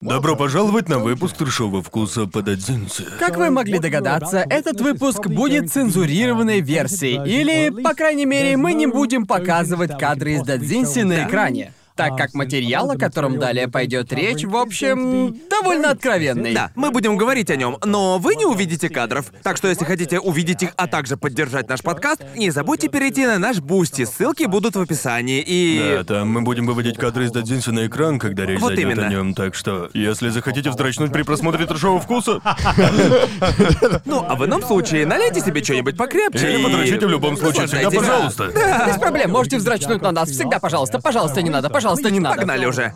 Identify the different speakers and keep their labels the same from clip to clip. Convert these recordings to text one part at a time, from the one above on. Speaker 1: Добро пожаловать на выпуск трешового вкуса под одинцы.
Speaker 2: Как вы могли догадаться, этот выпуск будет цензурированной версией, или, по крайней мере, мы не будем показывать кадры из Дадзинси на экране, так как материал, о котором далее пойдет речь, в общем, довольно откровенный.
Speaker 3: Да, мы будем говорить о нем, но вы не увидите кадров. Так что если хотите увидеть их, а также поддержать наш подкаст, не забудьте перейти на наш бусти. Ссылки будут в описании и.
Speaker 1: Да, там мы будем выводить кадры из Дадзинси на экран, когда речь
Speaker 3: Вот
Speaker 1: зайдет
Speaker 3: именно.
Speaker 1: о нем, так что если захотите вздрачнуть при просмотре трешового вкуса,
Speaker 3: Ну, а в ином случае налейте себе что-нибудь покрепче.
Speaker 1: или
Speaker 3: и-
Speaker 1: подрочите в любом случае, всегда
Speaker 3: Наслаждайтесь.
Speaker 1: пожалуйста.
Speaker 2: Без проблем, можете вздрачнуть на нас. Всегда, пожалуйста, пожалуйста, не надо, пожалуйста, не надо.
Speaker 3: Погнали уже.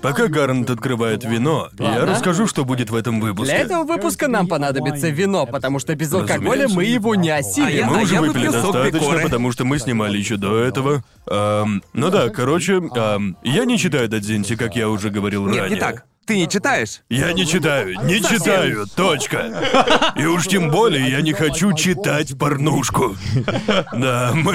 Speaker 1: Пока Гарнт открывает вино, я расскажу, что будет в этом
Speaker 2: Для
Speaker 1: выпуске.
Speaker 2: этого выпуска нам понадобится вино, потому что без алкоголя мы его не
Speaker 3: А я-
Speaker 2: осилим.
Speaker 1: Мы
Speaker 3: а
Speaker 1: уже
Speaker 3: я
Speaker 1: выпили
Speaker 3: выпью сок
Speaker 1: достаточно,
Speaker 3: пикоры.
Speaker 1: потому что мы снимали еще до этого. Эм, ну да, короче, эм, я не читаю Дадзинси, как я уже говорил
Speaker 3: Нет,
Speaker 1: ранее.
Speaker 3: не так. Ты не читаешь?
Speaker 1: Я не читаю, не читаю, точка. И уж тем более я не хочу читать порнушку. Да, мы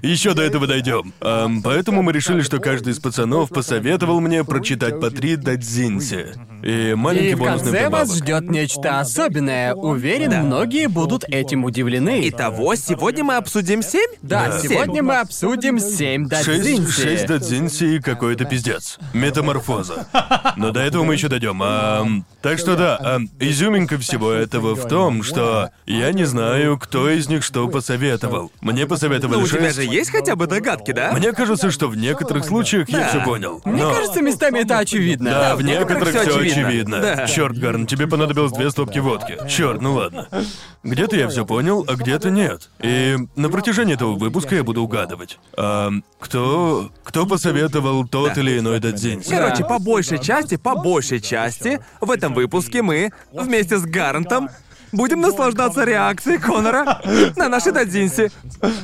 Speaker 1: еще до этого дойдем. Ам, поэтому мы решили, что каждый из пацанов посоветовал мне прочитать по три дадзинси. И
Speaker 3: А
Speaker 1: маленький
Speaker 2: И в
Speaker 1: бонусный
Speaker 2: конце
Speaker 1: прибавок.
Speaker 2: вас ждет нечто особенное. Уверен, многие будут этим удивлены.
Speaker 3: Итого, сегодня мы обсудим семь?
Speaker 2: Да,
Speaker 1: Да.
Speaker 2: сегодня мы обсудим 7
Speaker 1: Шесть,
Speaker 2: дадзинси.
Speaker 1: шесть дадзинси и какой-то пиздец. Метаморфоза. Но до этого мы еще дойдем. Ам, так что да, ам, изюминка всего этого в том, что я не знаю, кто из них что посоветовал. Мне посоветовали
Speaker 3: Ну, у тебя
Speaker 1: шесть.
Speaker 3: же а? есть хотя бы догадки, да?
Speaker 1: Мне кажется, что в некоторых случаях я
Speaker 3: Да.
Speaker 1: все понял.
Speaker 2: Мне
Speaker 1: Но-
Speaker 2: кажется, местами это очевидно.
Speaker 1: Да, в некоторых
Speaker 3: всё
Speaker 1: все
Speaker 3: очевидно.
Speaker 1: очевидно.
Speaker 3: Да.
Speaker 1: Черт, Гарн, тебе понадобилось две стопки водки. Черт, ну ладно. Где-то я все понял, а где-то нет. И на протяжении этого выпуска я буду угадывать. Ам, кто. кто посоветовал тот или иной дадзинси?
Speaker 3: Короче, по большей части, по большей части, в этом выпуске мы вместе с Гарантом будем наслаждаться реакцией Конора на наши дадзинси.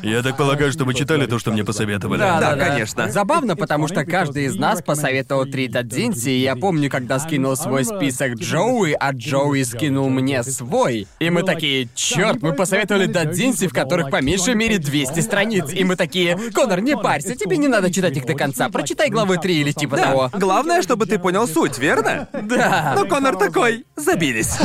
Speaker 1: Я так полагаю, что вы читали то, что мне посоветовали.
Speaker 2: Да,
Speaker 3: Да,
Speaker 2: да, да.
Speaker 3: конечно.
Speaker 2: Забавно, потому что каждый из нас посоветовал три дадзинси, и я помню, когда скинул свой список Джоуи, а Джоуи скинул мне свой. И мы такие, черт, мы посоветовали дадзинси, в которых по меньшей мере 200 страниц. И мы такие, Конор, не парься, тебе не надо читать их до конца, прочитай главы 3 или типа
Speaker 3: Да,
Speaker 2: того.
Speaker 3: главное, чтобы ты понял суть, верно?
Speaker 2: Да.
Speaker 3: Но Конор такой, забились.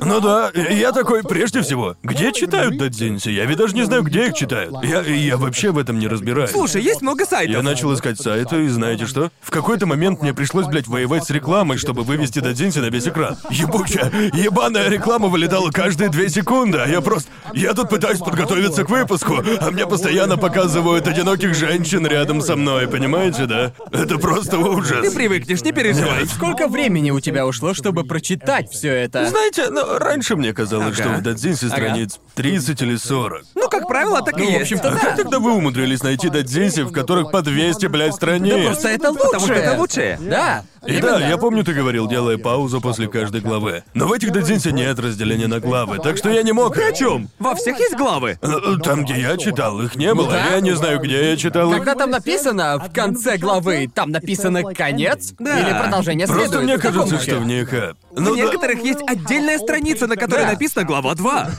Speaker 1: Ну да, и я такой, прежде всего, где читают дадзинси? Я ведь даже не знаю, где их читают. Я, я вообще в этом не разбираюсь.
Speaker 3: Слушай, есть много
Speaker 1: Я
Speaker 3: сайтов.
Speaker 1: начал искать сайты, и знаете что? В какой-то момент мне пришлось, блядь, воевать с рекламой, чтобы вывести Дадзинси на весь экран. Ебучая, ебаная реклама вылетала каждые две секунды, а я просто... Я тут пытаюсь подготовиться к выпуску, а мне постоянно показывают одиноких женщин рядом со мной, понимаете, да? Это просто
Speaker 3: Ты
Speaker 1: ужас.
Speaker 3: привыкнешь, не переживай.
Speaker 2: Сколько времени у тебя ушло, чтобы прочитать все это?
Speaker 1: Знаете, ну, раньше мне казалось,
Speaker 3: Ага.
Speaker 1: что в Дадзинсе страниц 30 или 40.
Speaker 3: Ну, как правило, так и
Speaker 2: Ну, в
Speaker 3: есть.
Speaker 2: общем-то,
Speaker 1: А как тогда вы умудрились найти Дадзинси, в которых по 200, блядь, страниц?
Speaker 2: Просто это лучшее.
Speaker 3: Потому что это лучшее.
Speaker 2: Да.
Speaker 1: И да, я помню, ты говорил, делая паузу после каждой главы. Но в этих дадзинсе нет разделения на главы, так что я не мог. О чем?
Speaker 3: Во всех есть главы.
Speaker 1: Там, где я читал, их не было.
Speaker 2: да.
Speaker 1: Я не знаю, где я читал их.
Speaker 2: Когда там написано в конце главы, там написано конец
Speaker 3: Да.
Speaker 2: или продолжение следует.
Speaker 1: Просто мне
Speaker 2: в таком
Speaker 1: кажется,
Speaker 2: духе.
Speaker 1: что в них... э,
Speaker 3: У
Speaker 1: Ну, да,
Speaker 3: некоторых есть отдельная страница, на которой
Speaker 2: Да.
Speaker 3: написано глава 2.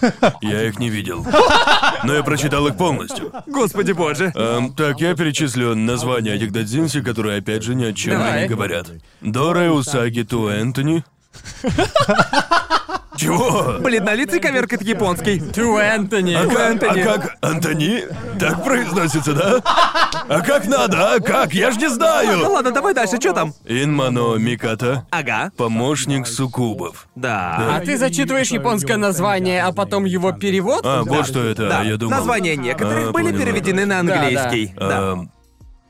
Speaker 1: я их не видел. Но я прочитал их полностью.
Speaker 3: Господи боже.
Speaker 1: Эм, так, я перечислю названия этих дадзинси, которые, опять же, ни о чем
Speaker 2: Давай.
Speaker 1: не говорят. Дора Усаги Ту Энтони. Чего?
Speaker 3: Блин, на лице коверкает японский.
Speaker 2: Ту Энтони.
Speaker 1: А как,
Speaker 3: Энтони.
Speaker 1: а как Антони? Так произносится, да? А как надо, а как? Я ж не
Speaker 3: Ну
Speaker 1: знаю!
Speaker 3: ладно, давай дальше, что там?
Speaker 1: Инмано Миката,
Speaker 3: Ага.
Speaker 1: помощник суккубов.
Speaker 3: Да.
Speaker 2: А ты зачитываешь японское название, а потом его перевод?
Speaker 1: А, вот что это,
Speaker 3: Да,
Speaker 1: я думал.
Speaker 3: названия некоторых
Speaker 1: А,
Speaker 3: были
Speaker 1: понял.
Speaker 3: переведены на английский.
Speaker 1: Эм,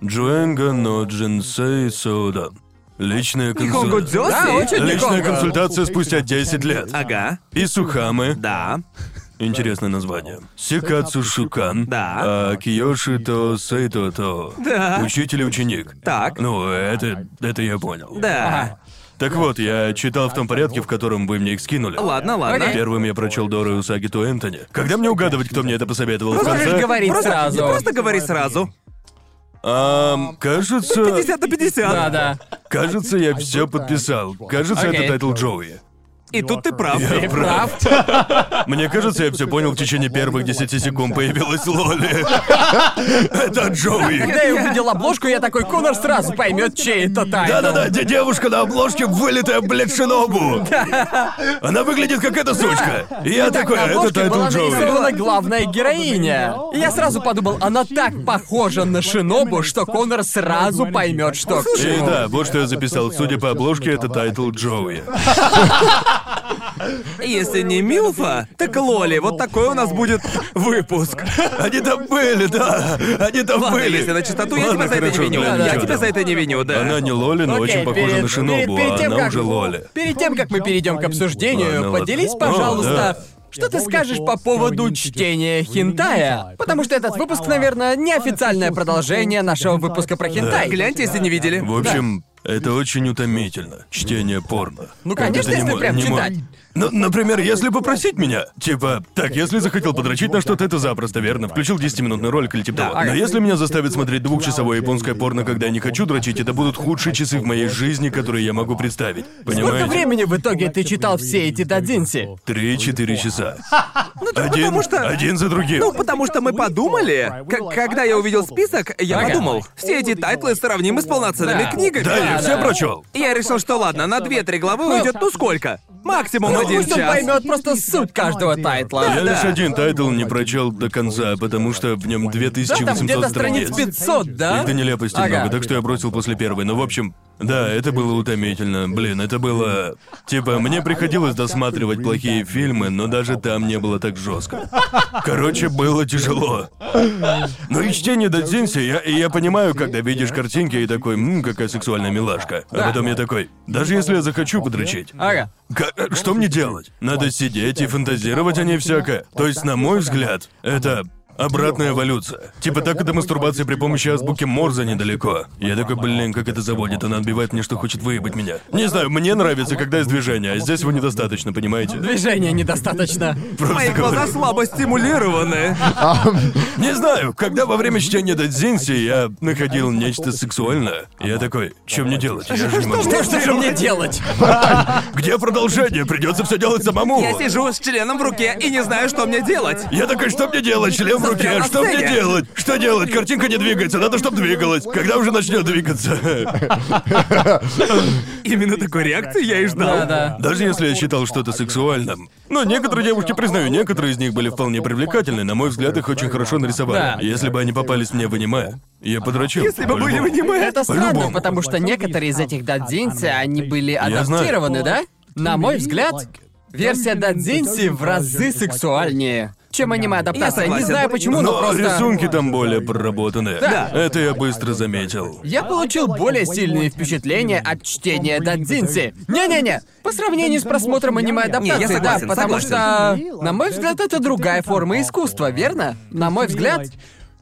Speaker 1: Джуэнга но джинсей соуда. Личная
Speaker 3: Нихонго
Speaker 1: консультация.
Speaker 3: дзёси?
Speaker 2: Да, очень
Speaker 1: Личная
Speaker 2: Нихонго.
Speaker 1: консультация спустя 10 лет.
Speaker 3: Ага,
Speaker 1: Исухамы.
Speaker 3: да.
Speaker 1: Интересное название. Секацу Шукан.
Speaker 3: Да.
Speaker 1: А Киоши то Сейто то.
Speaker 3: Да.
Speaker 1: Учитель и ученик.
Speaker 3: Так.
Speaker 1: Ну, это, это я понял.
Speaker 3: Да.
Speaker 1: Так вот, я читал в том порядке, в котором вы мне их скинули.
Speaker 3: Ладно, ладно.
Speaker 2: Окей.
Speaker 1: Первым я прочел Дору и Усаги Ту Энтони. Когда мне угадывать, кто мне это посоветовал в
Speaker 2: Можешь
Speaker 1: конце?
Speaker 2: говорить
Speaker 3: Просто,
Speaker 2: сразу.
Speaker 3: просто говори сразу.
Speaker 1: Ам,
Speaker 2: Ну,
Speaker 1: кажется,
Speaker 3: 50 на 50.
Speaker 2: Да, да.
Speaker 1: кажется, я все подписал. Кажется, это
Speaker 2: Окей.
Speaker 1: тайтл Джоуи.
Speaker 3: И тут ты прав.
Speaker 1: Я
Speaker 2: Ты прав.
Speaker 1: Мне кажется, я все понял в течение первых 10 секунд появилась Лоли. Это Джоуи.
Speaker 2: Когда я увидел обложку, я такой, Конор сразу поймет, чей это тайтл.
Speaker 1: Да-да-да, де- девушка на обложке вылитая, блядь, шинобу. Она выглядит как эта сучка. И Я такой, «А
Speaker 2: На
Speaker 1: это
Speaker 2: обложке
Speaker 1: тайтл
Speaker 2: была
Speaker 1: Джоуи.
Speaker 2: нарисована главная героиня. И я сразу подумал, она так похожа на Шинобу, что Конор сразу поймет, что к
Speaker 1: И
Speaker 2: чему.
Speaker 1: да, вот что я записал. Судя по обложке, это тайтл Джоуи.
Speaker 3: Если не Милфа, так Лоли. Вот такой у нас будет выпуск.
Speaker 1: Они там были, да. Они там
Speaker 3: Ладно,
Speaker 1: были.
Speaker 3: если на чистоту, я
Speaker 1: Ладно,
Speaker 3: тебя за это не
Speaker 1: хорошо,
Speaker 3: виню.
Speaker 1: Глен,
Speaker 3: Я
Speaker 1: ничего,
Speaker 3: тебя
Speaker 1: да.
Speaker 3: за это не виню, да.
Speaker 1: Она не Лоли, но Ну,
Speaker 2: Окей,
Speaker 1: очень похожа
Speaker 2: перед-
Speaker 1: на Шинобу,
Speaker 2: перед- перед
Speaker 1: а
Speaker 2: тем,
Speaker 1: она
Speaker 2: как-
Speaker 1: уже Лоли.
Speaker 2: Перед тем, как мы перейдем к обсуждению,
Speaker 1: Ладно,
Speaker 2: поделись,
Speaker 1: ладно.
Speaker 2: пожалуйста,
Speaker 1: О,
Speaker 2: что ты скажешь по поводу чтения хентая? Потому что этот выпуск, наверное, неофициальное продолжение нашего выпуска про хентай.
Speaker 3: Гляньте, если не видели.
Speaker 1: В общем, это очень утомительно. Чтение порно.
Speaker 2: Ну,
Speaker 1: Когда
Speaker 2: конечно,
Speaker 1: ты не
Speaker 2: если
Speaker 1: мо-
Speaker 2: прям
Speaker 1: не мо-
Speaker 2: читать.
Speaker 1: Ну, например, если попросить меня, типа, так, если захотел подрочить на что-то, это запросто, верно? Включил 10-минутный ролик или типа того.
Speaker 2: ага.
Speaker 1: Но если меня заставят смотреть двухчасовое японское порно, когда я не хочу дрочить, это будут худшие часы в моей жизни, которые я могу представить.
Speaker 2: Сколько
Speaker 1: Понимаете? Ну,
Speaker 2: времени в итоге ты читал все эти додзинси?
Speaker 1: Три-четыре часа.
Speaker 3: Ну, так
Speaker 1: Один,
Speaker 3: потому что...
Speaker 1: один за другим.
Speaker 3: Ну, потому что мы подумали, к- когда я увидел список, я
Speaker 2: Ага.
Speaker 3: подумал, все эти тайтлы сравнимы с полноценными
Speaker 2: Да.
Speaker 3: книгами.
Speaker 1: Да, я
Speaker 2: Да,
Speaker 1: все
Speaker 2: да.
Speaker 1: прочел.
Speaker 3: И я решил, что ладно, на 2-3 главы уйдет, ну сколько? Максимум
Speaker 2: Ну,
Speaker 3: один
Speaker 2: пусть он
Speaker 3: час.
Speaker 2: поймет просто суть каждого тайтла.
Speaker 1: Я
Speaker 3: да.
Speaker 1: лишь один тайтл не прочел до конца, потому что в нем
Speaker 2: Да, там
Speaker 1: 2800
Speaker 2: где-то
Speaker 1: страниц.
Speaker 2: страниц 500, да?
Speaker 1: Это нелепости
Speaker 2: Ага.
Speaker 1: много, так что я бросил после первой. Но в общем, да, это было утомительно. Блин, это было... Типа, мне приходилось досматривать плохие фильмы, но даже там не было так жестко. Короче, было тяжело. Но и чтение Дадзинси, я, и я понимаю, когда видишь картинки и такой, ммм, какая сексуальная милашка. А
Speaker 2: Да.
Speaker 1: потом я такой, даже если я захочу подрочить,
Speaker 2: Ага.
Speaker 1: Ка- э, что мне делать? Надо сидеть и фантазировать о ней всякое. То есть, на мой взгляд, это обратная эволюция. Типа так и до мастурбации при помощи азбуки Морзе недалеко. Я такой, блин, как это заводит, она отбивает мне, что хочет выебать меня. Не знаю, мне нравится, когда есть движение, а здесь его недостаточно, понимаете?
Speaker 2: Движения недостаточно.
Speaker 1: Просто
Speaker 3: Мои глаза
Speaker 1: говорю.
Speaker 3: слабо стимулированы.
Speaker 1: Не знаю, когда во время чтения Дадзинси я находил нечто сексуальное, я такой, что мне делать? Я же не могу.
Speaker 2: Что, что же мне делать?
Speaker 1: Где продолжение? Придется все делать самому.
Speaker 3: Я сижу с членом в руке и не знаю, что мне делать.
Speaker 1: Я такой, что мне делать? Член в руке,
Speaker 3: Застрял
Speaker 1: что
Speaker 3: на
Speaker 1: мне
Speaker 3: сцене.
Speaker 1: делать? Что делать? Картинка не двигается, надо, чтобы двигалась. Когда уже начнет двигаться?
Speaker 3: Именно такой реакции я и ждал.
Speaker 2: Да-да.
Speaker 1: Даже если я считал что-то сексуальным. Но некоторые девушки, признаю, некоторые из них были вполне привлекательны. На мой взгляд, их очень хорошо нарисовали.
Speaker 2: Да.
Speaker 1: Если бы они попались мне вынимая, я подрочил.
Speaker 3: Если бы были
Speaker 1: по-любому.
Speaker 3: аниме,
Speaker 2: Это странно,
Speaker 1: По-любому.
Speaker 2: потому что некоторые из этих дадзинси, они были
Speaker 1: Я знаю.
Speaker 2: адаптированы, да? На мой взгляд, версия дадзинси в разы сексуальнее, чем
Speaker 3: Я
Speaker 2: аниме-адаптация. Не
Speaker 3: согласен.
Speaker 2: знаю почему, но
Speaker 1: Но
Speaker 2: просто...
Speaker 1: рисунки там более проработаны.
Speaker 2: Да.
Speaker 1: Это я быстро заметил.
Speaker 2: Я получил более сильные впечатления от чтения Дадзинси. Не-не-не, по сравнению с просмотром
Speaker 3: Не, я
Speaker 2: аниме-адаптации, да,
Speaker 3: согласен,
Speaker 2: потому
Speaker 4: согласен.
Speaker 2: что, на мой взгляд, это другая форма искусства, верно? На мой взгляд,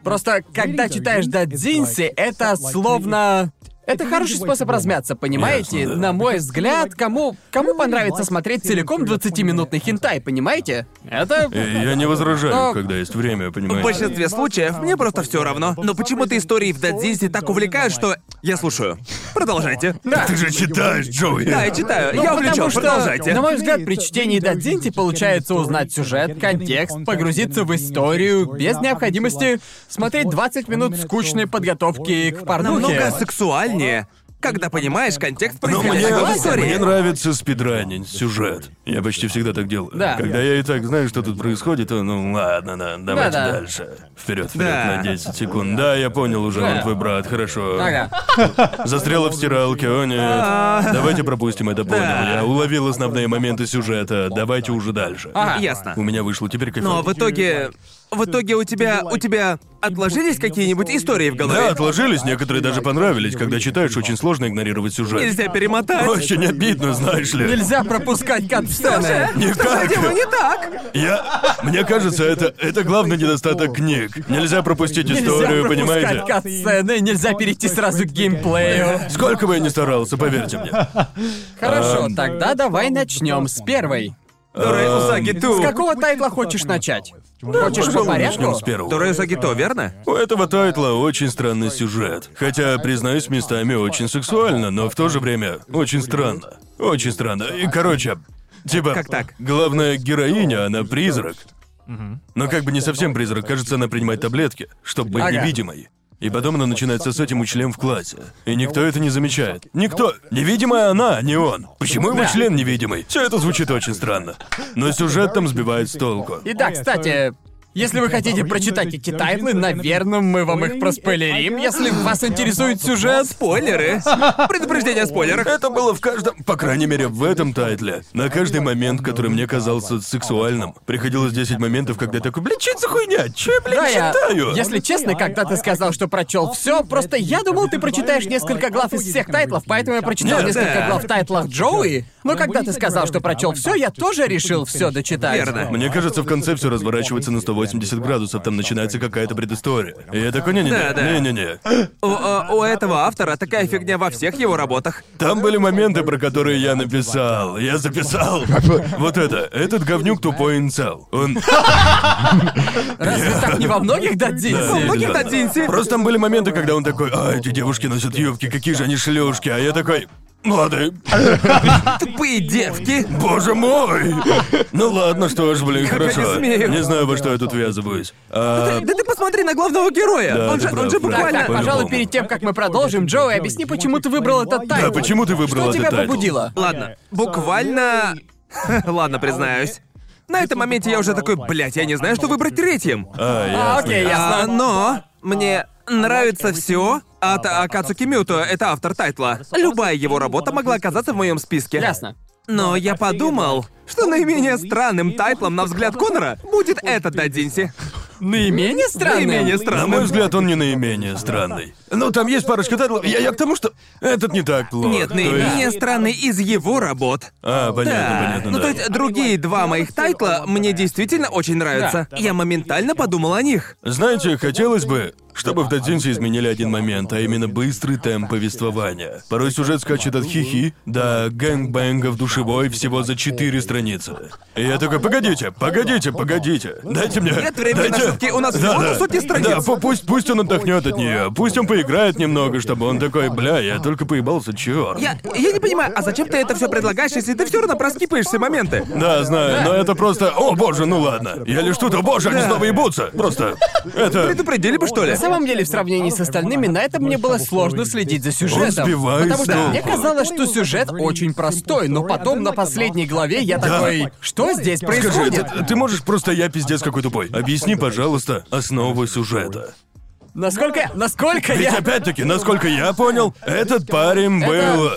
Speaker 2: просто когда читаешь Дадзинси, это словно... Это хороший способ размяться, понимаете?
Speaker 1: Ясно, да.
Speaker 2: На мой взгляд, кому кому понравится смотреть целиком 20-минутный хентай, понимаете? Это...
Speaker 1: И я не возражаю,
Speaker 2: Но-
Speaker 1: когда есть время,
Speaker 3: в
Speaker 1: понимаете?
Speaker 3: большинстве случаев мне просто все равно. Но почему-то истории в Дадзинсе так увлекают, что... Я слушаю. Продолжайте.
Speaker 1: Ты же читаешь, Джоуи.
Speaker 3: Да, я читаю.
Speaker 2: Ну,
Speaker 3: я
Speaker 2: потому
Speaker 3: увлечен.
Speaker 2: что,
Speaker 3: Продолжайте.
Speaker 2: На мой взгляд, при чтении Дадзинти получается узнать сюжет, контекст, погрузиться в историю без необходимости смотреть 20 минут скучной подготовки к
Speaker 3: намного
Speaker 2: порнухе.
Speaker 3: сексуальнее, когда понимаешь контекст
Speaker 1: Но Ну, мне,
Speaker 3: происходящего в
Speaker 1: мне
Speaker 3: истории.
Speaker 1: нравится спидранить сюжет. Я почти всегда так делаю.
Speaker 2: Да.
Speaker 1: Когда я и так знаю, что тут происходит, то ну ладно, да, давайте
Speaker 2: Да-да.
Speaker 1: дальше. Вперед, вперед
Speaker 3: Да.
Speaker 1: на 10 секунд. Да, я понял уже,
Speaker 2: Да.
Speaker 1: он твой брат, хорошо.
Speaker 2: Ага. А.
Speaker 1: Застряла в стиралке, о нет. Давайте пропустим это, понял.
Speaker 3: Да.
Speaker 1: Я уловил основные моменты сюжета, давайте уже дальше.
Speaker 2: Ага.
Speaker 3: Ясно.
Speaker 1: У меня вышло теперь кайфово.
Speaker 3: Но в итоге... В итоге у тебя... У тебя отложились какие-нибудь истории в
Speaker 1: Да,
Speaker 3: голове?
Speaker 1: отложились, некоторые даже понравились. Когда читаешь, очень сложно игнорировать сюжет.
Speaker 3: Нельзя перемотать.
Speaker 1: Очень обидно, знаешь ли.
Speaker 2: Нельзя пропускать кат-сцены.
Speaker 3: Что я
Speaker 1: Никак.
Speaker 3: делаю не так?
Speaker 1: Я... Мне кажется, это, это главный недостаток книг. Нельзя пропустить историю,
Speaker 2: нельзя пропускать
Speaker 1: понимаете?
Speaker 2: кат-сцены, нельзя перейти сразу к геймплею.
Speaker 1: Сколько бы я ни старался, поверьте мне.
Speaker 2: Хорошо, тогда давай начнем с первой.
Speaker 3: Дурей Усаги
Speaker 1: Э,
Speaker 2: С
Speaker 3: Ту.
Speaker 2: какого тайтла хочешь начать? Хочешь по
Speaker 1: Пожалуй, начнем
Speaker 2: порядку?
Speaker 1: с первого.
Speaker 3: Дурей Усаги Ту, верно?
Speaker 1: У этого тайтла очень странный сюжет. Хотя, признаюсь, местами очень сексуально, но в то же время очень странно. Очень странно. И, короче, Типа,
Speaker 3: Как так?
Speaker 1: главная героиня, она призрак. Но как бы не совсем призрак, кажется, она принимает таблетки, чтобы быть
Speaker 2: Ага.
Speaker 1: невидимой. И потом она начинает сосать ему член в классе. И никто это не замечает. Никто. Невидимая она, а не он. Почему его
Speaker 2: Да.
Speaker 1: член невидимый? Все это звучит очень странно. Но сюжет там сбивает с толку.
Speaker 2: И да, кстати, если вы хотите прочитать эти тайны, наверное, мы вам их проспойлерим, если вас интересует сюжет.
Speaker 3: Спойлеры. Предупреждение о спойлерах.
Speaker 1: Это было в каждом, по крайней мере, в этом тайтле. На каждый момент, который мне казался сексуальным, приходилось 10 моментов, когда я такой, блин, что это за хуйня? Че я, блин,
Speaker 2: Да, я-
Speaker 1: читаю?
Speaker 2: Если честно, когда ты сказал, что прочел все, просто я думал, ты прочитаешь несколько глав из всех тайтлов, поэтому я прочитал
Speaker 3: Нет,
Speaker 2: несколько
Speaker 3: да.
Speaker 2: глав в тайтлах Джоуи. Но когда ты сказал, что прочел все, я тоже решил все дочитать.
Speaker 3: Верно.
Speaker 1: Мне кажется, в конце все разворачивается на 180 градусов, там начинается какая-то предыстория. И я такой, не-не-не,
Speaker 3: Да, да.
Speaker 1: не-не-не.
Speaker 3: У, э, у этого автора такая фигня во всех его работах.
Speaker 1: Там были моменты, про которые я написал. Я записал. Вот это. Этот говнюк тупой инцел. Он...
Speaker 2: Разве так не во многих
Speaker 1: Да,
Speaker 2: Дадзинси?
Speaker 3: многих
Speaker 1: определенно.
Speaker 3: тадзинси.
Speaker 1: Просто там были моменты, когда он такой, а, эти девушки носят юбки, какие же они шлюшки. А я такой, ну ладно,
Speaker 3: Тупые девки.
Speaker 1: боже мой. Ну ладно, что ж, блин,
Speaker 3: Как я не
Speaker 1: хорошо.
Speaker 3: смею.
Speaker 1: Не знаю, во что я тут ввязываюсь. А,
Speaker 3: Да ты посмотри на главного героя.
Speaker 1: Да,
Speaker 3: он,
Speaker 1: ты
Speaker 3: же,
Speaker 1: прав,
Speaker 3: он же
Speaker 1: прав.
Speaker 3: буквально...
Speaker 2: Так, так, пожалуй, перед тем, как мы продолжим, Джоуи, объясни, почему ты выбрал этот тайтл.
Speaker 1: Да, почему ты выбрал
Speaker 2: Что
Speaker 1: этот
Speaker 2: тебя
Speaker 1: тайтл?
Speaker 2: побудило?
Speaker 3: Ладно, буквально... Ладно, признаюсь. На этом моменте я уже такой, блядь, я не знаю, что выбрать третьим.
Speaker 1: А,
Speaker 2: А,
Speaker 1: ясно.
Speaker 2: окей,
Speaker 3: А,
Speaker 2: ясно.
Speaker 3: но мне нравится все от Акацуки Мюто, это автор тайтла. Любая его работа могла оказаться в моем списке.
Speaker 2: Ясно.
Speaker 3: Но я подумал, что наименее странным тайтлом, на взгляд Конора, будет этот Дадзинси.
Speaker 2: Наименее странное?
Speaker 3: Наименее
Speaker 1: На
Speaker 3: странным.
Speaker 1: мой взгляд, он не наименее странный. Ну, там есть парочка тайтлов. Я, я к тому, что этот не так плохо.
Speaker 3: Нет,
Speaker 1: То есть-
Speaker 3: наименее странный из его работ.
Speaker 1: А, понятно,
Speaker 3: Да.
Speaker 1: понятно,
Speaker 3: ну
Speaker 1: да.
Speaker 3: то есть другие два моих тайтла мне действительно очень нравятся. Я моментально подумал о них.
Speaker 1: Знаете, хотелось бы, чтобы в Дадзинсе изменили один момент, а именно быстрый темп повествования. Порой сюжет скачет от хихи до гэнgbэнга в душевой всего за четыре страницы. И я такой, погодите, погодите, погодите. Дайте мне...
Speaker 3: Нет времени на
Speaker 1: дайте-
Speaker 3: шутки, у нас
Speaker 1: Да,
Speaker 3: всего
Speaker 1: да.
Speaker 3: на сотни страниц.
Speaker 1: Да, пу- пусть, пусть он отдохнет от нее, пусть он поиграет немного, чтобы он такой, бля, я только поебался, черт.
Speaker 3: Я, я не понимаю, а зачем ты это все предлагаешь, если ты все равно проскипаешь все моменты?
Speaker 1: Да, знаю, но это просто... О, боже, ну ладно. Я лишь тут, о боже, они
Speaker 3: Да.
Speaker 1: снова ебутся. Просто... Это...
Speaker 3: Предупредили бы, что ли?
Speaker 2: На самом деле, в сравнении с остальными, на этом мне было сложно следить за
Speaker 1: Он
Speaker 2: сюжетом.
Speaker 1: сбивает
Speaker 2: Потому
Speaker 1: с
Speaker 2: что
Speaker 1: толку.
Speaker 2: мне казалось, что сюжет очень простой, но потом на последней главе я такой, что здесь
Speaker 1: Скажи,
Speaker 2: происходит?
Speaker 1: ты, ты можешь просто я пиздец какой тупой. Объясни, пожалуйста, основы сюжета.
Speaker 2: Насколько, насколько
Speaker 1: Ведь
Speaker 2: я...
Speaker 1: опять-таки, насколько я понял, этот парень был...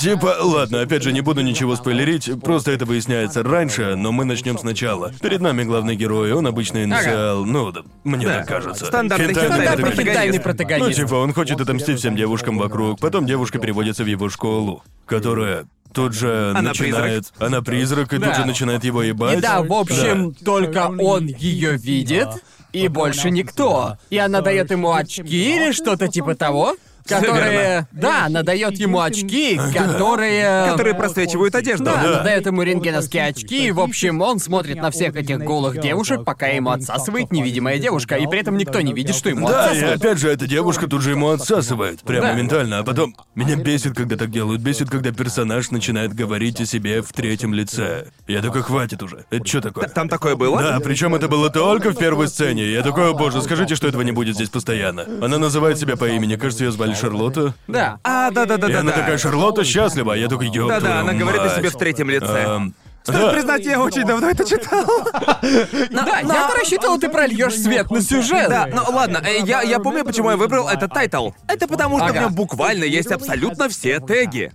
Speaker 1: Типа, ладно, опять же, не буду ничего спойлерить, просто это выясняется раньше, но мы начнем сначала. Перед нами главный герой, он обычный инсиал, ну, да, мне
Speaker 3: Да.
Speaker 1: так кажется.
Speaker 3: Стандартный
Speaker 1: Хентайный
Speaker 3: хентайный
Speaker 2: Стандартный
Speaker 1: протагонист.
Speaker 2: хентайный
Speaker 1: Ну,
Speaker 2: протагонист.
Speaker 1: типа, он хочет отомстить всем девушкам вокруг, потом девушка переводится в его школу, которая тут же
Speaker 3: Она
Speaker 1: начинает... Она призрак, и
Speaker 2: Да.
Speaker 1: тут же начинает его ебать.
Speaker 2: И да, в общем, только он ее видит, и больше никто. И она дает ему очки или что-то типа того, которые... Да, она дает ему очки, которые...
Speaker 3: Которые просвечивают одежду.
Speaker 2: Да,
Speaker 1: Да.
Speaker 2: она дает ему рентгеновские очки, и, в общем, он смотрит на всех этих голых девушек, пока ему отсасывает невидимая девушка, и при этом никто не видит, что ему
Speaker 1: Да, и
Speaker 2: отсасывают.
Speaker 1: опять же, эта девушка тут же ему отсасывает. Прямо
Speaker 2: Да.
Speaker 1: моментально. А потом... Меня бесит, когда так делают. Бесит, когда персонаж начинает говорить о себе в третьем лице. Я такой, хватит уже. Это что такое?
Speaker 3: Там такое было?
Speaker 1: Да, причем это было только в первой сцене. Я такой, о боже, скажите, что этого не будет здесь постоянно. Она называет себя по имени, кажется, ее звали Шарлотта.
Speaker 2: Да.
Speaker 3: А, да, да, да,
Speaker 1: И
Speaker 3: да.
Speaker 1: она такая, Шарлотта счастлива, а я такой, ёб
Speaker 3: Да,
Speaker 1: твою
Speaker 3: да, она говорит о себе
Speaker 1: мать».
Speaker 3: в третьем лице.
Speaker 1: Эм,
Speaker 3: Стоит
Speaker 1: да.
Speaker 3: признать, я очень давно это читал.
Speaker 2: Да, я-то рассчитывал, ты прольешь свет на сюжет.
Speaker 3: Да, ну ладно, э, я, я помню, почему я выбрал этот тайтл. Это потому, что в
Speaker 2: Ага.
Speaker 3: нем буквально есть абсолютно все теги.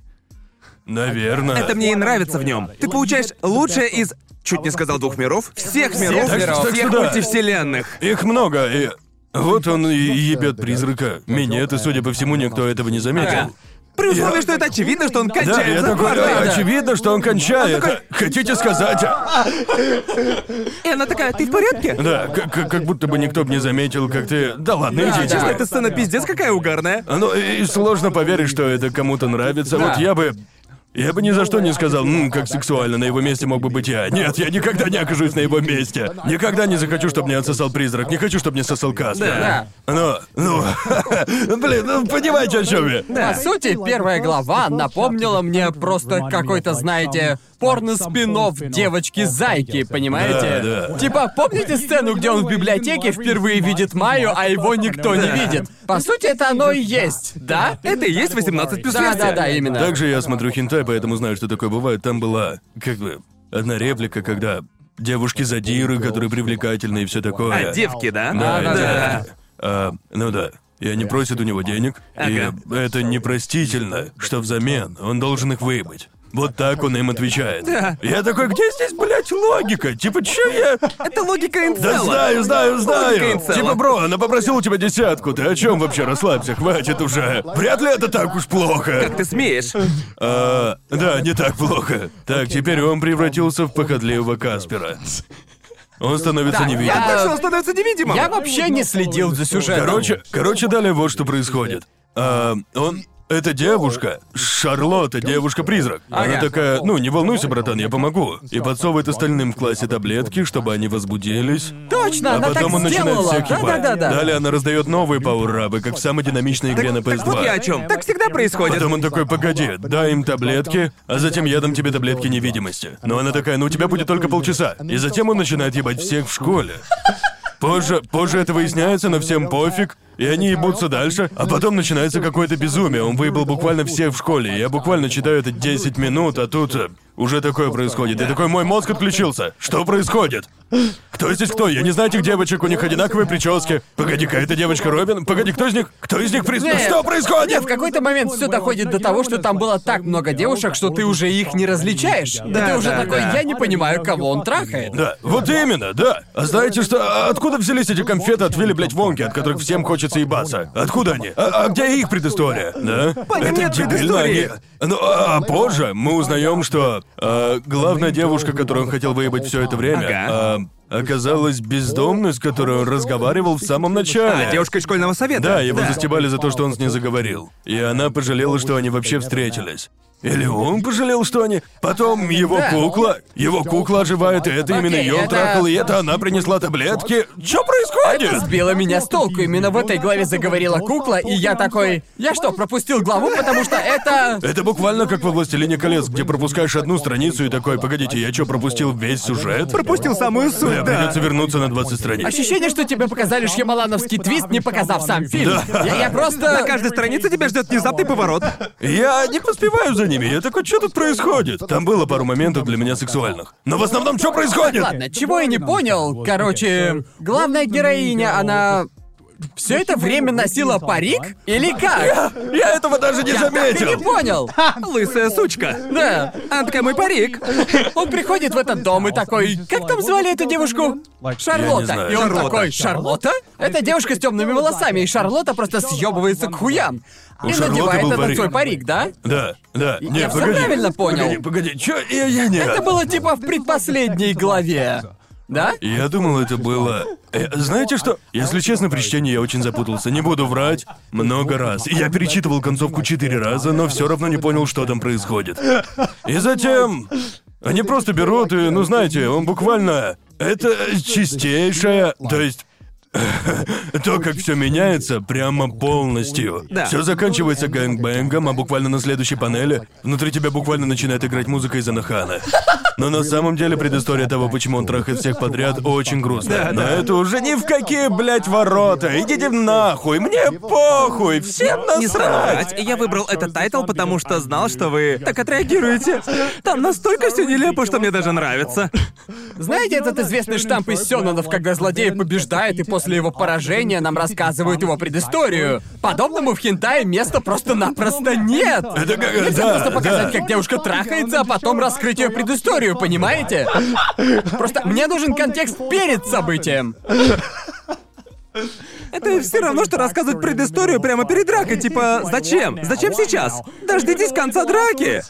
Speaker 1: Наверное.
Speaker 3: Это мне и нравится в нем. Ты получаешь лучшее из, чуть не сказал двух миров, всех миров,
Speaker 1: Так что- так
Speaker 3: всех
Speaker 1: что да.
Speaker 3: мультивселенных.
Speaker 1: Их много, и... Вот он и ебет призрака. Минет, и, судя по всему, никто этого не
Speaker 3: Ага.
Speaker 1: заметил.
Speaker 3: При условии, что это очевидно, что он
Speaker 1: Да, я
Speaker 3: кончается
Speaker 1: такой,
Speaker 3: дважды.
Speaker 1: «А, очевидно, что он кончает.
Speaker 3: такой-
Speaker 1: Хотите сказать? а?»
Speaker 3: И она такая, ты в порядке?
Speaker 1: Да, как, как- как будто бы никто бы не заметил, как ты... Да ладно,
Speaker 2: Да,
Speaker 1: идите
Speaker 2: да.
Speaker 1: вы».
Speaker 3: А Эта сцена пиздец какая угарная.
Speaker 1: Ну, и и сложно поверить, что это кому-то нравится.
Speaker 2: Да.
Speaker 1: Вот я бы... Я бы ни за что не сказал, «М, как сексуально, на его месте мог бы быть я. Нет, я никогда не окажусь на его месте. Никогда не захочу, чтобы меня отсосал призрак. Не хочу, чтобы мне сосал Каспер.
Speaker 2: Да.
Speaker 1: Но, ну, блин, ну, понимаете, о чем я?
Speaker 2: По сути, первая глава напомнила мне просто какой-то, знаете, порно спин девочки-зайки, понимаете?
Speaker 1: Да, да.
Speaker 2: Типа, помните сцену, где он в библиотеке впервые видит Майю, а его никто не
Speaker 3: Да.
Speaker 2: видит? По сути, это оно и есть, да?
Speaker 3: А Это и есть 18 плюс
Speaker 2: Да, да, да, именно.
Speaker 1: Также я смотрю хентай, поэтому знаю, что такое бывает. Там была, как бы, одна реплика, когда девушки-задиры, которые привлекательны и все такое.
Speaker 3: А, девки, да?
Speaker 1: Да,
Speaker 2: да,
Speaker 1: да.
Speaker 2: да.
Speaker 1: А, ну да. И они просят у него денег,
Speaker 3: Ага.
Speaker 1: и это непростительно, что взамен он должен их выебать. Вот так он им отвечает. Я такой, где здесь, блядь, логика? Типа, че я...
Speaker 3: Это логика
Speaker 1: Да
Speaker 3: инцела.
Speaker 1: знаю, знаю,
Speaker 3: Логика
Speaker 1: знаю.
Speaker 3: инцела.
Speaker 1: Типа, бро, она попросила у тебя десятку. Ты о чем вообще? Расслабься, хватит уже. Вряд ли это так уж плохо.
Speaker 3: Ты смеешь.
Speaker 1: А, да, не так плохо. Так, теперь он превратился в похотливого Каспера. Он становится
Speaker 2: Да,
Speaker 1: невидимым.
Speaker 2: я-
Speaker 3: А так что он становится невидимым.
Speaker 2: Я вообще не следил за сюжетом.
Speaker 1: Короче, короче, далее вот что происходит. А, он. Эта девушка, Шарлотта, девушка-призрак. Она
Speaker 2: Ага.
Speaker 1: такая, ну, не волнуйся, братан, я помогу. И подсовывает остальным в классе таблетки, чтобы они возбудились.
Speaker 2: Точно,
Speaker 1: а
Speaker 2: она
Speaker 1: потом
Speaker 2: так
Speaker 1: он начинает
Speaker 2: сделала.
Speaker 1: всех ебать.
Speaker 2: Да-да-да-да.
Speaker 1: Далее она раздает новые пауэрабы, как в самой динамичной игре на PS2.
Speaker 3: Так вот я о чем. Так всегда происходит.
Speaker 1: Потом он такой, погоди, дай им таблетки, а затем я дам тебе таблетки невидимости. Но она такая, ну у тебя будет только полчаса. И затем он начинает ебать всех в школе. Позже, позже это выясняется, но всем пофиг. И они ебутся дальше, а потом начинается какое-то безумие. Он выебал буквально всех в школе. Я буквально читаю это 10 минут, а тут э, уже такое происходит. И такой мой мозг отключился. Что происходит? Кто здесь кто? Я не знаю этих девочек, у них одинаковые прически. Погоди-ка, эта девочка Робин? Погоди, кто из них? Кто из них приз...
Speaker 2: Нет.
Speaker 1: Что происходит?
Speaker 2: Нет, в какой-то момент все доходит до того, что там было так много девушек, что ты уже их не различаешь.
Speaker 4: Да,
Speaker 2: и ты уже
Speaker 3: да,
Speaker 2: такой,
Speaker 3: да.
Speaker 2: я не понимаю, кого он трахает.
Speaker 1: Да, вот именно, да. А знаете что, а откуда взялись эти конфеты от Вилли, блядь, Вонки, от которых всем хочется ебаться? Откуда они? А, а где их предыстория? Да?
Speaker 3: По ним нет
Speaker 1: дебильно,
Speaker 3: предыстории.
Speaker 1: они- Ну, а, а позже мы узнаем, что а, главная девушка, которую он хотел выебать все это время,
Speaker 3: Ага.
Speaker 1: а, оказалась бездомной, с которой он разговаривал в самом начале.
Speaker 3: А, девушка из школьного совета.
Speaker 1: Да, его застебали за то, что он с ней заговорил. И она пожалела, что они вообще встретились. Или он пожалел, что они... Потом его
Speaker 2: Да.
Speaker 1: кукла... Его кукла оживает, и это именно
Speaker 2: Окей,
Speaker 1: ее он
Speaker 2: это-
Speaker 1: трахал, и это она принесла таблетки. Что происходит?
Speaker 2: Сбила меня с толку, именно в этой главе заговорила кукла, и я такой, я что, пропустил главу, потому что это...
Speaker 1: Это буквально как во «Властелине колец», где пропускаешь одну страницу и такой, погодите, я что, пропустил весь сюжет?
Speaker 3: Пропустил самую суть,
Speaker 1: Да,
Speaker 3: да.
Speaker 1: придется вернуться на 20 страниц.
Speaker 2: Ощущение, что тебе показали шьямалановский твист, не показав сам фильм.
Speaker 1: Да.
Speaker 2: Я, я просто...
Speaker 3: На каждой странице тебя ждет внезапный поворот.
Speaker 1: Я не поспеваю за ними, я такой, что тут происходит? Там было пару моментов для меня сексуальных. Но в основном, что происходит?
Speaker 2: Ладно, чего я не понял, короче, главная героиня, она... Все это время носила парик? Или как?
Speaker 1: Я этого даже не
Speaker 2: Так и не
Speaker 1: заметил.
Speaker 2: понял.
Speaker 3: Лысая сучка.
Speaker 2: Да.
Speaker 3: Она такая, мой парик.
Speaker 2: Он приходит в этот дом и такой, как там звали эту девушку?
Speaker 1: не
Speaker 2: Шарлотта.
Speaker 1: знаю.
Speaker 2: И он
Speaker 1: Шарлотта.
Speaker 2: такой, Шарлотта? Это девушка с темными волосами, и Шарлотта просто съебывается к хуям. И
Speaker 1: Шарлотты
Speaker 2: надевает
Speaker 1: был
Speaker 2: этот
Speaker 1: парик.
Speaker 2: свой парик, да?
Speaker 1: Да, да. Не,
Speaker 2: всё
Speaker 1: погоди.
Speaker 2: правильно понял.
Speaker 1: Погоди, погоди, чё? Я, я не...
Speaker 2: Это было типа в предпоследней главе. Да?
Speaker 1: Я думал, это было... Э, знаете что? Если честно, при чтении я очень запутался. Не буду врать. Много раз. Я перечитывал концовку четыре раза, но все равно не понял, что там происходит. И затем... Они просто берут и, ну знаете, он буквально... Это чистейшая... То есть... То, как все меняется, прямо полностью.
Speaker 3: Да.
Speaker 1: Все заканчивается гэнгбэнгом, а буквально на следующей панели внутри тебя буквально начинает играть музыка из Анахана. Но на самом деле предыстория того, почему он трахает всех подряд, очень грустная. Но это уже ни в какие, блядь, ворота. Идите нахуй, мне похуй, всем
Speaker 3: Не
Speaker 1: насрать.
Speaker 3: срать. Я выбрал этот тайтл, потому что знал, что вы так отреагируете. Там настолько все нелепо, что мне даже нравится.
Speaker 2: Знаете этот известный штамп из Сёнонов, когда злодей побеждает, и после его поражения нам рассказывают его предысторию? Подобному в хентае места просто-напросто нет!
Speaker 1: Это как-
Speaker 2: Нельзя
Speaker 1: да,
Speaker 2: просто показать,
Speaker 1: да.
Speaker 2: как девушка трахается, а потом раскрыть ее предысторию, понимаете? Просто мне нужен контекст перед событием.
Speaker 3: Это все равно, что рассказывать предысторию прямо перед дракой. Типа, зачем? Зачем сейчас? Дождитесь конца драки.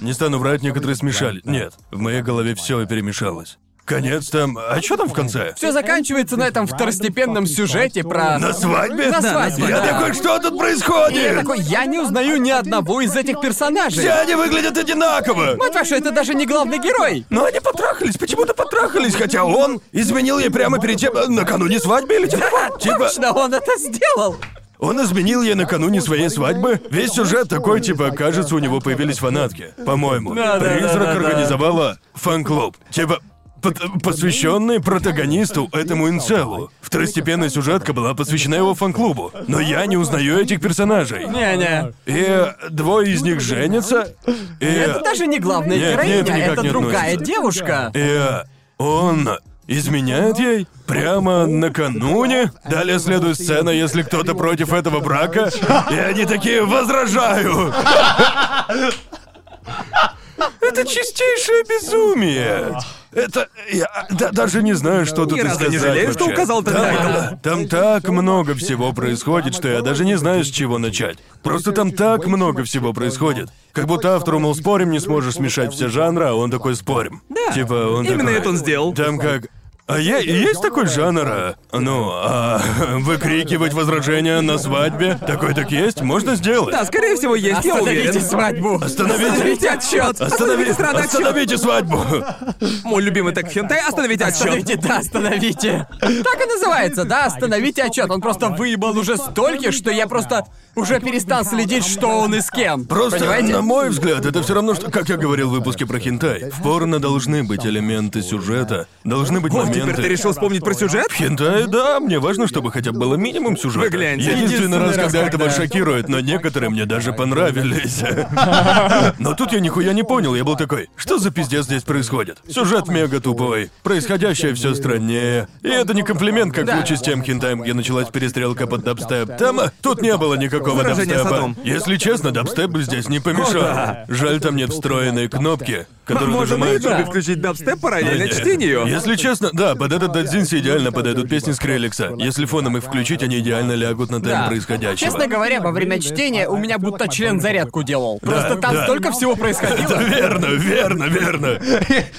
Speaker 1: Не стану врать, некоторые смешали. Нет, в моей голове все перемешалось. Конец там. А что там в конце?
Speaker 2: Все заканчивается на этом второстепенном сюжете про...
Speaker 1: На свадьбе?
Speaker 2: На свадьбе,
Speaker 1: Я
Speaker 2: да.
Speaker 1: такой, что тут
Speaker 2: И я
Speaker 1: происходит?
Speaker 2: такой, я не узнаю ни одного из этих персонажей.
Speaker 1: Все они выглядят одинаково.
Speaker 2: Мать вашу, это даже не главный герой!
Speaker 1: Но они потрахались, почему-то потрахались, хотя он изменил ей прямо перед тем, э, накануне свадьбы или типа. Типа,
Speaker 2: Точно, он это сделал!
Speaker 1: Он изменил ей накануне своей свадьбы. Весь сюжет такой, типа, кажется, у него появились фанатки. По-моему.
Speaker 2: Да, да, да,
Speaker 1: Призрак
Speaker 2: да, да.
Speaker 1: организовала фан-клуб. Типа, пот- посвященный протагонисту этому инцелу. Второстепенная сюжетка была посвящена его фан-клубу. Но я не узнаю этих персонажей.
Speaker 2: Не-не.
Speaker 1: И двое из них женятся, и...
Speaker 2: Это даже не главная
Speaker 1: Нет,
Speaker 2: героиня,
Speaker 1: нет, это никак
Speaker 2: это
Speaker 1: не
Speaker 2: другая
Speaker 1: относится.
Speaker 2: девушка.
Speaker 1: И э, он изменяет ей прямо накануне. Далее следует сцена, если кто-то против этого брака, и они такие «возражаю». Это чистейшее безумие. Это... Я да- даже не знаю, что тут
Speaker 3: Ни
Speaker 1: и
Speaker 3: разу не
Speaker 1: сказать
Speaker 3: жалею, что
Speaker 1: вообще.
Speaker 3: указал этот
Speaker 1: Да,
Speaker 3: тайтл.
Speaker 1: Там так много всего происходит, что я даже не знаю, с чего начать. Просто там так много всего происходит. Как будто автор, мол, спорим, не сможешь смешать все жанры, а он такой спорим.
Speaker 3: Да.
Speaker 1: Типа он
Speaker 3: Именно
Speaker 1: такой,
Speaker 3: это он сделал.
Speaker 1: Там как... А я, есть такой жанр, а, ну, а, выкрикивать возражения на свадьбе? Такой так есть? Можно сделать.
Speaker 3: Да, скорее всего, есть, я
Speaker 2: Остановите
Speaker 3: уверен.
Speaker 2: свадьбу.
Speaker 1: Остановите.
Speaker 2: Остановите отчет.
Speaker 1: Останови-
Speaker 3: страна, чёрт.
Speaker 1: остановите свадьбу!
Speaker 3: Мой любимый так хентай, остановите отчет.
Speaker 2: Остановите, да, остановите. Так и называется, да, остановите отчет. Он просто выебал уже столько, что я просто уже перестал следить, что он и с кем.
Speaker 1: Просто,
Speaker 2: Понимаете?
Speaker 1: на мой взгляд, это все равно, что, как я говорил в выпуске про хентай, в порно должны быть элементы сюжета, должны быть
Speaker 3: О,
Speaker 1: моменты...
Speaker 3: теперь ты решил вспомнить про сюжет?
Speaker 1: Хентай, да, мне важно, чтобы хотя бы было минимум сюжета.
Speaker 3: Вы гляньте.
Speaker 1: Единственный
Speaker 2: Единственный
Speaker 1: раз,
Speaker 2: раз,
Speaker 1: когда это вас
Speaker 2: когда-
Speaker 1: шокирует, но некоторые мне даже понравились. Но тут я нихуя не понял, я был такой, что за пиздец здесь происходит? Сюжет мега тупой, происходящее все страннее. И это не комплимент, как в
Speaker 2: Да.
Speaker 1: случае с тем хентаем, где началась перестрелка под дабстеп. Там, а, тут не было никакого
Speaker 3: Выражение
Speaker 1: дабстепа.
Speaker 3: садом.
Speaker 1: Если честно, дабстеп бы здесь не помешал. Жаль, там нет встроенной кнопки, которую
Speaker 3: Можно на
Speaker 1: нажимаешь.
Speaker 2: да.
Speaker 3: ютубе включить дабстеп параллельно
Speaker 1: Нет.
Speaker 3: чтению.
Speaker 1: Если честно, да, под этот Дадзинси идеально подойдут песни Скреликса. Если фоном их включить, они идеально лягут на темп
Speaker 2: Да.
Speaker 1: происходящего.
Speaker 2: Честно говоря, во время чтения у меня будто член зарядку делал. Просто там
Speaker 1: да.
Speaker 2: столько всего происходило.
Speaker 1: Верно, верно, верно.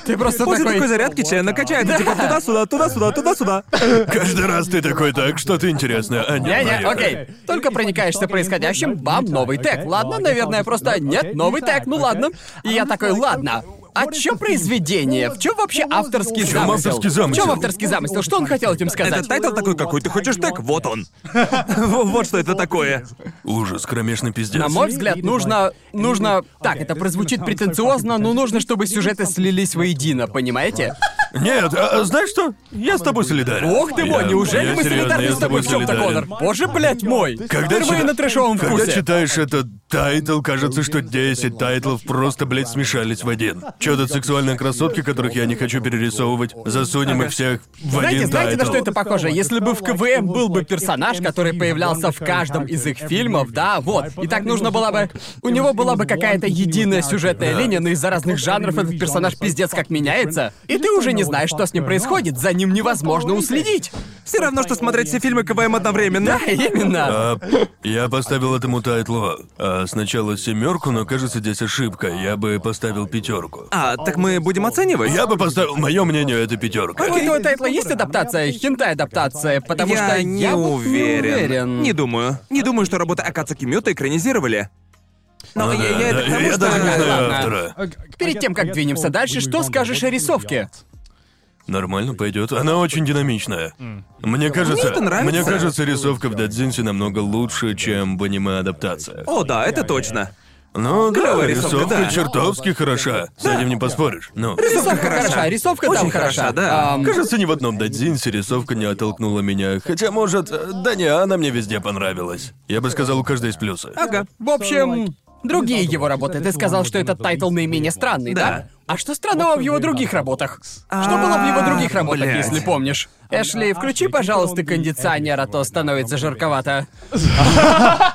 Speaker 2: Ты просто
Speaker 3: После такой
Speaker 2: такой...
Speaker 3: зарядки член накачает, типа туда-сюда, туда-сюда, туда-сюда.
Speaker 1: Каждый раз ты такой, так, что-то интересное. А, нет,
Speaker 2: Не-не,
Speaker 1: поехали».
Speaker 2: окей. Только проникаешься происходящим, бам, новый тег. Ладно, наверное, просто нет, новый тег, ну ладно. И я такой, ладно. А чё произведение? В чем вообще авторский
Speaker 1: В чём
Speaker 2: замысел?
Speaker 1: авторский замысел?
Speaker 2: В чем авторский замысел? Что он хотел этим сказать?
Speaker 3: Этот тайтл такой, какой ты хочешь так, вот он. Вот что это такое.
Speaker 1: Ужас, кромешный пиздец.
Speaker 2: На мой взгляд, нужно... Нужно... Так, это прозвучит претенциозно, но нужно, чтобы сюжеты слились воедино, понимаете?
Speaker 1: Нет, а, а знаешь что? Я с тобой солидарен.
Speaker 2: Ох ты мой,
Speaker 1: Я-
Speaker 2: неужели
Speaker 1: я
Speaker 2: мы
Speaker 1: серьезно,
Speaker 2: солидарны
Speaker 1: я
Speaker 2: с тобой в чем-то,
Speaker 1: солидарен.
Speaker 2: Конор? Боже, блядь, мой!
Speaker 1: Когда
Speaker 2: Впервые
Speaker 1: чита-
Speaker 2: на трэшовом
Speaker 1: Когда
Speaker 2: вкусе.
Speaker 1: читаешь этот тайтл, кажется, что 10 тайтлов просто, блядь, смешались в один. Чё тут сексуальные красотки, которых я не хочу перерисовывать, засунем их всех в
Speaker 2: Знаете,
Speaker 1: один
Speaker 2: знаете, на
Speaker 1: тайтл.
Speaker 2: что это похоже? Если бы в КВМ был бы персонаж, который появлялся в каждом из их фильмов, да, вот. И так нужно было бы... У него была бы какая-то единая сюжетная
Speaker 1: Да.
Speaker 2: линия, но из-за разных жанров этот персонаж пиздец как меняется. И ты уже не знаешь, что с ним происходит, за ним невозможно уследить.
Speaker 3: Все равно, что смотреть все фильмы КВМ одновременно.
Speaker 2: Да, именно.
Speaker 1: А, я поставил этому тайтлу а, сначала семерку, но кажется, здесь ошибка. Я бы поставил пятерку.
Speaker 3: А, так мы будем оценивать?
Speaker 1: Я бы поставил, мое мнение, это пятерка.
Speaker 2: У этого тайтла есть адаптация, хентай-адаптация, потому
Speaker 3: я
Speaker 2: что
Speaker 3: не,
Speaker 2: я вот
Speaker 3: уверен.
Speaker 2: не уверен.
Speaker 3: Не думаю. Не думаю, что работы Акацуки Мюта экранизировали. Но я, я
Speaker 1: Да,
Speaker 3: это к тому,
Speaker 1: я
Speaker 3: что-
Speaker 1: даже не знаю
Speaker 2: Ладно.
Speaker 1: автора.
Speaker 2: Перед тем, как двинемся дальше, что скажешь о рисовке?
Speaker 1: Нормально пойдет. Она очень динамичная. Мне кажется,
Speaker 3: это нравится.
Speaker 1: мне кажется, рисовка в Дадзинсе намного лучше, чем в аниме-адаптация.
Speaker 3: О, да, это точно.
Speaker 1: Ну да,
Speaker 3: клёвая рисовка,
Speaker 1: рисовка
Speaker 3: да.
Speaker 1: чертовски
Speaker 2: Ну,
Speaker 1: хороша. С этим не поспоришь. Ну.
Speaker 2: Рисовка хороша, рисовка там
Speaker 3: Очень
Speaker 2: хороша.
Speaker 3: хороша, да.
Speaker 2: Ам,
Speaker 1: Кажется, ни в одном Дадзинсе рисовка не оттолкнула меня. Хотя, может, э, да не, она мне везде понравилась. Я бы сказал, у каждой есть плюсы.
Speaker 2: А
Speaker 3: Ага.
Speaker 2: В общем, другие его работы. Ты сказал, что этот тайтл наименее странный, да?
Speaker 3: Да. А,
Speaker 2: А что странного в его других работах? Что было в его других работах,
Speaker 3: блядь.
Speaker 2: если помнишь? Эшли, включи, пожалуйста, кондиционер, а то становится жарковато.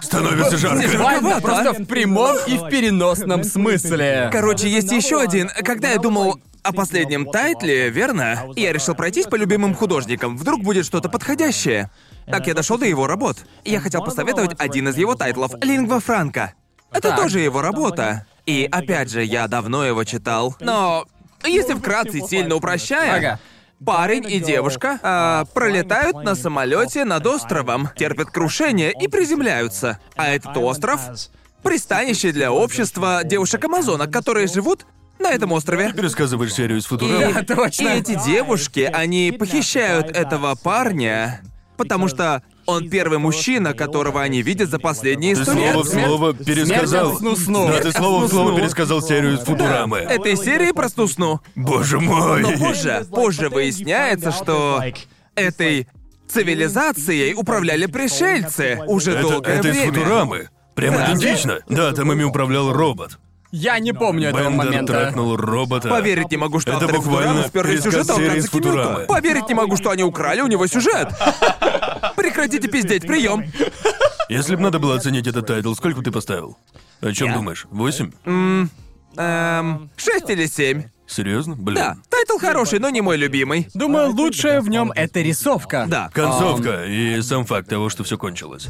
Speaker 1: Становится жарко.
Speaker 2: Буквально просто в прямом и в переносном смысле.
Speaker 3: Короче, есть еще один. Когда я думал о последнем тайтле, верно? Я решил пройтись по любимым художникам. Вдруг будет что-то подходящее. Так я дошел до его работ. Я хотел посоветовать один из его тайтлов Лингва Франка. Это
Speaker 2: Так.
Speaker 3: тоже его работа. И опять же, я давно его читал. Но если вкратце сильно упрощая,
Speaker 2: Ага.
Speaker 3: Парень и девушка а, пролетают на самолете над островом, терпят крушение и приземляются. А этот остров — пристанище для общества девушек-амазонок, которые живут на этом острове.
Speaker 1: Пересказываешь серию из Футурама.
Speaker 2: Да,
Speaker 3: И
Speaker 2: точно.
Speaker 3: эти девушки, они похищают этого парня, потому что Он первый мужчина, которого они видят за последние
Speaker 1: Ты
Speaker 3: сто лет.
Speaker 1: слово в слово пересказал.
Speaker 2: Смерть Ну, от сну сну.
Speaker 1: Да, ты слово в слово пересказал серию из Футурамы.
Speaker 3: Этой серии про сну.
Speaker 1: Боже мой.
Speaker 2: Ну,
Speaker 3: Но позже, позже выясняется, что этой цивилизацией управляли пришельцы уже
Speaker 1: Это,
Speaker 3: долгое
Speaker 1: это из
Speaker 3: время.
Speaker 1: Футурамы. Прямо
Speaker 3: Да.
Speaker 1: идентично. Да, там ими управлял робот.
Speaker 2: Я не помню этого
Speaker 1: Бендер
Speaker 2: момента.
Speaker 3: ну.
Speaker 1: трахнул робота.
Speaker 3: Поверить не могу, что
Speaker 1: Это
Speaker 3: авторы
Speaker 1: буквально
Speaker 3: Футурамы сперли
Speaker 1: пересказ
Speaker 3: сюжет, а он
Speaker 1: серии из
Speaker 3: Кадзаки Мюрко.
Speaker 1: Футурамы.
Speaker 3: Поверить не могу, что они украли у него сюжет. Прекратите пиздеть, прием.
Speaker 1: Если бы надо было оценить этот тайтл, сколько бы ты поставил? О чем думаешь? Восемь?
Speaker 3: Эм, шесть или семь.
Speaker 1: Серьезно? Блин.
Speaker 3: Да, тайтл хороший, но не мой любимый.
Speaker 2: Думаю, лучшее в нем это рисовка.
Speaker 3: Да.
Speaker 1: Концовка и сам факт того, что все кончилось.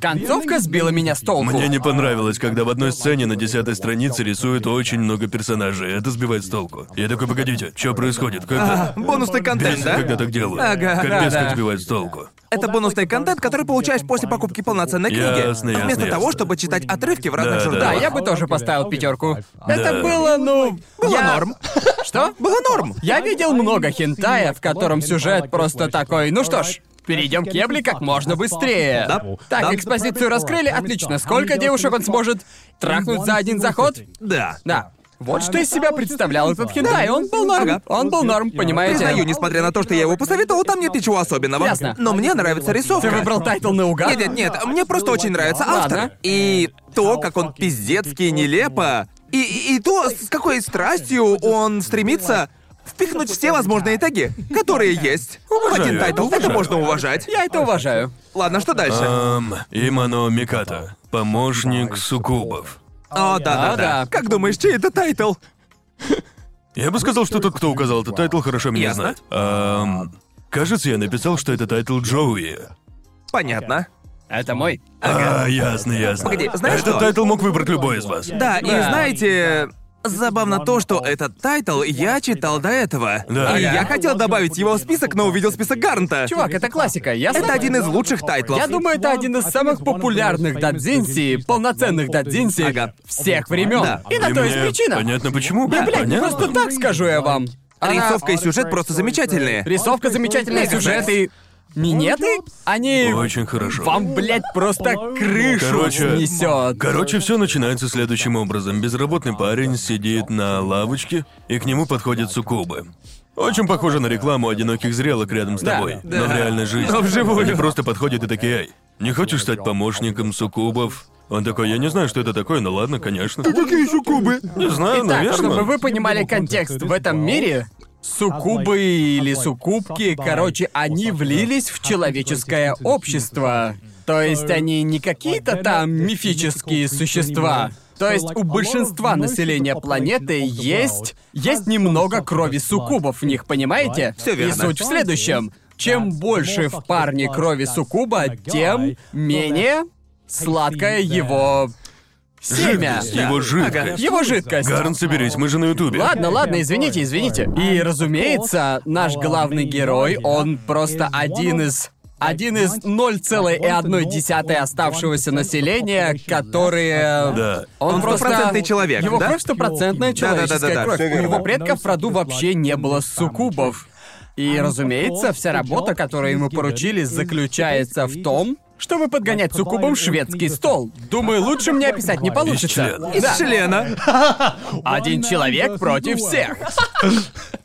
Speaker 2: Концовка сбила меня с толку.
Speaker 1: Мне не понравилось, когда в одной сцене на десятой странице рисуют очень много персонажей. Это сбивает с толку. Я такой, погодите, что происходит? Как это?
Speaker 3: Бонусный контент,
Speaker 1: Бесит, когда
Speaker 3: А, да?
Speaker 1: так делают.
Speaker 3: Ага,
Speaker 1: Капец,
Speaker 2: да,
Speaker 1: как
Speaker 2: да.
Speaker 1: сбивает с толку.
Speaker 3: Это бонусный контент, который получаешь после покупки полноценной книги.
Speaker 1: Ясно, ясно,
Speaker 3: Вместо того,
Speaker 1: ясно.
Speaker 3: чтобы читать отрывки в разных
Speaker 1: Да, да.
Speaker 2: Да,
Speaker 3: журналах.
Speaker 2: я бы тоже поставил пятерку. Это было, ну,
Speaker 3: Было
Speaker 2: я-
Speaker 3: норм.
Speaker 2: Что?
Speaker 3: Было норм.
Speaker 2: Я видел много хентая, в котором сюжет просто такой. Ну что ж, перейдем к Ебле как можно быстрее.
Speaker 3: Да.
Speaker 2: Так,
Speaker 3: Да.
Speaker 2: экспозицию раскрыли, отлично. Сколько девушек он сможет трахнуть за один заход?
Speaker 3: Да.
Speaker 2: Да. Вот что из себя представлял этот хентай. Он был норм.
Speaker 3: Ага.
Speaker 2: Он был норм, понимаете?
Speaker 3: Признаю, несмотря на то, что я его посоветовал, там нет ничего особенного.
Speaker 2: Ясно.
Speaker 3: Но мне нравится рисовка.
Speaker 2: Ты выбрал тайтл наугад?
Speaker 3: Нет, нет, нет, мне просто очень нравится автор.
Speaker 2: Ладно.
Speaker 3: И то, как он пиздецки нелепо. И, и- и то, с какой страстью он стремится впихнуть все возможные теги, которые есть. В один тайтл, это можно уважать.
Speaker 2: Я это уважаю.
Speaker 3: Ладно, что дальше?
Speaker 1: Эм, Имано Миката. Помощник суккубов.
Speaker 3: О, да, да,
Speaker 2: А,
Speaker 3: да.
Speaker 2: да.
Speaker 3: Как думаешь, чей это тайтл?
Speaker 1: Я бы сказал, что тот, кто указал этот тайтл, хорошо меня
Speaker 3: Ясно.
Speaker 1: знает. Эм, кажется, я написал, что это тайтл Джоуи.
Speaker 3: Понятно.
Speaker 2: Это мой.
Speaker 1: А, ясно, ясно.
Speaker 3: Погоди, знаешь
Speaker 1: Этот
Speaker 3: что?
Speaker 1: тайтл мог выбрать любой из вас.
Speaker 3: Да, и
Speaker 2: Да.
Speaker 3: знаете, забавно то, что этот тайтл я читал до этого.
Speaker 1: Да.
Speaker 3: И
Speaker 2: Ага.
Speaker 3: я хотел добавить его в список, но увидел список Гарнта.
Speaker 2: Чувак, это классика, я
Speaker 3: Это один из лучших тайтлов.
Speaker 2: Я думаю, это один из самых популярных дадзинси, полноценных дадзинси
Speaker 3: Ага.
Speaker 2: всех времен.
Speaker 3: Да.
Speaker 2: И на
Speaker 1: И
Speaker 2: то есть
Speaker 1: мне
Speaker 2: причина.
Speaker 1: Понятно почему.
Speaker 2: Да, блядь, ну
Speaker 1: Понятно.
Speaker 2: просто так скажу я вам. Она-
Speaker 3: Рисовка и сюжет просто замечательные.
Speaker 2: Рисовка замечательная, сюжеты... Минеты? Они...
Speaker 1: Очень хорошо.
Speaker 2: Вам, блядь, просто крышу
Speaker 1: Короче,
Speaker 2: снесет.
Speaker 1: Короче, все начинается следующим образом. Безработный парень сидит на лавочке, и к нему подходят суккубы. Очень похоже на рекламу одиноких зрелок рядом с
Speaker 2: Да,
Speaker 1: тобой.
Speaker 3: да.
Speaker 1: Но в реальной жизни.
Speaker 3: Но вживую.
Speaker 1: Они просто подходят и такие, эй, не хочешь стать помощником суккубов? Он такой, я не знаю, что это такое, но ладно, конечно. Ты какие суккубы? Не знаю,
Speaker 2: Итак,
Speaker 1: наверное.
Speaker 2: чтобы вы понимали контекст, в этом мире суккубы или суккубки, короче, они влились в человеческое общество. То есть они не какие-то там мифические существа. То есть у большинства населения планеты есть... Есть немного крови суккубов в них, понимаете?
Speaker 3: Всё верно.
Speaker 2: И суть в следующем. Чем больше в парне крови суккуба, тем менее сладкое его семя.
Speaker 1: Жидкость, его жидкость.
Speaker 2: Его жидкость.
Speaker 1: Гарн, соберись, мы же на Ютубе.
Speaker 2: Ладно, ладно, извините, извините. И, разумеется, наш главный герой, он просто один из... Один из 0,1 оставшегося населения, которые... э,
Speaker 1: Да.
Speaker 2: Он,
Speaker 3: Он
Speaker 2: просто...
Speaker 3: стопроцентный человек,
Speaker 2: Его
Speaker 3: да?
Speaker 2: кровь стопроцентная человеческая
Speaker 3: Да-да-да-да-да.
Speaker 2: кровь.
Speaker 3: Всё
Speaker 2: У его предков в роду вообще не было суккубов. И, разумеется, вся работа, которую ему поручили, заключается в том, чтобы подгонять суккубом шведский стол. Думаю, лучше мне описать не получится.
Speaker 1: члена.
Speaker 3: Из
Speaker 2: Да.
Speaker 3: члена.
Speaker 2: Один человек против всех.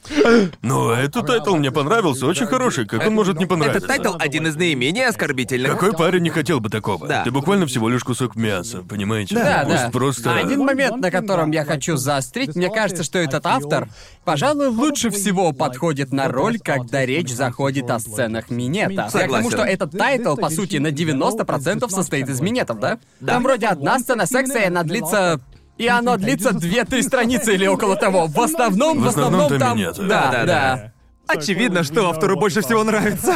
Speaker 1: Но Ну, этот тайтл мне понравился, очень хороший. Как он может не понравиться?
Speaker 3: Этот тайтл один из наименее оскорбительных.
Speaker 1: Какой парень не хотел бы такого?
Speaker 3: Да.
Speaker 1: Ты буквально всего лишь кусок мяса, понимаете?
Speaker 2: Да,
Speaker 1: Пусть
Speaker 2: да. А,
Speaker 1: просто...
Speaker 2: Один момент, на котором я хочу заострить, мне кажется, что этот автор, пожалуй, лучше всего подходит на роль, когда речь заходит о сценах минета. Я к тому,
Speaker 3: Согласен.
Speaker 2: что этот тайтл, по сути, на 90% состоит из минетов, да? Там вроде одна сцена секса, и она длится... И оно длится 2-3 страницы или около того. В основном, в
Speaker 1: В основном
Speaker 2: основном
Speaker 1: там
Speaker 2: там...
Speaker 1: минеты.
Speaker 2: Да, да,
Speaker 3: Да-да-да.
Speaker 2: да.
Speaker 3: Очевидно, что автору больше всего нравится.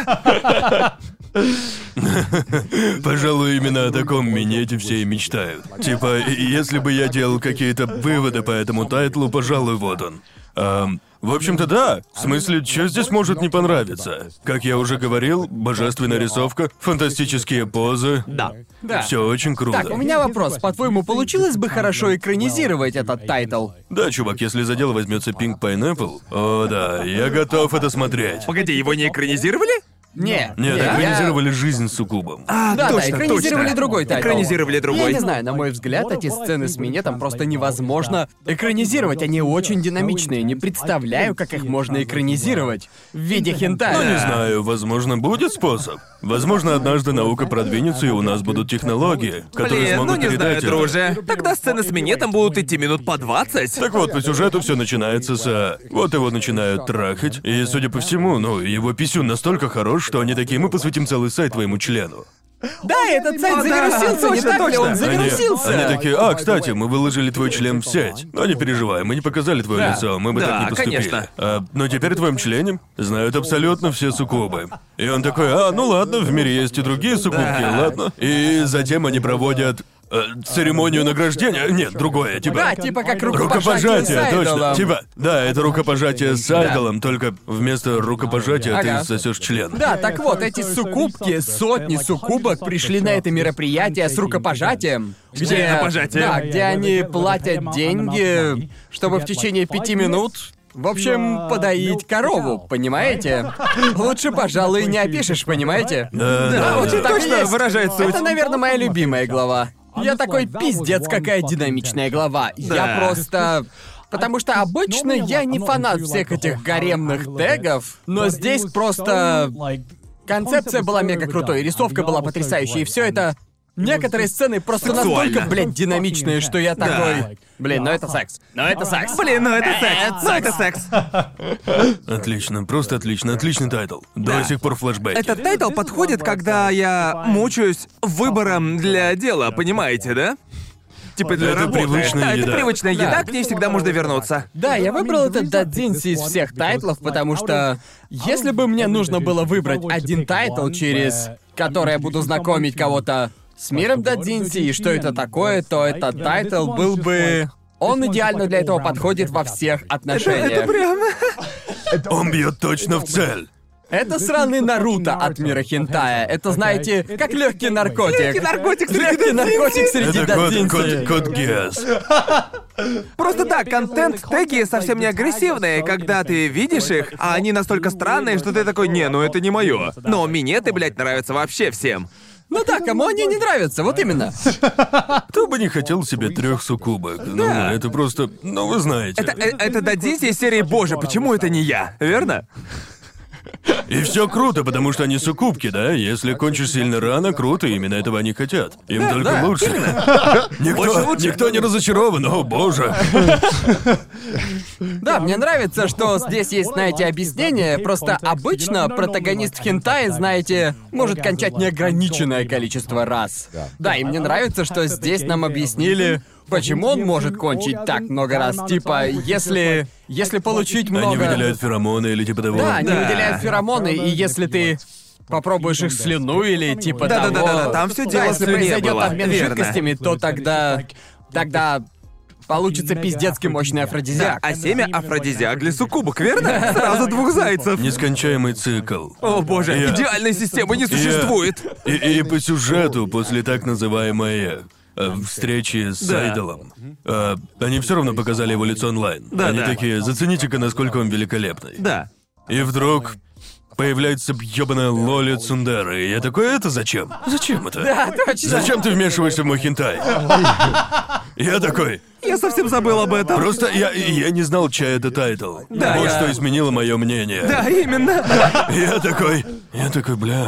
Speaker 1: Пожалуй, именно о таком минете все и мечтают. Типа, и- и если бы я делал какие-то выводы по этому тайтлу, пожалуй, вот он. Эм, в общем-то, да. В смысле, что здесь может не понравиться? Как я уже говорил, божественная рисовка, фантастические позы. Да.
Speaker 2: Да.
Speaker 1: Все очень круто.
Speaker 2: Так, у меня вопрос. По-твоему, получилось бы хорошо экранизировать этот тайтл?
Speaker 1: Да, чувак, если за дело возьмется Pink Pineapple, о да, я готов это смотреть.
Speaker 3: Погоди, его не экранизировали?
Speaker 2: Не,
Speaker 1: Нет,
Speaker 2: я-
Speaker 1: экранизировали жизнь с суккубом.
Speaker 3: А,
Speaker 2: Да,
Speaker 3: точно,
Speaker 2: да, экранизировали
Speaker 3: точно.
Speaker 2: другой тайтл.
Speaker 3: Экранизировали другой.
Speaker 2: Я не знаю, на мой взгляд, эти сцены с минетом просто невозможно экранизировать. Они очень динамичные. Не представляю, как их можно экранизировать в виде хентая.
Speaker 1: Ну, не знаю, возможно, будет способ. Возможно, однажды наука продвинется, и у нас будут технологии, которые
Speaker 3: Блин, ну
Speaker 1: смогут
Speaker 3: не знаю,
Speaker 1: передать это.
Speaker 3: друже. Тогда сцены с минетом будут идти минут по 20.
Speaker 1: Так вот, по сюжету все начинается с... а, Вот его начинают трахать, и, судя по всему, ну, его писюн настолько хорош, что они такие, мы посвятим целый сайт твоему члену.
Speaker 2: Да, этот сайт
Speaker 1: Ну,
Speaker 3: О, да,
Speaker 2: завирусился, не
Speaker 3: точно,
Speaker 2: так ли?
Speaker 3: точно.
Speaker 2: Он
Speaker 3: Они-
Speaker 1: Они,
Speaker 2: завирусился.
Speaker 1: они такие, а, кстати, мы выложили твой член в сеть. Но не переживай, мы не показали твое лицо, мы бы
Speaker 3: Да,
Speaker 1: так не поступили.
Speaker 3: конечно.
Speaker 1: А, но теперь о твоем члене знают абсолютно все суккубы. И он такой, а, ну ладно, в мире есть и другие суккубки, ладно. И затем они проводят э, церемонию награждения. Нет, другое, типа...
Speaker 2: Да, типа как рукопожатие
Speaker 1: Рукопожатие,
Speaker 2: с
Speaker 1: точно.
Speaker 2: айдолом.
Speaker 1: Типа, да, это рукопожатие с айдолом, только вместо рукопожатия
Speaker 2: Ага.
Speaker 1: ты сосешь член.
Speaker 2: Да, так вот, эти суккубки, сотни суккубок пришли на это мероприятие с рукопожатием.
Speaker 3: Где рукопожатие?
Speaker 2: Да, где они платят деньги, чтобы в течение пяти минут в общем, подоить корову, понимаете? Лучше, пожалуй, не опишешь, понимаете?
Speaker 1: Да, да,
Speaker 2: очень
Speaker 1: да.
Speaker 2: так и
Speaker 3: Точно
Speaker 2: есть.
Speaker 3: выражает суть.
Speaker 2: Это, наверное, моя любимая глава. Я такой пиздец, какая динамичная глава. Я
Speaker 3: Да.
Speaker 2: просто. Потому что обычно я не фанат всех этих гаремных тегов, но здесь просто Концепция была мега крутой, рисовка была потрясающей, и все это. Некоторые сцены просто
Speaker 3: Сексуально.
Speaker 2: настолько, блядь, динамичные, что я такой. Блин, ну это секс.
Speaker 3: Но это секс. Блин, ну это секс. Ну это секс.
Speaker 1: Отлично, просто отлично, отличный тайтл. До сих пор флешбеки.
Speaker 3: Этот тайтл подходит, когда я мучаюсь выбором для дела, понимаете, да? Типа для
Speaker 1: Это
Speaker 3: работы.
Speaker 1: привычная
Speaker 3: да,
Speaker 1: еда.
Speaker 3: это привычная
Speaker 2: Да.
Speaker 3: еда, к ней всегда можно вернуться.
Speaker 2: Да, я выбрал этот Дадзинси из всех тайтлов, потому что если бы мне нужно было выбрать один тайтл, через который я буду знакомить кого-то с миром Дадзинси и что это такое, то этот тайтл был бы... Он идеально для этого подходит во всех отношениях.
Speaker 3: Прям.
Speaker 1: Он бьет точно в цель.
Speaker 2: Это сраный Наруто от мира хентая. Это, знаете, как легкий наркотик.
Speaker 3: Лёгкий наркотик среди
Speaker 2: Лёгкий наркотик среди
Speaker 1: Это код, код,
Speaker 2: дадзинси.
Speaker 1: код Гиас.
Speaker 3: Просто да, контент, теги совсем не агрессивные, когда ты видишь их, а они настолько странные, что ты такой, не, ну это не мое. Но минеты, блядь, нравятся вообще всем.
Speaker 2: Ну да, кому они не нравятся, вот именно.
Speaker 1: Кто бы не хотел себе трех суккубок? Ну, это просто... Ну, вы знаете.
Speaker 3: Это, э- это дадите из серии «Боже, почему это не я?» Верно?
Speaker 1: И все круто, потому что они суккубки, да? Если кончишь сильно рано, круто, именно этого они хотят. Им только
Speaker 2: да,
Speaker 1: лучше. Никто, никто не разочарован, о боже.
Speaker 2: Да, мне нравится, что здесь есть, знаете, объяснение. Просто обычно протагонист хентая, знаете, может кончать неограниченное количество раз. Да, и мне нравится, что здесь нам объяснили, почему он может кончить так много раз. Типа, если... Если получить много...
Speaker 1: Они выделяют феромоны или типа того.
Speaker 2: Да, они
Speaker 3: Да.
Speaker 2: выделяют феромоны, и если ты попробуешь их слюну или типа того...
Speaker 3: Да-да-да-да-да, там всё дело в
Speaker 2: если
Speaker 3: слюне
Speaker 2: произойдет
Speaker 3: было,
Speaker 2: обмен
Speaker 3: верно.
Speaker 2: жидкостями, то тогда... Тогда получится пиздецки мощный афродизиак.
Speaker 3: А семя афродизиак для суккубок, верно? Сразу двух зайцев.
Speaker 1: Нескончаемый цикл.
Speaker 3: О боже,
Speaker 1: Я-
Speaker 3: идеальной системы не существует.
Speaker 1: И, и по сюжету, после так называемой э, встречи с
Speaker 3: Да.
Speaker 1: Айдолом, э, они все равно показали его лицо онлайн.
Speaker 3: Да,
Speaker 1: они
Speaker 3: да.
Speaker 1: такие, зацените-ка, насколько он великолепный.
Speaker 3: Да.
Speaker 1: И вдруг появляется бьёбаная Лоли Цундера, и я такой, это зачем? Зачем это?
Speaker 2: Да, точно.
Speaker 1: Зачем ты вмешиваешься в мой хентай? Я такой,
Speaker 3: Я совсем забыл об этом.
Speaker 1: просто я, я не знал, чей это тайтл.
Speaker 3: Да,
Speaker 1: вот
Speaker 3: я-
Speaker 1: что изменило мое мнение.
Speaker 3: Да, А именно.
Speaker 1: Я такой, я такой, бля,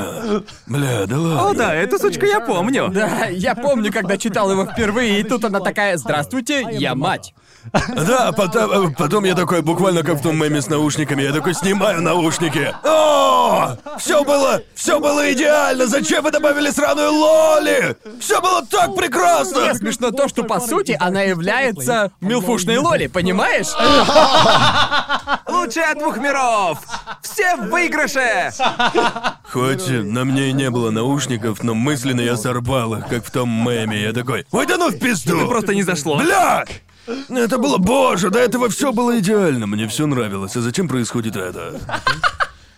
Speaker 1: бля, да ладно.
Speaker 3: О да, эту сучку я помню.
Speaker 2: Да, я помню, когда читал его впервые, и тут она такая «Здравствуйте, я мать».
Speaker 1: Да, потом, э, потом я такой, буквально как в том меме с наушниками, я такой снимаю наушники. О! Все было, все было идеально! Зачем вы добавили сраную Лоли? Все было так прекрасно!
Speaker 2: Мне смешно то, что по сути она является милфушной Лоли, понимаешь?
Speaker 3: Лучшая двух миров! Все в выигрыше!
Speaker 1: Хоть э, на мне и не было наушников, но мысленно я сорвал их, как в том меме. Я такой, ой, да ну в пизду!
Speaker 3: Просто не зашло.
Speaker 1: Бля! Это было, боже, до этого все было идеально. Мне все нравилось. А зачем происходит это?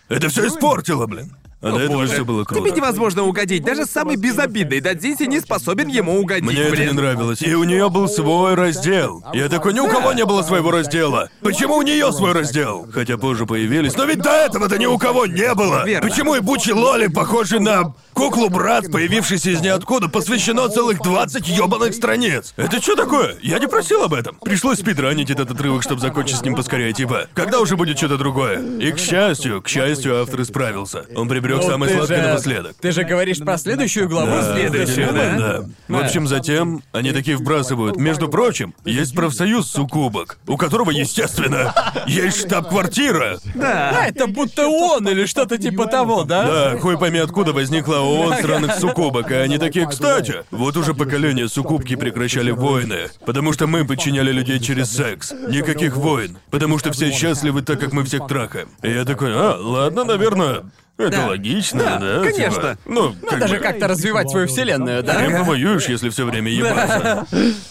Speaker 1: Это все испортило, блин. А до этого все было
Speaker 3: Тебе
Speaker 1: круто.
Speaker 3: невозможно угодить, даже самый безобидный Дадзинси не способен ему угодить,
Speaker 1: Мне это
Speaker 3: блин.
Speaker 1: не нравилось. И у нее был свой раздел. Я такой, ни у кого не было своего раздела. Почему у нее свой раздел? Хотя позже появились. Но ведь до этого-то ни у кого не было.
Speaker 3: Верно.
Speaker 1: Почему и Бучи Лоли, похожий на куклу брат, появившийся из ниоткуда, посвящено целых 20 ёбаных страниц? Это что такое? Я не просил об этом. Пришлось спидранить этот отрывок, чтобы закончить с ним поскорее, типа. Когда уже будет что-то другое? И к счастью, к счастью, автор исправился. Он приберег самое
Speaker 2: Ну ты
Speaker 1: сладкое
Speaker 2: же-
Speaker 1: напоследок.
Speaker 2: Ты же говоришь про следующую главу,
Speaker 1: Да,
Speaker 2: следующую,
Speaker 1: да,
Speaker 2: да?
Speaker 1: да, да. В общем, затем они такие вбрасывают. Между прочим, есть профсоюз сукубок, у которого, естественно, есть штаб-квартира.
Speaker 2: А, это будто он или что-то типа того, да?
Speaker 1: Да, хуй пойми, откуда возникла ООН сраных сукубок, и они такие, кстати, вот уже поколение сукубки прекращали войны, потому что мы подчиняли людей через секс. Никаких войн, потому что все счастливы так, как мы всех трахаем. И я такой, а, ладно, наверное, это
Speaker 3: Да.
Speaker 1: логично,
Speaker 3: Да,
Speaker 1: да? типа,
Speaker 3: конечно.
Speaker 1: ну, как
Speaker 2: Надо же
Speaker 1: бы.
Speaker 2: как-то развивать свою вселенную, да?
Speaker 1: Хрен повоюешь, если все время ебаться.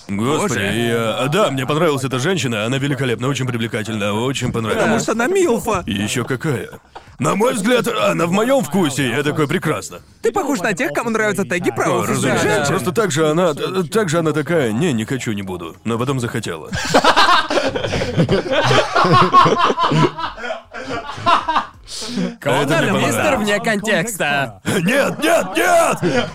Speaker 1: Господи,
Speaker 3: Боже.
Speaker 1: я- а, да, мне понравилась эта женщина, она великолепна, очень привлекательна, очень
Speaker 3: Потому
Speaker 1: понравилась.
Speaker 3: что она Милфа.
Speaker 1: Еще какая? На мой взгляд, она в моем вкусе, я такой прекрасно.
Speaker 3: Ты похож на тех, кому нравятся теги про
Speaker 1: О,
Speaker 3: офисных
Speaker 1: разумеется.
Speaker 3: женщин.
Speaker 1: Просто так же она, э, так же она такая, не, не хочу, не буду. Но потом захотела.
Speaker 2: Конор,
Speaker 1: мне понравилось.
Speaker 2: мистер вне контекста.
Speaker 1: Нет, нет, нет!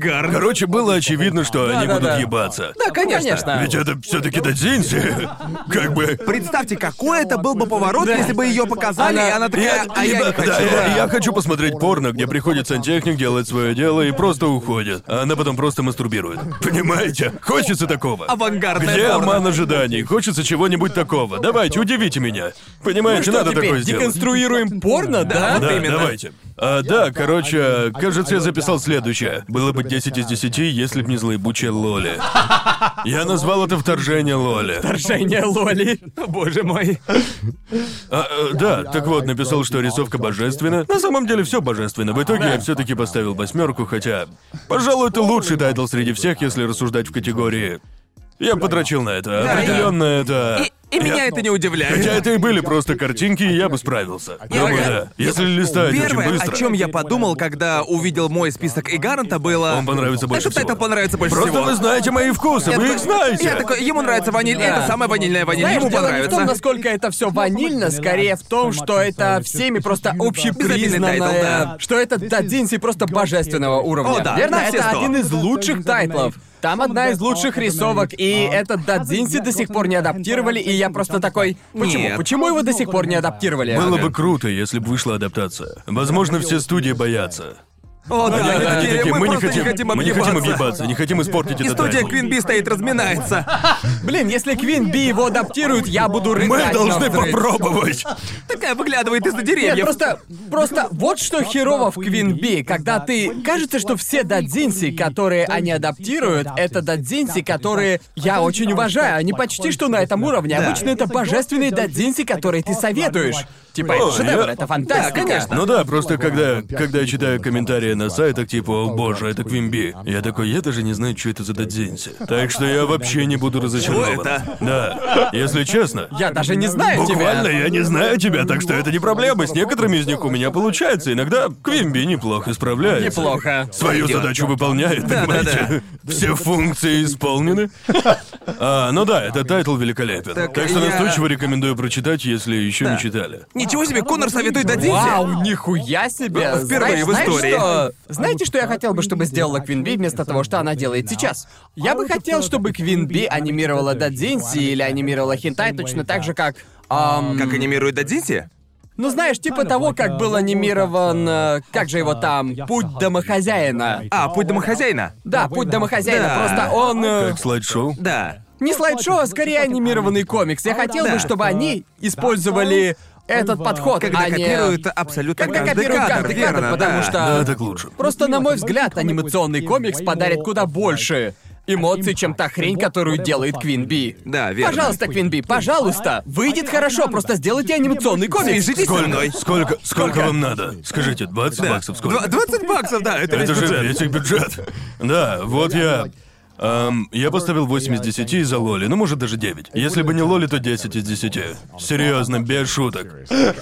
Speaker 1: Короче, было очевидно, что они
Speaker 2: да,
Speaker 1: будут
Speaker 2: да.
Speaker 1: ебаться.
Speaker 3: Да, конечно.
Speaker 2: Ну, Конечно.
Speaker 1: Ведь это все-таки Дадзинси. Как бы.
Speaker 3: Представьте, какой это был бы поворот,
Speaker 2: Да.
Speaker 3: если бы ее показали,
Speaker 2: Она-
Speaker 3: и она такая, а я
Speaker 1: да, да,
Speaker 3: не хочу.
Speaker 1: я, я хочу посмотреть порно, где приходит сантехник, делает свое дело и просто уходит. А она потом просто мастурбирует. Понимаете? Хочется такого.
Speaker 3: Авангардное
Speaker 1: Где
Speaker 3: А порно.
Speaker 1: обман ожиданий? Хочется чего-нибудь такого. Давайте, удивите меня. Понимаете,
Speaker 3: Ну
Speaker 2: Что
Speaker 1: надо
Speaker 2: теперь,
Speaker 1: такое сделать.
Speaker 2: деконструируем порно, да?
Speaker 1: Да,
Speaker 3: именно.
Speaker 1: давайте. А, да, короче, кажется, я записал следующее. Было бы 10 из 10, если б не злоебучая Лоли. Я назвал это вторжение Лоли.
Speaker 2: Женя Лоли. Боже мой.
Speaker 1: А, э, да, так вот, написал, что рисовка божественна. На самом деле все божественно. В итоге я все-таки поставил восьмерку, хотя. Пожалуй, это лучший тайтл среди всех, если рассуждать в категории. Я подрочил на это.
Speaker 3: Да, и-
Speaker 1: Определенно это.
Speaker 3: И, и меня
Speaker 1: Я-
Speaker 3: это не удивляет.
Speaker 1: Хотя это и были просто картинки, и я бы справился. Думаю,
Speaker 3: Ага.
Speaker 1: да. Если листать очень
Speaker 3: Первое, о
Speaker 1: быстро.
Speaker 3: чем я подумал, когда увидел мой список Игаранта, было...
Speaker 1: Он понравится больше
Speaker 3: Этот тайтл
Speaker 1: всего.
Speaker 3: понравится больше
Speaker 1: Просто
Speaker 3: всего.
Speaker 1: вы знаете мои вкусы,
Speaker 3: Я
Speaker 1: вы
Speaker 3: такой-
Speaker 1: их знаете.
Speaker 3: Я такой, ему нравится ваниль,
Speaker 2: Да.
Speaker 3: это самая ванильная ваниль,
Speaker 2: Знаешь,
Speaker 3: ему
Speaker 2: дело не в
Speaker 3: понравится.
Speaker 2: том, насколько это все ванильно, скорее в том, что это всеми просто
Speaker 3: Безобидный тайтл, да.
Speaker 2: общепризнанное, что это Дадзинси просто божественного уровня.
Speaker 3: О, да.
Speaker 2: Верно?
Speaker 3: На все
Speaker 2: Это
Speaker 3: сто.
Speaker 2: один из лучших тайтлов. Там одна из лучших рисовок, и этот Дадзинси до сих пор не адаптировали, и я просто такой... Почему?
Speaker 3: Нет.
Speaker 2: Почему его до сих пор не адаптировали?
Speaker 1: Было бы круто, если бы вышла адаптация. Возможно, все студии боятся.
Speaker 3: О, да,
Speaker 1: Они
Speaker 3: они такие,
Speaker 1: А такие,
Speaker 3: А, мы,
Speaker 1: мы не
Speaker 3: просто
Speaker 1: хотим,
Speaker 3: не хотим
Speaker 1: мы не хотим
Speaker 3: объебаться».
Speaker 1: объебаться, не хотим испортить
Speaker 3: И
Speaker 1: этот
Speaker 3: студия
Speaker 1: тайтл.
Speaker 3: Квин Би стоит, разминается.
Speaker 2: Блин, если Квин Би его адаптирует, я буду рыдать.
Speaker 1: Мы должны
Speaker 2: на взрыв.
Speaker 1: попробовать.
Speaker 3: Такая выглядывает из-за
Speaker 2: Нет,
Speaker 3: деревьев.
Speaker 2: просто, просто вот что херово в Квин Би, когда ты... Кажется, что все дадзинси, которые они адаптируют, это дадзинси, которые я очень уважаю. Они почти что на этом уровне.
Speaker 4: Да.
Speaker 2: Обычно это божественные дадзинси, которые ты советуешь. Типа,
Speaker 1: О,
Speaker 2: это шедевр,
Speaker 1: я-
Speaker 2: это фантастика.
Speaker 3: Да, конечно.
Speaker 1: Ну да, просто когда, когда я читаю комментарии на сайтах типа «О боже, это Квимби», я такой, я даже не знаю, что это за дадзинси. Так что я вообще не буду разочарован.
Speaker 3: Чего это?
Speaker 1: Да, если честно.
Speaker 2: Я даже не знаю
Speaker 1: Буквально
Speaker 2: тебя.
Speaker 1: я не знаю тебя, так что это не проблема. С некоторыми из них у меня получается. Иногда Квимби неплохо справляется.
Speaker 2: Неплохо.
Speaker 1: Свою задачу выполняет, понимаете? Все функции исполнены. А, ну да, этот тайтл великолепен.
Speaker 3: Так,
Speaker 1: Так, что
Speaker 3: я-
Speaker 1: настойчиво рекомендую прочитать, если еще не читали.
Speaker 3: Ничего себе, Конор советует Дадзинси.
Speaker 2: Вау, нихуя себе!
Speaker 3: Впервые
Speaker 2: Знаешь-
Speaker 3: в
Speaker 2: знаешь
Speaker 3: истории. А
Speaker 2: что- Знаете, что я хотел бы, чтобы сделала Квин Би вместо того, что она делает сейчас? Я бы хотел, чтобы Квин Би анимировала Дадзинси или анимировала Хентай точно так же, как... ам,
Speaker 3: Как анимирует Дадзинси?
Speaker 2: Ну знаешь, типа того, как был анимирован... э, Как же его там? Путь домохозяина.
Speaker 3: А, путь домохозяина.
Speaker 2: Да, путь домохозяина,
Speaker 3: Да.
Speaker 2: просто он... э,
Speaker 1: Как слайд-шоу?
Speaker 3: Да.
Speaker 2: не слайд-шоу, а скорее анимированный комикс. Я хотел бы, чтобы они использовали этот подход,
Speaker 4: Когда
Speaker 2: а
Speaker 3: Когда
Speaker 2: не-
Speaker 3: копируют абсолютно
Speaker 2: Когда
Speaker 3: каждый
Speaker 2: копируют
Speaker 3: кадр,
Speaker 2: каждый кадр,
Speaker 3: верно,
Speaker 2: потому
Speaker 3: да.
Speaker 2: что-
Speaker 1: Да, так лучше.
Speaker 2: Просто, на мой взгляд, анимационный комикс подарит куда больше эмоций, чем та хрень, которую делает Квин Би.
Speaker 3: Да, верно.
Speaker 2: Пожалуйста, Квин Би, пожалуйста, выйдет хорошо, просто сделайте анимационный комикс.
Speaker 3: Свяжитесь со
Speaker 1: Сколько,
Speaker 3: мной.
Speaker 1: сколько, сколько вам надо? Скажите, 20 баксов
Speaker 3: Два-
Speaker 1: сколько? Э,
Speaker 3: 20 баксов, да,
Speaker 1: Это
Speaker 3: это, весь
Speaker 1: же
Speaker 3: бюджет.
Speaker 1: весь их бюджет. Да, вот я... Эм, я поставил 8 из 10 из-за Лоли, ну, может, даже 9. Если бы не Лоли, то 10 из 10. Серьезно, без шуток. Э,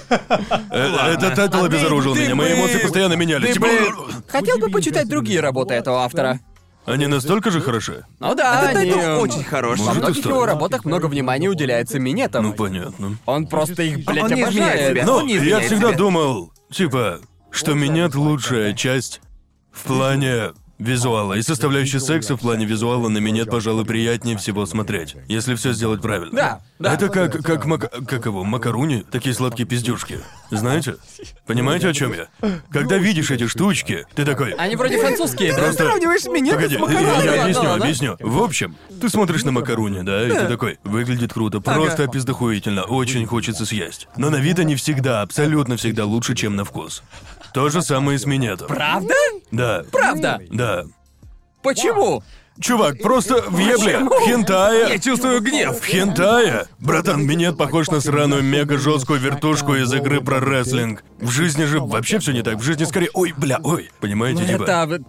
Speaker 1: Этот тайтл обезоружил
Speaker 2: ты
Speaker 1: меня, мои
Speaker 2: бы-
Speaker 1: эмоции постоянно менялись.
Speaker 2: Ты
Speaker 1: Типа,
Speaker 2: бы... Хотел бы почитать другие работы этого автора.
Speaker 1: Они настолько же хороши?
Speaker 2: Ну да,
Speaker 3: Этот
Speaker 2: они...
Speaker 3: тайтл
Speaker 2: эм,
Speaker 3: очень хорош.
Speaker 2: Во
Speaker 1: Может, и
Speaker 2: многих
Speaker 1: стоит.
Speaker 2: его работах много внимания уделяется минетам.
Speaker 1: Ну, понятно.
Speaker 2: Он просто их, блядь,
Speaker 3: Он не изменяет
Speaker 2: обожает.
Speaker 3: себя.
Speaker 2: Ну,
Speaker 1: Ну,
Speaker 3: Он не
Speaker 1: я
Speaker 3: изменяет
Speaker 1: всегда
Speaker 3: себя.
Speaker 1: думал, типа, что минет лучшая часть в плане визуала. И составляющая секса в плане визуала на минет, пожалуй, приятнее всего смотреть, если все сделать правильно.
Speaker 2: Да, да.
Speaker 1: Это как, как, мак- как его, макаруни, такие сладкие пиздюшки. Знаете? Понимаете, о чем я? Когда видишь эти штучки, ты такой...
Speaker 2: Они вроде французские, да?
Speaker 1: Просто...
Speaker 3: Сравниваешь меня
Speaker 1: Погоди,
Speaker 3: с
Speaker 1: я- я,
Speaker 3: макаронами.
Speaker 2: ладно,
Speaker 1: объясню,
Speaker 2: ладно.
Speaker 1: объясню. В общем, ты смотришь на макаруни, да, и ты такой, выглядит круто, просто опиздохуительно, очень хочется съесть. Но на вид они всегда, абсолютно всегда лучше, чем на вкус. То же самое и с минетом.
Speaker 2: Правда?
Speaker 1: Да.
Speaker 2: Правда?
Speaker 1: Да.
Speaker 2: Почему?
Speaker 1: Чувак, просто в ебле, в хентае... Я чувствую гнев. В хентае, братан, минет похож на сраную мега жесткую вертушку из игры про рестлинг. В жизни же вообще все не так, в жизни скорее... Ой, бля, ой. Понимаете, типа...
Speaker 2: Это... вот-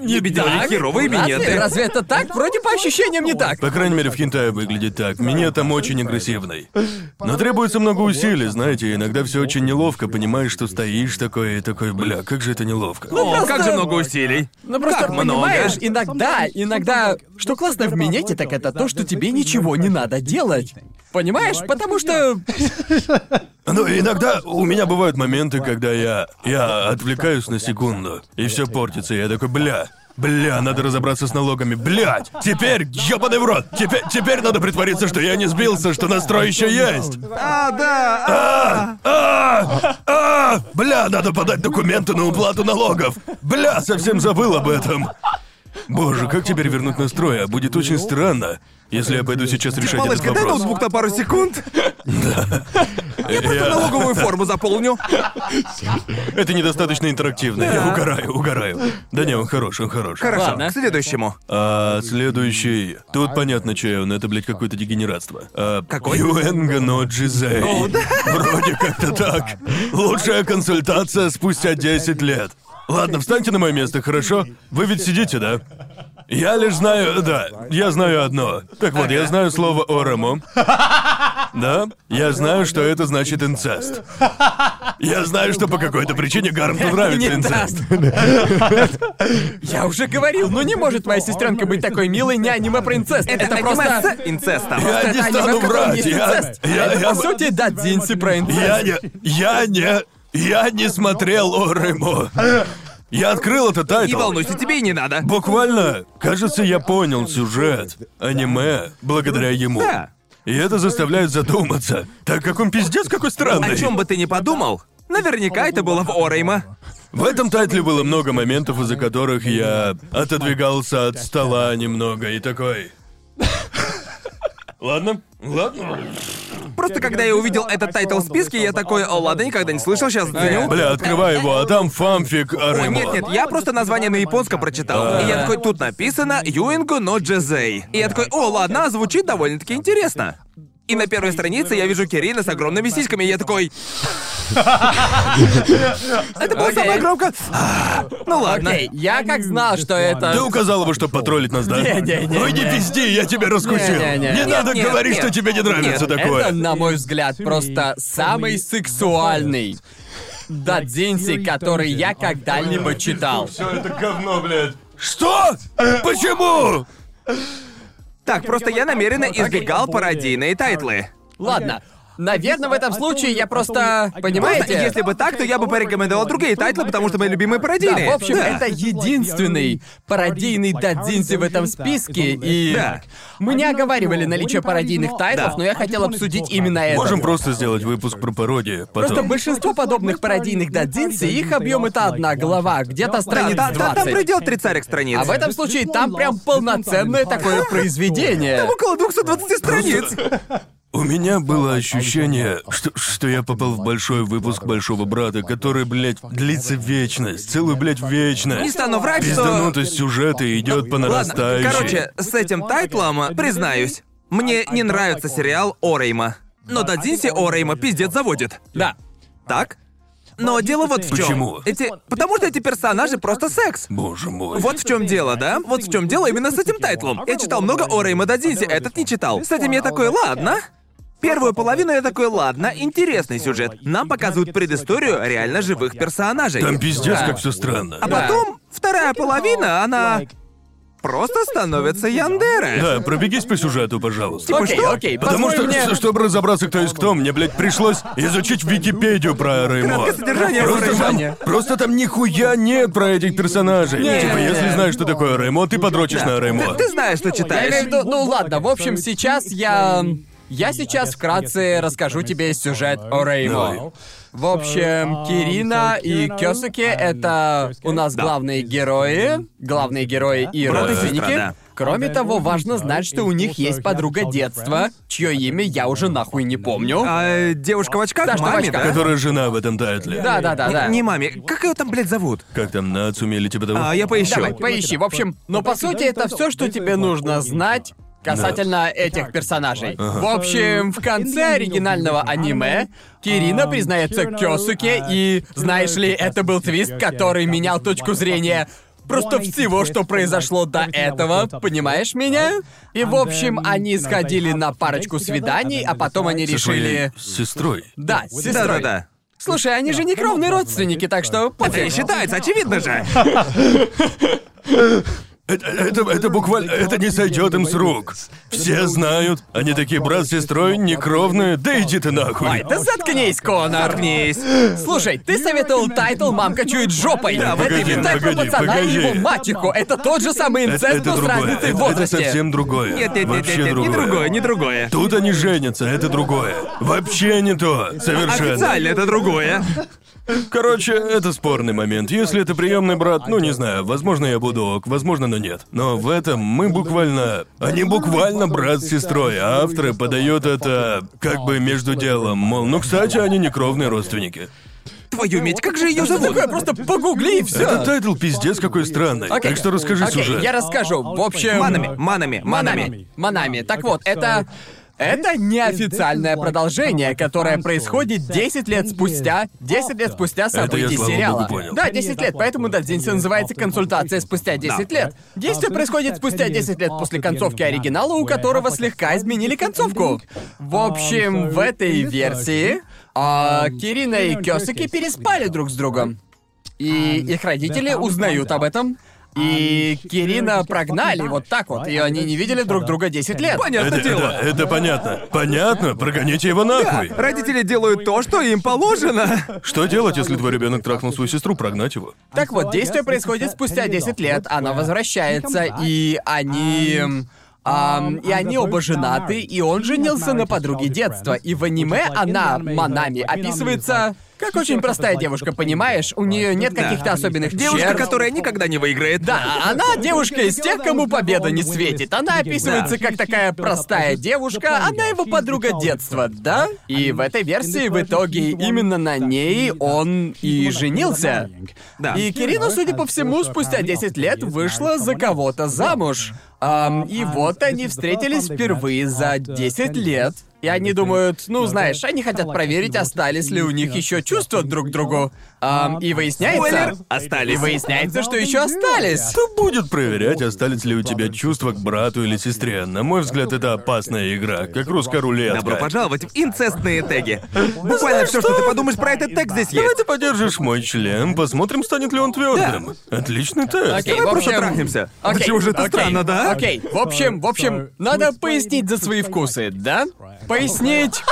Speaker 3: Не беда,
Speaker 2: Так?
Speaker 3: херовые
Speaker 2: Разве-
Speaker 3: минеты.
Speaker 2: Разве это так? Вроде по ощущениям не так.
Speaker 1: По крайней мере, в хентае выглядит так. Меня там очень агрессивный. Но требуется много усилий, знаете, иногда все очень неловко, понимаешь, что стоишь такой и такой, бля, как же это неловко.
Speaker 3: О,
Speaker 2: просто-
Speaker 3: как же много усилий.
Speaker 2: Ну просто
Speaker 3: Как много.
Speaker 2: понимаешь, иногда, иногда... Что классно в минете, так это то, что тебе ничего не надо делать. Понимаешь? Потому что...
Speaker 1: Ну, иногда у меня бывают моменты, когда я. я отвлекаюсь на секунду, и все портится. и я такой, бля. Бля, надо разобраться с налогами. Блядь! Теперь, ёбаный в рот! Теперь, теперь надо притвориться, что я не сбился, что настрой еще есть!
Speaker 3: А, да.
Speaker 1: А! А! А! Бля, надо подать документы на уплату налогов. Бля, совсем забыл об этом. Боже, как теперь вернуть настрой? А будет очень странно, если я пойду сейчас решать
Speaker 3: Малышка,
Speaker 1: этот
Speaker 3: дай
Speaker 1: вопрос.
Speaker 3: ноутбук на пару секунд.
Speaker 1: Я-
Speaker 3: Налоговую форму заполню.
Speaker 1: Это недостаточно интерактивно. Я угораю, угораю. Да не, он хорош, он хорош.
Speaker 3: Хорошо,
Speaker 2: Ладно.
Speaker 3: к следующему.
Speaker 1: А следующий. Тут понятно, чей он. Это, блядь, какое-то дегенератство. А,
Speaker 3: Какой?
Speaker 1: Юэнга но Джизей. Вроде как-то так. Лучшая консультация спустя 10 лет. Ладно, встаньте на мое место, хорошо? Вы ведь сидите, да? Я лишь знаю... Да, я знаю одно. Так вот, я знаю слово «оромо». Да? Я знаю, что это значит инцест. Я знаю, что по какой-то причине Гарнту нравится
Speaker 2: Не
Speaker 1: инцест.
Speaker 2: даст. Я уже говорил, ну не может моя сестренка быть такой милой, не аниме-принцесс. Это
Speaker 3: Аниме
Speaker 2: просто...
Speaker 3: с инцестом.
Speaker 1: Я не
Speaker 2: аниме,
Speaker 1: стану
Speaker 2: в котором
Speaker 1: врать.
Speaker 2: есть
Speaker 1: Я,
Speaker 2: инцест.
Speaker 1: я,
Speaker 2: Это,
Speaker 1: я-
Speaker 2: по сути, да, Динси про инцест.
Speaker 1: Я не... Я не... Я не смотрел Оремо. Я открыл этот
Speaker 3: Не
Speaker 1: тайтл.
Speaker 3: волнуйся, тебе и не надо.
Speaker 1: Буквально, кажется, я понял сюжет аниме благодаря ему.
Speaker 3: Да.
Speaker 1: И это заставляет задуматься. Так как он пиздец какой странный.
Speaker 3: О чем бы ты ни подумал, наверняка это было в Орейма.
Speaker 1: В этом тайтле было много моментов, из-за которых я отодвигался от стола немного и такой... Ладно, ладно.
Speaker 3: Просто когда я увидел этот тайтл в списке, я такой, «О, ладно, никогда не слышал, сейчас оценю.
Speaker 1: Бля, открывай его, а там фанфик
Speaker 3: Ой,
Speaker 1: Оремо.
Speaker 3: нет, нет, я просто название на японском прочитал. И я такой, тут написано Юингу но Джезей. И я такой, о, ладно, звучит довольно-таки интересно. И на первой странице я вижу Кирина с огромными сиськами, и я такой... Это было самое
Speaker 2: Окей.
Speaker 3: громко. Ну ладно.
Speaker 2: Окей, я как знал, что
Speaker 1: Ты
Speaker 2: это...
Speaker 1: указала бы, что потроллить нас, да?
Speaker 2: Не-не-не.
Speaker 1: Ой, не пизди, я тебя раскусил.
Speaker 2: Не-не-не. Нет,
Speaker 1: надо
Speaker 3: нет,
Speaker 1: говорить,
Speaker 3: нет.
Speaker 1: что тебе не нравится
Speaker 3: Нет,
Speaker 1: такое.
Speaker 2: Это, на мой взгляд, просто самый сексуальный дадзинси, который я когда-либо читал.
Speaker 1: Все это говно, блядь. Что?
Speaker 3: Э.
Speaker 1: Почему?
Speaker 3: Так, просто я намеренно избегал пародийные тайтлы.
Speaker 2: Ладно. Наверное, в этом
Speaker 3: а
Speaker 2: случае я просто... Понимаете?
Speaker 3: Просто, если бы так, то я бы порекомендовал другие тайтлы, потому что мои любимые
Speaker 2: Да,
Speaker 3: пародийные.
Speaker 2: в общем,
Speaker 3: Да.
Speaker 2: это единственный пародийный дадзинси в этом списке, и...
Speaker 3: Да.
Speaker 2: Мы не оговаривали наличие пародийных тайтлов,
Speaker 3: Да.
Speaker 2: но я хотел обсудить именно это.
Speaker 1: Можем просто сделать выпуск про пародии.
Speaker 2: Просто
Speaker 1: Потом.
Speaker 2: большинство подобных пародийных дадзинси, их объем это одна глава, где-то
Speaker 3: Да,
Speaker 2: страниц
Speaker 3: да, да, там
Speaker 2: 20.
Speaker 3: предел тридцарик страниц.
Speaker 2: А в этом случае там прям полноценное такое произведение.
Speaker 3: Там около 220 страниц.
Speaker 1: У меня было ощущение, что, что я попал в большой выпуск Большого Брата, который, блядь, длится вечность. Целую, блядь,
Speaker 3: Не
Speaker 1: вечность.
Speaker 3: стану врать, что...
Speaker 1: Пизданутость сюжета идет по
Speaker 3: Ладно,
Speaker 1: нарастающей.
Speaker 3: короче, с этим тайтлом, признаюсь, мне не нравится сериал Орейма. Но Дадзинси Орейма пиздец заводит.
Speaker 2: Да.
Speaker 3: Так? Но дело вот в чем.
Speaker 1: Почему?
Speaker 3: Эти... Потому что эти персонажи просто секс.
Speaker 1: Боже мой.
Speaker 3: Вот в чем дело, да? Вот в чем дело именно с этим тайтлом. Я читал много о Реймонда Динси, этот не читал. С этим я такой, ладно. Первую половину я такой, ладно, интересный сюжет. Нам показывают предысторию реально живых персонажей.
Speaker 1: Там пиздец,
Speaker 2: Да.
Speaker 1: как все странно.
Speaker 3: А потом вторая половина, она просто становится Яндерой.
Speaker 1: Да, пробегись по сюжету, пожалуйста.
Speaker 3: Типа,
Speaker 2: Окей,
Speaker 3: что?
Speaker 2: окей,
Speaker 1: Потому что,
Speaker 2: позволь мне...
Speaker 1: что- чтобы разобраться, кто есть кто, мне, блядь, пришлось изучить Википедию про Реймо.
Speaker 3: Краткое содержание,
Speaker 1: просто,
Speaker 2: содержание.
Speaker 1: там, просто там нихуя нет про этих персонажей.
Speaker 2: Не.
Speaker 1: типа, если знаешь, что такое Реймо, ты подрочишь на Реймо.
Speaker 3: Ты, ты знаешь, что
Speaker 2: Я имею в
Speaker 3: читаешь.
Speaker 2: виду- ну ладно, в общем, сейчас я... Я сейчас вкратце расскажу тебе сюжет о Реймо. В общем, Э, Кирина и Кёсуке — это у нас главные герои, главные герои и
Speaker 1: и
Speaker 3: Брат сестра,
Speaker 2: родственники.
Speaker 3: да.
Speaker 2: Кроме того, важно знать, что у них есть подруга детства, чье имя я уже нахуй не помню.
Speaker 3: А, девушка в очках,
Speaker 2: Да, что в
Speaker 3: маме,
Speaker 2: очках.
Speaker 3: да?
Speaker 1: Которая жена в этом тайтле.
Speaker 2: Да-да-да-да.
Speaker 3: Не маме. Как ее там, блядь, зовут?
Speaker 1: Как там, Нацуми или типа того?
Speaker 3: А, я поищу.
Speaker 2: Давай, поищи. В общем, но по сути это все, что тебе нужно знать касательно этих персонажей.
Speaker 4: Ага.
Speaker 2: В общем, в конце оригинального аниме Кирина признается Кёсуке, и, знаешь ли, это был твист, который менял точку зрения просто всего, что произошло до этого, понимаешь меня? И, в общем, они сходили на парочку свиданий, а потом они
Speaker 1: Со своей
Speaker 2: решили...
Speaker 1: сестрой.
Speaker 2: Да, с сестрой.
Speaker 3: Да-да-да.
Speaker 2: Слушай, они же не кровные родственники, так что...
Speaker 3: Это и
Speaker 2: пофиг.
Speaker 3: считается, очевидно же.
Speaker 1: Это, это, это буквально, это не сойдет им с рук. Все знают, они такие брат с сестрой, некровные, да иди ты нахуй.
Speaker 2: Ай, да заткнись, Конор!
Speaker 3: Заткнись.
Speaker 2: Слушай, ты советовал тайтл «Мамка чует жопой».
Speaker 1: Да,
Speaker 2: это
Speaker 1: погоди,
Speaker 2: не тайтл
Speaker 1: погоди,
Speaker 2: пацана и
Speaker 1: погоди.
Speaker 2: его мачеху. Это тот же самый
Speaker 1: это,
Speaker 2: инцест,
Speaker 1: это
Speaker 2: но с
Speaker 1: другое.
Speaker 2: разницей в
Speaker 1: Это, это
Speaker 2: возрасте.
Speaker 1: совсем другое.
Speaker 3: Нет, нет, нет,
Speaker 1: Вообще
Speaker 3: нет, нет,
Speaker 1: другое.
Speaker 3: не другое, не другое.
Speaker 1: Тут они женятся, это другое. Вообще не то. Совершенно.
Speaker 3: Официально это другое.
Speaker 1: Короче, это спорный момент. Если это приемный брат, ну не знаю, возможно, я буду ок, возможно, но нет. Но в этом мы буквально. Они буквально брат с сестрой, а авторы подают это как бы между делом. Мол, ну кстати, они не кровные родственники.
Speaker 3: Твою медь, как же ее
Speaker 2: Что
Speaker 3: зовут?
Speaker 2: такое? Просто погугли и все.
Speaker 1: Этот тайтл пиздец какой странный.
Speaker 2: Окей.
Speaker 1: Так что расскажи
Speaker 2: Окей,
Speaker 1: сюжет.
Speaker 2: я расскажу. В общем...
Speaker 3: Манами, манами, манами.
Speaker 2: Манами. Манами. Так вот, это... Это неофициальное продолжение, которое происходит 10 лет спустя, 10 лет спустя
Speaker 4: Это я,
Speaker 2: событий
Speaker 1: слава богу,
Speaker 2: сериала.
Speaker 1: понял.
Speaker 2: Да, 10 лет, поэтому Дадзинси называется «Консультация спустя 10 лет». Действие происходит спустя 10 лет после концовки оригинала, у которого слегка изменили концовку. В общем, в этой версии а, Кирина и Кёсаки переспали друг с другом. И их родители узнают об этом. И Кирина прогнали вот так вот, и они не видели друг друга 10 лет.
Speaker 1: Это,
Speaker 3: Понятно
Speaker 1: это,
Speaker 3: дело.
Speaker 1: это понятно. Понятно, прогоните его нахуй.
Speaker 3: Родители делают то, что им положено.
Speaker 1: Что делать, если твой ребенок трахнул свою сестру, прогнать его?
Speaker 2: Так вот, действие происходит спустя 10 лет, она возвращается, и они... м, ам, и они оба женаты, и он женился на подруге детства. И в аниме она, Манами, описывается как очень простая девушка, понимаешь? У нее нет каких-то особенных
Speaker 3: Девушка,
Speaker 2: черт.
Speaker 3: которая никогда не выиграет.
Speaker 2: Да, а она девушка из тех, кому победа не светит. Она описывается
Speaker 4: Да.
Speaker 2: как такая простая девушка, она его подруга детства, да? И в этой версии в итоге именно на ней он и женился.
Speaker 3: Да.
Speaker 2: И Кирина, судя по всему, спустя 10 лет вышла за кого-то замуж. Ам, и вот они встретились впервые за 10 лет. И они думают, ну знаешь, они хотят проверить, остались ли у них еще чувства друг к другу. Ам, и
Speaker 3: Спойлер,
Speaker 2: выясняется... И
Speaker 3: остались.
Speaker 2: выясняется, что еще остались.
Speaker 1: Кто будет проверять, остались ли у тебя чувства к брату или сестре? На мой взгляд, это опасная игра, как русская рулетка.
Speaker 3: Добро пожаловать в инцестные теги. Буквально все, что ты подумаешь про этот тег, здесь
Speaker 1: Давай
Speaker 3: есть.
Speaker 1: ты подержишь мой член, посмотрим, станет ли он твердым. Отличный тест.
Speaker 2: Окей,
Speaker 3: Давай
Speaker 2: в
Speaker 3: просто
Speaker 2: общем-
Speaker 3: трахнемся.
Speaker 2: Окей,
Speaker 3: Почему же это
Speaker 2: окей,
Speaker 3: странно, да?
Speaker 2: Окей, в общем, в общем, надо пояснить за свои вкусы, да? Пояснить.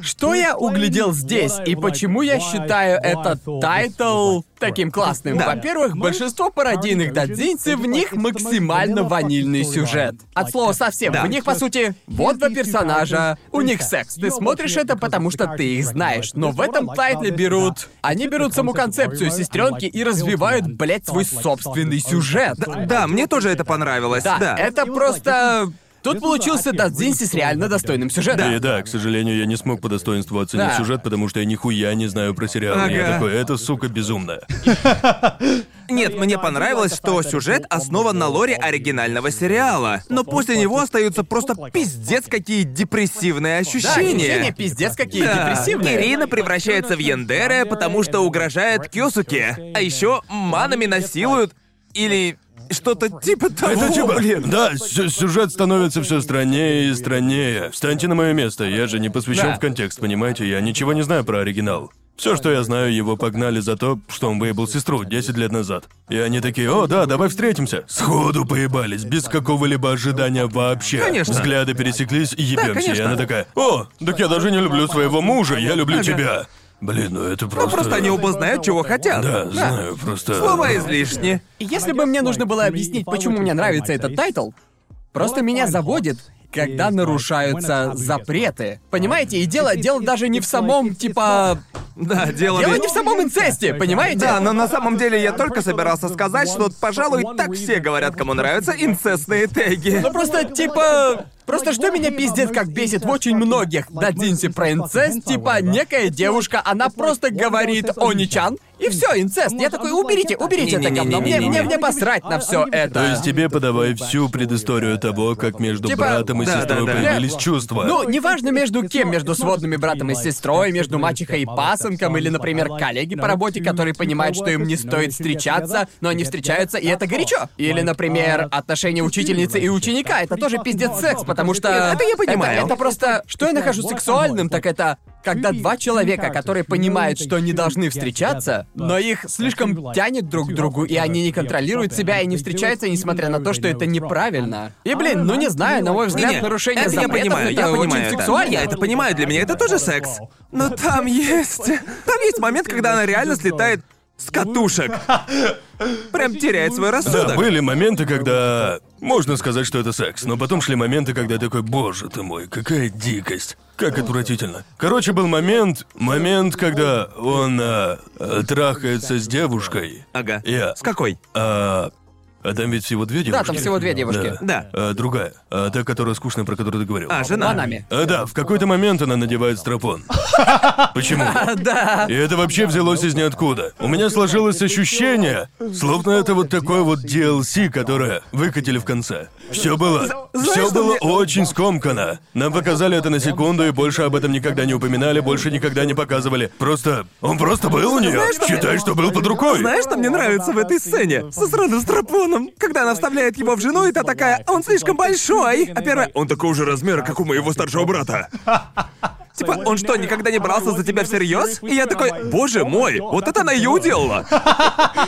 Speaker 2: Что я углядел здесь и почему я считаю этот тайтл таким классным?
Speaker 4: Да.
Speaker 2: Во-первых, большинство пародийных дадзинси, в них максимально ванильный сюжет. От слова совсем,
Speaker 4: Да.
Speaker 2: в них, по сути, вот два персонажа, у них секс. Ты смотришь это, потому что ты их знаешь. Но в этом тайтле берут... Они берут саму концепцию сестренки и развивают, блядь, свой собственный сюжет.
Speaker 4: Да,
Speaker 3: Да, мне тоже это понравилось.
Speaker 2: Да,
Speaker 3: Да.
Speaker 2: это просто... Тут получился Дадзинси с реально достойным
Speaker 1: Да. И
Speaker 2: сюжетом.
Speaker 1: да, к сожалению, я не смог по достоинству оценить
Speaker 2: Да.
Speaker 1: сюжет, потому что я нихуя не знаю про сериал. И Я
Speaker 3: Ага.
Speaker 1: такой, это, сука, безумно.
Speaker 3: Нет, мне понравилось, что сюжет основан на лоре оригинального сериала, но после него остаются просто пиздец какие депрессивные
Speaker 2: Да, ощущения
Speaker 3: ощущения.
Speaker 2: пиздец какие
Speaker 3: Да.
Speaker 2: депрессивные.
Speaker 3: Ирина превращается в Яндере, потому что угрожает Кёсуке, а еще манами насилуют или что-то типа того.
Speaker 1: Это типа,
Speaker 3: блин.
Speaker 1: да, сю- сюжет становится все страннее и страннее. Встаньте на мое место, я же не посвящен
Speaker 2: Да.
Speaker 1: в контекст, понимаете? Я ничего не знаю про оригинал. Все, что я знаю, его погнали за то, что он выебал сестру 10 лет назад. И они такие, о, да, давай встретимся. Сходу поебались, без какого-либо ожидания вообще.
Speaker 3: Конечно.
Speaker 1: Взгляды пересеклись и
Speaker 3: Да,
Speaker 1: ебемся. и
Speaker 3: конечно.
Speaker 1: она такая, о, так я даже не люблю своего мужа, я люблю тебя. Блин, ну это просто...
Speaker 3: Ну просто они оба знают, чего хотят.
Speaker 1: Да, знаю, просто...
Speaker 3: Слова излишни.
Speaker 2: И Если бы мне нужно было объяснить, почему мне нравится этот тайтл, просто меня заводит, когда нарушаются запреты. Понимаете, и дело, дело даже не в самом, типа...
Speaker 3: Да, дело
Speaker 2: Дело
Speaker 3: ведь-
Speaker 2: не в самом инцесте, понимаете?
Speaker 3: Да, но на самом деле я только собирался сказать, что, пожалуй, так все говорят, кому нравятся инцестные теги.
Speaker 2: Ну просто типа... Просто что меня пиздец как бесит в очень многих дадзинси про инцест, типа некая девушка, она просто говорит «Оничан», и все, инцест. Я такой, уберите, уберите это говно, мне, мне, мне посрать на все это.
Speaker 1: То есть тебе подавай всю предысторию того, как между
Speaker 2: Типа-
Speaker 1: братом и
Speaker 3: Да,
Speaker 1: сестрой
Speaker 3: да, да.
Speaker 1: появились чувства.
Speaker 2: Ну, неважно между кем, между сводными братом и сестрой, между мачехой и пасынком, или, например, коллеги по работе, которые понимают, что им не стоит встречаться, но они встречаются, и это горячо. Или, например, отношения учительницы и ученика, это тоже пиздец секс, потому что...
Speaker 3: Нет, это я понимаю.
Speaker 2: Это, это просто... Что я нахожу сексуальным, так это... Когда два человека, которые понимают, что не должны встречаться, но их слишком тянет друг к другу, и они не контролируют себя и не встречаются, несмотря на то, что это неправильно.
Speaker 3: А,
Speaker 2: И, блин, ну не знаю, на мой взгляд,
Speaker 3: Не-не,
Speaker 2: нарушение
Speaker 3: это я
Speaker 2: запретов
Speaker 3: понимаю,
Speaker 2: это
Speaker 3: я
Speaker 2: очень
Speaker 3: понимаю это.
Speaker 2: сексуально.
Speaker 3: Я это понимаю, для меня это тоже секс. Но там есть... Там есть момент, когда она реально слетает с катушек. Прям теряет свой
Speaker 1: Да,
Speaker 3: рассудок.
Speaker 1: были моменты, когда... Можно сказать, что это секс, но потом шли моменты, когда я такой, боже ты мой, какая дикость. Как отвратительно. Короче, был момент, момент, когда он а, а, трахается с девушкой.
Speaker 3: Ага.
Speaker 1: Я...
Speaker 3: С какой?
Speaker 1: А, а там ведь всего две девушки.
Speaker 2: там всего две девушки.
Speaker 1: Да.
Speaker 3: Да.
Speaker 1: А, другая. А, та, которая скучная, про которую ты говорил.
Speaker 3: А, жена.
Speaker 2: Банами.
Speaker 1: А, да, в какой-то момент она надевает стропон. Почему? Да. И это вообще взялось из ниоткуда. У меня сложилось ощущение, словно это вот такое вот DLC, которое выкатили в конце. Все было.
Speaker 3: знаешь,
Speaker 1: Все
Speaker 3: что
Speaker 1: было
Speaker 3: мне-
Speaker 1: очень скомкано. Нам показали это на секунду, и больше об этом никогда не упоминали, больше никогда не показывали. Просто. Он просто был у нее.
Speaker 3: Знаешь, что мне-
Speaker 1: Считай, что был под рукой.
Speaker 3: Знаешь, что мне нравится в этой сцене? Со сраным стропоном. Когда она вставляет его в жену, и та такая, он слишком большой. А первая, он такого же размера, как у моего старшего брата. Типа, он что, никогда не брался за тебя всерьез? И я такой, боже мой, вот это она ее уделала.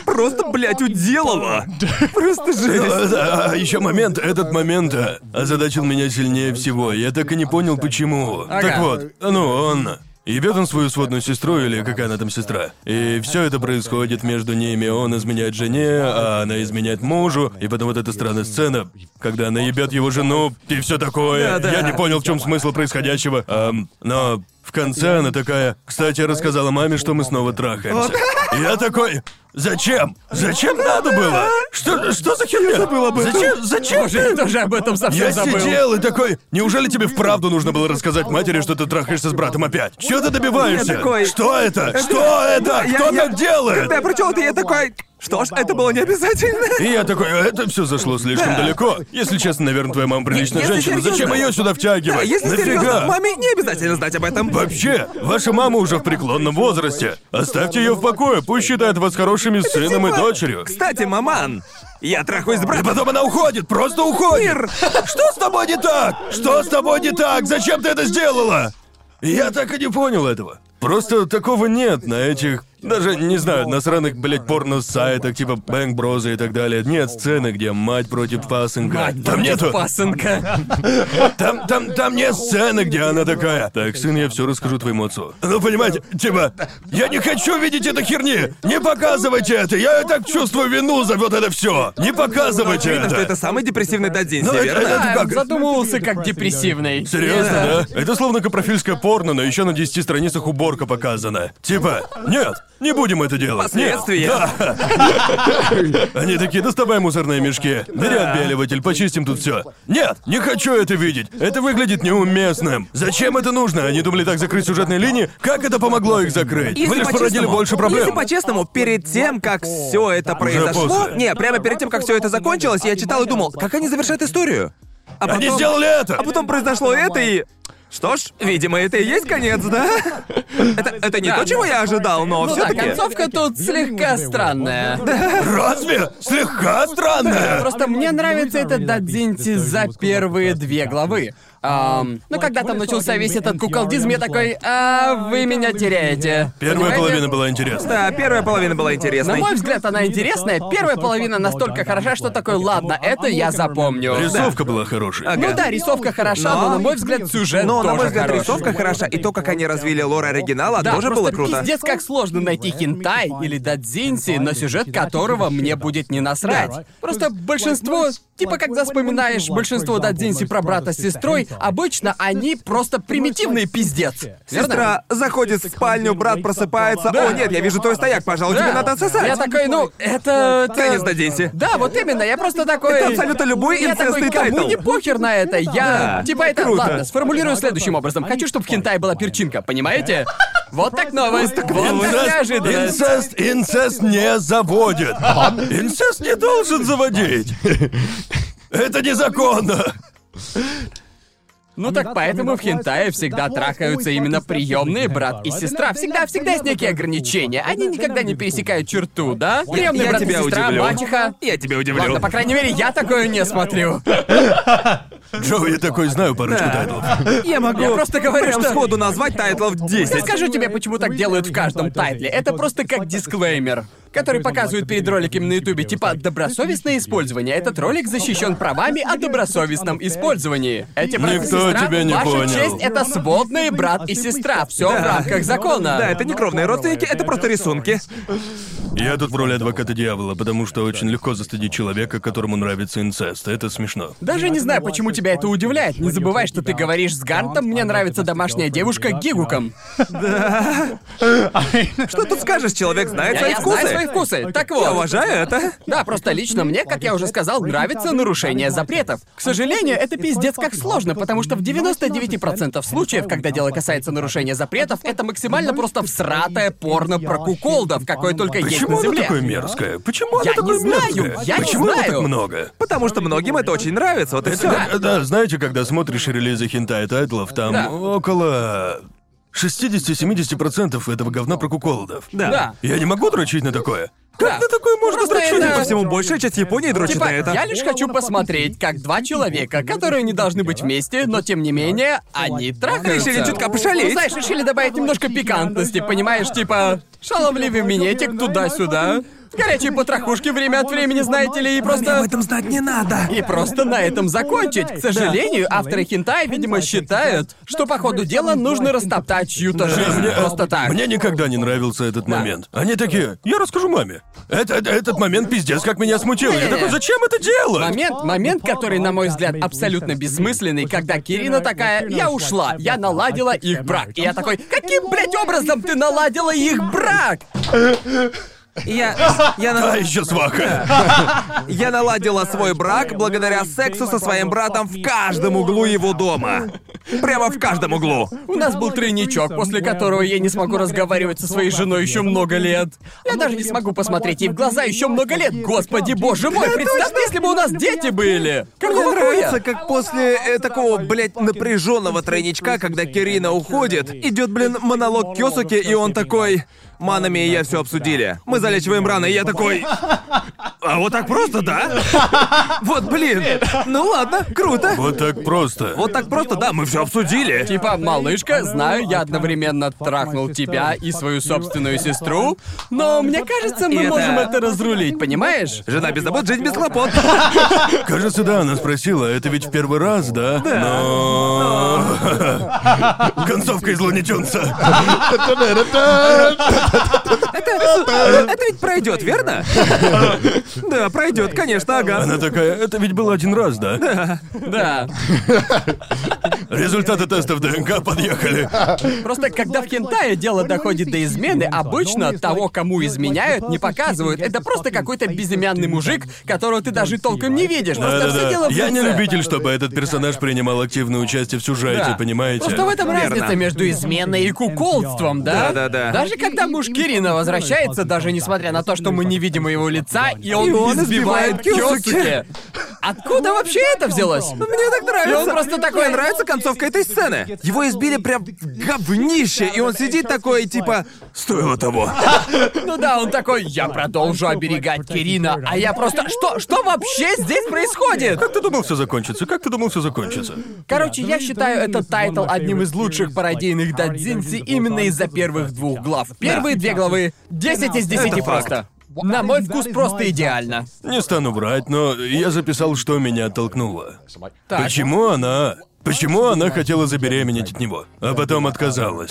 Speaker 3: Просто, блядь, уделала. Просто жесть.
Speaker 1: еще А, момент, этот момент э, озадачил меня сильнее всего. Я так и не понял, почему. Так вот, ну он. Ебет он свою сводную сестру или какая она там сестра. И все это происходит между ними. Он изменяет жене, а она изменяет мужу. И потом вот эта странная сцена, когда она ебет его жену и все такое.
Speaker 3: Да-да.
Speaker 1: Я не понял, в чем смысл происходящего. Эм, но в конце она такая, кстати, я рассказала маме, что мы снова трахаемся. И Я такой, зачем? Зачем надо было? Что, что за херня? Зачем? Зачем?
Speaker 2: Боже, я тоже об этом совсем
Speaker 1: Я
Speaker 2: забыл.
Speaker 3: а
Speaker 1: сидел и такой, неужели тебе вправду нужно было рассказать матери, что ты трахаешься с братом опять? Чего ты добиваешься?
Speaker 3: Я такой-
Speaker 1: Что это? Что это?
Speaker 3: Я-
Speaker 1: Кто
Speaker 3: я-
Speaker 1: так делает?
Speaker 3: Когда я прочел это, я такой, что ж, это было не обязательно.
Speaker 1: И я такой, «А это все зашло слишком далеко. Если честно, наверное, твоя мама приличная
Speaker 3: Если
Speaker 1: женщина.
Speaker 3: серьезно-
Speaker 1: Зачем ее сюда
Speaker 3: Да,
Speaker 1: втягивать?
Speaker 3: если
Speaker 1: Нафига?
Speaker 3: серьезно, маме не обязательно знать об этом.
Speaker 1: Вообще, ваша мама уже в преклонном возрасте. Оставьте ее в покое, пусть считает вас хорошими сыном и
Speaker 3: Типа,
Speaker 1: дочерью.
Speaker 3: Кстати, маман, я трахаюсь с
Speaker 1: И
Speaker 3: братом.
Speaker 1: потом она уходит, просто уходит.
Speaker 3: Мир!
Speaker 1: Что с тобой не так? Что с тобой не так? Зачем ты это сделала? Я так и не понял этого. Просто такого нет на этих, даже не знаю, на сраных, блядь, порно-сайтах, типа Бэнк Броза и так далее. Нет сцены, где мать против пасынка. там нету.
Speaker 2: Пасынка.
Speaker 1: Там, там, там нет сцены, где она такая. Так, сын, я все расскажу твоему отцу. Ну, понимаете, типа, я не хочу видеть это херни. Не показывайте это. Я и так чувствую вину за вот это все. Не показывайте
Speaker 3: Видно, что а это
Speaker 1: это.
Speaker 3: самый депрессивный дадзинси,
Speaker 1: Ну, это-
Speaker 3: верно?
Speaker 1: это-
Speaker 2: А,
Speaker 1: как?
Speaker 2: Задумывался как депрессивный.
Speaker 1: Серьезно, да? Это словно капрофильское порно, но еще на 10 страницах уборка показана. Типа, нет, Не будем это делать. Нет.
Speaker 3: Последствия.
Speaker 1: Да. Они такие, доставай мусорные мешки. Бери отбеливатель, почистим тут все. Нет, не хочу это видеть. Это выглядит неуместным. Зачем это нужно? Они думали так закрыть сюжетные линии. Как это помогло их закрыть?
Speaker 3: Если
Speaker 1: Вы лишь породили
Speaker 3: по-честному-
Speaker 1: больше проблем.
Speaker 3: Если по-честному, перед тем, как все это произошло,
Speaker 1: после.
Speaker 3: не, прямо перед тем, как все это закончилось, я читал и думал, как они завершат историю. А
Speaker 1: Они
Speaker 3: потом-
Speaker 1: сделали это!
Speaker 3: А потом произошло это и... Что ж, видимо, это и есть конец, да? Это, это не
Speaker 2: Да.
Speaker 3: то, чего я ожидал, но
Speaker 2: Ну да,
Speaker 3: все-таки.
Speaker 2: концовка тут слегка странная.
Speaker 1: Разве? Слегка странно.
Speaker 2: Просто мне нравится этот Дадзинти за первые две главы. Ам, ну, когда там начался весь этот куколдизм, я такой, а вы меня теряете.
Speaker 1: Первая
Speaker 2: Понимаете?
Speaker 1: половина была интересна.
Speaker 3: Да, первая половина была
Speaker 2: На
Speaker 3: интересной.
Speaker 2: мой взгляд, она интересная. Первая половина настолько хороша, что такой, ладно, это я запомню.
Speaker 1: Рисовка была хорошей.
Speaker 2: Ну да, рисовка хороша, но,
Speaker 3: Но-
Speaker 2: на мой взгляд, сюжет
Speaker 3: Но, на
Speaker 2: тоже
Speaker 3: мой взгляд,
Speaker 2: хорош.
Speaker 3: рисовка хороша, и то, как они развили лор оригинала,
Speaker 2: Да,
Speaker 3: А, тоже
Speaker 2: просто
Speaker 3: было круто.
Speaker 2: пиздец, как сложно найти хентай или дадзинси, на сюжет которого мне будет не насрать. Просто большинство... Типа, когда вспоминаешь большинство дадзинси про брата с сестрой, обычно они просто примитивный пиздец. Верно?
Speaker 3: Сестра заходит в спальню, брат просыпается.
Speaker 2: Да.
Speaker 3: О, нет, я вижу твой стояк, пожалуй, тебе
Speaker 2: Да.
Speaker 3: надо отсосать.
Speaker 2: Я такой, ну, это... это-
Speaker 3: Теннис на Динси.
Speaker 2: Да, вот именно, я просто такой...
Speaker 3: Это абсолютно любой
Speaker 2: Я такой,
Speaker 3: инцестный
Speaker 2: кому
Speaker 3: тайтл.
Speaker 2: не похер на это, я...
Speaker 3: Да.
Speaker 2: Типа это...
Speaker 3: Круто.
Speaker 2: Ладно, сформулирую следующим образом. Хочу, чтобы в хентай была перчинка, понимаете? Вот так новость,
Speaker 3: Ну,
Speaker 2: вот так неожиданность.
Speaker 1: инцест, инцест не заводит. Инцест не должен заводить. Это незаконно.
Speaker 2: Ну так поэтому в хентае всегда трахаются именно приемные брат и сестра. Всегда, всегда есть некие ограничения. Они никогда не пересекают черту, да? Приемные
Speaker 3: я
Speaker 2: брат и
Speaker 3: тебя
Speaker 2: сестра,
Speaker 3: удивлю.
Speaker 2: мачеха.
Speaker 3: Я тебя удивлю.
Speaker 2: Ладно, по крайней мере, я такое не смотрю.
Speaker 1: Джо, я такой знаю парочку тайтлов.
Speaker 3: Я могу.
Speaker 2: Я просто говорю,
Speaker 3: прям
Speaker 2: что-
Speaker 3: сходу назвать тайтлов 10.
Speaker 2: Я скажу тебе, почему так делают в каждом тайтле. Это Типа, просто как дисклеймер, который показывают перед роликами на Ютубе. Типа, добросовестное использование. Этот ролик защищен правами о добросовестном использовании. Эти брат и
Speaker 1: Никто
Speaker 2: сестра,
Speaker 1: тебя не
Speaker 2: ваша
Speaker 1: понял.
Speaker 2: честь, это сводные брат типа, и сестра. Все в рамках закона.
Speaker 3: Да, это не кровные родственники, это просто рисунки.
Speaker 1: Я тут в роли адвоката дьявола, потому что очень легко застыдить человека, которому нравится инцест. Это смешно.
Speaker 2: Даже не знаю, почему тебя это удивляет. Не забывай, что ты говоришь с Гантом, мне нравится домашняя девушка Гигуком.
Speaker 3: Что тут скажешь, человек знает
Speaker 2: Я,
Speaker 3: свои
Speaker 2: я
Speaker 3: вкусы.
Speaker 2: знаю свои вкусы. Так вот.
Speaker 3: Я уважаю это.
Speaker 2: Да, просто лично мне, как я уже сказал, нравится нарушение запретов. К сожалению, это пиздец как сложно, потому что в 99% случаев, когда дело касается нарушения запретов, это максимально просто всратое порно про куколдов, какое только есть
Speaker 1: Почему
Speaker 2: на
Speaker 1: оно
Speaker 2: земле. Типа,
Speaker 1: такое мерзкое? Почему оно
Speaker 2: Я не
Speaker 1: такое
Speaker 2: знаю,
Speaker 1: мерзкое?
Speaker 2: я не
Speaker 1: Почему его так
Speaker 2: знаю.
Speaker 1: много?
Speaker 3: Потому что многим это очень нравится, вот и все.
Speaker 1: Да, да, знаете, когда смотришь релизы хентай тайтлов, там
Speaker 2: Да.
Speaker 1: около 60-70% этого говна про куколдов.
Speaker 2: Да.
Speaker 1: Я не могу дрочить на такое.
Speaker 2: Да.
Speaker 1: Как на такое можно
Speaker 2: Просто
Speaker 1: дрочить?
Speaker 2: это-
Speaker 3: По всему, большая часть Японии дрочит
Speaker 2: Типа,
Speaker 3: на это.
Speaker 2: я лишь хочу посмотреть, как два человека, которые не должны быть вместе, но тем не менее, они трахаются.
Speaker 3: Решили чутка пошалить.
Speaker 2: Ну, знаешь, решили добавить немножко пикантности, понимаешь, типа... Шаловливый минетик туда-сюда. Горячие потрохушки время от времени, знаете ли, и
Speaker 3: Мне об
Speaker 2: просто...
Speaker 3: этом знать не надо.
Speaker 2: И просто на этом закончить. К сожалению, авторы хентай, видимо, считают, что по ходу дела нужно растоптать чью-то жизнь
Speaker 1: мне-
Speaker 2: просто так.
Speaker 1: Мне никогда не нравился этот момент. Они такие, я расскажу маме. Это, это- этот момент пиздец, как меня смутил. Я
Speaker 2: Не-не-не.
Speaker 1: такой, зачем это делать?
Speaker 2: Э. Момент, момент, который, на мой взгляд, абсолютно бессмысленный, когда Кирина такая «Я ушла, я наладила их брак». И я такой
Speaker 3: Ну,
Speaker 2: «Каким, блядь, образом ты наладила их брак?»
Speaker 3: Я, я,
Speaker 1: А
Speaker 3: на-
Speaker 1: еще сваха.
Speaker 3: я наладила свой брак благодаря сексу со своим братом в каждом углу его дома. Прямо в каждом углу.
Speaker 2: У нас был тройничок, после которого я не смогу разговаривать со своей женой еще много лет. Я даже не смогу посмотреть ей в глаза еще много лет. Господи, боже мой, представь, если бы у нас дети были.
Speaker 3: Мне
Speaker 2: Какого
Speaker 3: нравится,
Speaker 2: хуя?
Speaker 3: как после э, такого, блядь, напряженного тройничка, когда Кирина уходит, идет, блин, монолог Кёсуки, и он такой. Манами и я все обсудили. Мы залечиваем раны, и я такой. А вот так просто, да? Вот, блин. Ну ладно, круто.
Speaker 1: Вот так просто.
Speaker 3: Вот так просто, да, мы все обсудили.
Speaker 2: Типа, малышка, знаю, я одновременно трахнул тебя и свою собственную сестру, но мне кажется, мы
Speaker 3: Это-
Speaker 2: можем это разрулить, понимаешь?
Speaker 3: Жена без забот, жить без хлопот.
Speaker 1: Кажется, да, она спросила, это ведь в первый раз, да? Но... Концовка из Луни Тюнса.
Speaker 3: Это ведь пройдет, верно? Да, пройдет, конечно, ага.
Speaker 1: Она такая, это ведь было один раз, да?
Speaker 2: Да.
Speaker 1: Результаты тестов ДНК подъехали.
Speaker 2: Просто когда в хентае дело доходит до измены, обычно того, кому изменяют, не показывают. Это просто какой-то безымянный мужик, которого ты даже толком не видишь. Просто все
Speaker 1: Да-да-да.
Speaker 2: дело в
Speaker 1: Я не
Speaker 2: лице.
Speaker 1: любитель, чтобы этот персонаж принимал активное участие в сюжете,
Speaker 2: Да.
Speaker 1: понимаете?
Speaker 2: Просто в этом
Speaker 3: Верно.
Speaker 2: разница между изменой и куколдством, да?
Speaker 3: Да-да-да.
Speaker 2: Даже когда муж Кирина возвращается, даже несмотря на то, что мы не видим его лица, и он,
Speaker 3: И он
Speaker 2: избивает
Speaker 3: избивает Кёсуке.
Speaker 2: Кёсуке. Откуда вообще это взялось?
Speaker 3: Ну, Мне так нравится.
Speaker 2: И он просто такой
Speaker 3: Мне нравится концовка этой сцены. Его избили прям в говнище, и он сидит такой, типа, стоило того.
Speaker 2: Ну да, он такой, я продолжу оберегать Кирина, а я просто... Что, что вообще здесь происходит?
Speaker 1: Как ты думал, все закончится? Как ты думал, все закончится?
Speaker 2: Короче, я считаю этот тайтл одним из лучших пародийных дадзинси именно из-за первых двух глав. Первые две главы 10 из 10
Speaker 3: Это факт.
Speaker 2: просто. На мой вкус просто идеально.
Speaker 1: Не стану врать, но я записал, что меня оттолкнуло.
Speaker 2: Так.
Speaker 1: Почему она... Почему она хотела забеременеть от него, а потом отказалась?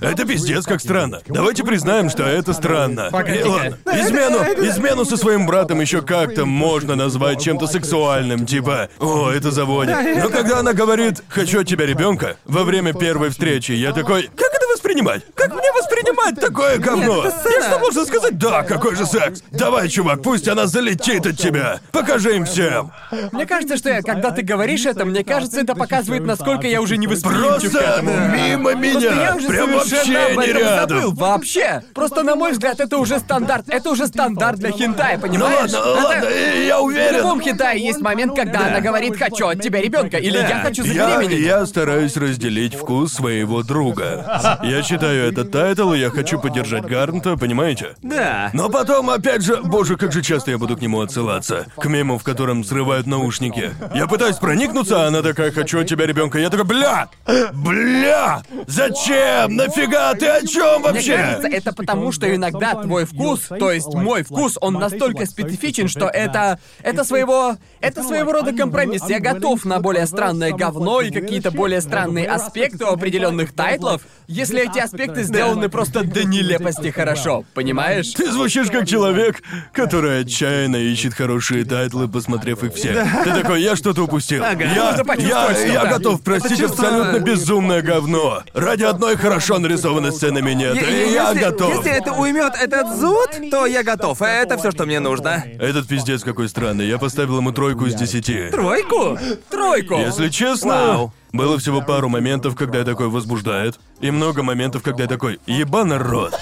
Speaker 1: Это пиздец, как странно. Давайте признаем, что это странно.
Speaker 2: Погоди-ка.
Speaker 1: И ладно, измену, измену со своим братом еще как-то можно назвать чем-то сексуальным, типа «О, это заводит». Но когда она говорит «Хочу от тебя ребенка» во время первой встречи, я такой «Как это воспринимать? Как мне воспринимать такое говно?
Speaker 3: это
Speaker 1: Я
Speaker 3: сцена.
Speaker 1: что, должен сказать «Да, какой же секс»? Давай, чувак, пусть она залетит от тебя. Покажи им всем».
Speaker 2: Мне кажется, что я, когда ты говоришь это, мне кажется, это показывает, насколько я уже не восприимчив к
Speaker 1: Просто
Speaker 2: этому.
Speaker 1: мимо
Speaker 2: Просто я
Speaker 1: меня.
Speaker 2: уже
Speaker 1: Прям
Speaker 2: совершенно
Speaker 1: вообще
Speaker 2: об
Speaker 1: не
Speaker 2: этом забыл.
Speaker 1: рядом.
Speaker 2: Вообще. Просто, на мой взгляд, это уже стандарт. Это уже стандарт для хентая,
Speaker 1: Ну
Speaker 2: понимаешь?
Speaker 1: ладно, ладно,
Speaker 2: Это-
Speaker 1: э, я
Speaker 2: В любом
Speaker 1: уверен.
Speaker 2: хентае есть момент, когда она говорит «хочу от тебя ребенка» или «я хочу
Speaker 1: Э, Я,
Speaker 2: забеременеть».
Speaker 1: я стараюсь разделить вкус своего друга. Я читаю этот тайтл, и я хочу поддержать Гарнта, понимаете?
Speaker 3: Да.
Speaker 1: Но потом, опять же, боже, как же часто я буду к нему отсылаться. К мему, в котором срывают наушники. Я пытаюсь проникнуться, а она такая, хочу от тебя ребенка. Я такой, бля! Бля! Зачем? Нафига? Ты о чем
Speaker 2: Мне
Speaker 1: вообще?
Speaker 2: кажется, это потому, что иногда твой вкус, то есть мой вкус, он настолько специфичен, что это... Это своего... Это своего рода компромисс. Я готов на более странное говно и какие-то более странные аспекты у определенных тайтлов, если эти аспекты сделаны просто до нелепости хорошо, понимаешь?
Speaker 1: Ты звучишь как человек, который отчаянно ищет хорошие тайтлы, посмотрев их все. Ты такой, я что-то упустил. Я,
Speaker 2: Нужно почувствовать
Speaker 1: я, я
Speaker 2: что-то.
Speaker 1: готов простить
Speaker 3: чувство-
Speaker 1: абсолютно безумное говно. Ради одной хорошо нарисованной сцены меня.
Speaker 3: Е- е-
Speaker 1: И я
Speaker 3: если,
Speaker 1: готов.
Speaker 3: Если это уймет этот зуд, то я готов. А Это все, что мне нужно.
Speaker 1: Этот пиздец какой странный. Я поставил ему тройку из десяти.
Speaker 3: Тройку?
Speaker 2: Тройку!
Speaker 1: Если честно,
Speaker 3: Вау.
Speaker 1: было всего пару моментов, когда я такой возбуждает, и много моментов, когда я такой «Ебаный рот».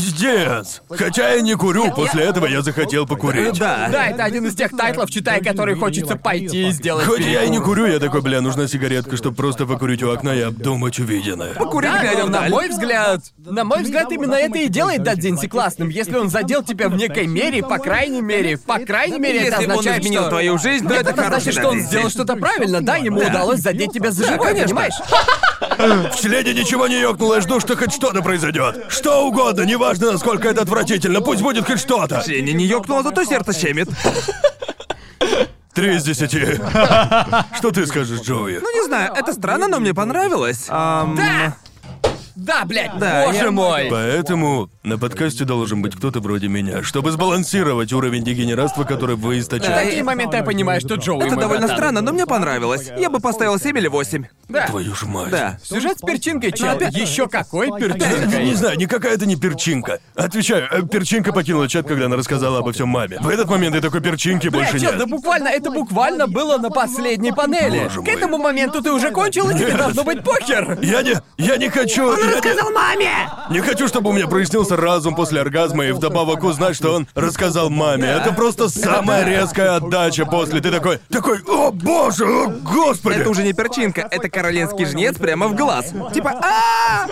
Speaker 1: Пиздец! Хотя я не курю, после этого я захотел покурить.
Speaker 3: Э, Да.
Speaker 2: Да, это один из тех тайтлов, читая которые хочется пойти и сделать
Speaker 1: Хоть я и не
Speaker 2: перекур.
Speaker 1: курю, я такой, бля, нужна сигаретка, чтобы просто покурить у окна и обдумать увиденное.
Speaker 3: Курить
Speaker 2: Да,
Speaker 3: глядя
Speaker 2: но на
Speaker 3: вдаль.
Speaker 2: мой взгляд, на мой взгляд, именно это и делает Дадзинси классным. Если он задел тебя в некой мере, по крайней мере, по крайней мере, это
Speaker 3: Если он
Speaker 2: означает,
Speaker 3: изменил
Speaker 2: что...
Speaker 3: твою жизнь, то
Speaker 2: Нет,
Speaker 3: это хороший
Speaker 2: значит, что он
Speaker 3: Дадзинси.
Speaker 2: сделал что-то правильно, да? Ему
Speaker 3: Да.
Speaker 2: удалось задеть тебя за живое,
Speaker 3: конечно.
Speaker 2: понимаешь?
Speaker 1: В следе ничего не ёкнуло, я жду, что хоть что-то произойдет. Что угодно, неважно, насколько это отвратительно, пусть будет хоть что-то.
Speaker 3: Лени не ёкнуло, зато сердце щемит.
Speaker 1: Три из десяти. Что ты скажешь, Джоуи?
Speaker 3: Ну не знаю, это странно, но мне понравилось. Ам,
Speaker 2: Да! Да, блядь,
Speaker 3: Да,
Speaker 2: боже
Speaker 3: я-
Speaker 2: мой!
Speaker 1: Поэтому на подкасте должен быть кто-то вроде меня, чтобы сбалансировать уровень дегенератства, который вы
Speaker 2: В
Speaker 1: источаете.
Speaker 2: такие моменты я понимаю, что Джоуи
Speaker 3: Это
Speaker 2: мой
Speaker 3: довольно
Speaker 2: братан.
Speaker 3: странно, но мне понравилось. Я бы поставил 7 или 8.
Speaker 2: Да.
Speaker 1: Твою ж мать.
Speaker 3: Да.
Speaker 2: Сюжет с перчинкой, чел.
Speaker 4: Опять-
Speaker 2: Еще какой
Speaker 1: Я Не
Speaker 2: перчинкой?
Speaker 1: знаю, никакая это не перчинка. Отвечаю, э, перчинка покинула чат, когда она рассказала обо всем маме. В этот момент я такой перчинки больше
Speaker 2: Бля, чел,
Speaker 1: нет.
Speaker 2: да буквально, это буквально было на последней панели.
Speaker 1: Боже
Speaker 2: К
Speaker 1: мой.
Speaker 2: этому моменту ты уже кончил, и тебе
Speaker 1: Нет.
Speaker 2: должно быть похер.
Speaker 1: Я не. Я не хочу. я не-
Speaker 2: маме!
Speaker 1: не, хочу, чтобы у меня прояснился разум после оргазма и вдобавок узнать, что он рассказал маме. Это просто самая резкая отдача после. Ты такой. Такой, о боже, о господи!
Speaker 3: Это уже не перчинка, это королевский жнец прямо в глаз. Типа, а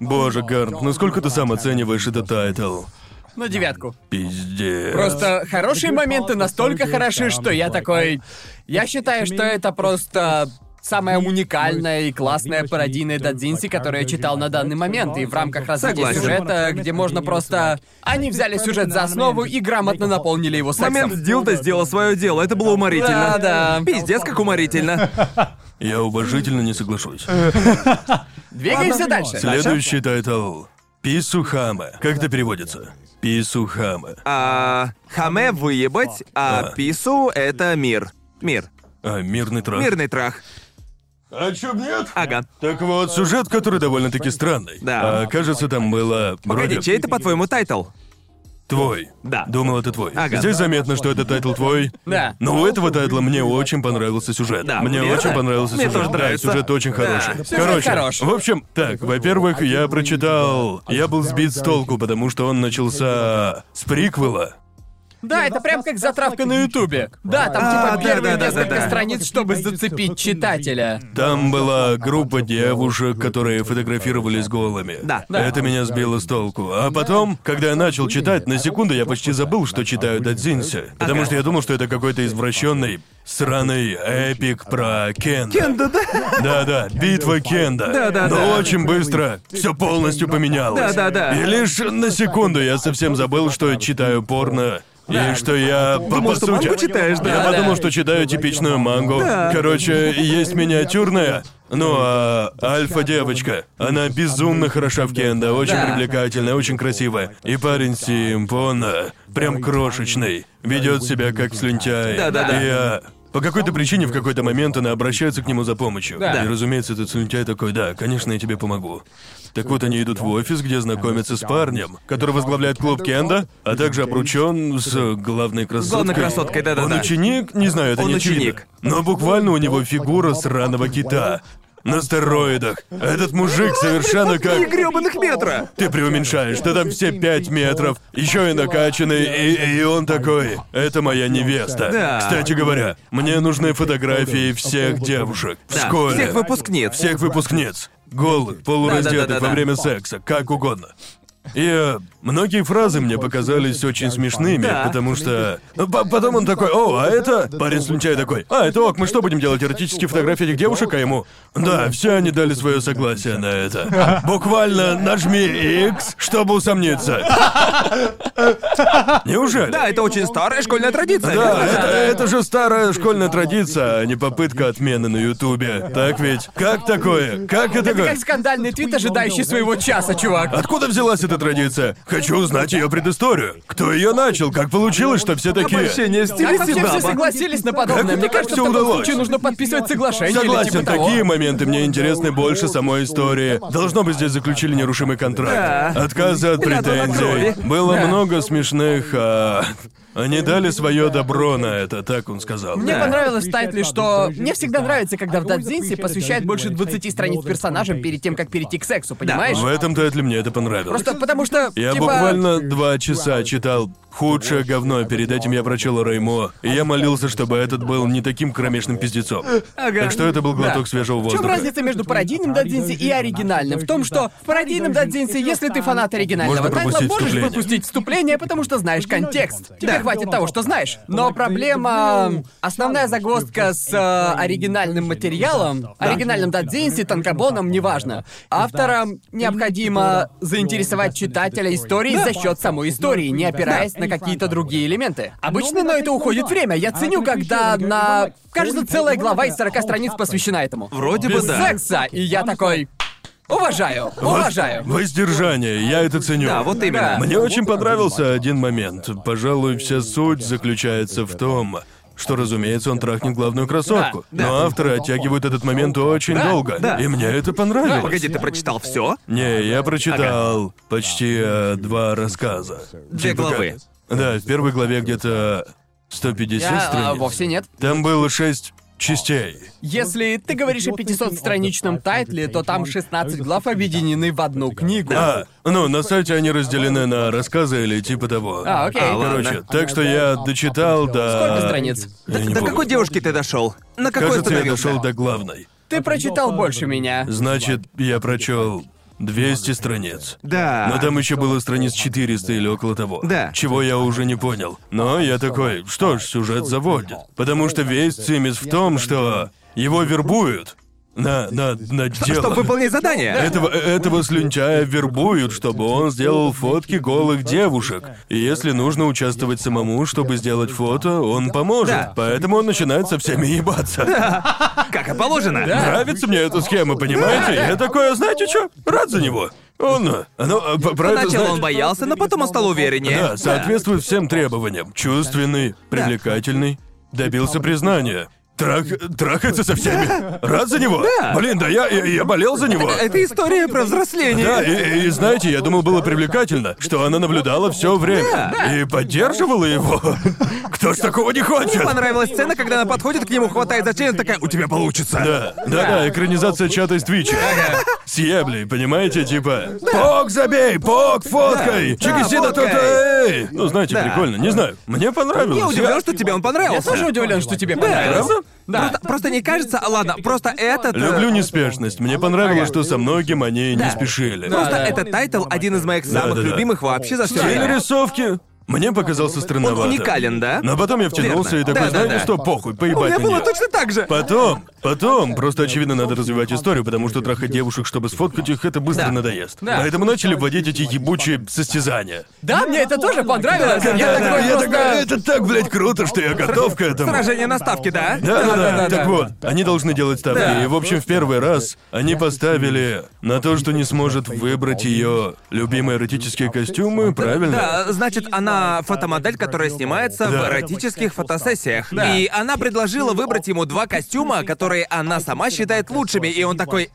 Speaker 1: Боже, Гарнт, насколько ты сам оцениваешь этот тайтл?
Speaker 2: На девятку.
Speaker 1: Пиздец.
Speaker 2: Просто хорошие моменты настолько хороши, что я такой... Я считаю, что это просто самая уникальная и классная пародийная дадзинси, которую я читал на данный момент. И в рамках развития
Speaker 3: Согласен.
Speaker 2: сюжета, где можно просто... Они взяли сюжет за основу и грамотно наполнили его сексом.
Speaker 3: Момент с Дилда сделал свое дело, это было уморительно.
Speaker 2: Да, да.
Speaker 3: Пиздец, как уморительно.
Speaker 1: Я уважительно не соглашусь.
Speaker 3: Э, а
Speaker 2: Двигаемся дальше.
Speaker 1: Следующий тайтл. Писухама. Как это переводится? Писухама.
Speaker 3: А, хаме выебать, а
Speaker 1: Да.
Speaker 3: пису — это мир. Мир.
Speaker 1: А, мирный трах.
Speaker 3: Мирный трах.
Speaker 1: А чё нет?
Speaker 3: Ага.
Speaker 1: Так вот, сюжет, который довольно-таки странный.
Speaker 3: Да.
Speaker 1: А, кажется, там было
Speaker 3: Погоди,
Speaker 1: вроде
Speaker 3: чей это, по-твоему, тайтл?
Speaker 1: твой.
Speaker 3: Да.
Speaker 1: Думал, это твой.
Speaker 3: Ага.
Speaker 1: Здесь заметно, что это тайтл твой.
Speaker 2: Да.
Speaker 1: Но у этого тайтла мне очень понравился сюжет.
Speaker 3: Да,
Speaker 1: мне
Speaker 3: верно?
Speaker 1: очень понравился
Speaker 3: Мне
Speaker 1: сюжет.
Speaker 3: тоже нравится.
Speaker 1: Да, сюжет очень
Speaker 3: Да.
Speaker 1: хороший.
Speaker 2: Сюжет
Speaker 1: Короче,
Speaker 2: хорош.
Speaker 1: в общем, так, во-первых, я прочитал... Я был сбит с толку, потому что он начался с приквела.
Speaker 2: Да, это прям как затравка на Ютубе. Да,
Speaker 3: А,
Speaker 2: там типа первые
Speaker 3: да-да-да-да-да.
Speaker 2: несколько страниц, чтобы зацепить читателя.
Speaker 1: Там была группа девушек, которые фотографировались голыми.
Speaker 3: Да.
Speaker 2: Да.
Speaker 1: Это меня сбило с толку. А потом, когда я начал читать, на секунду я почти забыл, что читаю Дадзинси. Потому что я думал, что это какой-то извращенный, сраный эпик про Кенда.
Speaker 3: Кенда, да?
Speaker 1: Да-да, битва Кенда.
Speaker 3: Да-да-да.
Speaker 1: Но очень быстро все полностью поменялось.
Speaker 3: Да-да-да.
Speaker 1: И лишь на секунду я совсем забыл, что читаю порно. И что я по,
Speaker 3: Думал,
Speaker 1: по
Speaker 3: что
Speaker 1: сути.
Speaker 3: мангу читаешь, да?
Speaker 1: Я
Speaker 2: Да.
Speaker 1: подумал, что читаю типичную мангу. Короче, есть миниатюрная. Ну а альфа-девочка. Она безумно хороша в кенда, очень
Speaker 2: Да.
Speaker 1: привлекательная, очень красивая. И парень Симпона, прям крошечный, ведет себя как слюнтяй.
Speaker 3: Да-да-да.
Speaker 1: И я- По какой-то причине в какой-то момент она обращается к нему за помощью.
Speaker 2: Да.
Speaker 1: И, разумеется, этот слюнтяй такой, да, конечно, я тебе помогу. Так вот, они идут в офис, где знакомятся с парнем, который возглавляет клуб Кенда, а также обручен с главной красоткой.
Speaker 3: главной красоткой, да-да-да.
Speaker 1: Он ученик? Не знаю, это
Speaker 3: Он
Speaker 1: не
Speaker 3: ученик.
Speaker 1: очевидно. Но буквально у него фигура сраного кита. На стероидах. Этот мужик совершенно
Speaker 3: Три
Speaker 1: как...
Speaker 3: грёбаных метра!
Speaker 1: Ты преуменьшаешь, ты там все пять метров, еще и накачанный, и, и он такой. Это моя невеста.
Speaker 3: Да.
Speaker 1: Кстати говоря, мне нужны фотографии всех девушек.
Speaker 3: Да,
Speaker 1: Вскоре.
Speaker 3: всех выпускниц.
Speaker 1: Всех выпускниц. Голых, полураздетых
Speaker 3: Да-да-да-да-да.
Speaker 1: во время секса, как угодно. И э, многие фразы мне показались очень смешными,
Speaker 3: Да.
Speaker 1: потому что... Ну, по- потом он такой, о, а это... Парень слюнчай такой, а, это ок, мы что будем делать, эротические фотографии этих девушек, а ему... Да, все они дали свое согласие на это. Буквально нажми X, чтобы усомниться. Неужели?
Speaker 3: Да, это очень старая школьная традиция.
Speaker 1: Да,
Speaker 3: верно?
Speaker 1: это, это же старая школьная традиция, а не попытка отмены на Ютубе. Так ведь? Как такое? Как это?
Speaker 2: Это
Speaker 1: такое?
Speaker 2: как скандальный твит, ожидающий своего часа, чувак.
Speaker 1: Откуда взялась эта традиция? Хочу узнать ее предысторию. Кто ее начал? Как получилось, что все такие?
Speaker 3: Обольщение в
Speaker 2: Как
Speaker 3: стиле
Speaker 2: вообще все
Speaker 3: Сидаба.
Speaker 2: согласились на подобное?
Speaker 1: Как-
Speaker 2: Мне
Speaker 1: как
Speaker 2: кажется,
Speaker 1: всё
Speaker 2: в таком
Speaker 1: удалось?
Speaker 2: случае нужно подписывать соглашение или
Speaker 1: Согласен,
Speaker 2: типа того.
Speaker 1: такие моменты мне интересны больше самой истории. Должно быть, здесь заключили нерушимый контракт.
Speaker 3: Да.
Speaker 1: Отказы от
Speaker 3: Клятва на
Speaker 1: претензий.
Speaker 3: крови.
Speaker 1: Было много смешных. а, Они дали свое добро на это, так он сказал.
Speaker 2: Мне
Speaker 3: Да.
Speaker 2: понравилось в тайтле, что... Мне всегда нравится, когда в Дадзинсе посвящают больше 20 страниц персонажам перед тем, как перейти к сексу, понимаешь?
Speaker 1: В этом тайтле мне это понравилось.
Speaker 2: Просто потому что,
Speaker 1: Я
Speaker 2: типа...
Speaker 1: буквально два часа читал худшее говно. Перед этим я прочел Реймо, и я молился, чтобы этот был не таким кромешным пиздецом.
Speaker 3: Ага.
Speaker 1: Так что это был глоток
Speaker 2: Да.
Speaker 1: свежего
Speaker 2: В чем
Speaker 1: воздуха.
Speaker 2: разница между пародийным Дадзинси и оригинальным? В том, что в пародийном Дадзинси, если ты фанат оригинального
Speaker 1: Можно
Speaker 2: тайтла,
Speaker 1: пропустить
Speaker 2: можешь
Speaker 1: вступление.
Speaker 2: пропустить вступление, потому что знаешь контекст. Тебе
Speaker 3: Да.
Speaker 2: хватит того, что знаешь. Но проблема... Основная загвоздка с э, оригинальным материалом, оригинальным Дадзинси, танкобоном, неважно. Авторам необходимо заинтересовать читателя историей за счет самой истории, не опираясь на какие-то другие элементы. Обычно на это уходит время. Я ценю, когда на... Кажется, целая глава из 40 страниц посвящена этому.
Speaker 3: Вроде бы
Speaker 2: Без
Speaker 3: да.
Speaker 2: секса, и я такой... Уважаю, уважаю.
Speaker 1: Воздержание, я это ценю.
Speaker 3: Да, вот именно.
Speaker 1: Мне очень понравился один момент. Пожалуй, вся суть заключается в том, что, разумеется, он трахнет главную красотку.
Speaker 3: Да, да.
Speaker 1: Но авторы оттягивают этот момент очень долго.
Speaker 3: да.
Speaker 1: И мне это понравилось.
Speaker 3: Погоди, ты прочитал все?
Speaker 1: Не, я прочитал почти э, два рассказа.
Speaker 3: Две главы.
Speaker 1: Да, в первой главе где-то 150
Speaker 2: Я, а,
Speaker 1: страниц.
Speaker 2: вовсе нет.
Speaker 1: Там было шесть частей.
Speaker 2: Если ты говоришь о 500-страничном тайтле, то там 16 глав объединены в одну книгу.
Speaker 1: А, ну, на сайте они разделены на рассказы или типа того.
Speaker 2: А, окей.
Speaker 3: А, ладно.
Speaker 1: Короче, так что я дочитал до...
Speaker 2: Сколько страниц?
Speaker 1: Я не
Speaker 3: До
Speaker 1: помню.
Speaker 3: какой девушки ты дошел? На какой
Speaker 1: Кажется, я
Speaker 3: остановился?
Speaker 1: дошел до главной.
Speaker 2: Ты прочитал больше меня.
Speaker 1: Значит, я прочел 200 страниц.
Speaker 3: Да.
Speaker 1: Но там еще было страниц 400 или около того.
Speaker 3: Да.
Speaker 1: Чего я уже не понял. Но я такой, что ж, сюжет заводит. Потому что весь цимис в том, что его вербуют на, на, на дело.
Speaker 3: Чтобы выполнить задание.
Speaker 1: Этого, этого слюнчая вербуют, чтобы он сделал фотки голых девушек. И если нужно участвовать самому, чтобы сделать фото, он поможет.
Speaker 3: Да.
Speaker 1: Поэтому он начинает со всеми ебаться.
Speaker 3: Как и положено.
Speaker 1: Нравится мне эта схема, понимаете? Я такой, а знаете что? Рад за него. Он, э, ну, э, п- про это
Speaker 3: Сначала он
Speaker 1: знаешь-
Speaker 3: боялся, но потом он стал увереннее.
Speaker 1: Да, соответствует всем требованиям. Чувственный, привлекательный, добился признания. Трах... Трахается со всеми. Рад за него?
Speaker 3: Да.
Speaker 1: Блин, да я, я, я болел за него.
Speaker 3: Это история про взросление.
Speaker 1: Да, и, и знаете, я думал, было привлекательно, что она наблюдала все время и поддерживала его. Кто ж такого не
Speaker 3: Мне
Speaker 1: хочет?
Speaker 3: понравилась сцена, когда она подходит к нему, хватает за член, такая, у тебя получится.
Speaker 1: Да, да, да, экранизация чата из Твича. С еблей, понимаете, типа... Пок забей, пок фоткай,
Speaker 3: Да,
Speaker 1: чикисида
Speaker 3: фоткай.
Speaker 1: тут, эй! Ну, знаете,
Speaker 3: Да.
Speaker 1: прикольно, не знаю, мне понравилось.
Speaker 3: Я удивлен, что тебе он
Speaker 2: Я
Speaker 3: понравился.
Speaker 2: тоже удивлен, что тебе понравилось.
Speaker 1: Правда?
Speaker 2: Да.
Speaker 3: Просто, просто не кажется, а ладно, просто этот... э,
Speaker 1: Люблю неспешность, мне понравилось, что со многим они не спешили.
Speaker 3: Просто
Speaker 2: да.
Speaker 3: этот тайтл один из моих самых
Speaker 1: да, да.
Speaker 3: любимых вообще за все.
Speaker 1: Стиль
Speaker 3: время.
Speaker 1: рисовки мне показался странноватым.
Speaker 3: Он уникален, да?
Speaker 1: Но потом я втянулся
Speaker 3: Верно.
Speaker 1: и такой,
Speaker 3: Да, да,
Speaker 1: знаете
Speaker 3: да.
Speaker 1: что, похуй,
Speaker 3: У
Speaker 1: поебать
Speaker 3: меня
Speaker 1: на
Speaker 3: было
Speaker 1: неё».
Speaker 3: точно так же.
Speaker 1: Потом, потом, просто очевидно надо развивать историю, потому что трахать девушек, чтобы сфоткать их, это быстро
Speaker 3: Да.
Speaker 1: надоест.
Speaker 2: Да.
Speaker 1: Поэтому начали вводить эти ебучие состязания.
Speaker 2: Да, мне это тоже понравилось.
Speaker 1: Да, да,
Speaker 2: Я такой
Speaker 1: я
Speaker 2: просто-
Speaker 1: такой, это так, блядь, круто, что я готов к этому.
Speaker 3: Сражение на ставке, да?
Speaker 1: Да, да, да,
Speaker 2: да,
Speaker 1: Так
Speaker 2: да.
Speaker 1: вот, они должны делать ставки.
Speaker 3: Да.
Speaker 1: И, в общем, в первый раз они поставили на то, что не сможет выбрать ее любимые эротические костюмы, правильно?
Speaker 3: Да, значит, она фотомодель, которая снимается в
Speaker 1: Да.
Speaker 3: эротических фотосессиях. И она предложила выбрать ему два костюма, которые она сама считает лучшими, и он такой...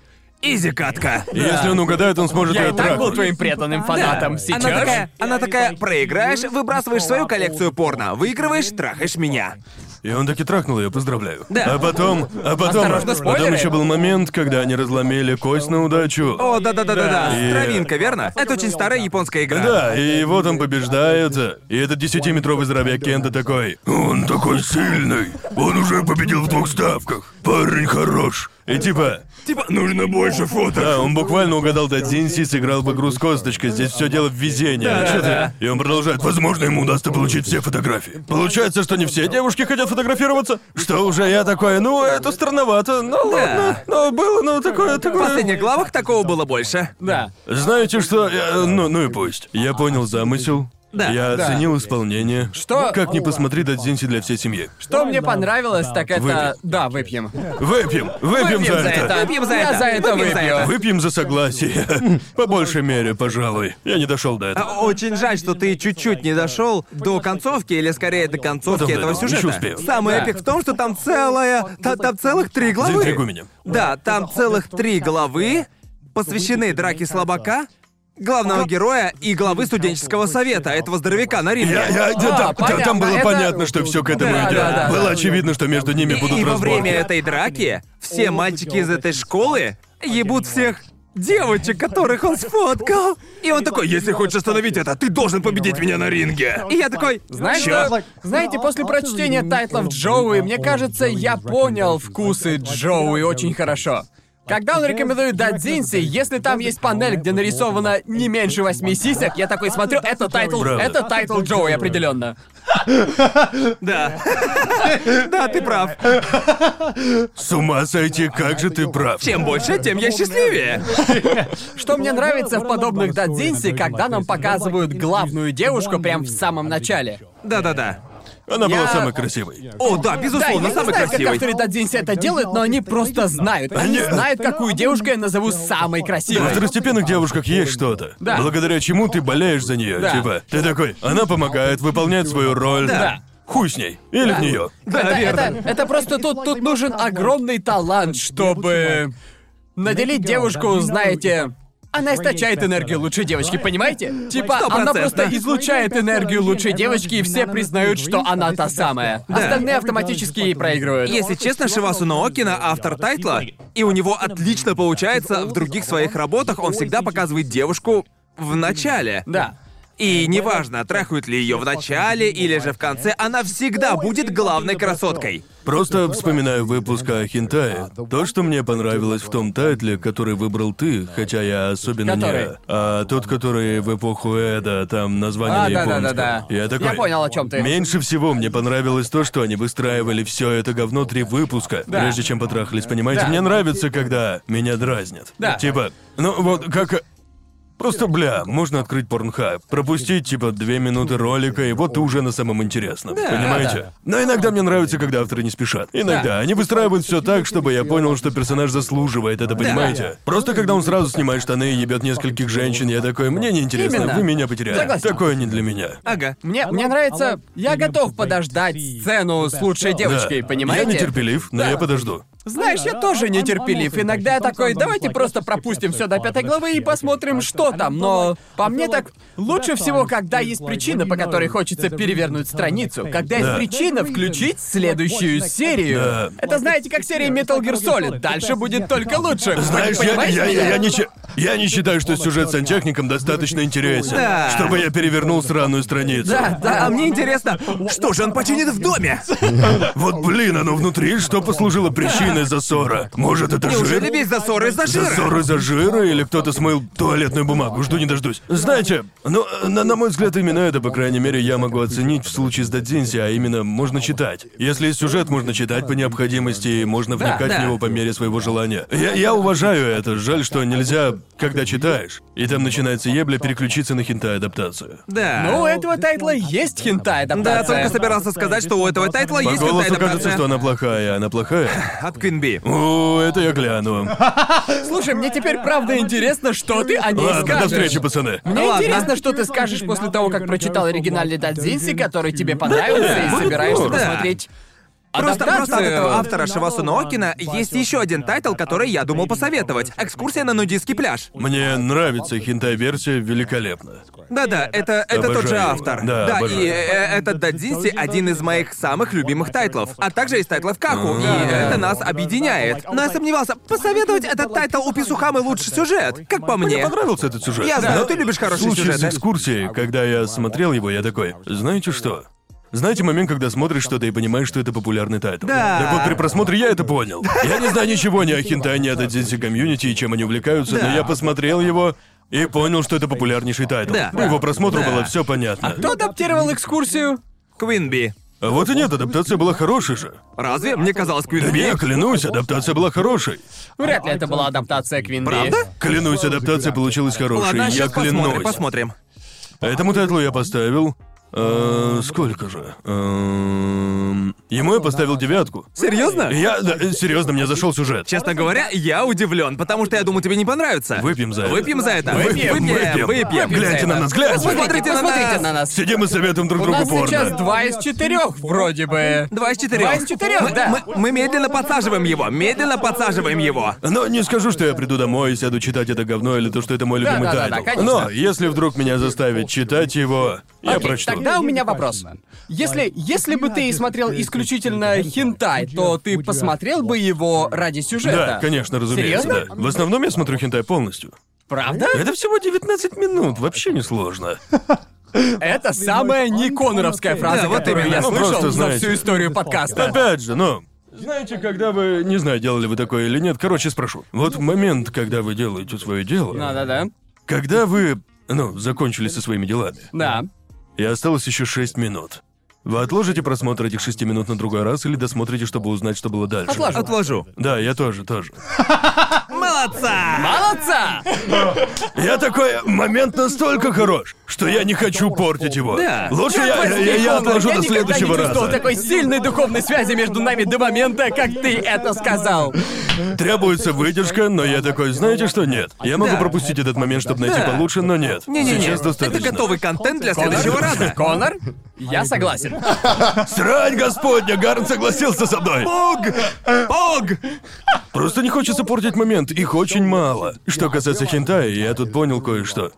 Speaker 3: Изи катка.
Speaker 1: И Если он угадает, он сможет
Speaker 2: Я
Speaker 1: ее
Speaker 2: и так был
Speaker 1: трахнуть.
Speaker 2: твоим преданным фанатом. Сейчас.
Speaker 3: Она такая, она такая, проиграешь, выбрасываешь свою коллекцию порно, выигрываешь, трахаешь меня.
Speaker 1: И он таки трахнул ее, поздравляю.
Speaker 3: Да.
Speaker 1: А потом, а потом,
Speaker 2: Осторожно,
Speaker 1: потом
Speaker 2: спойлеры.
Speaker 1: еще был момент, когда они разломили кость на удачу.
Speaker 3: О, да-да-да-да-да,
Speaker 1: Да.
Speaker 3: травинка, верно? Это очень старая японская игра.
Speaker 1: Да, и его там побеждает, и этот десятиметровый здоровяк Кента такой. Он такой сильный, он уже победил в двух ставках, парень хорош. И типа,
Speaker 3: Типа,
Speaker 1: нужно больше фото. Да, он буквально угадал Дадзинси и сыграл в игру с косточкой, здесь все дело в везении. А чё ты? И он продолжает, возможно, ему удастся получить все фотографии. Получается, что не все девушки хотят фотографироваться? Что уже я такой, ну, это странновато, ну ладно, но было, ну такое,
Speaker 3: В
Speaker 1: такое.
Speaker 3: последних главах такого было больше.
Speaker 2: Да.
Speaker 1: Знаете что? я- ну, ну и пусть. Я понял замысел.
Speaker 3: Да,
Speaker 1: Я
Speaker 2: да.
Speaker 1: оценил исполнение. Ну,
Speaker 2: Что-
Speaker 1: Как ни посмотри, Дадзинси для всей семьи.
Speaker 2: Что мне понравилось, так это...
Speaker 1: Выпьем.
Speaker 2: Да, выпьем.
Speaker 1: Выпьем! Выпьем,
Speaker 2: Выпьем за это.
Speaker 3: Выпьем за
Speaker 2: Я
Speaker 3: это.
Speaker 2: за это
Speaker 3: Выпьем за
Speaker 2: выпью.
Speaker 3: это.
Speaker 1: Выпьем за согласие. По большей мере, пожалуй. Я не дошел до этого.
Speaker 3: А, Очень жаль, что ты чуть-чуть не дошел до концовки, или скорее до концовки
Speaker 1: Потом
Speaker 3: этого
Speaker 1: дойду, еще
Speaker 3: сюжета.
Speaker 1: успею.
Speaker 3: Самый
Speaker 2: Да.
Speaker 3: эпик в том, что там целая... та- Там целых три главы.
Speaker 1: Заинтригуй меня.
Speaker 3: Да, там целых три главы посвящены драке слабака, главного героя и главы студенческого совета, этого здоровяка на Риме.
Speaker 1: Я, я- да, там- да,
Speaker 2: А, понятно,
Speaker 1: там было
Speaker 2: это-
Speaker 1: понятно, что все к этому
Speaker 2: Да,
Speaker 1: идет.
Speaker 2: да, да,
Speaker 1: было
Speaker 2: да.
Speaker 1: очевидно, что между ними будут
Speaker 3: И во
Speaker 1: разборки.
Speaker 3: время этой драки все мальчики из этой школы ебут всех девочек, которых он сфоткал. И он такой, если хочешь остановить это, ты должен победить меня на ринге. И я такой,
Speaker 2: Знаете, знаете, после прочтения тайтлов Джоуи, мне кажется, я понял вкусы Джоуи очень хорошо. Когда он рекомендует Дадзинси, если там есть панель, где нарисовано не меньше восьми сисек, я такой смотрю, это тайтл,
Speaker 1: Правда.
Speaker 2: это тайтл Джоуи определенно.
Speaker 3: да. Да, ты прав.
Speaker 1: С ума сойти, как же ты прав.
Speaker 3: Чем больше, тем я счастливее.
Speaker 2: Что мне нравится в подобных Дадзинси, когда нам показывают главную девушку прям в самом начале.
Speaker 3: Да-да-да.
Speaker 1: Она была
Speaker 2: Я-
Speaker 1: самой красивой.
Speaker 3: О, да, безусловно,
Speaker 2: да, я не
Speaker 3: самый
Speaker 2: знаю, как
Speaker 3: красивый.
Speaker 2: авторы Дадзинси это делают, но они просто знают. Они
Speaker 1: Они-
Speaker 2: знают, какую девушку я назову самой
Speaker 1: На
Speaker 2: красивой.
Speaker 1: второстепенных девушках есть что-то,
Speaker 2: Типа. Да.
Speaker 1: благодаря чему ты болеешь за нее.
Speaker 2: Да.
Speaker 1: Типа, ты такой, она помогает, выполняет свою роль.
Speaker 2: Да.
Speaker 1: Хуй с ней. Или в нее.
Speaker 2: это,
Speaker 3: Да, верно.
Speaker 2: это- это просто тут, тут нужен огромный талант, чтобы наделить девушку, знаете. Она источает энергию лучшей девочки, понимаете? Типа,
Speaker 3: Сто
Speaker 2: она
Speaker 3: процентов.
Speaker 2: просто излучает энергию лучшей девочки, и все признают, что она та самая. Остальные автоматически ей проигрывают.
Speaker 3: Если честно, Шивасу Наокина автор тайтла, и у него отлично получается в других своих работах, он всегда показывает девушку в начале.
Speaker 2: Да.
Speaker 3: И неважно, трахают ли ее в начале или же в конце, она всегда будет главной красоткой.
Speaker 1: Просто вспоминаю выпуск о хентае. То, что мне понравилось в том тайтле, который выбрал ты, хотя я особенно
Speaker 2: Который?
Speaker 1: не... А тот, который в эпоху Эда, там название
Speaker 2: А,
Speaker 1: на
Speaker 2: да, да,
Speaker 1: японском.
Speaker 2: да, да.
Speaker 1: Я такой...
Speaker 2: понял, о чем ты.
Speaker 1: Меньше всего мне понравилось то, что они выстраивали все это говно три выпуска,
Speaker 2: Да.
Speaker 1: прежде чем потрахались, понимаете?
Speaker 2: Да.
Speaker 1: Мне нравится, когда меня дразнят.
Speaker 2: Да.
Speaker 1: Типа, ну вот как... Просто, бля, можно открыть порнхаб, пропустить, типа, две минуты ролика, и вот ты уже на самом интересном. понимаете?
Speaker 2: да.
Speaker 1: Но иногда мне нравится, когда авторы не спешат. Иногда они выстраивают все так, чтобы я понял, что персонаж заслуживает это, понимаете? Просто когда он сразу снимает штаны и ебет нескольких женщин, я такой, мне неинтересно,
Speaker 2: Именно.
Speaker 1: вы меня потеряли.
Speaker 2: Согласен.
Speaker 1: Такое не для меня.
Speaker 3: Ага.
Speaker 2: Мне, мне нравится... Я готов подождать сцену с лучшей
Speaker 1: Да.
Speaker 2: девочкой, понимаете?
Speaker 1: Я нетерпелив, но я подожду.
Speaker 2: Знаешь, я тоже нетерпелив. Иногда я такой, давайте просто пропустим все до пятой главы и посмотрим, что там. Но по мне так лучше всего, когда есть причина, по которой хочется перевернуть страницу. Когда есть
Speaker 1: Да.
Speaker 2: причина включить следующую серию.
Speaker 1: Да.
Speaker 2: Это знаете, как серия Metal Gear Solid. Дальше будет только лучше. Вы
Speaker 1: Знаешь, я,
Speaker 2: понимаете
Speaker 1: я, я,
Speaker 2: меня?
Speaker 1: я не, щи- я не считаю, что сюжет с Антехником достаточно интересен,
Speaker 3: Да.
Speaker 1: чтобы я перевернул сраную страницу.
Speaker 2: Да, да,
Speaker 3: А мне интересно, что же он починит в доме?
Speaker 1: Вот блин, оно внутри, что послужило причиной засора? Может, это
Speaker 3: Неужели
Speaker 1: жир?
Speaker 3: весь засор из-за жира?
Speaker 1: Засор из-за жира или кто-то смыл туалетную бумагу? Жду не дождусь. Знаете, ну, на, на мой взгляд, именно это, по крайней мере, я могу оценить в случае с Дадзинси, а именно можно читать. Если есть сюжет, можно читать по необходимости, и можно вникать
Speaker 3: да.
Speaker 1: в него по мере своего желания. Я, я уважаю это, жаль, что нельзя, когда читаешь, и там начинается ебля переключиться на хентай-адаптацию.
Speaker 3: Да.
Speaker 2: Ну, у этого тайтла есть хентай
Speaker 3: да,
Speaker 2: адаптация.
Speaker 3: только собирался сказать, что у этого тайтла
Speaker 1: По
Speaker 3: есть
Speaker 1: голосу кажется,
Speaker 3: хентай-адаптация.
Speaker 1: что она плохая, она плохая.
Speaker 3: От Квинби.
Speaker 1: О, это я гляну.
Speaker 2: Слушай, мне теперь правда интересно, что ты о ней
Speaker 1: Ладно, до
Speaker 2: скажешь.
Speaker 1: встречи, пацаны.
Speaker 2: Мне
Speaker 3: Ладно.
Speaker 2: интересно, что ты скажешь после того, как прочитал оригинальный Дадзинси, который тебе понравился, и собираешься
Speaker 1: здорово.
Speaker 2: посмотреть
Speaker 3: Просто, просто от
Speaker 2: адаптацию.
Speaker 3: этого автора Шивасу Ноокина есть еще один тайтл, который я думал посоветовать. Экскурсия на нудистский пляж.
Speaker 1: Мне нравится хентай-версия великолепно.
Speaker 3: Да-да, это, это
Speaker 1: Обожаю
Speaker 3: тот же
Speaker 1: его.
Speaker 3: автор.
Speaker 1: Да, обожаю.
Speaker 3: и э, этот Дадзинси один из моих самых любимых тайтлов, а также из тайтлов Каху. И это нас объединяет. Но я сомневался, посоветовать этот тайтл у Писухамы лучше сюжет, как по мне.
Speaker 1: Мне понравился этот сюжет.
Speaker 3: Я знаю,
Speaker 1: Но
Speaker 3: ты любишь хорошие
Speaker 1: в случае
Speaker 3: сюжеты.
Speaker 1: с экскурсией, когда я смотрел его, я такой, знаете что? Знаете момент, когда смотришь что-то и понимаешь, что это популярный тайтл?
Speaker 3: Да.
Speaker 1: Так вот при просмотре я это понял. Я не знаю ничего ни о хентай, ни о дадзинси комьюнити и чем они увлекаются, но я посмотрел его и понял, что это популярнейший тайтл.
Speaker 3: Да.
Speaker 1: По его просмотру
Speaker 3: Да.
Speaker 1: было все понятно.
Speaker 2: Кто адаптировал экскурсию?
Speaker 3: Квинби.
Speaker 1: А вот и нет, адаптация была хорошей же.
Speaker 3: Разве? Мне казалось,
Speaker 1: Да
Speaker 3: Квинби.
Speaker 1: я клянусь, адаптация была хорошей.
Speaker 2: Вряд ли это была адаптация Квинби.
Speaker 3: Правда?
Speaker 1: Клянусь, адаптация получилась хорошей.
Speaker 3: Ладно,
Speaker 1: я
Speaker 3: сейчас
Speaker 1: клянусь.
Speaker 3: посмотрим, посмотрим.
Speaker 1: Этому тайтлу я поставил. э, сколько же? Эм, ему я поставил девятку.
Speaker 3: Серьезно?
Speaker 1: Я. серьезно, мне зашел сюжет.
Speaker 3: Честно говоря, я удивлен, потому что я думал, тебе не понравится.
Speaker 1: Выпьем за это.
Speaker 3: Выпьем за это.
Speaker 1: Выпьем,
Speaker 3: выпьем.
Speaker 1: выпьем.
Speaker 2: Выпьем
Speaker 3: выпьем.
Speaker 2: за
Speaker 1: Гляньте на
Speaker 2: это.
Speaker 1: нас, гляньте!
Speaker 3: Посмотрите на
Speaker 2: Посмотрите
Speaker 3: нас.
Speaker 2: на нас.
Speaker 1: Сидим и советуем друг
Speaker 2: У
Speaker 1: другу
Speaker 2: нас сейчас
Speaker 1: порно.
Speaker 2: два из четырех, вроде бы.
Speaker 3: Два из четырех.
Speaker 2: Два из четырех,
Speaker 3: Мы-
Speaker 2: да.
Speaker 3: Мы, мы медленно подсаживаем его, медленно подсаживаем его.
Speaker 1: Но не скажу, что я приду домой и сяду читать это говно или то, что это мой любимый
Speaker 2: да, да,
Speaker 1: тайтл.
Speaker 2: конечно.
Speaker 1: Но если вдруг меня заставят читать его, я
Speaker 2: Окей,
Speaker 1: прочту.
Speaker 2: Тогда у меня вопрос. Если, если бы ты смотрел исключительно хентай, то ты посмотрел бы его ради сюжета?
Speaker 1: Да, конечно, разумеется.
Speaker 2: Серьезно?
Speaker 1: да. В основном я смотрю хентай полностью.
Speaker 2: Правда?
Speaker 1: Это всего 19 минут, вообще не сложно.
Speaker 2: Это самая не Коноровская фраза,
Speaker 3: Да, вот
Speaker 2: которую
Speaker 1: именно.
Speaker 2: я
Speaker 1: Ну,
Speaker 2: слышал
Speaker 1: просто
Speaker 2: за
Speaker 1: знаете.
Speaker 2: всю историю подкаста.
Speaker 1: Опять же, ну. Знаете, когда вы... Не знаю, делали вы такое или нет. Короче, спрошу. Вот момент, когда вы делаете свое дело...
Speaker 2: Да-да-да.
Speaker 1: Когда вы... Ну, закончили со своими делами.
Speaker 2: Да.
Speaker 1: И осталось еще 6 минут. Вы отложите просмотр этих шести минут на другой раз или досмотрите, чтобы узнать, что было дальше?
Speaker 2: Отложу.
Speaker 3: Отложу.
Speaker 1: Да, я тоже, тоже.
Speaker 3: Молодца!
Speaker 2: Молодца!
Speaker 1: Я такой, момент настолько хорош, что я не хочу портить его.
Speaker 3: Да.
Speaker 1: Лучше я,
Speaker 2: Черт
Speaker 1: я,
Speaker 2: возьми,
Speaker 1: я- я
Speaker 2: Коннор,
Speaker 1: отложу до следующего
Speaker 2: Я никогда не чувствовал
Speaker 1: раза.
Speaker 2: такой сильной духовной связи между нами до момента, как ты это сказал.
Speaker 1: Требуется выдержка, но я такой, знаете что, нет. Я могу
Speaker 3: Да.
Speaker 1: пропустить этот момент, чтобы найти
Speaker 3: Да.
Speaker 1: получше, но нет.
Speaker 3: Не-не-не,
Speaker 1: Сейчас достаточно.
Speaker 3: это готовый контент для
Speaker 2: Коннор?
Speaker 3: следующего раза.
Speaker 2: Коннор? Я согласен.
Speaker 1: Срань господня, Гарн согласился со мной.
Speaker 3: Пог!
Speaker 1: Просто не хочется портить момент, их очень мало. Что касается хентая, я тут понял кое-что.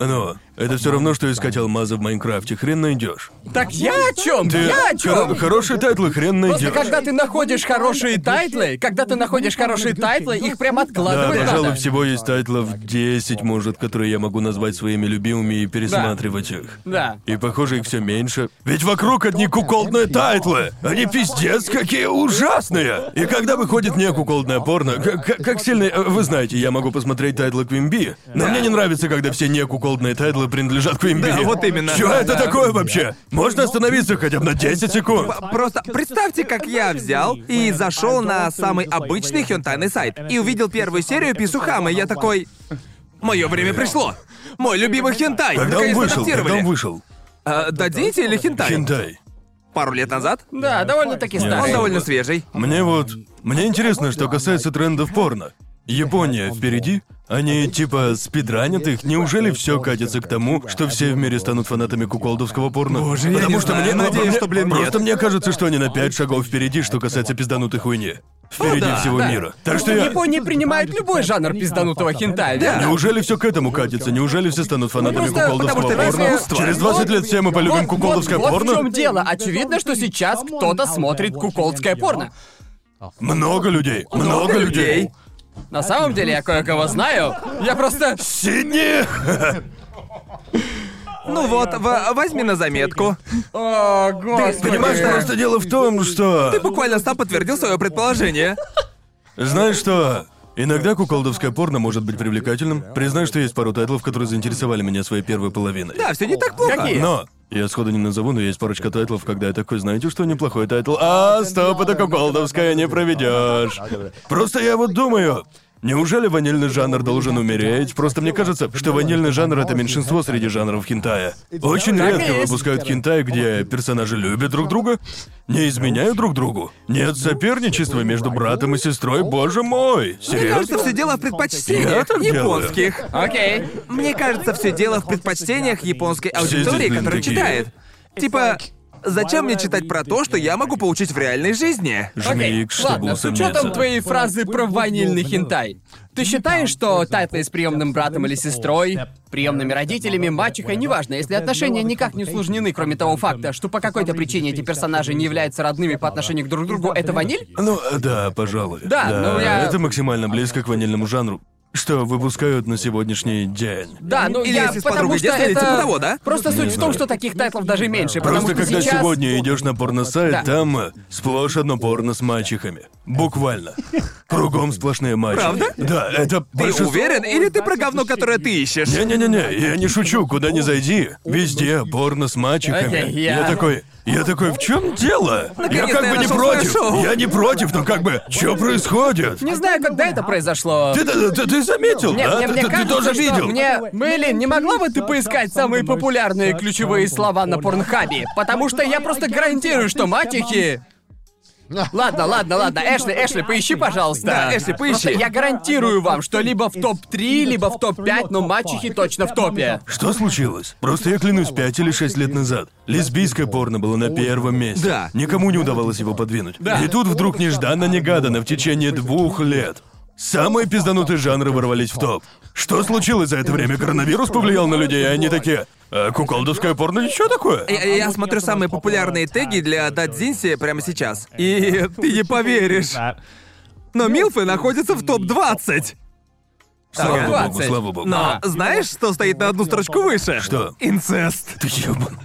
Speaker 1: Но это все равно, что искать алмазы в Майнкрафте, хрен найдешь.
Speaker 2: Так я о чем?
Speaker 1: Ты
Speaker 2: Я о
Speaker 1: хоро-
Speaker 2: чем?
Speaker 1: хорошие тайтлы хрен
Speaker 2: Просто
Speaker 1: найдешь.
Speaker 2: когда ты находишь хорошие тайтлы, когда ты находишь хорошие тайтлы, их прям
Speaker 1: Да,
Speaker 2: откладывать
Speaker 1: пожалуй,
Speaker 2: надо.
Speaker 1: всего есть тайтлов 10, может, которые я могу назвать своими любимыми и пересматривать их.
Speaker 2: Да.
Speaker 1: И похоже, их все меньше. Ведь вокруг одни куколдные тайтлы. Они пиздец какие ужасные. И когда выходит не куколдное порно, к- к- как, сильно... э, Вы знаете, я могу посмотреть тайтлы Квимби, но мне не нравится, когда все не куколдные тайтлы принадлежат Квимби.
Speaker 3: Да, вот именно.
Speaker 1: Что это
Speaker 3: Да.
Speaker 1: такое вообще? Можно остановиться хотя бы на 10 секунд.
Speaker 3: П- Просто представьте, как я взял и зашел на самый обычный хентайный сайт и увидел первую серию Писухамы. Я такой... Мое время пришло. Мой любимый хентай.
Speaker 1: Когда он
Speaker 3: Наконец-то
Speaker 1: вышел? Когда
Speaker 3: адаптировали.
Speaker 1: он вышел?
Speaker 3: А, Дадзинси или хентай?
Speaker 1: Хентай.
Speaker 3: Пару лет назад?
Speaker 2: Да, довольно-таки
Speaker 1: Да.
Speaker 3: Он
Speaker 2: старый.
Speaker 3: довольно свежий.
Speaker 1: Мне вот... Мне интересно, что касается трендов порно. Япония впереди? Они типа спидранят их? Неужели все катится к тому, что все в мире станут фанатами куколдовского порно?
Speaker 3: Боже, я
Speaker 1: Потому
Speaker 3: не
Speaker 1: что
Speaker 3: знаю.
Speaker 1: мне... ну,
Speaker 3: Надеюсь,
Speaker 1: мне-
Speaker 3: что, блин,
Speaker 1: Просто
Speaker 3: нет.
Speaker 1: мне кажется, что они на пять шагов впереди, что касается пизданутой хуйни. Впереди
Speaker 3: да,
Speaker 1: всего
Speaker 3: да.
Speaker 1: мира. Так что я...
Speaker 2: Япония принимает любой жанр пизданутого хентая,
Speaker 3: Да.
Speaker 2: верно?
Speaker 1: Неужели все к этому катится? Неужели все станут фанатами
Speaker 2: Ну, просто
Speaker 1: куколдовского
Speaker 2: потому что
Speaker 1: порно?
Speaker 2: разве-
Speaker 1: Через 20 лет все мы полюбим
Speaker 2: Вот-
Speaker 1: куколдовское
Speaker 2: вот,
Speaker 1: порно?
Speaker 2: Вот в чем дело. Очевидно, что сейчас кто-то смотрит куколдское порно.
Speaker 1: Много людей. Много людей.
Speaker 3: людей.
Speaker 2: На самом деле, я кое-кого знаю. Я просто...
Speaker 1: Сидни!
Speaker 3: Ну вот, в- возьми на заметку.
Speaker 2: О, господи.
Speaker 1: Понимаешь, просто дело в том, что...
Speaker 3: Ты буквально сам подтвердил свое предположение.
Speaker 1: Знаешь что? Иногда куколдовское порно может быть привлекательным. Признаю, что есть пару тайтлов, которые заинтересовали меня своей первой половиной.
Speaker 3: Да, все не так плохо.
Speaker 2: Какие?
Speaker 1: Но я сходу не назову, но есть парочка тайтлов, когда я такой, знаете, что неплохой тайтл. А, стоп, это куколдовское не проведешь. Просто я вот думаю, неужели ванильный жанр должен умереть? Просто мне кажется, что ванильный жанр это меньшинство среди жанров хентая. Очень
Speaker 2: Так и
Speaker 1: редко
Speaker 2: есть.
Speaker 1: выпускают хентай, где персонажи любят друг друга, не изменяют друг другу. Нет соперничества между братом и сестрой, боже мой.
Speaker 3: Мне
Speaker 1: Серьезно?
Speaker 3: кажется, все дело в
Speaker 1: Я
Speaker 3: предпочтениях
Speaker 1: так делаю.
Speaker 3: японских.
Speaker 2: Окей.
Speaker 3: Мне кажется, все дело в предпочтениях японской аудитории,
Speaker 1: здесь, блин,
Speaker 3: которая
Speaker 1: такие.
Speaker 3: читает. Типа, зачем мне читать про то, что я могу получить в реальной жизни?
Speaker 1: Жми,
Speaker 2: Окей,
Speaker 1: к, чтобы
Speaker 2: ладно, с учетом
Speaker 1: усомниться.
Speaker 2: твоей фразы про ванильный хентай. Ты считаешь, что тайтлы с приемным братом или сестрой, приемными родителями, мачехой, неважно, если отношения никак не усложнены, кроме того факта, что по какой-то причине эти персонажи не являются родными по отношению к друг другу, это ваниль?
Speaker 1: Ну, да, пожалуй.
Speaker 2: Да, ну я-
Speaker 1: Это максимально близко к ванильному жанру, что выпускают на сегодняшний день.
Speaker 2: Да, ну
Speaker 3: Или
Speaker 2: я,
Speaker 3: если с
Speaker 2: потому
Speaker 3: подругой
Speaker 2: что
Speaker 3: детства или
Speaker 2: это...
Speaker 3: типа того, да?
Speaker 2: Просто суть в том, что таких тайтлов даже меньше, потому
Speaker 1: Просто
Speaker 2: что
Speaker 1: когда
Speaker 2: сейчас...
Speaker 1: сегодня идешь на порно-сайт,
Speaker 2: Да.
Speaker 1: там э, сплошь одно порно с мачехами. Буквально. Кругом сплошные мачехи.
Speaker 3: Правда?
Speaker 1: Да, это
Speaker 3: Ты
Speaker 1: большинство-
Speaker 3: уверен, или ты про говно, которое ты ищешь?
Speaker 1: Не-не-не-не, я не шучу, куда ни зайди, везде порно с мачехами.
Speaker 2: Окей, я-
Speaker 1: такой, я такой, в чем дело? Я
Speaker 3: Наконец-то
Speaker 1: как
Speaker 3: я
Speaker 1: бы не
Speaker 3: нашел свое
Speaker 1: против,
Speaker 3: шоу.
Speaker 1: я не против, но как бы, что происходит?
Speaker 2: Не знаю, когда это произошло.
Speaker 1: Ты, ты- ты- ты заметил,
Speaker 2: Нет,
Speaker 1: да?
Speaker 2: мне,
Speaker 1: Ты-
Speaker 2: мне
Speaker 1: ты, ты
Speaker 2: кажется,
Speaker 1: тоже
Speaker 2: что
Speaker 1: видел?
Speaker 2: Мне... Мэйлин, не могла бы ты поискать самые популярные ключевые слова на Порнхабе? Потому что я просто гарантирую, что мачехи... Ладно, ладно, ладно. Эшли, Эшли, поищи, пожалуйста.
Speaker 3: Да, Эшли, поищи.
Speaker 2: Просто я гарантирую вам, что либо в топ-3, либо в топ-5, но мачехи точно в топе.
Speaker 1: Что случилось? Просто я клянусь, пять или шесть лет назад лесбийское порно было на первом месте.
Speaker 3: Да.
Speaker 1: Никому не удавалось его подвинуть. И тут вдруг нежданно-негаданно в течение двух лет самые пизданутые жанры ворвались в топ. Что случилось за это время? Коронавирус повлиял на людей, и они такие... «А куколдовское порно ничего такое?
Speaker 2: Э,
Speaker 3: Я, я смотрю самые популярные теги для Дадзинси прямо сейчас. И ты не поверишь. Но Милфы находятся в топ-20.
Speaker 1: Слава
Speaker 3: Ага.
Speaker 1: богу,
Speaker 2: 20.
Speaker 1: слава богу.
Speaker 3: Но знаешь, что стоит на одну строчку выше?
Speaker 1: Что?
Speaker 3: Инцест.
Speaker 1: Ты ёбан.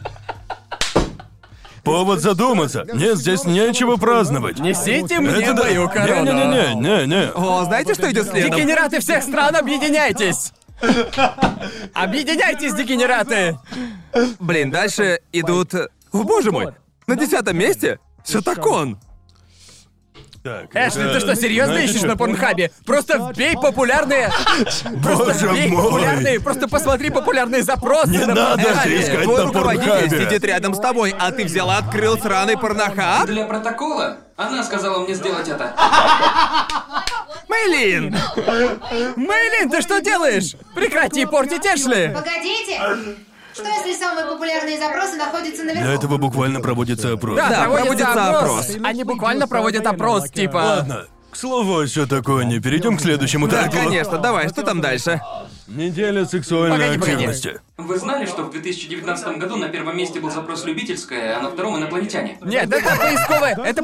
Speaker 1: Повод задуматься. Нет, здесь нечего праздновать.
Speaker 2: Несите мне
Speaker 1: да-
Speaker 2: мою корону.
Speaker 1: Не-не-не-не-не.
Speaker 3: О, знаете, что идет следом?
Speaker 2: Дегенераты всех стран, объединяйтесь! Объединяйтесь, дегенераты!
Speaker 3: Блин, дальше идут... э, О, боже мой! На десятом месте Шатакон.
Speaker 1: Так,
Speaker 2: Эшли, ты
Speaker 1: это-
Speaker 2: что, серьезно
Speaker 1: Э, знаете
Speaker 2: ищешь
Speaker 1: что?
Speaker 2: на порнхабе? Просто вбей популярные.
Speaker 1: Боже
Speaker 2: Просто вбей популярные.
Speaker 1: мой!
Speaker 2: Просто посмотри популярные запросы.
Speaker 1: Не
Speaker 2: на
Speaker 1: надо
Speaker 2: Порнхабе.
Speaker 1: здесь искать
Speaker 3: Твой
Speaker 1: на
Speaker 3: руководитель сидит
Speaker 1: порнхабе.
Speaker 3: рядом с тобой, а ты взял и открыл сраный порнохаб?
Speaker 4: Для протокола она сказала мне сделать это.
Speaker 3: Мэйлин!
Speaker 2: Мэйлин, ты что делаешь? Прекрати портить Эшли!
Speaker 5: Погодите! Что если самые популярные запросы находятся наверху?
Speaker 1: Для этого буквально проводится опрос.
Speaker 2: Да,
Speaker 3: проводится опрос.
Speaker 2: Они буквально проводят опрос, типа...
Speaker 1: Ладно. К слову, все такое не. Перейдем к следующему
Speaker 3: Да,
Speaker 1: тайтлу.
Speaker 3: конечно, давай, что там дальше?
Speaker 1: Неделя сексуальной
Speaker 2: Погоди, погоди.
Speaker 1: активности.
Speaker 4: Вы знали, что в 2019 году на первом месте был запрос «любительское», а на втором «инопланетяне»?
Speaker 2: Нет, это поисковые, это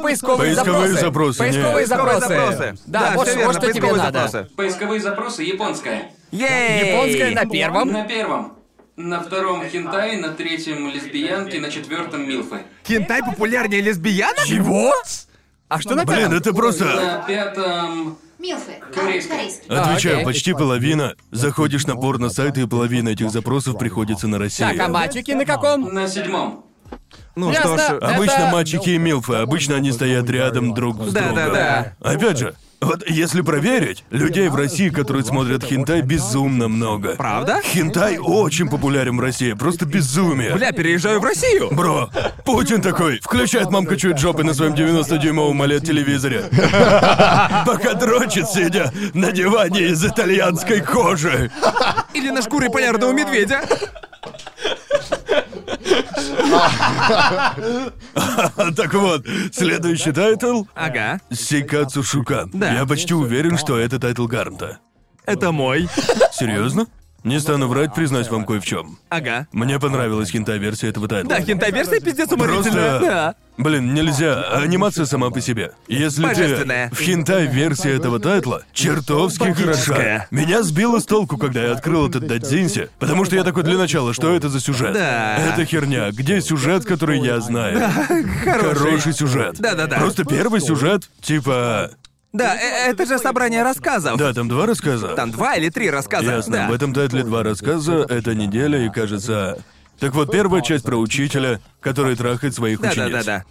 Speaker 1: Поисковые
Speaker 2: поисковые запросы.
Speaker 1: запросы,
Speaker 2: Поисковые
Speaker 1: нет.
Speaker 2: запросы. Да, вот,
Speaker 3: всё
Speaker 2: вот
Speaker 3: верно,
Speaker 2: что тебе
Speaker 3: поисковые
Speaker 2: надо.
Speaker 3: запросы.
Speaker 4: Поисковые запросы «японское».
Speaker 3: Ей!
Speaker 2: Японская на первом.
Speaker 4: На первом. На втором хентай, на третьем лесбиянки, на четвертом милфы.
Speaker 3: Кентай популярнее лесбиянок?
Speaker 2: Чего? А что на
Speaker 1: Блин,
Speaker 2: пятом?
Speaker 1: это просто...
Speaker 4: На пятом...
Speaker 5: Милфы.
Speaker 4: Корейский.
Speaker 5: Корейский.
Speaker 1: Отвечаю,
Speaker 2: окей.
Speaker 1: почти половина. Заходишь на порно-сайты, и половина этих запросов приходится на Россию.
Speaker 2: Так, а мальчики на каком?
Speaker 4: На седьмом.
Speaker 3: Ну
Speaker 2: Ясно.
Speaker 3: что ж,
Speaker 2: А,
Speaker 1: Обычно
Speaker 2: Это-
Speaker 1: мальчики и милфы, обычно они стоят рядом друг с
Speaker 3: Да,
Speaker 1: другом.
Speaker 3: да,
Speaker 1: Опять же, Вот если проверить, людей в России, которые смотрят хентай, безумно много.
Speaker 3: Правда?
Speaker 1: Хентай очень популярен в России, просто безумие.
Speaker 3: Бля, переезжаю в Россию.
Speaker 1: Бро, Путин такой, включает мамка чуть жопы на своем 90-дюймовом OLED-телевизоре. Пока дрочит, сидя на диване из итальянской кожи.
Speaker 3: Или на шкуре полярного медведя.
Speaker 1: А, Так вот, следующий тайтл
Speaker 3: Ага.
Speaker 1: Сикацу Шука.
Speaker 3: Да.
Speaker 1: Я почти уверен, что это тайтл Гарнта.
Speaker 3: Это мой.
Speaker 1: Серьезно? Не стану врать, признаюсь вам кое в чем.
Speaker 3: Ага.
Speaker 1: Мне понравилась хентай-версия этого тайтла.
Speaker 3: Да, хентай-версия пиздец уморительная.
Speaker 1: Просто...
Speaker 3: Да.
Speaker 1: Блин, нельзя. Анимация сама по себе. Если
Speaker 3: Божественная.
Speaker 1: ты... В хентай-версия этого тайтла чертовски хороша.
Speaker 3: Богическая.
Speaker 1: Меня сбило с толку, когда я открыл этот дадзинси, потому что я такой для начала, что это за сюжет?
Speaker 3: Да.
Speaker 1: Это херня. Где сюжет, который я знаю?
Speaker 3: Хороший.
Speaker 1: Хороший сюжет.
Speaker 3: Да-да-да.
Speaker 1: Просто первый сюжет, типа...
Speaker 3: Да, э- это же собрание рассказов.
Speaker 1: Да, там два рассказа.
Speaker 3: Там два или три рассказа.
Speaker 1: Ясно.
Speaker 3: Да.
Speaker 1: В этом тайтле два рассказа, это неделя и, кажется... Так вот, первая часть про учителя, который трахает своих
Speaker 3: да, да,
Speaker 1: учениц.
Speaker 3: да, да.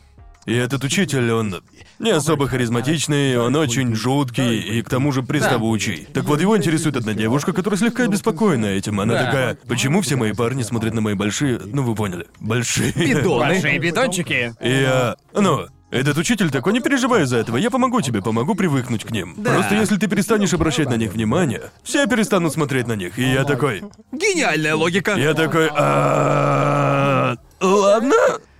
Speaker 1: И этот учитель, он не особо харизматичный, он очень жуткий и к тому же приставучий. Так вот, его интересует одна девушка, которая слегка обеспокоена этим. Она такая, почему все мои парни смотрят на мои большие, ну вы поняли, большие...
Speaker 3: Бидоны.
Speaker 2: Большие бидончики.
Speaker 1: И я... Ну, этот учитель такой, не переживай из-за этого, я помогу тебе, помогу привыкнуть к ним. Просто если ты перестанешь обращать на них внимание, все перестанут смотреть на них. И я такой,
Speaker 3: Гениальная логика.
Speaker 1: я такой, «А, ладно.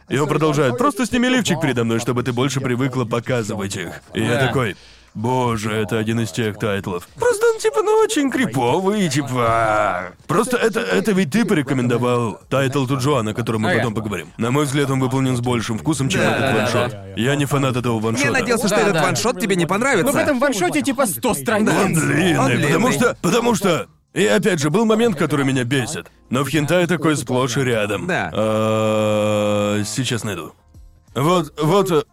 Speaker 1: И он продолжает, просто сними лифчик передо мной, чтобы ты больше привыкла показывать их. И я
Speaker 2: Да.
Speaker 1: такой, боже, это один из тех тайтлов. Просто он типа, ну очень криповый, типа. «А». Просто это, это ведь ты порекомендовал тайтл Туджуана, о котором мы
Speaker 2: Ага.
Speaker 1: потом поговорим. На мой взгляд, он выполнен с большим вкусом, чем
Speaker 3: Да,
Speaker 1: этот
Speaker 3: да,
Speaker 1: ваншот. Я не фанат этого ваншота.
Speaker 3: Я надеялся, что
Speaker 2: Да,
Speaker 3: этот
Speaker 2: да.
Speaker 3: ваншот тебе не понравится.
Speaker 2: Ну в этом ваншоте типа 100
Speaker 1: Он
Speaker 2: страниц.
Speaker 1: длинный,
Speaker 3: Он длинный.
Speaker 1: потому что. Потому что. И опять же, был момент, который меня бесит. Но в хентае такой сплошь и рядом.
Speaker 3: Да.
Speaker 1: А, Сейчас найду. Вот, вот. э,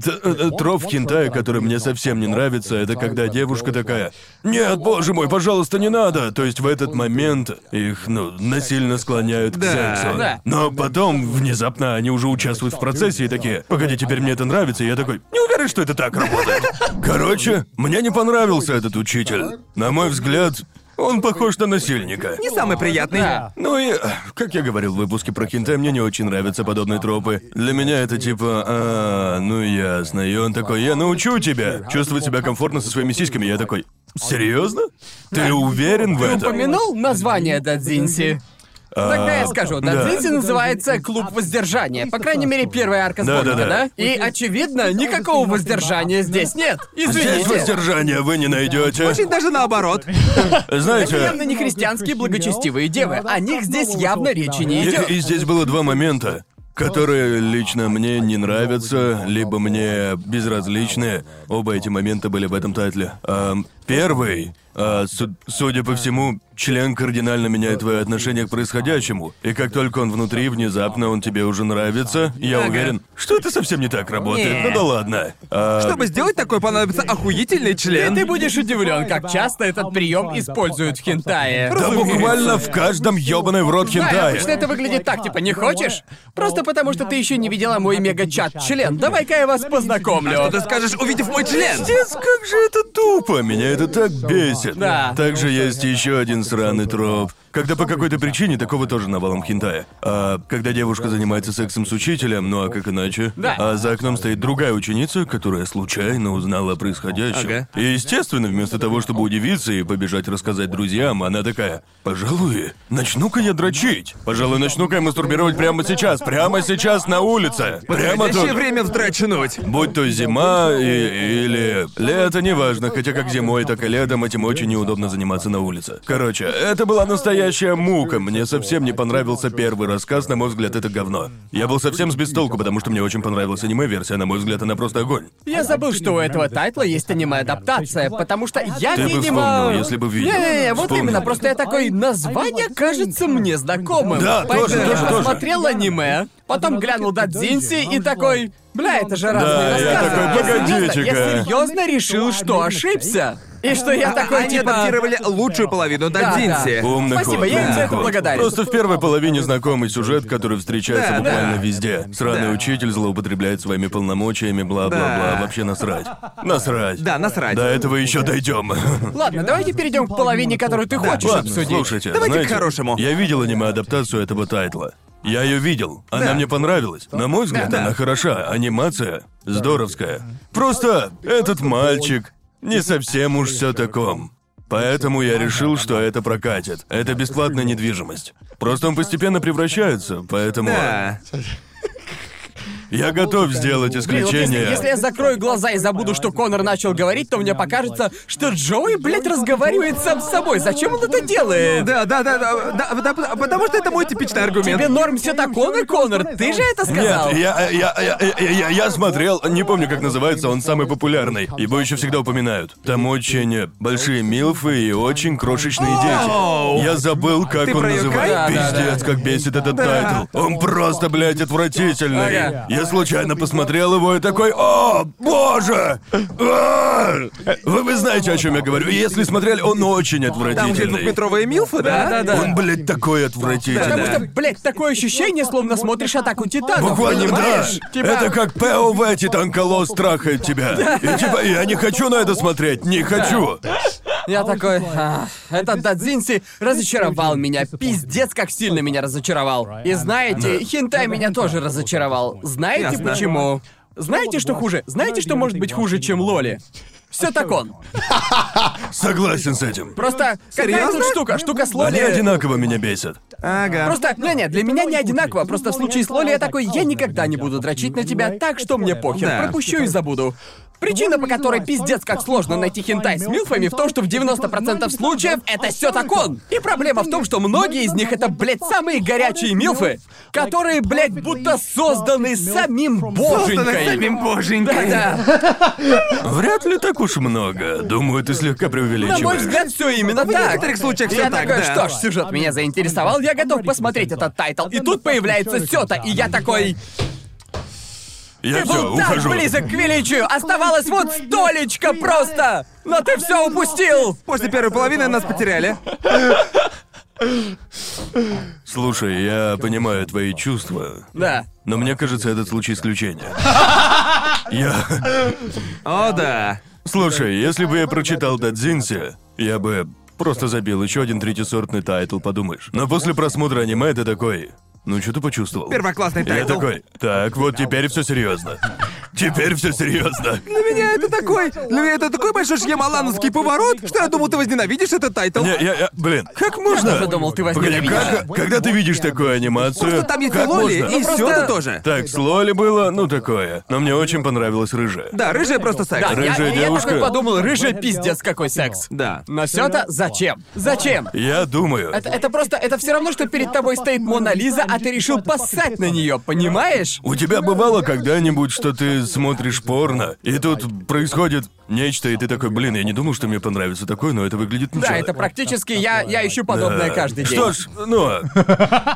Speaker 1: т- э, Троп в хентае, который мне совсем не нравится, это когда девушка такая «Нет, боже мой, пожалуйста, не надо!» То есть в этот момент их, ну, насильно склоняют к
Speaker 3: Да.
Speaker 1: сексу.
Speaker 2: Да.
Speaker 1: Но потом, внезапно, они уже участвуют в процессе и такие «Погоди, теперь мне это нравится», и я такой «Не уверен, что это так работает». Короче, мне не понравился этот учитель. На мой взгляд, он похож на насильника.
Speaker 3: Не самый приятный.
Speaker 2: Да.
Speaker 1: Ну и, как я говорил в выпуске про хентай, мне не очень нравятся подобные тропы. Для меня это типа, а, ну ясно. И он такой, я научу тебя чувствовать себя комфортно со своими сиськами. Я такой, серьезно? Ты уверен в этом?
Speaker 2: Упомянул название Дадзинси. Тогда я скажу,
Speaker 1: да.
Speaker 2: Дадзинси называется клуб воздержания. По крайней мере, первая арка сборника, да,
Speaker 1: Да-да-да.
Speaker 2: И очевидно, никакого воздержания здесь нет.
Speaker 1: А Здесь
Speaker 2: Извините.
Speaker 1: воздержания вы не найдете.
Speaker 3: Очень даже наоборот.
Speaker 1: Знаете,
Speaker 2: Явно не христианские благочестивые девы. О них здесь явно речи не
Speaker 1: И,
Speaker 2: идет.
Speaker 1: и здесь было два момента, которые лично мне не нравятся, либо мне безразличны. Оба эти момента были в этом тайтле. Ам, первый, а, су- судя по всему, член кардинально меняет твое отношение к происходящему. И как только он внутри, внезапно он тебе уже нравится, я
Speaker 3: Ага.
Speaker 1: уверен, что это совсем не так работает.
Speaker 3: Не.
Speaker 1: Ну да ладно. А,
Speaker 3: Чтобы сделать такое, понадобится охуительный
Speaker 2: И
Speaker 3: член.
Speaker 2: ты будешь удивлен, как часто этот прием используют в хентае.
Speaker 1: Да буквально в каждом ёбаной в рот
Speaker 2: Да, и
Speaker 1: хентае.
Speaker 2: обычно это выглядит так, типа, не хочешь? Просто потому, что ты еще не видела мой мега-чат-член. Давай-ка я вас познакомлю.
Speaker 3: Что ты скажешь, увидев мой член?
Speaker 1: Пиздец, как же это тупо! Меня это так бесит.
Speaker 2: Да.
Speaker 1: Также есть еще один сраный троп. Когда по какой-то причине, такого тоже навалом хентая. А, когда девушка занимается сексом с учителем, ну а как иначе?
Speaker 2: Да.
Speaker 1: А за окном стоит другая ученица, которая случайно узнала о происходящем.
Speaker 3: Ага.
Speaker 1: И, естественно, вместо того, чтобы удивиться и побежать рассказать друзьям, она такая, пожалуй, начну-ка я дрочить. Пожалуй, начну-ка я мастурбировать прямо сейчас, прямо сейчас на улице. Прямо
Speaker 3: Подходящее
Speaker 1: тут.
Speaker 3: время вздрачнуть.
Speaker 1: Будь то зима и- или лето, неважно, хотя как зимой, так и летом этим очень неудобно заниматься на улице. Короче, это была настоящая мука. Мне совсем не понравился первый рассказ, на мой взгляд, это говно. Я был совсем сбит с толку, потому что мне очень понравилась аниме-версия, на мой взгляд, она просто огонь.
Speaker 2: Я забыл, что у этого тайтла есть аниме-адаптация, потому что я,
Speaker 1: Ты бы
Speaker 2: видимо...
Speaker 1: вспомнил, если бы видел.
Speaker 2: Не-не-не, вот
Speaker 1: Вспомнил.
Speaker 2: именно, просто я такой, название кажется мне знакомым.
Speaker 1: Да,
Speaker 2: Поэтому
Speaker 1: тоже,
Speaker 2: я
Speaker 1: тоже, тоже.
Speaker 2: посмотрел аниме, потом глянул Дадзинси и такой... Бля, это же разные
Speaker 1: я
Speaker 2: рассказы.
Speaker 1: такой,
Speaker 2: Я серьезно-
Speaker 1: «Погодите-ка». А,
Speaker 2: Я серьезно решил, что ошибся. И что я такой,
Speaker 3: А, Они
Speaker 2: типа...
Speaker 3: адаптировали лучшую половину
Speaker 2: Да,
Speaker 3: Дадзинси.
Speaker 1: Умный
Speaker 2: Спасибо,
Speaker 1: ход,
Speaker 2: я им
Speaker 1: умный
Speaker 2: за это
Speaker 1: ход.
Speaker 2: благодарен.
Speaker 1: Просто в первой половине знакомый сюжет, который встречается
Speaker 3: Да,
Speaker 1: буквально
Speaker 3: да.
Speaker 1: везде. Сраный
Speaker 3: Да.
Speaker 1: учитель злоупотребляет своими полномочиями, бла-бла-бла.
Speaker 3: Да.
Speaker 1: Вообще насрать. Насрать.
Speaker 3: Да, насрать.
Speaker 1: До этого еще дойдем.
Speaker 2: Ладно, давайте перейдем к половине, которую ты хочешь
Speaker 1: Ладно,
Speaker 2: обсудить.
Speaker 1: слушайте,
Speaker 3: Давайте к
Speaker 1: знаете,
Speaker 3: хорошему.
Speaker 1: Я видел аниме-адаптацию этого тайтла. Я ее видел. Она
Speaker 3: Да.
Speaker 1: мне понравилась. На мой взгляд,
Speaker 3: Да.
Speaker 1: она хороша. Анимация здоровская. Просто этот мальчик не совсем уж все таком. Поэтому я решил, что это прокатит. Это бесплатная недвижимость. Просто он постепенно превращается, поэтому
Speaker 3: Да.
Speaker 1: я готов сделать
Speaker 2: Блин, вот если,
Speaker 1: исключение.
Speaker 2: если я закрою глаза и забуду, что Конор начал говорить, то мне покажется, что Джоуи, блядь, разговаривает сам с собой. Зачем он это делает?
Speaker 3: Да, да, да, да, да, да, да, потому что это мой типичный аргумент.
Speaker 2: Тебе норм все так, Конор, Конор? Ты же это сказал?
Speaker 1: Нет, я, э, я, я, я, я- я смотрел, не помню, как называется, он самый популярный. Его еще всегда упоминают. Там очень э, большие милфы и очень крошечные дети. Я забыл, как
Speaker 3: Ты
Speaker 1: он
Speaker 3: про Юкай?
Speaker 1: называется.
Speaker 2: Да, да, да.
Speaker 1: Пиздец, как бесит этот тайтл. Он просто, блядь, отвратительный.
Speaker 2: Ага.
Speaker 1: Я случайно посмотрел его и такой, о, боже! А! Вы, вы знаете, о чем я говорю. Если смотрели, он очень
Speaker 3: Там где
Speaker 1: отвратительный.
Speaker 3: двухметровые милфы, да?
Speaker 2: Да, да, да.
Speaker 1: Он, блядь, такой
Speaker 2: Потому
Speaker 1: отвратительный.
Speaker 2: что, блядь, такое ощущение, словно смотришь атаку титанов.
Speaker 1: Буквально, да.
Speaker 2: понимаешь? Типа-
Speaker 1: Это как ПОВ Титан Колосс трахает тебя. И типа, я не хочу на это смотреть, не хочу.
Speaker 2: Я такой, «Ах, этот Дадзинси разочаровал меня. Пиздец, как сильно меня разочаровал. И знаете, Хинтай меня тоже разочаровал. Знаете
Speaker 3: Ясно.
Speaker 2: почему? Знаете, что хуже? Знаете, что может быть хуже, чем Лоли? Все так он.
Speaker 1: Согласен с этим.
Speaker 2: Просто какая
Speaker 3: Серьёзно?
Speaker 2: тут штука? Штука с
Speaker 1: Они
Speaker 2: Лоли...
Speaker 1: одинаково меня бесят.
Speaker 3: Ага.
Speaker 2: Просто, не, не, для меня не одинаково. Просто в случае с Лоли Ну, я такой, я никогда не буду дрочить на тебя, так что мне похер.
Speaker 3: Да.
Speaker 2: Пропущу и забуду. Причина, по которой пиздец как сложно найти хентай с милфами, в том, что в 90% случаев это все так он. И проблема в том, что многие из них это, блядь, самые горячие милфы, которые, блядь, будто созданы самим
Speaker 3: Созданы
Speaker 2: боженькой.
Speaker 3: самим боженькой.
Speaker 2: Да-да.
Speaker 1: Вряд ли так уж и много. Думаю, ты слегка
Speaker 2: На мой
Speaker 1: преувеличиваешь.
Speaker 2: взгляд, все именно
Speaker 3: В
Speaker 2: так.
Speaker 3: некоторых случаях всё
Speaker 2: я
Speaker 3: так,
Speaker 2: такой,
Speaker 3: да.
Speaker 2: что ж, сюжет меня заинтересовал, я готов посмотреть этот тайтл. И тут появляется Сёта, и я такой,
Speaker 1: Я
Speaker 2: Ты
Speaker 1: все,
Speaker 2: был так
Speaker 1: ухожу.
Speaker 2: близок к величию! Оставалось вот столечко просто! Но ты все упустил!
Speaker 3: После первой половины нас потеряли.
Speaker 1: Слушай, я понимаю твои чувства.
Speaker 2: Да.
Speaker 1: Но мне кажется, этот случай исключение. Я...
Speaker 3: О, да.
Speaker 1: Слушай, если бы я прочитал Дадзинси, я бы просто забил еще один третьесортный тайтл, подумаешь. Но после просмотра аниме ты такой... Ну, что ты почувствовал?
Speaker 3: Первоклассный
Speaker 1: Я
Speaker 3: тайтл.
Speaker 1: такой, так, вот теперь все серьезно. Теперь все серьезно.
Speaker 3: Для меня это такой... Для меня это такой большой шьямалановский поворот, что я думал, ты возненавидишь этот тайтл.
Speaker 1: Не, я, я- блин, как можно?
Speaker 2: Я тоже думал, ты
Speaker 1: Погоди,
Speaker 2: возненавидишь.
Speaker 1: как- когда ты видишь такую анимацию,
Speaker 3: Просто там есть
Speaker 1: как
Speaker 3: Лоли
Speaker 1: можно?
Speaker 3: и
Speaker 2: просто-
Speaker 3: Сёта тоже.
Speaker 1: Так, с Лоли было, ну такое. Но мне очень понравилась рыжая.
Speaker 3: Да, рыжая просто секс.
Speaker 2: Да, я-
Speaker 1: Рыжая
Speaker 2: я,
Speaker 1: девушка.
Speaker 2: такой подумал, рыжая пиздец, какой секс.
Speaker 3: Да.
Speaker 2: Но все то зачем? Зачем?
Speaker 1: Я думаю,
Speaker 2: Это, это просто, это все равно, что перед тобой стоит Мона Лиза, а ты решил поссать на нее, понимаешь?
Speaker 1: у тебя бывало когда-нибудь, что ты смотришь порно, и тут происходит нечто, и ты такой, блин, я не думал, что мне понравится такое, но это выглядит ничего. Э,
Speaker 2: Да, это практически я, я ищу подобное каждый день.
Speaker 1: Что ж, ну,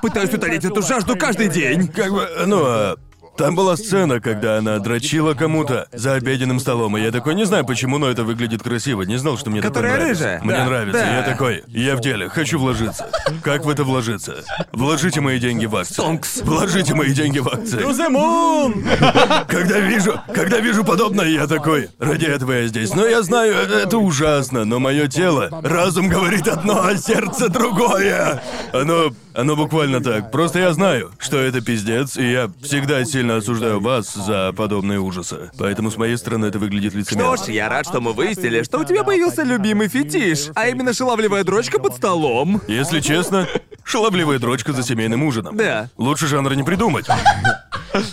Speaker 3: Пытаюсь утолить эту жажду каждый день.
Speaker 1: Как бы, ну, а, там была сцена, когда она дрочила кому-то за обеденным столом, и я такой, не знаю почему, но это выглядит красиво, не знал, что мне
Speaker 3: Которая
Speaker 1: такое нравится.
Speaker 3: рыжая.
Speaker 1: Мне
Speaker 3: Да.
Speaker 1: нравится,
Speaker 3: Да.
Speaker 1: я такой, я в деле, хочу вложиться. Как в это вложиться? Вложите мои деньги в акции. Вложите мои деньги в акции.
Speaker 2: To the moon!
Speaker 1: Когда вижу, когда вижу подобное, я такой, ради этого я здесь. Но я знаю, э, это ужасно, но мое тело, разум говорит одно, а сердце другое. Оно, оно буквально так. Просто я знаю, что это пиздец, и я всегда сильно осуждаю вас за подобные ужасы. Поэтому с моей стороны это выглядит лицемерно.
Speaker 3: Что ж, я рад, что мы выяснили, что у тебя появился любимый фетиш, а именно шалавливая дрочка под столом.
Speaker 1: Если честно, шаловливая дрочка за семейным ужином.
Speaker 3: Да.
Speaker 1: Лучше жанра не придумать.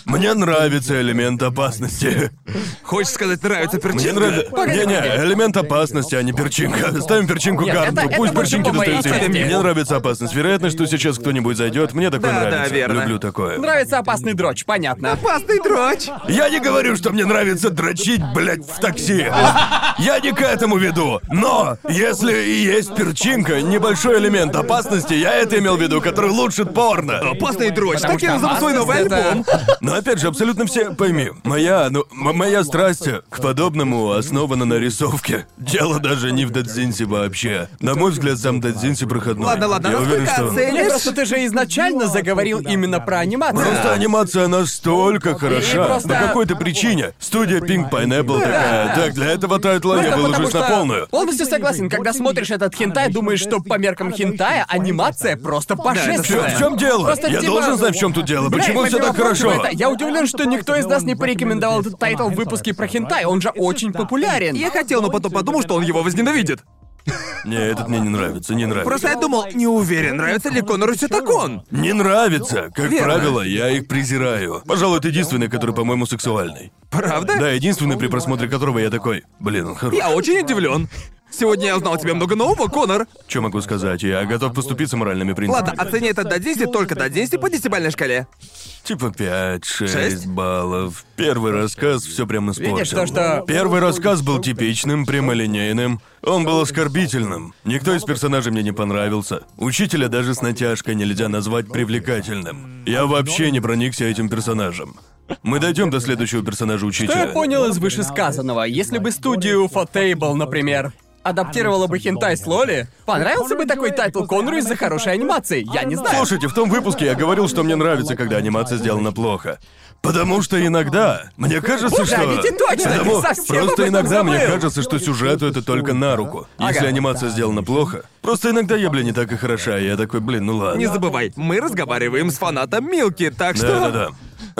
Speaker 1: Мне нравится элемент опасности.
Speaker 3: Хочешь сказать, нравится
Speaker 1: Мне
Speaker 3: перчинка?
Speaker 1: нравится. Не-не, элемент опасности, а не перчинка. Ставим перчинку
Speaker 2: Нет,
Speaker 1: Гарту,
Speaker 2: это- это
Speaker 1: пусть
Speaker 2: будет
Speaker 1: перчинки
Speaker 2: по моей
Speaker 1: достаются. им.
Speaker 2: части.
Speaker 1: Мне нравится опасность. Вероятно, что сейчас кто-нибудь зайдет. Мне такое
Speaker 3: Да, да,
Speaker 1: нравится.
Speaker 3: верно.
Speaker 1: Люблю такое.
Speaker 2: Нравится опасный дрочь, понятно.
Speaker 3: Опасный дрочь.
Speaker 1: Я не говорю, что мне нравится дрочить, блядь, в такси. Я не к этому веду. Но если и есть перчинка, небольшой элемент опасности, я это имел в виду, который лучше порно.
Speaker 3: Опасный дрочь. Так я
Speaker 2: что
Speaker 3: назову свой новый
Speaker 2: опасность
Speaker 3: альбом.
Speaker 1: Но опять же, абсолютно все, пойми, моя, ну, м- моя страсть к подобному основана на рисовке. Дело даже не в Дадзинсе вообще. На мой взгляд, сам Дадзинси проходной.
Speaker 3: Ладно, ладно,
Speaker 1: Я уверен,
Speaker 3: насколько
Speaker 1: что... он-
Speaker 3: оцени-
Speaker 2: Или просто ты же изначально заговорил именно про анимацию.
Speaker 1: Просто анимация настолько хороша.
Speaker 2: просто-
Speaker 1: По какой-то причине студия Pink Pineapple такая. Так, для этого тайтла я
Speaker 2: Просто потому
Speaker 1: выложусь на
Speaker 2: что
Speaker 1: полную.
Speaker 2: Полностью согласен, когда смотришь этот хентай, думаешь, что по меркам хентая анимация просто
Speaker 3: это
Speaker 1: Чё-
Speaker 2: божественная.
Speaker 1: в чем дело?
Speaker 2: Просто
Speaker 1: я
Speaker 2: типа-
Speaker 1: должен знать, в чем тут дело.
Speaker 2: Блядь,
Speaker 1: Почему все
Speaker 2: помимо
Speaker 1: так
Speaker 2: прочего,
Speaker 1: хорошо?
Speaker 2: это- Я удивлен, что никто из нас не порекомендовал этот тайтл в выпуске про хентай, он же очень популярен.
Speaker 3: Я хотел, но потом подумал, что он его возненавидит.
Speaker 1: Не, этот мне не нравится, не нравится.
Speaker 3: Просто я думал, не уверен, нравится ли Конору Сютакон.
Speaker 1: Не
Speaker 2: Ну,
Speaker 1: нравится. Как
Speaker 3: Верно.
Speaker 1: правило, я их презираю. Пожалуй, это единственный, который, по-моему, сексуальный.
Speaker 3: Правда?
Speaker 1: Да, единственный, при просмотре которого я такой, блин, он хорош.
Speaker 3: Я очень удивлен. Сегодня я узнал о тебе много нового, Конор.
Speaker 1: Что могу сказать? Я готов поступиться моральными принципами.
Speaker 3: Ладно, оцени это до 10 только до 10 по десятибальной шкале.
Speaker 1: Типа 5-6
Speaker 3: Шесть?
Speaker 1: баллов. Первый рассказ все прямо испортил.
Speaker 2: Видишь, то, что-
Speaker 1: Первый рассказ был типичным, прямолинейным. Он был оскорбительным. Никто из персонажей мне не понравился. Учителя даже с натяжкой нельзя назвать привлекательным. Я вообще не проникся этим персонажем. Мы дойдем до следующего персонажа
Speaker 2: Что
Speaker 1: учителя.
Speaker 2: я понял из вышесказанного? Если бы студию Fatable, например, адаптировала бы хентай с Лоли, понравился бы такой тайтл Конору из-за хорошей анимации? Я не знаю.
Speaker 1: Слушайте, в том выпуске я говорил, что мне нравится, когда анимация сделана плохо. Потому что иногда мне кажется,
Speaker 2: Боже, а
Speaker 1: что...
Speaker 2: ведь и точно, ты
Speaker 1: Потому-
Speaker 2: совсем об
Speaker 1: Просто
Speaker 2: этом
Speaker 1: иногда мне
Speaker 2: забыл.
Speaker 1: кажется, что сюжету это только на руку. Если
Speaker 2: Ага.
Speaker 1: анимация сделана плохо. Просто иногда я, блин, не так и хороша, и я такой, блин, ну ладно.
Speaker 3: Не забывай, мы разговариваем с фанатом Милки, так что...
Speaker 1: Да, да, да.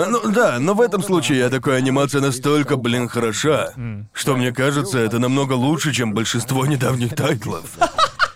Speaker 1: А, Ну да, но в этом случае я такой анимация настолько, блин, хороша, что мне кажется, это намного лучше, чем большинство недавних тайтлов.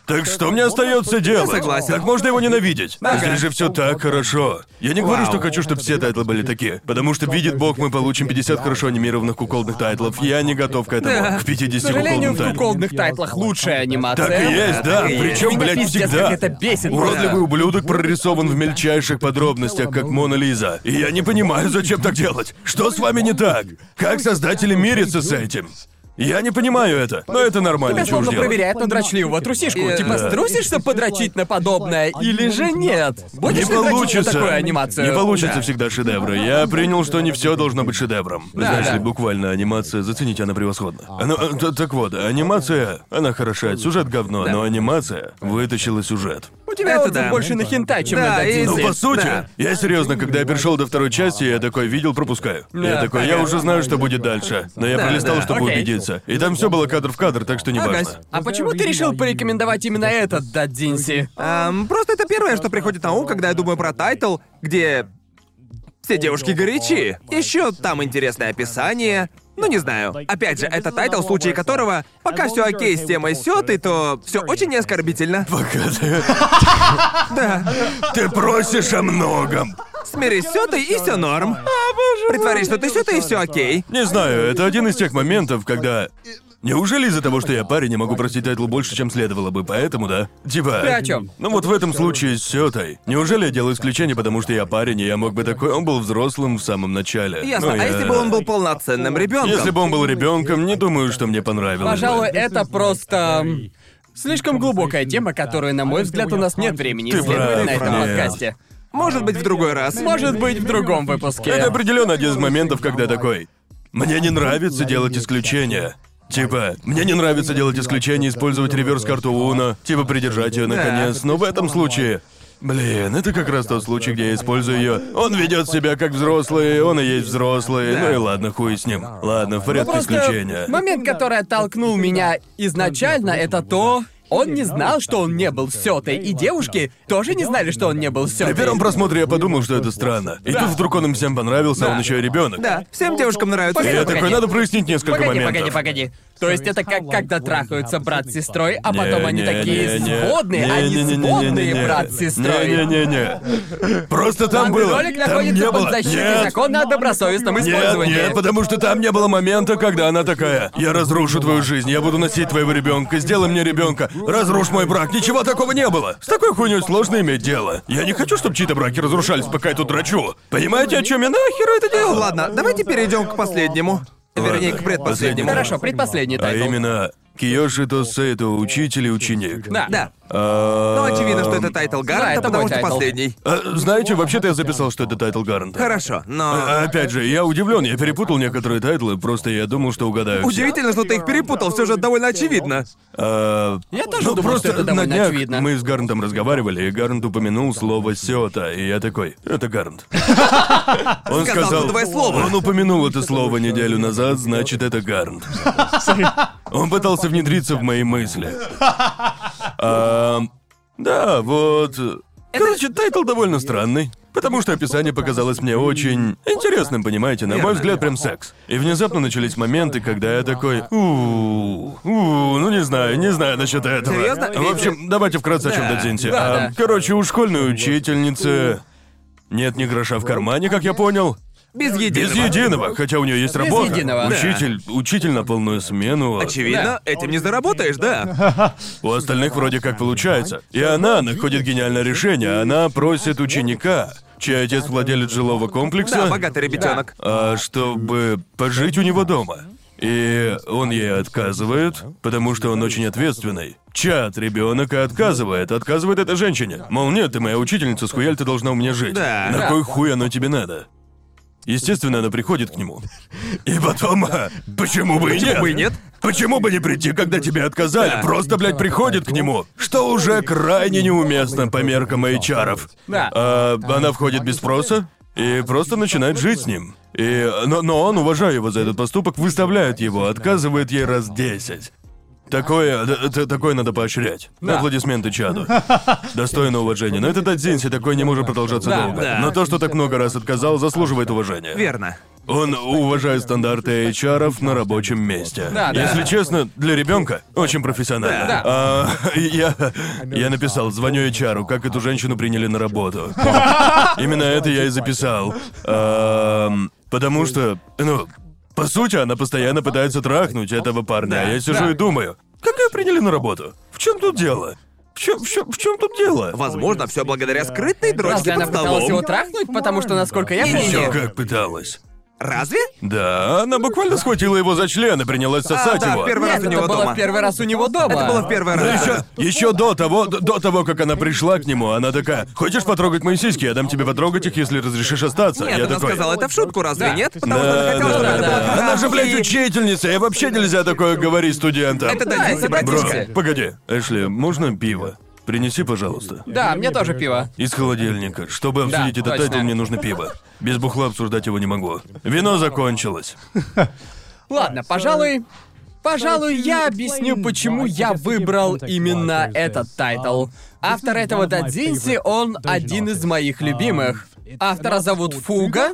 Speaker 1: Так что мне остается делать?
Speaker 3: согласен.
Speaker 1: Как можно его ненавидеть?
Speaker 3: Ага.
Speaker 1: Здесь же все так хорошо. Я не говорю,
Speaker 3: Вау.
Speaker 1: что хочу, чтобы все тайтлы были такие. Потому что, видит бог, мы получим 50 хорошо анимированных куколдных тайтлов. Я не готов к этому.
Speaker 3: Да.
Speaker 1: К
Speaker 2: К
Speaker 1: 50
Speaker 2: сожалению,
Speaker 1: куколдным
Speaker 2: в
Speaker 1: тайтлам.
Speaker 2: куколдных тайтлах лучшая анимация.
Speaker 1: Так и есть, да.
Speaker 2: Так и есть.
Speaker 1: Причем,
Speaker 2: Меня
Speaker 1: блядь,
Speaker 2: пиздец,
Speaker 1: всегда.
Speaker 2: как это бесит.
Speaker 1: Уродливый
Speaker 2: Да.
Speaker 1: ублюдок прорисован в мельчайших подробностях, как Мона Лиза. И я не понимаю, зачем так делать. Что с вами не так? Как создатели мирятся с этим? Я не понимаю это, но это нормально,
Speaker 2: Тебя
Speaker 1: чушь
Speaker 2: словно
Speaker 1: делать.
Speaker 2: проверяет на дрочливого трусишку.
Speaker 3: И-
Speaker 2: Типа,
Speaker 1: Да.
Speaker 2: струсишься подрочить на подобное или же нет?
Speaker 1: Не
Speaker 2: Будешь ли дрочить на
Speaker 1: получится.
Speaker 2: такую анимацию?
Speaker 1: Не получится
Speaker 2: Да.
Speaker 1: всегда шедевры. Я принял, что не все должно быть шедевром. Знаешь
Speaker 2: да.
Speaker 1: ли, буквально анимация, зацените, она превосходна. Она- э, т- так вот, анимация, она хороша, сюжет говно, но анимация вытащила сюжет.
Speaker 2: У тебя
Speaker 3: Это
Speaker 2: отзыв
Speaker 3: да.
Speaker 2: больше на хентай, чем
Speaker 3: Да,
Speaker 2: на
Speaker 3: и-
Speaker 1: Ну,
Speaker 2: дадзинси.
Speaker 3: Здесь,
Speaker 1: по сути,
Speaker 3: да.
Speaker 1: я серьезно, когда я перешел до второй части, я такой видел, пропускаю. Я
Speaker 2: Да,
Speaker 1: такой, я
Speaker 2: ага.
Speaker 1: уже знаю, что будет дальше. Но я
Speaker 3: Да,
Speaker 1: пролистал,
Speaker 3: да.
Speaker 1: чтобы
Speaker 2: Окей.
Speaker 1: убедиться. И там все было кадр в кадр, так что не
Speaker 3: Ага.
Speaker 1: важно.
Speaker 2: А почему ты решил порекомендовать именно этот Дадзинси?
Speaker 3: Эм, просто это первое, что приходит на ум, когда я думаю про тайтл, где все девушки горячи. Еще там интересное описание. Ну не знаю. Опять же, это тайтл, в случае которого, пока все окей с темой сеты, то все очень не оскорбительно.
Speaker 1: Пока ты... Ты просишь о многом.
Speaker 3: Смирись с сетой и все норм. Притворись, что ты сета и все окей.
Speaker 1: Не знаю, это один из тех моментов, когда... Неужели из-за того, что я парень, не могу простить тайтлу больше, чем следовало бы, поэтому, да? Типа...
Speaker 2: Ты о чём?
Speaker 1: Ну вот в этом случае с Сётой. Неужели я делаю исключение, потому что я парень, и я мог бы такой... Он был взрослым в самом начале.
Speaker 3: Ясно.
Speaker 1: Ну,
Speaker 3: А
Speaker 1: я-
Speaker 3: если бы он был полноценным ребенком?
Speaker 1: Если бы он был ребенком, не думаю, что мне понравилось. бы.
Speaker 2: Пожалуй, это просто... м, Слишком глубокая тема, которую, на мой взгляд, у нас нет времени
Speaker 1: Ты
Speaker 2: исследовать
Speaker 1: прав,
Speaker 2: на этом
Speaker 1: прав.
Speaker 2: подкасте.
Speaker 3: Может быть, в другой раз.
Speaker 2: Может быть, в другом выпуске.
Speaker 1: Это определенно один из моментов, когда такой. Мне не нравится делать исключения. Типа, мне не нравится делать исключения, использовать реверс-карту Уна, типа придержать ее наконец, но в этом случае. Блин, это как раз тот случай, где я использую ее. Он ведет себя как взрослый, он и есть взрослый. Ну и ладно, хуй с ним. Ладно, в порядке
Speaker 2: Просто
Speaker 1: исключения.
Speaker 2: момент, который оттолкнул меня изначально, это то, он не знал, что он не был сётой, и девушки тоже не знали, что он не был
Speaker 1: При
Speaker 2: сётой.
Speaker 1: первом просмотре я подумал, что это странно. И тут вдруг он им всем понравился, а он еще и ребенок.
Speaker 3: Да, всем девушкам нравится
Speaker 1: И я
Speaker 2: Погоди,
Speaker 3: сета.
Speaker 1: такой,
Speaker 2: погоди.
Speaker 1: надо прояснить несколько
Speaker 2: Погоди,
Speaker 1: моментов.
Speaker 2: погоди, погоди. То есть это как когда трахаются брат с сестрой, а потом
Speaker 1: Не,
Speaker 2: они
Speaker 1: не,
Speaker 2: такие
Speaker 1: не, не.
Speaker 2: сводные, а не
Speaker 1: Не-не-не-не-не-не.
Speaker 2: сводные брат с сестрой.
Speaker 1: Не-не-не-не. Просто там
Speaker 2: Данный
Speaker 1: было.
Speaker 2: ролик
Speaker 1: Там не
Speaker 2: находится под
Speaker 1: было.
Speaker 2: защитой
Speaker 1: Нет.
Speaker 2: закона о добросовестном
Speaker 1: Нет,
Speaker 2: использовании.
Speaker 1: нет, потому что там не было момента, когда она такая. Я разрушу твою жизнь, я буду носить твоего ребенка, сделай мне ребенка, разрушь мой брак. Ничего такого не было. С такой хуйней сложно иметь дело. Я не хочу, чтобы чьи-то браки разрушались, пока я тут драчу. Понимаете, о чем я нахер это делал?
Speaker 3: Ладно, давайте перейдем к последнему. Вернее, к предпоследнему.
Speaker 1: последнему.
Speaker 2: Хорошо, предпоследний
Speaker 1: А
Speaker 2: тайтл.
Speaker 1: именно, Киёши Тосэй — это учитель и ученик.
Speaker 2: Да.
Speaker 3: Да. Но очевидно, что это тайтл
Speaker 2: Да,
Speaker 3: Гарнта,
Speaker 2: это
Speaker 3: потому
Speaker 2: мой
Speaker 3: что
Speaker 2: тайтл.
Speaker 3: последний.
Speaker 1: Э, Знаете, вообще-то я записал, что это тайтл Гарнта.
Speaker 3: Хорошо, но...
Speaker 1: А, Опять же, я удивлен, я перепутал некоторые тайтлы, просто я думал, что угадаю. все.
Speaker 3: Удивительно, что ты их перепутал, все же довольно очевидно.
Speaker 1: А,
Speaker 2: Я тоже
Speaker 1: ну,
Speaker 2: думал,
Speaker 1: просто
Speaker 2: что это
Speaker 1: на
Speaker 2: довольно
Speaker 1: днях
Speaker 2: очевидно.
Speaker 1: мы с Гарнтом разговаривали, и Гарнт упомянул слово «сёта», и я такой, это Гарнт. Он
Speaker 3: Сказал
Speaker 1: сказал,
Speaker 3: за твое слово.
Speaker 1: он упомянул это слово неделю назад, значит, это Гарнт. Он пытался внедриться в мои мысли. А, Да, вот... Короче, тайтл довольно странный. Потому что описание показалось мне очень интересным, понимаете, на мой
Speaker 3: Верно.
Speaker 1: взгляд, прям секс. И внезапно начались моменты, когда я такой, у ну не знаю, не знаю насчет этого.
Speaker 3: Серьезно?
Speaker 1: В общем, давайте вкратце о чем
Speaker 3: Да,
Speaker 1: дадзинте.
Speaker 3: да,
Speaker 1: А,
Speaker 3: да.
Speaker 1: Короче, у школьной учительницы нет ни гроша в кармане, как я понял.
Speaker 3: Без единого.
Speaker 1: Без единого, хотя у нее есть работа.
Speaker 2: единого. Да.
Speaker 1: Учитель, учитель на полную смену.
Speaker 3: Очевидно, этим не заработаешь, да?
Speaker 1: У остальных вроде как получается. И она находит гениальное решение. Она просит ученика, чей отец владелец жилого
Speaker 3: Да,
Speaker 1: комплекса,
Speaker 3: богатый ребятенок.
Speaker 1: а, чтобы пожить у него дома. И он ей отказывает, потому что он очень ответственный. Чат ребенок и отказывает. Отказывает этой женщине. Мол, нет, ты моя учительница, с хуяль ты должна у меня жить.
Speaker 3: Да.
Speaker 1: На кой хуй оно тебе надо? Естественно, она приходит к нему. И потом, а, почему бы и нет?
Speaker 3: Почему бы и нет?
Speaker 1: Почему бы не прийти, когда тебе отказали?
Speaker 3: Да.
Speaker 1: Просто, блядь, приходит к нему, что уже крайне неуместно по меркам HR.
Speaker 2: Да.
Speaker 1: А, она входит без спроса и просто начинает жить с ним. И, но, но он, уважая его за этот поступок, выставляет его, отказывает ей раз 10. Такое, т- т- такое надо поощрять.
Speaker 2: Да.
Speaker 1: Аплодисменты Чаду. Достойно уважения. Но этот Дзинси такой не может продолжаться
Speaker 2: Да,
Speaker 1: долго.
Speaker 3: да.
Speaker 1: Но то, что так много раз отказал, заслуживает уважения.
Speaker 3: Верно.
Speaker 1: Он уважает стандарты HR на рабочем месте.
Speaker 2: Да, да.
Speaker 1: Если честно, для ребенка очень профессионально.
Speaker 2: Да.
Speaker 1: А, я, я написал, звоню HR, как эту женщину приняли на работу. Именно это я и записал. Ам, потому что, ну, по сути, она постоянно пытается трахнуть этого парня. А я сижу
Speaker 2: да.
Speaker 1: и думаю, как ее приняли на работу? В чем тут дело? В чем, в чем, в чем тут дело?
Speaker 3: Возможно, все благодаря скрытной дрочке
Speaker 2: Разве она
Speaker 3: под
Speaker 2: пыталась его
Speaker 3: столом.
Speaker 2: трахнуть, потому что, насколько я
Speaker 3: Не-не-не.
Speaker 1: Всё
Speaker 2: понял...
Speaker 1: как пыталась.
Speaker 3: Разве?
Speaker 1: Да, она буквально схватила его за член и принялась
Speaker 2: А,
Speaker 1: сосать
Speaker 3: да,
Speaker 1: его.
Speaker 3: в первый раз
Speaker 2: Нет,
Speaker 3: у него
Speaker 2: это было
Speaker 3: дома.
Speaker 2: в первый раз у него дома.
Speaker 3: Это было в первый
Speaker 1: Да
Speaker 3: раз.
Speaker 1: еще, еще до того, до, до того, как она пришла к нему, она такая, хочешь потрогать мои сиськи, я дам тебе потрогать их, если разрешишь остаться.
Speaker 3: Нет,
Speaker 1: я
Speaker 3: она
Speaker 1: такой,
Speaker 3: сказала это в шутку, разве
Speaker 2: Да.
Speaker 3: нет? Потому что она хотела,
Speaker 1: «Да,
Speaker 3: чтобы
Speaker 1: да,
Speaker 3: это
Speaker 1: да,
Speaker 3: было
Speaker 1: да. Она же, блядь,
Speaker 3: и-
Speaker 1: учительница, и вообще нельзя такое говорить студентам. Типа,
Speaker 3: Это
Speaker 2: Да,
Speaker 3: дадите,
Speaker 2: это
Speaker 1: Бро,
Speaker 2: дадите.
Speaker 3: братишка.
Speaker 1: погоди, Эшли, можно пиво? Принеси, пожалуйста.
Speaker 2: Да, мне тоже пиво.
Speaker 1: Из холодильника. Чтобы
Speaker 2: Да,
Speaker 1: обсудить этот
Speaker 2: точно.
Speaker 1: тайтл, мне нужно пиво. Без бухла обсуждать его не могу. Вино закончилось.
Speaker 2: Ладно, пожалуй... Пожалуй, я объясню, почему я выбрал именно этот тайтл. Автор этого Дадзинси, он один из моих любимых. Автора зовут Фуга.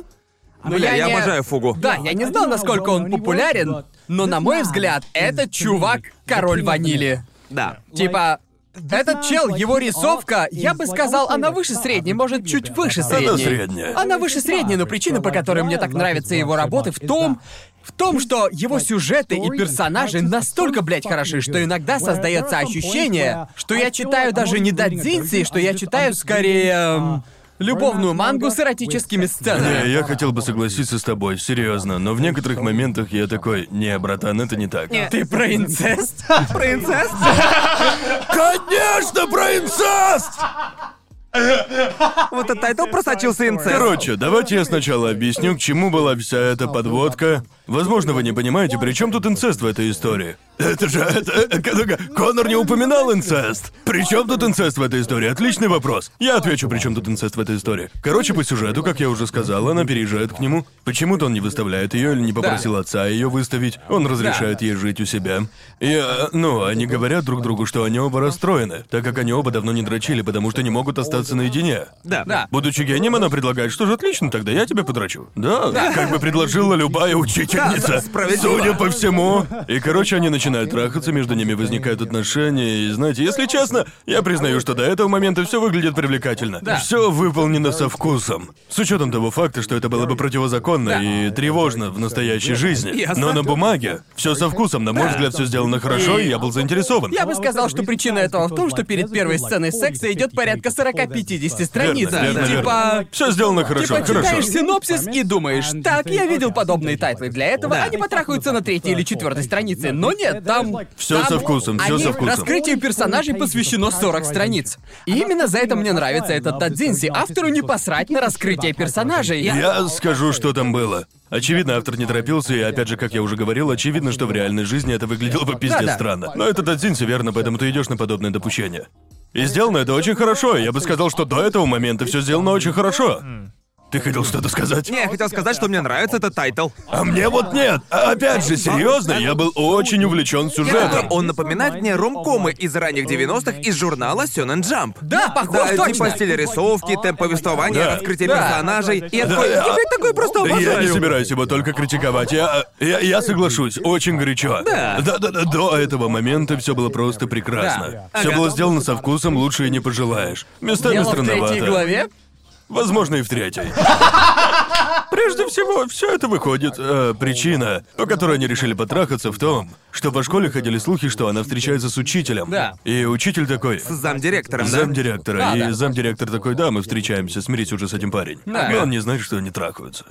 Speaker 2: Ну, Но
Speaker 3: Бля, я
Speaker 2: не-
Speaker 3: обожаю фугу.
Speaker 2: Да, я не знал, насколько он популярен, но, на мой взгляд, этот чувак — король ванили.
Speaker 3: Да.
Speaker 2: Типа, этот чел, его рисовка, я бы сказал, она выше средней, может, чуть а, выше
Speaker 1: Она
Speaker 2: средней.
Speaker 1: средняя.
Speaker 2: Она выше средней, но причина, по которой мне так нравятся его работы, в том, в том, что его сюжеты и персонажи настолько, блядь, хороши, что иногда создается ощущение, что я читаю даже не Дадзинси, что я читаю скорее... эм, любовную мангу с эротическими сценами.
Speaker 1: Не, я хотел бы согласиться с тобой, серьезно, но в некоторых моментах я такой, не, братан, это не так.
Speaker 2: Ты про инцест?
Speaker 3: Принцесс?
Speaker 1: Конечно, про инцест!
Speaker 3: Вот этот тайтл просочился инцест.
Speaker 1: Короче, давайте я сначала объясню, к чему была вся эта подводка. Возможно, вы не понимаете, при чем тут инцест в этой истории. Это же... Это, э, э, Конор не упоминал инцест. При чем тут инцест в этой истории? Отличный вопрос. Я отвечу, при чем тут инцест в этой истории. Короче, по сюжету, как я уже сказал, она переезжает к нему. Почему-то он не выставляет ее или не попросил отца ее выставить. Он разрешает ей жить у себя. И, э, ну, они говорят друг другу, что они оба расстроены, так как они оба давно не дрочили, потому что не могут остаться наедине.
Speaker 3: Да.
Speaker 2: Да.
Speaker 1: Будучи гением, она предлагает, что же отлично, тогда я тебя подрачу. Да, как бы предложила любая
Speaker 3: Да,
Speaker 1: учительница.
Speaker 3: с- справедливо.
Speaker 1: Судя по всему. И, короче, они начинают трахаться, между ними возникают отношения. И знаете, если честно, я признаю, что до этого момента все выглядит привлекательно. Все выполнено со вкусом. С учетом того факта, что это было бы противозаконно и тревожно в настоящей жизни.
Speaker 3: Ясно.
Speaker 1: Но на бумаге все со вкусом. На мой взгляд, все сделано хорошо, и я был заинтересован.
Speaker 2: Я бы сказал, что причина этого в том, что перед первой сценой секса идет порядка 40-50 страниц.
Speaker 1: Верно,
Speaker 2: и
Speaker 1: верно,
Speaker 2: типа.
Speaker 1: Все сделано хорошо,
Speaker 2: Типа
Speaker 1: хорошо.
Speaker 2: читаешь синопсис и думаешь, так, я видел подобные тайтлы для этого,
Speaker 3: Да.
Speaker 2: они потрахаются на третьей или четвертой странице, но нет, Нет, там...
Speaker 1: Всё
Speaker 2: там-
Speaker 1: со вкусом, всё
Speaker 2: они-
Speaker 1: со вкусом.
Speaker 2: Раскрытию персонажей посвящено 40 страниц. И именно за это мне нравится этот Дадзинси. Автору не посрать на раскрытие персонажей. Я-
Speaker 1: Я скажу, что там было. Очевидно, автор не торопился, и опять же, как я уже говорил, очевидно, что в реальной жизни это выглядело бы пиздец
Speaker 2: Да-да.
Speaker 1: странно. Но это Дадзинси, верно, поэтому ты идешь на подобное допущение. И сделано это очень хорошо. Я бы сказал, что до этого момента все сделано очень хорошо. Ты хотел что-то сказать?
Speaker 3: Не, я хотел сказать, что мне нравится этот тайтл.
Speaker 1: А мне вот нет. А опять же, серьезно, я был очень увлечен
Speaker 3: Это
Speaker 1: сюжетом.
Speaker 3: он напоминает мне ромкомы из ранних 90-х из журнала Сёнэн Джамп.
Speaker 2: Да, похож
Speaker 3: Да,
Speaker 2: точно.
Speaker 3: типа стиль рисовки, темп повествования,
Speaker 1: Да.
Speaker 3: раскрытие
Speaker 2: Да.
Speaker 3: персонажей. И я
Speaker 1: Да,
Speaker 3: такой,
Speaker 1: я-
Speaker 3: я такой просто
Speaker 1: Я не
Speaker 3: обожаю.
Speaker 1: собираюсь его только критиковать. Я, я, я соглашусь, очень горячо.
Speaker 3: Да.
Speaker 1: да, да. До этого момента все было просто прекрасно.
Speaker 3: Да.
Speaker 1: Все
Speaker 3: Ага.
Speaker 1: было сделано со вкусом, лучше и не пожелаешь. Местами
Speaker 2: Дело в
Speaker 1: странновато.
Speaker 2: третьей главе.
Speaker 1: Возможно, и в третьей. Прежде всего, все это выходит. э, причина, по которой они решили потрахаться, в том, что по школе ходили слухи, что она встречается с учителем.
Speaker 2: Да.
Speaker 1: И учитель такой.
Speaker 3: С замдиректором, да?
Speaker 1: Замдиректора.
Speaker 2: Да,
Speaker 1: и
Speaker 2: да.
Speaker 1: замдиректор такой, да, мы встречаемся, смирись уже с этим парень.
Speaker 2: Да.
Speaker 1: Но он не знает, что они трахаются.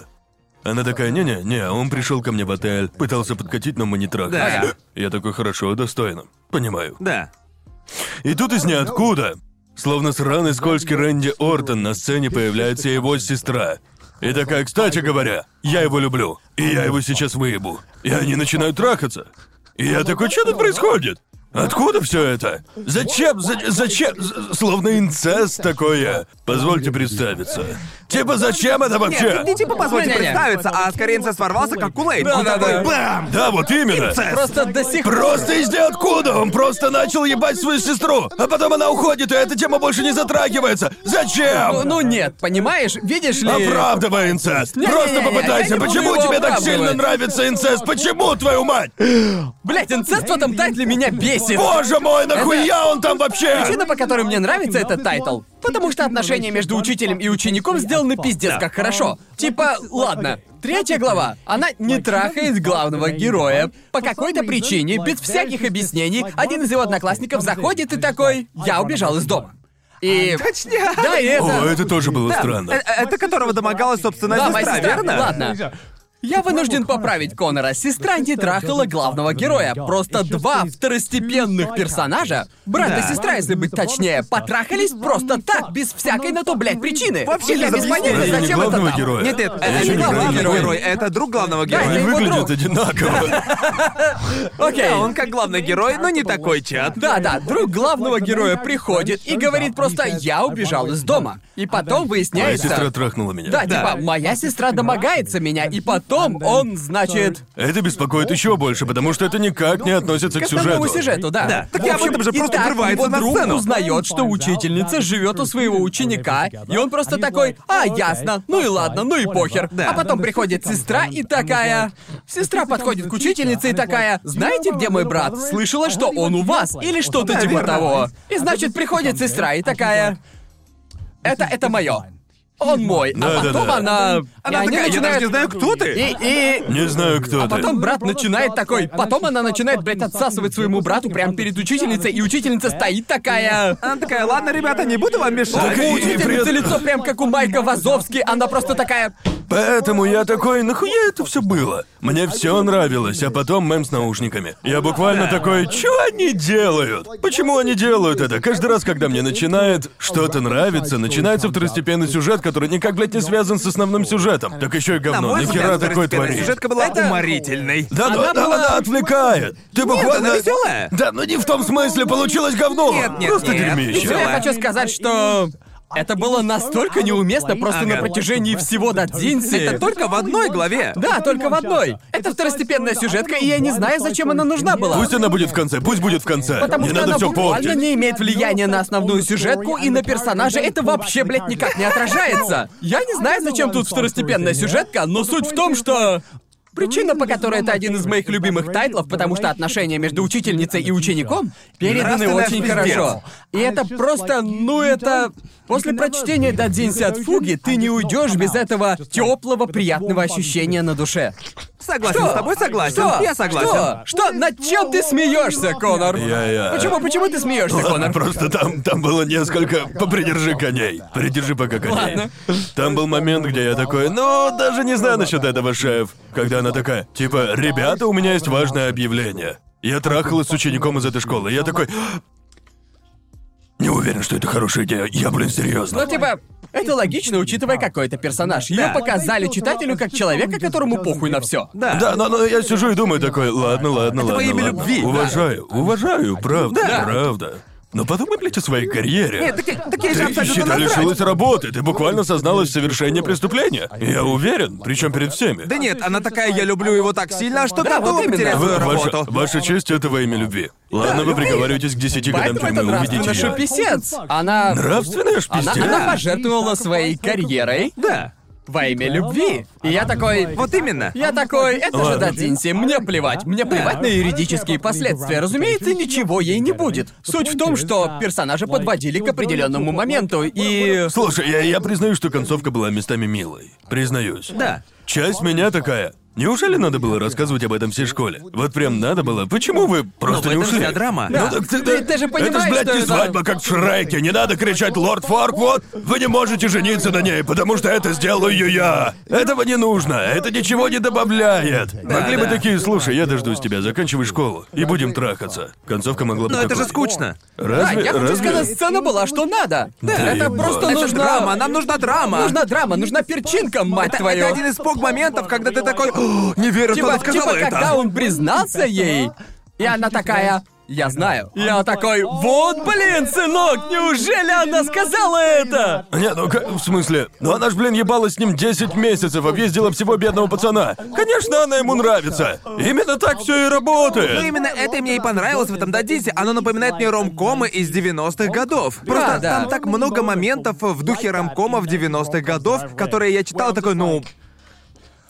Speaker 1: Она такая, не-не, не, он пришел ко мне в отель, пытался подкатить, но мы не трахались.
Speaker 3: Да.
Speaker 1: Я такой, хорошо, достойно. Понимаю.
Speaker 3: Да.
Speaker 1: И тут из ниоткуда, словно сраный скользкий Рэнди Ортон, на сцене появляется его сестра. И такая, кстати говоря, я его люблю, и я его сейчас выебу. И они начинают трахаться. И я такой, что тут происходит? Откуда все это? Зачем? За- зачем? З- Словно инцест такое. Позвольте представиться. Типа зачем это вообще?
Speaker 3: Не типа позвольте
Speaker 2: Не-не-не.
Speaker 3: представиться, а скорее сорвался, как кулейд.
Speaker 2: Да,
Speaker 3: Он
Speaker 2: да,
Speaker 3: такой,
Speaker 2: да.
Speaker 3: бам!
Speaker 1: Да, вот именно.
Speaker 2: Просто до сих пор...
Speaker 1: Просто из ниоткуда! Он просто начал ебать свою сестру! А потом она уходит, и эта тема больше не затрагивается!
Speaker 2: Ну,
Speaker 1: Зачем?
Speaker 2: ну нет, понимаешь, видишь ли...
Speaker 1: Оправдывай инцест!
Speaker 2: Не-не-не,
Speaker 1: Просто
Speaker 2: я
Speaker 1: попытайся!
Speaker 2: не буду
Speaker 1: Почему
Speaker 2: его
Speaker 1: тебе так сильно
Speaker 2: оправдывать.
Speaker 1: нравится инцест? Почему, твою мать?
Speaker 2: Блять, инцест в этом тайтле меня бесит.
Speaker 1: Боже мой, нахуя он там вообще?
Speaker 2: Причина, по которой мне нравится этот тайтл, потому что отношения между учителем и учеником сделаны пиздец как хорошо. Типа, ладно, третья глава, она не трахает главного героя. По какой-то причине, без всяких объяснений, один из его одноклассников заходит и такой «Я убежал из дома». И...
Speaker 3: Точняк.
Speaker 2: Да, и
Speaker 1: О,
Speaker 2: это...
Speaker 1: это тоже было странно.
Speaker 3: Э- Это которого домогалась собственная
Speaker 2: Да, моя
Speaker 3: сестра,
Speaker 2: сестра.
Speaker 3: верно?
Speaker 2: Ладно. Я вынужден поправить Конора. Сестра не трахала главного героя. Просто два второстепенных персонажа, брат и
Speaker 3: Да.
Speaker 2: сестра, если быть точнее, потрахались просто так, без всякой на то, блядь, причины.
Speaker 3: Вообще
Speaker 2: И я
Speaker 3: без
Speaker 2: без
Speaker 3: объяснений.
Speaker 2: понятия,
Speaker 1: Разве не
Speaker 2: зачем это
Speaker 1: главного
Speaker 2: там.
Speaker 1: героя?
Speaker 3: Нет, нет,
Speaker 2: Я
Speaker 3: Э, это не
Speaker 2: не
Speaker 3: главный
Speaker 2: главный
Speaker 3: герой.
Speaker 2: герой.
Speaker 3: это друг главного
Speaker 2: это
Speaker 1: Они
Speaker 3: героя.
Speaker 2: э, его
Speaker 1: выглядят
Speaker 2: друг.
Speaker 1: одинаково.
Speaker 2: Окей.
Speaker 3: Да, он как главный герой, но не такой чат.
Speaker 2: Да, да, друг главного героя приходит и говорит просто «я убежал из дома». И потом
Speaker 1: Моя
Speaker 2: выясняется...
Speaker 1: сестра трахнула меня.
Speaker 2: Да, типа, моя сестра домогается меня, и потом он, значит...
Speaker 1: Это беспокоит еще больше, потому что это никак не относится к сюжету.
Speaker 2: основному сюжету, да.
Speaker 3: Да. Так
Speaker 2: В
Speaker 3: я об
Speaker 2: общем,
Speaker 3: этом же просто
Speaker 2: и так
Speaker 3: врывается
Speaker 2: его
Speaker 3: на
Speaker 2: друг
Speaker 3: сцену.
Speaker 2: узнает, что учительница живет у своего ученика, и он просто такой, а, ясно, ну и ладно, ну и похер.
Speaker 3: Да.
Speaker 2: А потом приходит сестра и такая... Сестра подходит к учительнице и такая, «Ну, знаете, где мой брат? Слышала, что он у вас, или что-то
Speaker 3: Да,
Speaker 2: типа
Speaker 3: верно.
Speaker 2: того. И значит, приходит сестра и такая, это, это мое. Он мой.
Speaker 1: Да,
Speaker 2: а
Speaker 1: да,
Speaker 2: потом
Speaker 1: да.
Speaker 2: она...
Speaker 3: Она
Speaker 2: и они
Speaker 3: такая, я даже
Speaker 2: начинают-
Speaker 3: не знаю, кто ты.
Speaker 2: И, и
Speaker 1: Не знаю, кто ты.
Speaker 2: А Потом брат начинает такой, потом она начинает, блядь, отсасывать своему брату прямо перед учительницей, и учительница стоит такая...
Speaker 3: Э? Она такая, ладно, ребята, не буду вам мешать.
Speaker 1: Так и-
Speaker 2: У
Speaker 1: и при
Speaker 2: учительницы
Speaker 1: этом-
Speaker 2: лицо прям как у Майка Вазовски, она просто такая...
Speaker 1: Поэтому я такой, нахуя это все было? Мне все нравилось, а потом мем с наушниками. Я буквально такой, что они делают? Почему они делают это? Каждый раз, когда мне начинает что-то нравиться, начинается второстепенный сюжет, который никак, блядь, не связан с основным сюжетом. Так еще и
Speaker 3: На
Speaker 1: говно,
Speaker 3: мой
Speaker 1: нихера
Speaker 3: взгляд,
Speaker 1: такое
Speaker 3: второстепенная
Speaker 1: творишь.
Speaker 3: Сюжетка была
Speaker 2: Это-
Speaker 3: уморительной.
Speaker 1: Да, но
Speaker 2: Она
Speaker 1: она,
Speaker 2: была-
Speaker 1: она отвлекает. Ты буквально...
Speaker 3: она весёлая.
Speaker 1: Да, но не в том смысле получилось говно.
Speaker 3: Нет, нет,
Speaker 1: Просто
Speaker 3: нет.
Speaker 1: дерьмище.
Speaker 2: Ничего, я
Speaker 3: Весёлая.
Speaker 2: хочу сказать, что... Это было настолько неуместно просто на
Speaker 3: Ага.
Speaker 2: протяжении всего Дадзинси.
Speaker 3: Это только в одной главе.
Speaker 2: Да, только в одной. Это второстепенная сюжетка, и я не знаю, зачем она нужна была.
Speaker 1: Пусть она будет в конце, пусть будет в конце.
Speaker 2: Потому
Speaker 1: не
Speaker 2: что
Speaker 1: надо
Speaker 2: она
Speaker 1: все
Speaker 2: буквально
Speaker 1: портить.
Speaker 2: не имеет влияния на основную сюжетку и на персонажа. Это вообще, блядь, никак не отражается. Я не знаю, зачем тут второстепенная сюжетка, но суть в том, что... Причина, по которой это один из моих любимых тайтлов, потому что отношения между учительницей и учеником переданы
Speaker 3: Нравственная
Speaker 2: очень
Speaker 3: пиздец.
Speaker 2: хорошо. И это просто, ну это... После прочтения Дадзинси от Фуги ты не уйдешь без этого теплого, приятного ощущения на душе.
Speaker 3: Согласен с тобой, согласен.
Speaker 2: Что?
Speaker 3: Я согласен.
Speaker 2: Что? Что? Над чем ты смеешься, Конор?
Speaker 1: Я- я-
Speaker 2: Почему, почему ты смеешься,
Speaker 1: Ладно,
Speaker 2: Конор?
Speaker 1: просто там, там было несколько... Попридержи коней. Придержи пока коней.
Speaker 2: Ладно.
Speaker 1: Там был момент, где я такой, ну, даже не знаю насчет этого, шеф. Когда она такая, типа, ребята, у меня есть важное объявление. Я трахалась с учеником из этой школы. Я такой... Не уверен, что это хорошая идея. Я, блин, серьезно.
Speaker 2: Ну, типа, это логично, учитывая, какой это персонаж. Ее
Speaker 3: Да.
Speaker 2: показали читателю как человека, которому похуй на все.
Speaker 3: Да.
Speaker 1: Да, но, но я сижу и думаю такой, ладно, ладно,
Speaker 3: во
Speaker 1: ладно,
Speaker 3: имя
Speaker 1: ладно.
Speaker 3: любви, да.
Speaker 1: Уважаю, уважаю, правда,
Speaker 3: Да.
Speaker 1: правда. Но подумай, блядь, о своей карьере.
Speaker 3: Нет, так, я- так я же
Speaker 1: Ты,
Speaker 3: абсолютно
Speaker 1: считай,
Speaker 3: насрать.
Speaker 1: лишилась работы, ты буквально созналась в совершении преступления. Я уверен, причем перед всеми.
Speaker 3: Да нет, она такая, я люблю его так сильно, а что
Speaker 2: Да,
Speaker 3: готова
Speaker 2: вот именно.
Speaker 3: потерять
Speaker 1: Вы-
Speaker 3: свою
Speaker 1: ваша,
Speaker 3: работу.
Speaker 1: ваша честь это во имя любви. Ладно, вы приговариваетесь к 10 годам
Speaker 2: Поэтому это
Speaker 1: тюрьмы, уведите
Speaker 2: нравственно,
Speaker 1: ее.
Speaker 2: что писец. Она...
Speaker 1: Нравственная
Speaker 2: Она,
Speaker 1: шпиздец?
Speaker 2: она пожертвовала своей карьерой
Speaker 3: Да.
Speaker 2: во имя любви. И я такой...
Speaker 3: Вот именно.
Speaker 2: Я такой, это же
Speaker 1: Ладно.
Speaker 2: Дадзинси, мне плевать, мне плевать на юридические последствия. Разумеется, ничего ей не будет. Суть в том, что персонажа подводили к определенному моменту, и...
Speaker 1: Слушай, я, я признаю, что концовка была местами милой. Признаюсь.
Speaker 3: Да.
Speaker 1: Часть меня такая. Неужели надо было рассказывать об этом всей школе? Вот прям надо было. Почему вы просто
Speaker 3: в
Speaker 1: не
Speaker 3: этом
Speaker 1: ушли?
Speaker 3: вся драма.
Speaker 1: Ну
Speaker 3: Да.
Speaker 1: так ты,
Speaker 2: Ты- ты же
Speaker 1: это ж,
Speaker 2: понимаешь,
Speaker 1: блядь,
Speaker 2: что
Speaker 1: не
Speaker 2: это-
Speaker 1: свадьба, как в Шреке. Не надо кричать «Лорд Форк, вот! Вы не можете жениться на ней, потому что это сделаю я!» Этого не нужно, это ничего не добавляет. Могли бы
Speaker 3: да.
Speaker 1: такие «Слушай, я дождусь тебя, заканчивай школу, и будем трахаться». Концовка могла бы
Speaker 3: Но это же
Speaker 1: такой.
Speaker 3: скучно.
Speaker 2: Да,
Speaker 1: Разве,
Speaker 2: я хочу
Speaker 1: разве...
Speaker 2: сказать, сцена была, что надо. это
Speaker 1: ебать.
Speaker 2: просто
Speaker 1: Это
Speaker 3: Это
Speaker 2: нужна...
Speaker 3: драма, нам нужна драма.
Speaker 2: Нужна драма, Типа, нужна перчинка, мать
Speaker 3: Это,
Speaker 2: твою.
Speaker 3: это один из пог моментов, когда ты такой, «О, не верю, что
Speaker 2: Типа,
Speaker 3: она сказала
Speaker 2: типа,
Speaker 3: это.
Speaker 2: когда он признался ей, и она такая... Я знаю. Я такой, вот блин, сынок, неужели она сказала это?
Speaker 1: Не, ну как, в смысле? Ну она ж, блин, ебалась с ним 10 месяцев, объездила всего бедного пацана. Конечно, она ему нравится. Именно так все и
Speaker 3: Ну
Speaker 1: работает.
Speaker 3: именно это мне и понравилось в этом Дадисе. Оно напоминает мне ромкомы из 90-х годов. Просто
Speaker 2: да.
Speaker 3: там так много моментов в духе ромкомов 90-х годов, которые я читал такой, ну...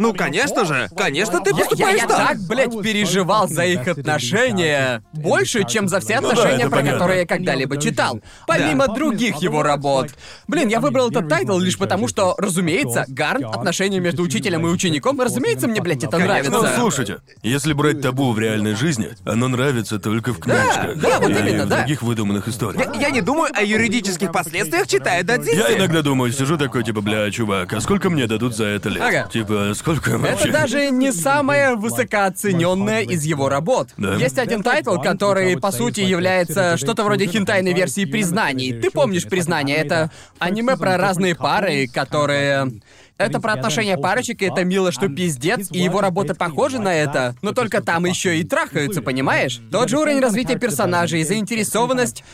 Speaker 3: Ну, конечно же, конечно ты
Speaker 2: Я, я-
Speaker 3: поступаешь
Speaker 2: я
Speaker 3: так.
Speaker 2: так,
Speaker 1: А
Speaker 2: блядь, переживал за их отношения больше, чем за все
Speaker 1: Ну да,
Speaker 2: отношения,
Speaker 1: это
Speaker 2: про
Speaker 1: понятно.
Speaker 2: которые я когда-либо читал. Помимо
Speaker 6: Да.
Speaker 2: других его работ. Блин, я выбрал этот тайтл лишь потому, что, разумеется, Гарн, отношения между учителем и учеником, разумеется, мне, блядь, это
Speaker 3: Конечно.
Speaker 1: Ну,
Speaker 2: нравится.
Speaker 1: слушайте, если брать табу в реальной жизни, оно нравится только в книжках
Speaker 2: да, вот
Speaker 1: и
Speaker 2: именно,
Speaker 1: в
Speaker 2: да.
Speaker 1: других выдуманных историях.
Speaker 3: Я не думаю о юридических последствиях, читая Дадзинси.
Speaker 1: Я иногда думаю, сижу такой, типа, бля, чувак, а сколько мне дадут за это лет?
Speaker 2: Ага.
Speaker 1: Типа, сколько вообще?
Speaker 2: Это даже не самая высокооцененная из его работ.
Speaker 1: Да.
Speaker 2: Есть один тайтл, который, по сути, является что-то вроде хентайной версии признаний. Ты помнишь признание? Это аниме про разные пары, которые... Это про отношения парочек, и это мило, что пиздец, и его работа похожа на это, но только там еще и трахаются, понимаешь? Тот же уровень развития персонажей, заинтересованность...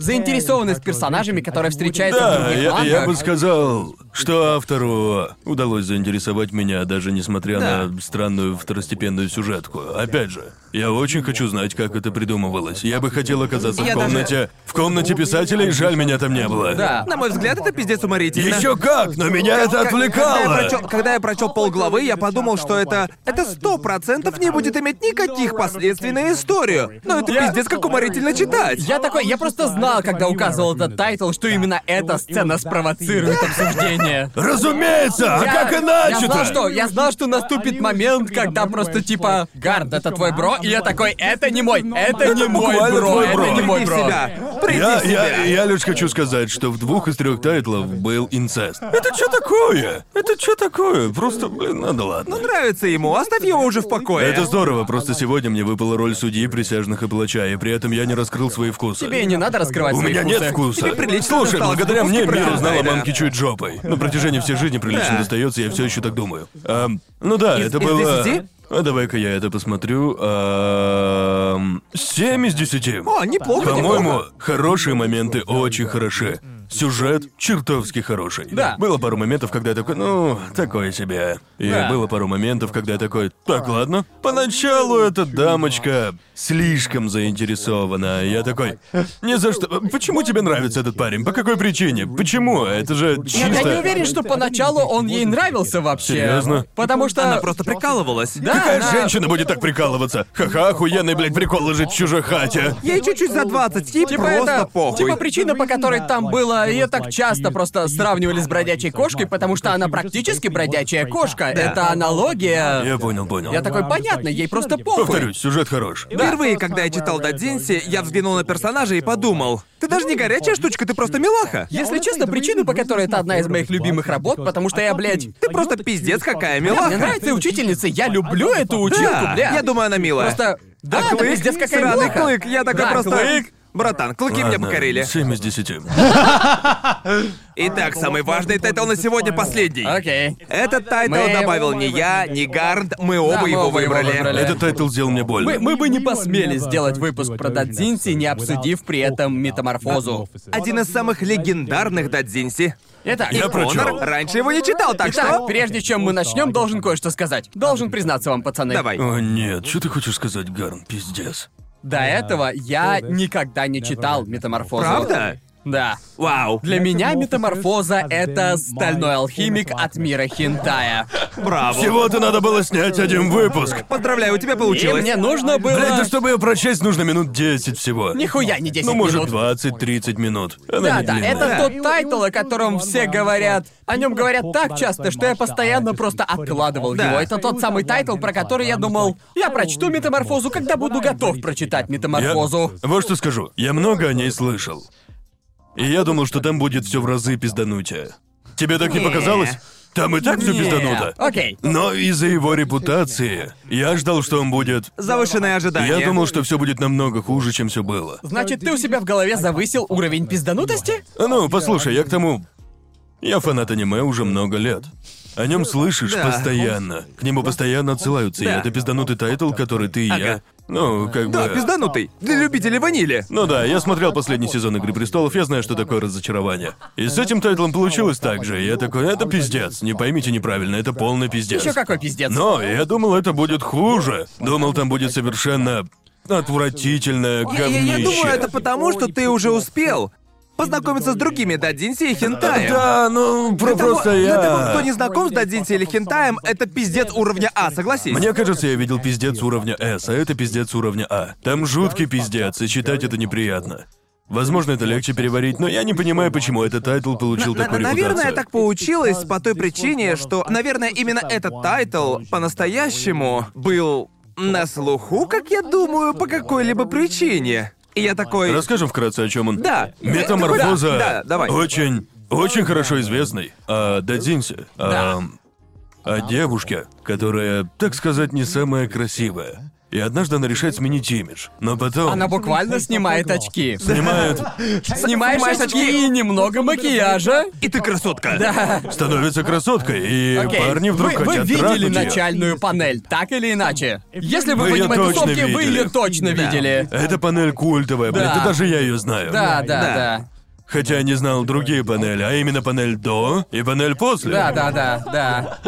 Speaker 2: Заинтересованность персонажами, которые встречаются в
Speaker 1: Да,
Speaker 2: других
Speaker 1: я, я
Speaker 2: мангах.
Speaker 1: бы сказал, что автору удалось заинтересовать меня, даже несмотря на странную второстепенную сюжетку. Опять же, я очень хочу знать, как это придумывалось. Я бы хотел оказаться
Speaker 3: Я
Speaker 1: в
Speaker 3: даже-
Speaker 1: комнате. В комнате писателей жаль, меня там не было.
Speaker 2: Да.
Speaker 3: На мой взгляд, это пиздец уморительно.
Speaker 1: Еще как, но меня это
Speaker 3: Как- Когда я,
Speaker 1: отвлекало.
Speaker 3: прочел, когда я прочел полглавы, я подумал, что это это сто процентов не будет иметь никаких последствий на историю. Но это пиздец как уморительно читать.
Speaker 2: Я такой, я просто знал, когда указывал этот тайтл, что именно эта сцена спровоцирует обсуждение.
Speaker 1: Разумеется, а
Speaker 2: Я-
Speaker 1: как
Speaker 2: Я знал, что,
Speaker 1: иначе-то?
Speaker 2: я знал, что наступит момент, когда просто типа «Гард, это твой бро?» И я такой «Это не мой, это не мой
Speaker 1: буквально
Speaker 2: бро,
Speaker 1: твой
Speaker 2: это
Speaker 1: бро».
Speaker 2: не мой
Speaker 3: Приди в
Speaker 2: бро».
Speaker 3: себя. Приди
Speaker 1: Я,
Speaker 3: в себя.
Speaker 1: я, я лишь хочу сказать, что в двух из трех тайтлов был инцест. Это что такое? Это что такое? Просто, блин, надо ладно.
Speaker 3: Ну, Нравится ему, оставь его уже в покое.
Speaker 1: Это здорово, просто сегодня мне выпала роль судьи, присяжных и палача, и при этом я не раскрыл свои вкусы.
Speaker 2: Тебе и не надо раскрывать
Speaker 1: У
Speaker 2: свои
Speaker 1: меня нет вкуса.
Speaker 2: вкусы.
Speaker 3: Тебе прилично
Speaker 1: Слушай,
Speaker 3: досталось,
Speaker 1: благодаря
Speaker 3: вкуски
Speaker 1: мне мир
Speaker 3: прилично,
Speaker 1: узнал о
Speaker 3: да.
Speaker 1: мамке чуть жопой. На протяжении всей жизни прилично
Speaker 3: Да.
Speaker 1: достается, я все еще так думаю. Ам, ну да, это
Speaker 3: из
Speaker 1: было.
Speaker 3: 10?
Speaker 1: А давай-ка я это посмотрю. Ам, Семь из десяти.
Speaker 3: О, неплохо,
Speaker 1: По-моему,
Speaker 3: неплохо.
Speaker 1: хорошие моменты очень хороши. Сюжет чертовски хороший.
Speaker 2: Да.
Speaker 1: Было пару моментов, когда я такой, ну, такое себе. И
Speaker 2: Да.
Speaker 1: было пару моментов, когда я такой, так, ладно. Поначалу эта дамочка слишком заинтересована. Я такой, ни за что. Почему тебе нравится этот парень? По какой причине? Почему? Это же
Speaker 2: Я,
Speaker 1: чисто...
Speaker 2: я не уверен, что поначалу он ей нравился вообще.
Speaker 1: Серьезно?
Speaker 2: Потому что...
Speaker 3: Она просто прикалывалась. Типа,
Speaker 2: Да,
Speaker 1: Какая
Speaker 2: она-
Speaker 1: женщина будет так прикалываться? Ха-ха, охуенный, блядь, прикол жить в чужой хате.
Speaker 3: Ей чуть-чуть за 20, ей
Speaker 6: Типа
Speaker 2: Типа
Speaker 3: просто
Speaker 2: это-
Speaker 3: похуй.
Speaker 2: Типа причина, по которой там было А, ее так часто просто сравнивали с бродячей кошкой, потому что она практически бродячая кошка. Это аналогия.
Speaker 1: Я понял, понял.
Speaker 2: Я такой, понятно, ей просто похуй.
Speaker 1: Повторюсь, сюжет хорош.
Speaker 3: Впервые, когда я читал Дадзинси, я взглянул на персонажа и подумал, ты даже не горячая штучка, ты просто милаха.
Speaker 2: Если честно, причина, по которой это одна из моих любимых работ, потому что я, блядь,
Speaker 3: Ты просто пиздец какая
Speaker 2: Бля,
Speaker 3: милаха.
Speaker 2: Мне нравится учительница, я люблю эту училку,
Speaker 3: Да,
Speaker 2: бля.
Speaker 3: я думаю, она милая.
Speaker 2: Просто... Да,
Speaker 3: А
Speaker 2: это
Speaker 3: клык?
Speaker 2: пиздец какая
Speaker 3: Сраный
Speaker 2: милаха.
Speaker 3: клык, я такой
Speaker 2: Да,
Speaker 3: просто...
Speaker 2: клык.
Speaker 3: Братан, клыки меня
Speaker 1: Ладно,
Speaker 3: покорили.
Speaker 1: Семь из десяти.
Speaker 3: Итак, самый важный тайтл на сегодня последний.
Speaker 2: Окей.
Speaker 3: Этот тайтл
Speaker 2: Мы-
Speaker 3: добавил не я, не Гарнт, мы оба
Speaker 2: мы
Speaker 3: его
Speaker 2: оба его
Speaker 3: выбрали.
Speaker 2: выбрали.
Speaker 1: Этот тайтл сделал мне больно.
Speaker 2: Мы, мы бы не посмели сделать выпуск про Дадзинси, не обсудив при этом метаморфозу.
Speaker 3: Один из самых легендарных Дадзинси.
Speaker 2: Итак,
Speaker 1: Я
Speaker 2: и-
Speaker 1: про- Прочел.
Speaker 3: Конор раньше его не читал, так
Speaker 2: Итак,
Speaker 3: что...
Speaker 2: прежде чем мы начнем, должен кое-что сказать. Должен признаться вам, пацаны.
Speaker 3: Давай.
Speaker 1: О, нет, что ты хочешь сказать, Гарн? Пиздец.
Speaker 2: До этого я никогда не читал метаморфозу.
Speaker 3: Правда?
Speaker 2: Да.
Speaker 3: Вау.
Speaker 2: Для меня метаморфоза это стальной алхимик от мира хентая.
Speaker 3: Браво.
Speaker 1: Всего-то надо было снять один выпуск.
Speaker 3: Поздравляю, у тебя
Speaker 2: И
Speaker 3: получилось.
Speaker 2: мне нужно было.
Speaker 1: Блять, да чтобы ее прочесть, нужно минут 10 всего.
Speaker 2: Нихуя не 10
Speaker 1: Ну, может,
Speaker 2: минут.
Speaker 1: 20-30 минут. Она
Speaker 2: Да,
Speaker 1: не
Speaker 2: да,
Speaker 1: длинная.
Speaker 2: это
Speaker 3: Да.
Speaker 2: тот тайтл, о котором все говорят. О нем говорят так часто, что я постоянно просто откладывал
Speaker 3: Да.
Speaker 2: его. Это тот самый тайтл, про который я думал, я прочту метаморфозу, когда буду готов прочитать
Speaker 1: Я-
Speaker 2: метаморфозу.
Speaker 1: Вот что скажу. Я много о ней слышал. И я думал, что там будет все в разы пизданутие. Тебе так не
Speaker 2: Не.
Speaker 1: показалось? Там и так все
Speaker 2: Не.
Speaker 1: пиздануто.
Speaker 2: Окей.
Speaker 1: Но из-за его репутации я ждал, что он будет.
Speaker 3: Завышенное ожидание.
Speaker 1: Я думал, что все будет намного хуже, чем все было.
Speaker 2: Значит, ты у себя в голове завысил уровень пизданутости?
Speaker 1: А Ну, послушай, я к тому. Я фанат аниме уже много лет. О нем слышишь
Speaker 3: Да.
Speaker 1: постоянно. К нему постоянно отсылаются.
Speaker 3: Да.
Speaker 1: И это пизданутый тайтл, который ты и я.
Speaker 3: Ага.
Speaker 1: Ну, как
Speaker 3: Да,
Speaker 1: бы.
Speaker 3: пизданутый. Для любителей ванили.
Speaker 1: Ну да, я смотрел последний сезон Игры престолов, я знаю, что такое разочарование. И с этим тайтлом получилось так же. и Я такой, это пиздец, не поймите неправильно, это полный пиздец.
Speaker 2: Еще какой пиздец.
Speaker 1: Но я думал, это будет хуже. Думал, там будет совершенно отвратительное
Speaker 3: Я, я- я
Speaker 1: говнище.
Speaker 3: думаю, это потому, что ты уже успел познакомиться с другими Дадзинси и Хентаем.
Speaker 1: Да, ну, про-
Speaker 3: Для того-
Speaker 1: просто
Speaker 3: для
Speaker 1: я...
Speaker 3: того, кто не знаком с Дадзинси или Хентаем, это пиздец уровня А, согласись?
Speaker 1: Мне кажется, я видел пиздец уровня С, а это пиздец уровня А. Там жуткий пиздец, и читать это неприятно. Возможно, это легче переварить, но я не понимаю, почему этот тайтл получил
Speaker 3: На-
Speaker 1: такую
Speaker 3: наверное,
Speaker 1: репутацию.
Speaker 3: так получилось по той причине, что, наверное, именно этот тайтл по-настоящему был на слуху, как А я думаю, по какой-либо причине. И я такой...
Speaker 1: Расскажем вкратце, о чем он.
Speaker 3: Да.
Speaker 1: Метаморфоза.
Speaker 3: Да, да, давай.
Speaker 1: Очень, очень хорошо известный. О Дадзинсе. О, о девушке, которая, так сказать, не самая красивая. И однажды она решает сменить имидж. Но потом
Speaker 2: Она буквально снимает очки.
Speaker 1: снимает,
Speaker 2: Снимаешь
Speaker 3: Снимаешь
Speaker 2: очки и немного макияжа.
Speaker 3: И ты красотка.
Speaker 2: Да.
Speaker 1: становится красоткой, и
Speaker 2: Окей.
Speaker 1: парни вдруг
Speaker 2: вы, вы
Speaker 1: хотят
Speaker 2: видели
Speaker 1: трахнуть её.
Speaker 2: начальную панель, так или иначе? Если вы
Speaker 1: Вы её
Speaker 2: в аниме
Speaker 1: точно
Speaker 2: тусовке, вы
Speaker 1: видели.
Speaker 2: ее точно
Speaker 3: Да.
Speaker 2: видели.
Speaker 1: Эта панель культовая, блин,
Speaker 2: Да.
Speaker 1: да даже я ее знаю.
Speaker 2: Да, да,
Speaker 3: Да.
Speaker 2: да.
Speaker 1: Хотя я не знал другие панели, а именно панель до и панель после.
Speaker 2: Да, да, да, да.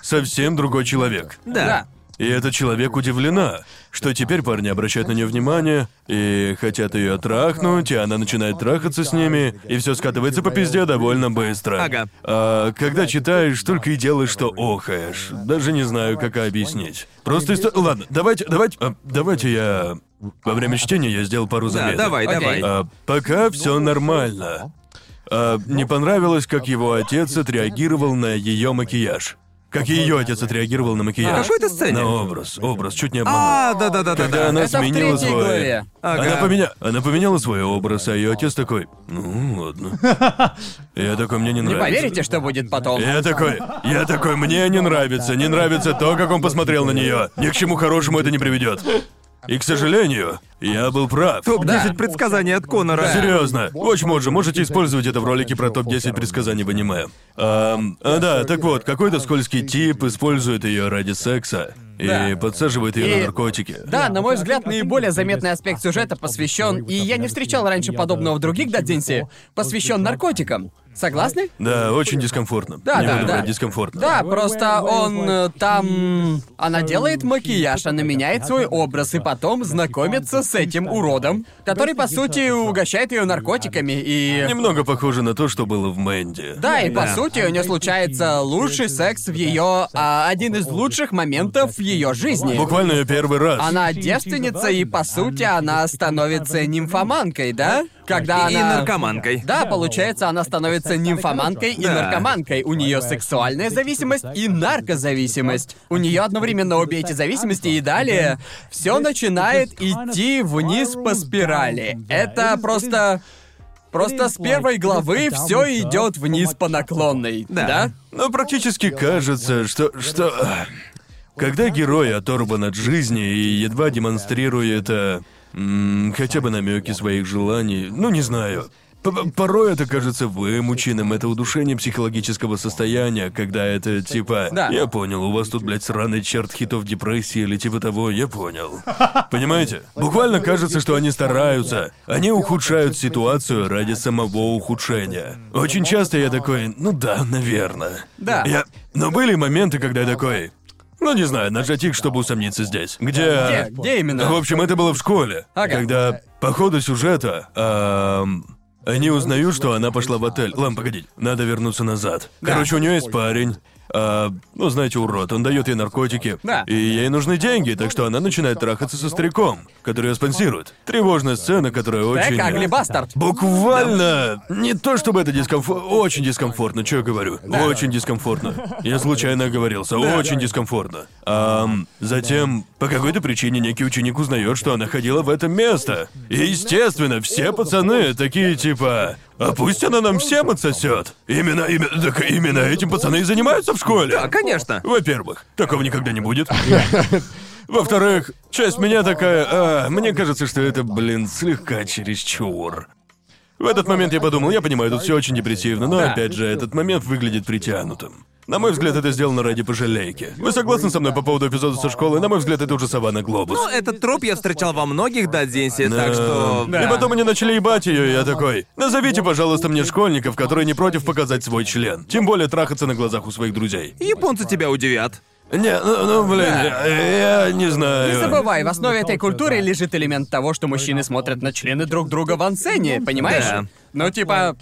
Speaker 1: Совсем другой человек.
Speaker 3: Да.
Speaker 1: И этот человек удивлена, что теперь парни обращают на нее внимание и хотят ее трахнуть, и она начинает трахаться с ними, и все скатывается по пизде довольно быстро.
Speaker 3: Ага.
Speaker 1: А когда читаешь, только и делаешь, что охаешь. Даже не знаю, как объяснить. Просто исто- Ладно, давайте, давайте, а, давайте я... Во время чтения я сделал пару
Speaker 3: Да,
Speaker 1: заметок.
Speaker 3: давай,
Speaker 2: Окей.
Speaker 3: давай.
Speaker 1: А, пока все нормально. А, не понравилось, как его отец отреагировал на ее макияж. Как ее отец отреагировал на макияж.
Speaker 2: А,
Speaker 3: В какой-то сцене?
Speaker 1: На образ, образ, чуть не обманул.
Speaker 3: А, да-да-да-да.
Speaker 1: Когда она
Speaker 2: Это в
Speaker 1: сменила
Speaker 2: третьей
Speaker 1: свой...
Speaker 2: главе.
Speaker 3: Ага.
Speaker 1: Она, поменя... она поменяла свой образ, а ее отец такой, ну ладно. Я такой, мне не
Speaker 2: Не
Speaker 1: нравится.
Speaker 2: поверите, что будет потом.
Speaker 1: Я такой, я такой, мне не нравится, не нравится то, как он посмотрел на нее. Ни к чему хорошему это не приведет. И, к сожалению, я был прав.
Speaker 3: Топ-10 предсказаний от Конора.
Speaker 1: Серьезно. Watch же можете использовать это в ролике про топ-10 предсказаний в аниме. Ам, а, да, так вот, какой-то скользкий тип использует ее ради секса и
Speaker 2: Да.
Speaker 1: подсаживает ее
Speaker 2: И-
Speaker 1: на наркотики.
Speaker 2: Да, на мой взгляд, наиболее заметный аспект сюжета посвящен, и я не встречал раньше подобного в других Дадзинси, посвящен наркотикам. Согласны?
Speaker 1: Да, очень дискомфортно.
Speaker 2: Да,
Speaker 1: не
Speaker 2: да,
Speaker 1: буду
Speaker 2: да.
Speaker 1: врать, дискомфортно.
Speaker 2: Да, просто он э, там... Она делает макияж, она меняет свой образ и потом знакомится с этим уродом, который, по сути, угощает ее наркотиками и...
Speaker 1: Немного похоже на то, что было в Мэнди.
Speaker 2: Да, и по
Speaker 3: Да.
Speaker 2: сути у нее случается лучший секс в ее... а, один из лучших моментов в ее жизни.
Speaker 1: Буквально ее первый раз.
Speaker 2: Она девственница, и по сути она становится нимфоманкой, да? Когда
Speaker 3: И
Speaker 2: она...
Speaker 3: наркоманкой.
Speaker 2: Да, получается, она становится нимфоманкой и
Speaker 3: Да.
Speaker 2: наркоманкой. У нее сексуальная зависимость и наркозависимость. У нее одновременно обе эти зависимости, и далее все начинает идти вниз по спирали. Это просто. Просто с первой главы все идет вниз по наклонной. Да.
Speaker 1: Но Ну, практически кажется, что... что... а, Когда герой оторван от жизни и едва демонстрирует э, м, хотя бы намеки своих желаний, ну не знаю. П- Порой это кажется вымученным, это удушение психологического состояния, когда это типа
Speaker 2: Да.
Speaker 1: «Я понял, у вас тут, блядь, сраный черт хитов депрессии или типа того, я понял». Понимаете? Буквально кажется, что они стараются. Они ухудшают ситуацию ради самого ухудшения. Очень часто я такой «Ну да, наверное».
Speaker 2: Да.
Speaker 1: Я... Но были моменты, когда я такой... Ну, не знаю, нажать их, чтобы усомниться здесь. Где...
Speaker 2: Где? Где именно?
Speaker 1: В общем, это было в школе.
Speaker 2: Ага.
Speaker 1: Когда по ходу сюжета... эм, Они узнают, что она пошла в отель. Ладно, погоди, надо вернуться назад. Короче, у нее есть парень. а, ну, знаете, урод, он дает ей наркотики.
Speaker 2: Да.
Speaker 1: И ей нужны деньги, так что она начинает трахаться со стариком, который ее спонсирует. Тревожная сцена, которая очень...
Speaker 2: Эк, Агли Бастард.
Speaker 1: Буквально. Не то чтобы это дискомфорт. Очень дискомфортно, что я говорю. Очень дискомфортно. Я случайно оговорился. Очень дискомфортно. Ам, затем, по какой-то причине, некий ученик узнает, что она ходила в это место. И, естественно, все пацаны такие типа. А пусть она нам всем отсосет. Именно, именно, так именно этим пацаны и занимаются в школе.
Speaker 3: Да, А, конечно.
Speaker 1: Во-первых, такого никогда не будет. Во-вторых, часть меня такая, «А, мне кажется, что это, блин, слегка чересчур. В этот момент я подумал, я понимаю, тут все очень депрессивно, но
Speaker 2: Да.
Speaker 1: опять же, этот момент выглядит притянутым. На мой взгляд, это сделано ради пожалейки. Вы согласны со мной по поводу эпизода со школы? На мой взгляд, это уже сова на глобус.
Speaker 3: Ну, этот троп я встречал во многих дадзинси, так что...
Speaker 1: Эм, И потом они начали ебать ее, и я такой. Назовите, пожалуйста, мне школьников, которые не против показать свой член. Тем более трахаться на глазах у своих друзей.
Speaker 3: Японцы тебя удивят.
Speaker 1: Не, ну, ну, блин, я, я не знаю.
Speaker 2: Не забывай,
Speaker 1: ну,
Speaker 2: в основе этой культуры лежит элемент того, что мужчины смотрят на члены друг друга в ансене, понимаешь?
Speaker 3: Да.
Speaker 2: Ну, типа,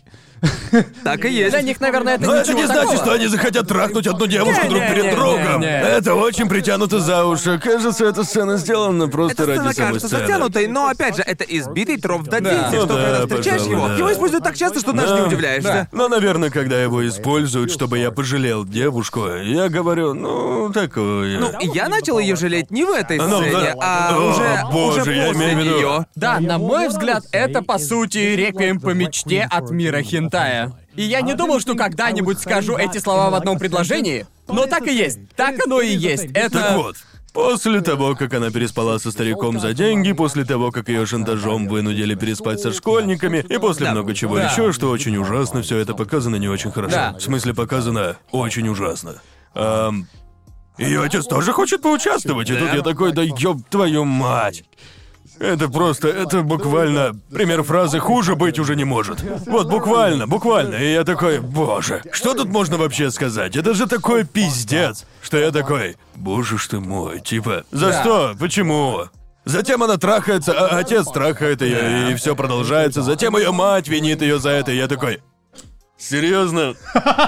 Speaker 3: Так и есть.
Speaker 2: для них, наверное, это
Speaker 1: Но Ну, это
Speaker 2: ничего
Speaker 1: не значит,
Speaker 2: такого.
Speaker 1: что они захотят трахнуть одну девушку
Speaker 2: Не,
Speaker 1: друг
Speaker 2: не,
Speaker 1: перед
Speaker 2: не, не,
Speaker 1: другом.
Speaker 2: не.
Speaker 1: Это очень притянуто за уши. Кажется, эта сцена сделана просто
Speaker 3: Эта сцена
Speaker 1: ради самой
Speaker 3: кажется
Speaker 1: сцены.
Speaker 3: затянутой, но опять же, это избитый троп в дадзинси,
Speaker 1: Ну
Speaker 3: что
Speaker 1: да,
Speaker 3: когда встречаешь
Speaker 1: пожалуй,
Speaker 3: его,
Speaker 1: да.
Speaker 3: его используют так часто, что даже не
Speaker 1: Да,
Speaker 3: удивляешься.
Speaker 1: да. Но, наверное, когда его используют, чтобы я пожалел девушку, я говорю, ну, такое.
Speaker 3: Ну, я начал ее жалеть не в этой
Speaker 1: Ну, да.
Speaker 3: сцене, а
Speaker 1: О,
Speaker 3: уже,
Speaker 1: боже,
Speaker 3: уже
Speaker 1: я
Speaker 3: после
Speaker 1: имею в виду.
Speaker 3: нее.
Speaker 2: Да, на мой взгляд, это, по сути, реквием по мечте от мира хентая. И я не думал, что когда-нибудь скажу эти слова в одном предложении, но так и есть. Так оно и есть. Это...
Speaker 1: Так вот, после того, как она переспала со стариком за деньги, после того, как ее шантажом вынудили переспать со школьниками, и после много чего
Speaker 2: Да.
Speaker 1: еще, что очень ужасно, все это показано не очень хорошо.
Speaker 2: Да.
Speaker 1: В смысле, показано очень ужасно. ее отец тоже хочет поучаствовать, и тут я такой, да ёб твою мать. Это просто, это буквально пример фразы «хуже быть уже не может». Вот буквально, буквально. И я такой, боже, что тут можно вообще сказать? Это же такой пиздец, что я такой, боже ж ты мой, типа, за
Speaker 2: Да.
Speaker 1: что? Почему? Затем она трахается, а отец трахает ее, и все продолжается. Затем ее мать винит ее за это, и я такой. Серьезно?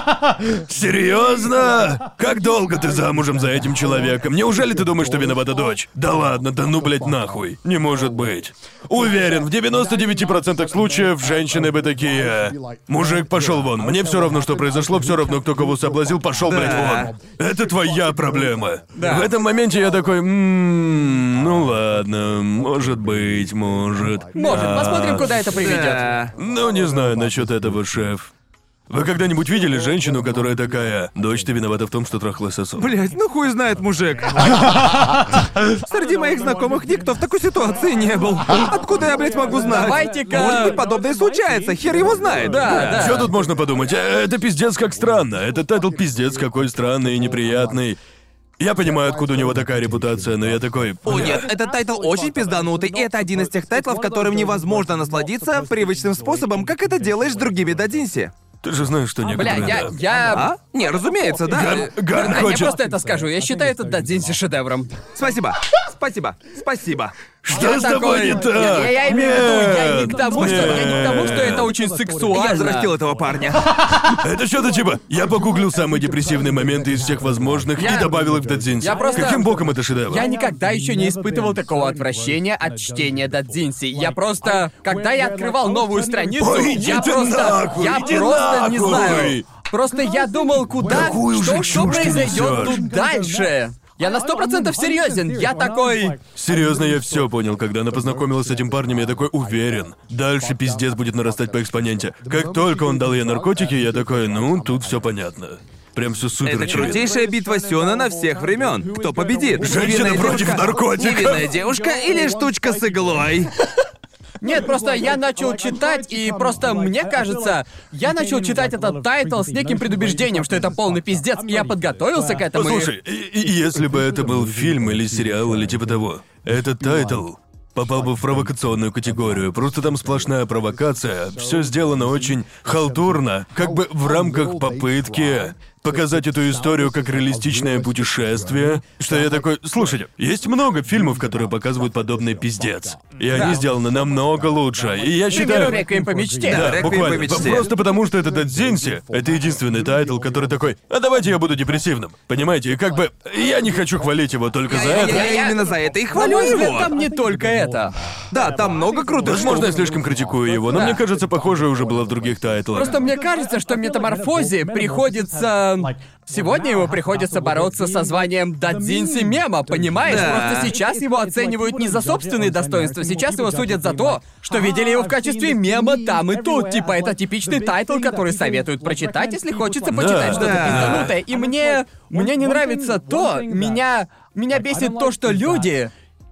Speaker 1: Серьезно? Как долго ты замужем за этим человеком? Неужели ты думаешь, что виновата дочь? Да ладно, да ну, блядь, нахуй. Не может быть. Уверен, в 99% случаев женщины бы такие... Мужик, пошел вон. Мне все равно, что произошло, все равно, кто кого соблазнил, пошел, блядь, вон. Это твоя проблема. В этом моменте я такой, «М, ну ладно, может быть, может.
Speaker 2: Может,
Speaker 1: А,
Speaker 2: посмотрим, куда это приведет.
Speaker 3: Да.
Speaker 1: ну, не знаю насчет этого, шеф. Вы когда-нибудь видели женщину, которая такая, дочь, ты виновата в том, что трахла сосу?
Speaker 3: Блять, ну хуй знает мужик. Среди моих знакомых никто в такой ситуации не был. Откуда я, блядь, могу знать?
Speaker 2: Давайте-ка-
Speaker 3: Может быть, подобное случается, хер его знает.
Speaker 2: Да, да.
Speaker 1: Что тут можно подумать? Э, Это пиздец как странно. Этот тайтл пиздец какой странный и неприятный. Я понимаю, откуда у него такая репутация, но я такой...
Speaker 3: О нет, этот тайтл очень пизданутый, и это один из тех тайтлов, которым невозможно насладиться привычным способом, как это делаешь с другими дадинси.
Speaker 1: Ты же знаешь, что
Speaker 2: а, Бля,
Speaker 1: некоторые...
Speaker 2: я...
Speaker 1: да».
Speaker 2: я...
Speaker 3: А? Не, разумеется, да.
Speaker 1: Ган, Ган
Speaker 2: Да, я
Speaker 1: хочет... А
Speaker 2: просто это скажу. Я считаю этот Дадзинси шедевром.
Speaker 3: Спасибо. Спасибо. Спасибо.
Speaker 1: Что с тобой
Speaker 2: такой-
Speaker 1: не
Speaker 2: Нет,
Speaker 1: так?
Speaker 2: Я, я имею в виду, я не
Speaker 1: Нет,
Speaker 2: к тому, что я не к тому, что
Speaker 1: нет.
Speaker 2: это очень сексуально.
Speaker 3: Я взрастил этого парня.
Speaker 1: Это что-то типа, я погуглил самые депрессивные моменты из всех возможных и
Speaker 2: Я-
Speaker 1: добавил их в Дадзинси.
Speaker 2: я просто-
Speaker 1: Каким боком это шедевр?
Speaker 2: Я никогда еще не испытывал такого отвращения от чтения Дадзинси. Я просто... Когда я открывал новую страницу,
Speaker 1: Ой,
Speaker 2: я
Speaker 1: иди ты
Speaker 2: просто...
Speaker 1: нахуй,
Speaker 2: я
Speaker 1: иди
Speaker 2: просто не
Speaker 1: нахуй.
Speaker 2: знаю. Просто я думал, куда...
Speaker 1: Какую
Speaker 2: что,
Speaker 1: же
Speaker 2: что
Speaker 1: чушь ты
Speaker 2: произойдет
Speaker 1: несёшь?
Speaker 2: тут дальше? Я на сто процентов серьезен. Я такой...
Speaker 1: Серьезно, я все понял, когда она познакомилась с этим парнем, я такой уверен. Дальше пиздец будет нарастать по экспоненте. Как только он дал ей наркотики, я такой, ну, тут все понятно. Прям все супер
Speaker 3: Это
Speaker 1: очевидно.
Speaker 3: крутейшая битва Сёнэна всех времен. Кто победит?
Speaker 1: Женщина
Speaker 3: Невинная
Speaker 1: против
Speaker 3: девушка-
Speaker 1: наркотиков.
Speaker 3: Невинная девушка или штучка с иглой?
Speaker 2: Нет, просто я
Speaker 1: oh,
Speaker 2: начал читать, и просто мне кажется, я начал читать этот тайтл с неким предубеждением, что это полный пиздец, и я подготовился к этому. и-
Speaker 1: Послушай, и- и если бы это был фильм или сериал или типа того, этот тайтл попал бы в провокационную категорию. Просто там сплошная провокация. Все сделано очень халтурно, как бы в рамках попытки показать эту историю как реалистичное путешествие, что я такой, слушайте, есть много фильмов, которые показывают подобный пиздец. И они сделаны намного лучше. И я
Speaker 2: К примеру,
Speaker 1: считаю...
Speaker 2: «Реквием по мечте».
Speaker 1: Да,
Speaker 3: «Реквием по
Speaker 1: буквально.
Speaker 3: мечте».
Speaker 1: Просто потому, что это Дадзинси, это единственный тайтл, который такой, а давайте я буду депрессивным. Понимаете, и как бы я не хочу хвалить его только за
Speaker 3: Я,
Speaker 1: это.
Speaker 3: я именно за это и
Speaker 2: На
Speaker 3: хвалю
Speaker 2: мой взгляд, там
Speaker 3: его.
Speaker 2: не только это.
Speaker 3: Да, там много крутых штук.
Speaker 1: Возможно, я слишком критикую его, но
Speaker 2: Да.
Speaker 1: мне кажется, похожее уже было в других тайтлах.
Speaker 2: Просто мне кажется, что метаморфозе приходится... Сегодня его приходится бороться со званием Дадзинси Мема, понимаешь?
Speaker 3: Да.
Speaker 2: Просто сейчас его оценивают не за собственные достоинства, сейчас его судят за то, что видели его в качестве мема там и тут. Типа, это типичный тайтл, который советуют прочитать, если хочется почитать что-то
Speaker 3: Да.
Speaker 2: пизданутое. И мне... Мне не нравится то, меня... Меня бесит то, что люди...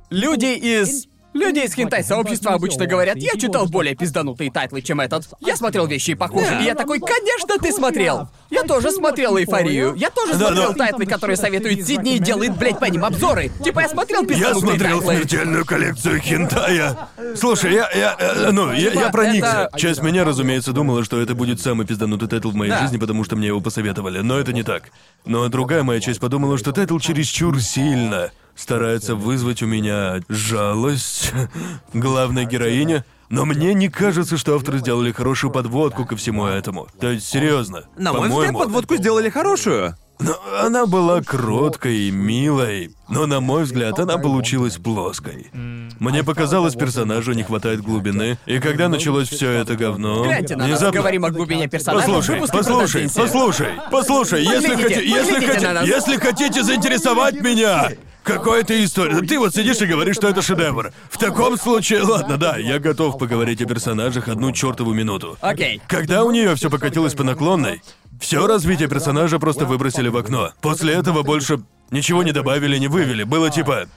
Speaker 2: Люди из... Люди из хентай-сообщества обычно говорят, я читал более пизданутые тайтлы, чем этот. Я смотрел вещи и похуже.
Speaker 3: Да.
Speaker 2: И я такой, конечно, ты смотрел. Я тоже смотрел эйфорию. Я тоже
Speaker 1: Да,
Speaker 2: смотрел
Speaker 1: да.
Speaker 2: тайтлы, которые советует Сидни и делает, блядь, по ним обзоры. Типа я смотрел
Speaker 1: Я
Speaker 2: пизданутые
Speaker 1: смотрел
Speaker 2: тайтлы.
Speaker 1: смертельную коллекцию хентая. Слушай, я, я, э, ну, я, я
Speaker 2: Типа,
Speaker 1: проникся.
Speaker 2: это-
Speaker 1: Часть меня, разумеется, думала, что это будет самый пизданутый тайтл в моей
Speaker 2: Да.
Speaker 1: жизни, потому что мне его посоветовали, но это не так. Но другая моя часть подумала, что тайтл чересчур сильно старается вызвать у меня жалость главной героине. Но мне не кажется, что авторы сделали хорошую подводку ко всему этому. То есть, серьезно.
Speaker 3: На мой
Speaker 1: по-моему,
Speaker 3: взгляд, подводку сделали хорошую.
Speaker 1: но она была кроткой и милой, но, на мой взгляд, она получилась плоской. Мне показалось, персонажу не хватает глубины, и когда началось все это говно...
Speaker 2: Гляньте на нас,
Speaker 1: внезапно-
Speaker 2: говорим о глубине персонажа.
Speaker 1: Послушай,
Speaker 2: Выпуск
Speaker 1: послушай,
Speaker 2: «Продадимся».
Speaker 1: послушай, послушай, если,
Speaker 2: Поглядите,
Speaker 1: хоте- если,
Speaker 2: поглядите
Speaker 1: хоте-
Speaker 2: на нас.
Speaker 1: если хотите заинтересовать меня, какой-то историей. Ты вот сидишь и говоришь, что это шедевр. В таком случае, ладно, да, я готов поговорить о персонажах одну чертову минуту.
Speaker 2: Окей.
Speaker 1: Когда у нее все покатилось по наклонной, все развитие персонажа просто выбросили в окно. После этого больше ничего не добавили, не вывели. Было типа.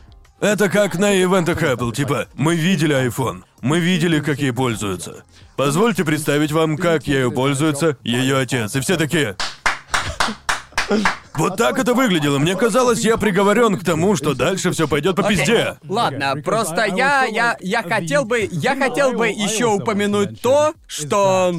Speaker 1: Это как на ивентах Apple, типа, мы видели iPhone, мы видели, как ей пользуются. Позвольте представить вам, как ею пользуется ее отец. И все такие, вот так это выглядело. Мне казалось, я приговорен к тому, что дальше все пойдет по пизде.
Speaker 2: Ладно, просто
Speaker 3: а
Speaker 2: я, я, я хотел бы, я хотел бы еще упомянуть то, что...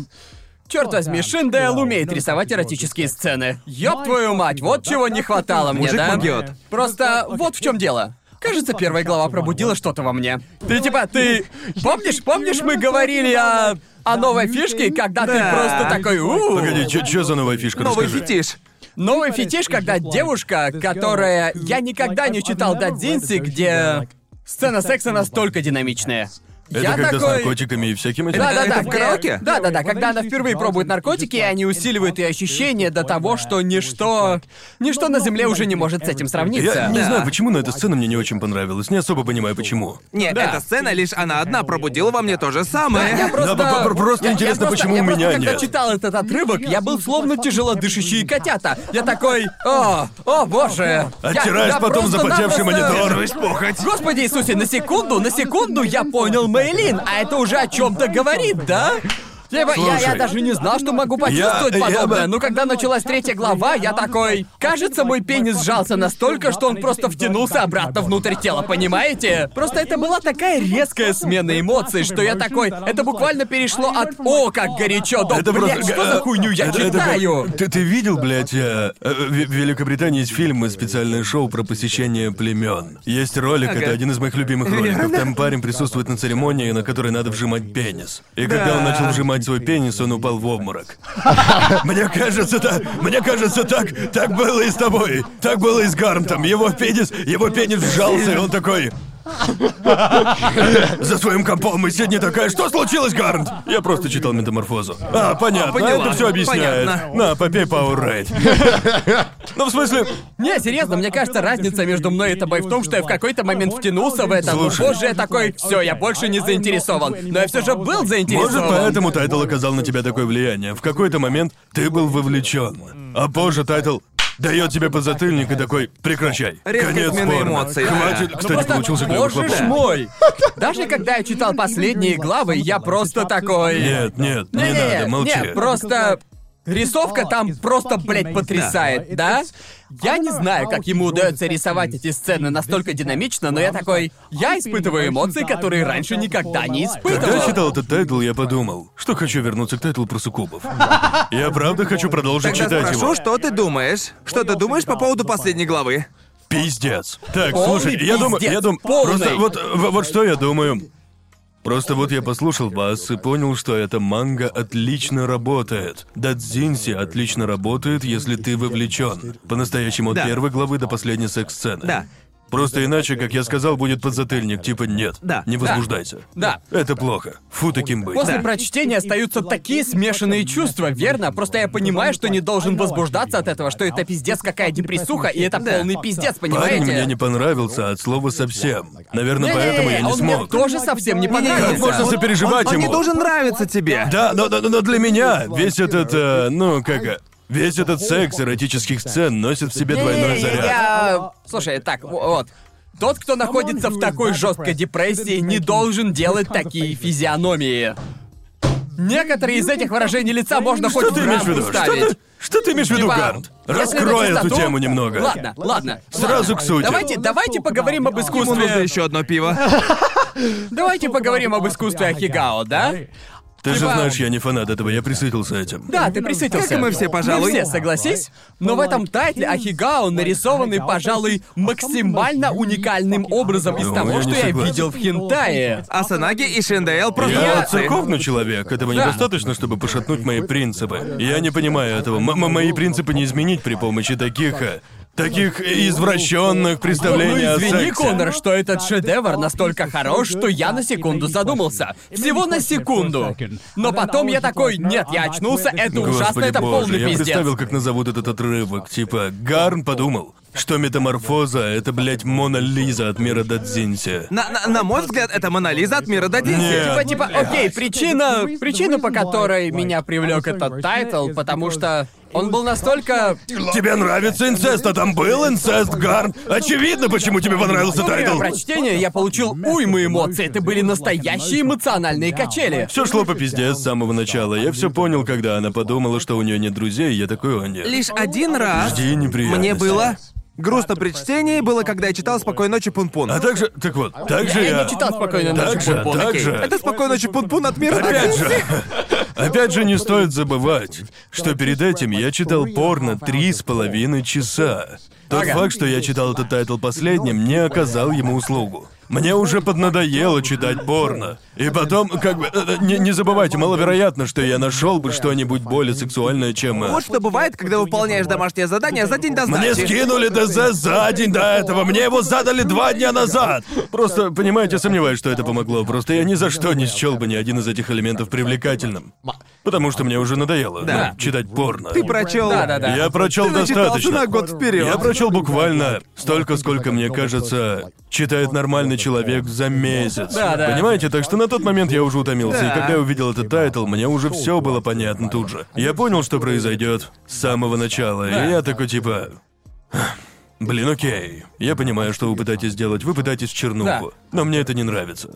Speaker 2: Черт возьми, Шиндейл умеет рисовать эротические сцены. Ёб твою мать, вот чего не хватало мне,
Speaker 3: Мужик
Speaker 2: да?
Speaker 3: могёт.
Speaker 2: Просто вот в чем дело. Кажется, первая глава пробудила что-то во мне. Ты типа, ты... Помнишь, помнишь, мы говорили о... о новой фишке, когда
Speaker 3: Да.
Speaker 2: ты просто такой... «У,
Speaker 1: Погоди, что за новая фишка?
Speaker 3: Новый
Speaker 1: Расскажи.
Speaker 3: фетиш.
Speaker 2: Новый Ну, фетиш, когда девушка, которая... Я никогда не читал Дадзинси, где сцена секса настолько динамичная.
Speaker 1: Это
Speaker 2: я
Speaker 1: когда с
Speaker 2: такой...
Speaker 1: наркотиками и всяким этим?
Speaker 2: Да, да, да.
Speaker 3: Это в караоке?
Speaker 2: Да, да, да. Когда она впервые пробует наркотики, и они усиливают ее ощущение до того, что ничто. Ничто на земле уже не может с этим сравниться.
Speaker 1: Я не
Speaker 3: Да.
Speaker 1: знаю, почему, но эта сцена мне не очень понравилась. Не особо понимаю, почему.
Speaker 3: Нет,
Speaker 2: Да.
Speaker 3: эта сцена лишь она одна пробудила во мне то
Speaker 2: Да,
Speaker 3: же
Speaker 2: я
Speaker 3: самое.
Speaker 2: просто...
Speaker 1: Да, про- про- просто
Speaker 2: Я- я
Speaker 1: интересно,
Speaker 2: просто-
Speaker 1: почему
Speaker 2: я
Speaker 1: у
Speaker 2: просто,
Speaker 1: меня
Speaker 2: когда
Speaker 1: нет.
Speaker 2: читал этот отрывок, я был словно тяжело дышащие котята. Я такой, о, о боже. Я-
Speaker 1: Оттираешь
Speaker 2: я
Speaker 1: потом запотевший
Speaker 2: просто-напросто-
Speaker 1: монитор.
Speaker 2: Господи Иисусе, на секунду, на секунду я понял Мейлин, а это уже о чем-то говорит, да? Типа, я, я
Speaker 1: Слушай.
Speaker 2: даже не знал, что могу почувствовать
Speaker 1: Я- я
Speaker 2: подобное.
Speaker 1: бы-
Speaker 2: Но когда началась третья глава, я такой... Кажется, мой пенис сжался настолько, что он просто втянулся обратно внутрь тела, понимаете? Просто это была такая резкая смена эмоций, что я такой... Это буквально перешло от «О, как горячо!» до
Speaker 1: Это
Speaker 2: «Блядь,
Speaker 1: просто...
Speaker 2: что за
Speaker 1: э,
Speaker 2: хуйню я
Speaker 1: это- это-
Speaker 2: читаю?»
Speaker 1: Ты, ты видел, блядь, э, э, в в Великобритании есть фильм и специальное шоу про посещение племен. Есть ролик, это один из моих любимых роликов. Там парень присутствует на церемонии, на которой надо вжимать пенис. И когда он начал вжимать поймать свой пенис, он упал в обморок. Мне кажется, так, мне кажется, так, так было и с тобой. Так было и с Гарнтом. Его пенис, его пенис сжался, и он такой... За своим компом и Сидни такая, что случилось, Гарнт? Я просто читал метаморфозу. А, понятно,
Speaker 3: поняла.
Speaker 1: это все объясняет.
Speaker 3: Понятно.
Speaker 1: На, попей Power Ну, в смысле,
Speaker 2: Не, серьезно, мне кажется, разница между мной и тобой в том, что я в какой-то момент втянулся в это.
Speaker 1: Слушай.
Speaker 2: Позже я такой, все, я больше не заинтересован. Но я все же был заинтересован.
Speaker 1: Может, поэтому тайтл оказал на тебя такое влияние. В какой-то момент ты был вовлечен. А позже тайтл дает тебе подзатыльник и такой «Прекращай».
Speaker 3: Резкая
Speaker 1: Конец
Speaker 3: смена
Speaker 1: порно.
Speaker 3: эмоций, да.
Speaker 1: Хватит.
Speaker 3: Ну,
Speaker 1: Кстати, получился клевый
Speaker 2: Боже ж
Speaker 1: хлопок.
Speaker 2: мой! Даже когда я читал последние главы, я просто такой...
Speaker 1: Нет, нет, не
Speaker 2: Не-не-не,
Speaker 1: надо, молчи.
Speaker 2: Нет, просто... Рисовка там просто, блядь, потрясает, да? Я не знаю, как ему удается рисовать эти сцены настолько динамично, но я такой... Я испытываю эмоции, которые раньше никогда не
Speaker 1: Когда я
Speaker 2: испытывал.
Speaker 1: читал этот тайтл, я подумал, что хочу вернуться к тайтлу про суккубов. Я правда хочу продолжить
Speaker 3: Тогда
Speaker 1: читать
Speaker 3: спрошу,
Speaker 1: его.
Speaker 3: что ты думаешь? Что ты думаешь по поводу последней главы?
Speaker 1: Пиздец. Так,
Speaker 2: Полный
Speaker 1: слушай, я думаю, я
Speaker 2: пиздец,
Speaker 1: думаю,
Speaker 2: полный.
Speaker 1: просто вот, в- вот что я думаю. Просто вот я послушал вас и понял, что эта манга отлично работает. Дадзинси отлично работает, если ты вовлечен. По-настоящему от
Speaker 3: Да.
Speaker 1: первой главы до последней секс-сцены.
Speaker 3: Да.
Speaker 1: Просто иначе, как я сказал, будет подзатыльник, типа нет.
Speaker 3: Да.
Speaker 1: Не
Speaker 3: Да.
Speaker 1: возбуждайся.
Speaker 2: Да.
Speaker 1: Это плохо. Фу таким быть.
Speaker 2: После
Speaker 3: Да.
Speaker 2: прочтения остаются такие смешанные чувства, верно? Просто я понимаю, что не должен возбуждаться от этого, что это пиздец какая депрессуха, и это
Speaker 6: Да.
Speaker 2: полный пиздец, понимаете?
Speaker 1: Парень мне не понравился от слова совсем. Наверное,
Speaker 2: Не-не-не,
Speaker 1: поэтому я не
Speaker 2: он мне
Speaker 1: смог.
Speaker 2: тоже совсем не понравился.
Speaker 1: Как можно
Speaker 3: Он-
Speaker 1: сопереживать
Speaker 3: он, он не
Speaker 1: ему?
Speaker 3: должен нравиться тебе.
Speaker 1: Да, но, но, но для меня весь этот, э, ну как, э, весь этот секс эротических сцен носит в себе двойной
Speaker 2: Эй,
Speaker 1: заряд.
Speaker 2: Я... Слушай, так, во- вот. Тот, кто находится в такой жесткой депрессии, не должен делать такие физиономии. Некоторые из этих выражений лица можно хоть
Speaker 1: Что ты
Speaker 2: в
Speaker 1: имеешь в
Speaker 2: рамку
Speaker 1: виду? Что ты,
Speaker 2: ставить.
Speaker 1: что ты имеешь в виду,
Speaker 2: Типа,
Speaker 1: Гарнт?
Speaker 2: если на
Speaker 1: Раскрой эту
Speaker 2: чистоту-
Speaker 1: тему немного.
Speaker 2: Ладно, ладно.
Speaker 1: Сразу к сути.
Speaker 2: Давайте, давайте поговорим об
Speaker 3: Ему нужно
Speaker 2: искусстве.
Speaker 3: еще одно пиво.
Speaker 2: Давайте поговорим об искусстве Ахигао, да?
Speaker 1: Ты же
Speaker 2: типа-
Speaker 1: знаешь, я не фанат этого, я присытился этим.
Speaker 2: Да, ты присытился.
Speaker 3: Как и мы все, пожалуй.
Speaker 2: Мы все, согласись? Но в этом тайтле Ахигао нарисованы, пожалуй, максимально уникальным образом из
Speaker 1: Ну,
Speaker 2: того,
Speaker 1: я не
Speaker 2: что я
Speaker 1: согласен.
Speaker 2: видел в хентае.
Speaker 3: Асанаги и Шиндаэл просто
Speaker 1: Я
Speaker 3: молодцы.
Speaker 1: церковный человек, этого
Speaker 2: Да.
Speaker 1: недостаточно, чтобы пошатнуть мои принципы. Я не понимаю этого. М- м- мои принципы не изменить при помощи таких, э, таких извращенных представлений
Speaker 2: Ну
Speaker 1: о
Speaker 2: извини,
Speaker 1: сексе.
Speaker 2: Конор, что этот шедевр настолько хорош, что я на секунду задумался. Всего на секунду. Но потом я такой, нет, я очнулся, это
Speaker 1: Господи
Speaker 2: Ну, ужасно, это
Speaker 1: боже,
Speaker 2: полный
Speaker 1: я
Speaker 2: пиздец.
Speaker 1: представил, как назовут этот отрывок. Типа, Гарн подумал, что метаморфоза — это, блядь, Мона Лиза от мира Дадзинси.
Speaker 3: На, на- на мой взгляд, это Монолиза от мира до
Speaker 1: Нет.
Speaker 2: Типа, типа, окей, причина, причина, по которой меня привлек этот тайтл, потому что он был настолько...
Speaker 1: Тебе нравится инцест, а там был инцест, Гарн? Очевидно, почему тебе понравился
Speaker 2: Во время
Speaker 1: тайтл.
Speaker 2: прочтения я получил уйму эмоций, это были настоящие эмоциональные качели.
Speaker 1: Все шло по пизде с самого начала. Я все понял, когда она подумала, что у нее нет друзей, я такой, о нет.
Speaker 3: Лишь один раз
Speaker 1: Жди неприятности.
Speaker 3: Типа, мне было грустно при чтении, было, когда я читал «Спокойной ночи, Пун-Пун».
Speaker 1: А также, так вот, также
Speaker 2: Я
Speaker 1: я...
Speaker 2: не читал спокойно ночи,
Speaker 1: Так же,
Speaker 2: Бон-Бон,
Speaker 1: так
Speaker 2: окей.
Speaker 1: же.
Speaker 3: Это «Спокойной ночи, Пун-Пун» от мира до
Speaker 1: Опять же, опять же, не стоит забывать, что перед этим я читал порно три с половиной часа. Тот
Speaker 2: Ага.
Speaker 1: факт, что я читал этот тайтл последним, не оказал ему услугу. Мне уже поднадоело читать порно. И потом, как бы, э, э, не, не забывайте, маловероятно, что я нашел бы что-нибудь более сексуальное, чем... э,
Speaker 3: Вот что бывает, когда выполняешь домашнее задание за день до
Speaker 1: Мне
Speaker 3: сдачи.
Speaker 1: скинули ДЗ за день до этого, мне его задали два дня назад. Просто, понимаете, сомневаюсь, что это помогло. Просто я ни за что не счел бы ни один из этих элементов привлекательным. Потому что мне уже надоело
Speaker 3: Да.
Speaker 1: ну, читать порно.
Speaker 3: Ты прочел.
Speaker 2: Да-да-да.
Speaker 1: Я прочел
Speaker 3: Ты начитался
Speaker 1: достаточно.
Speaker 3: на год вперед.
Speaker 1: Я прочел буквально столько, сколько, мне кажется, читает нормальный человек за месяц.
Speaker 2: Да-да.
Speaker 1: Понимаете, так что на тот момент я уже утомился, и
Speaker 3: Да.
Speaker 1: когда я увидел этот тайтл, мне уже все было понятно тут же. Я понял, что произойдет с самого начала, и я такой типа. Блин, окей. Я понимаю, что вы пытаетесь сделать. Вы пытаетесь в чернуху. Но мне это не нравится.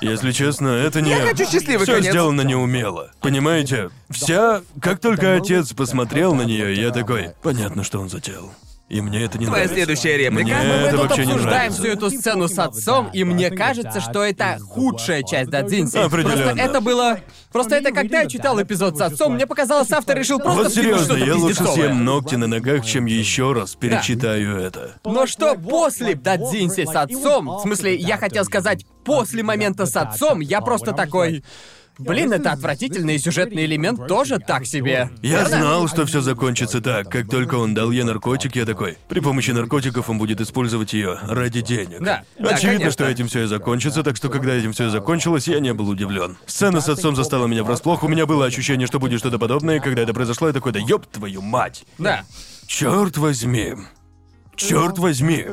Speaker 1: Если честно, это не...
Speaker 3: Я хочу счастливый
Speaker 1: Все
Speaker 3: конец.
Speaker 1: сделано неумело. Понимаете? Вся... Как только отец посмотрел на нее, я такой... Понятно, что он затеял. И мне это не
Speaker 3: Твоя
Speaker 1: нравится.
Speaker 3: следующая реплика.
Speaker 1: Мне
Speaker 2: Мы
Speaker 1: это
Speaker 2: тут
Speaker 1: вообще не
Speaker 2: обсуждаем
Speaker 1: нравится.
Speaker 2: всю эту сцену с отцом, и мне кажется, что это худшая часть Дадзинси.
Speaker 1: Определенно.
Speaker 2: Просто это было... Просто это когда я читал эпизод с отцом, мне показалось, автор решил просто
Speaker 1: Вот
Speaker 2: вкинуть
Speaker 1: серьезно,
Speaker 2: что-то
Speaker 1: я лучше
Speaker 2: пиздецовое.
Speaker 1: съем ногти на ногах, чем еще раз перечитаю это.
Speaker 2: Но что после Дадзинси с отцом, в смысле, я хотел сказать, после момента с отцом, я просто такой... Блин, это отвратительный сюжетный элемент тоже так себе.
Speaker 1: Я
Speaker 2: а
Speaker 1: знал, что все закончится так. Как только он дал ей наркотик, я такой. При помощи наркотиков он будет использовать ее ради денег.
Speaker 2: Да, да,
Speaker 1: Очевидно,
Speaker 2: конечно.
Speaker 1: что этим все и закончится, так что когда этим все и закончилось, я не был удивлен. Сцена с отцом застала меня врасплох. У меня было ощущение, что будет что-то подобное, и когда это произошло, я такой, да ёб твою мать!
Speaker 2: Да.
Speaker 1: Черт возьми! Черт возьми!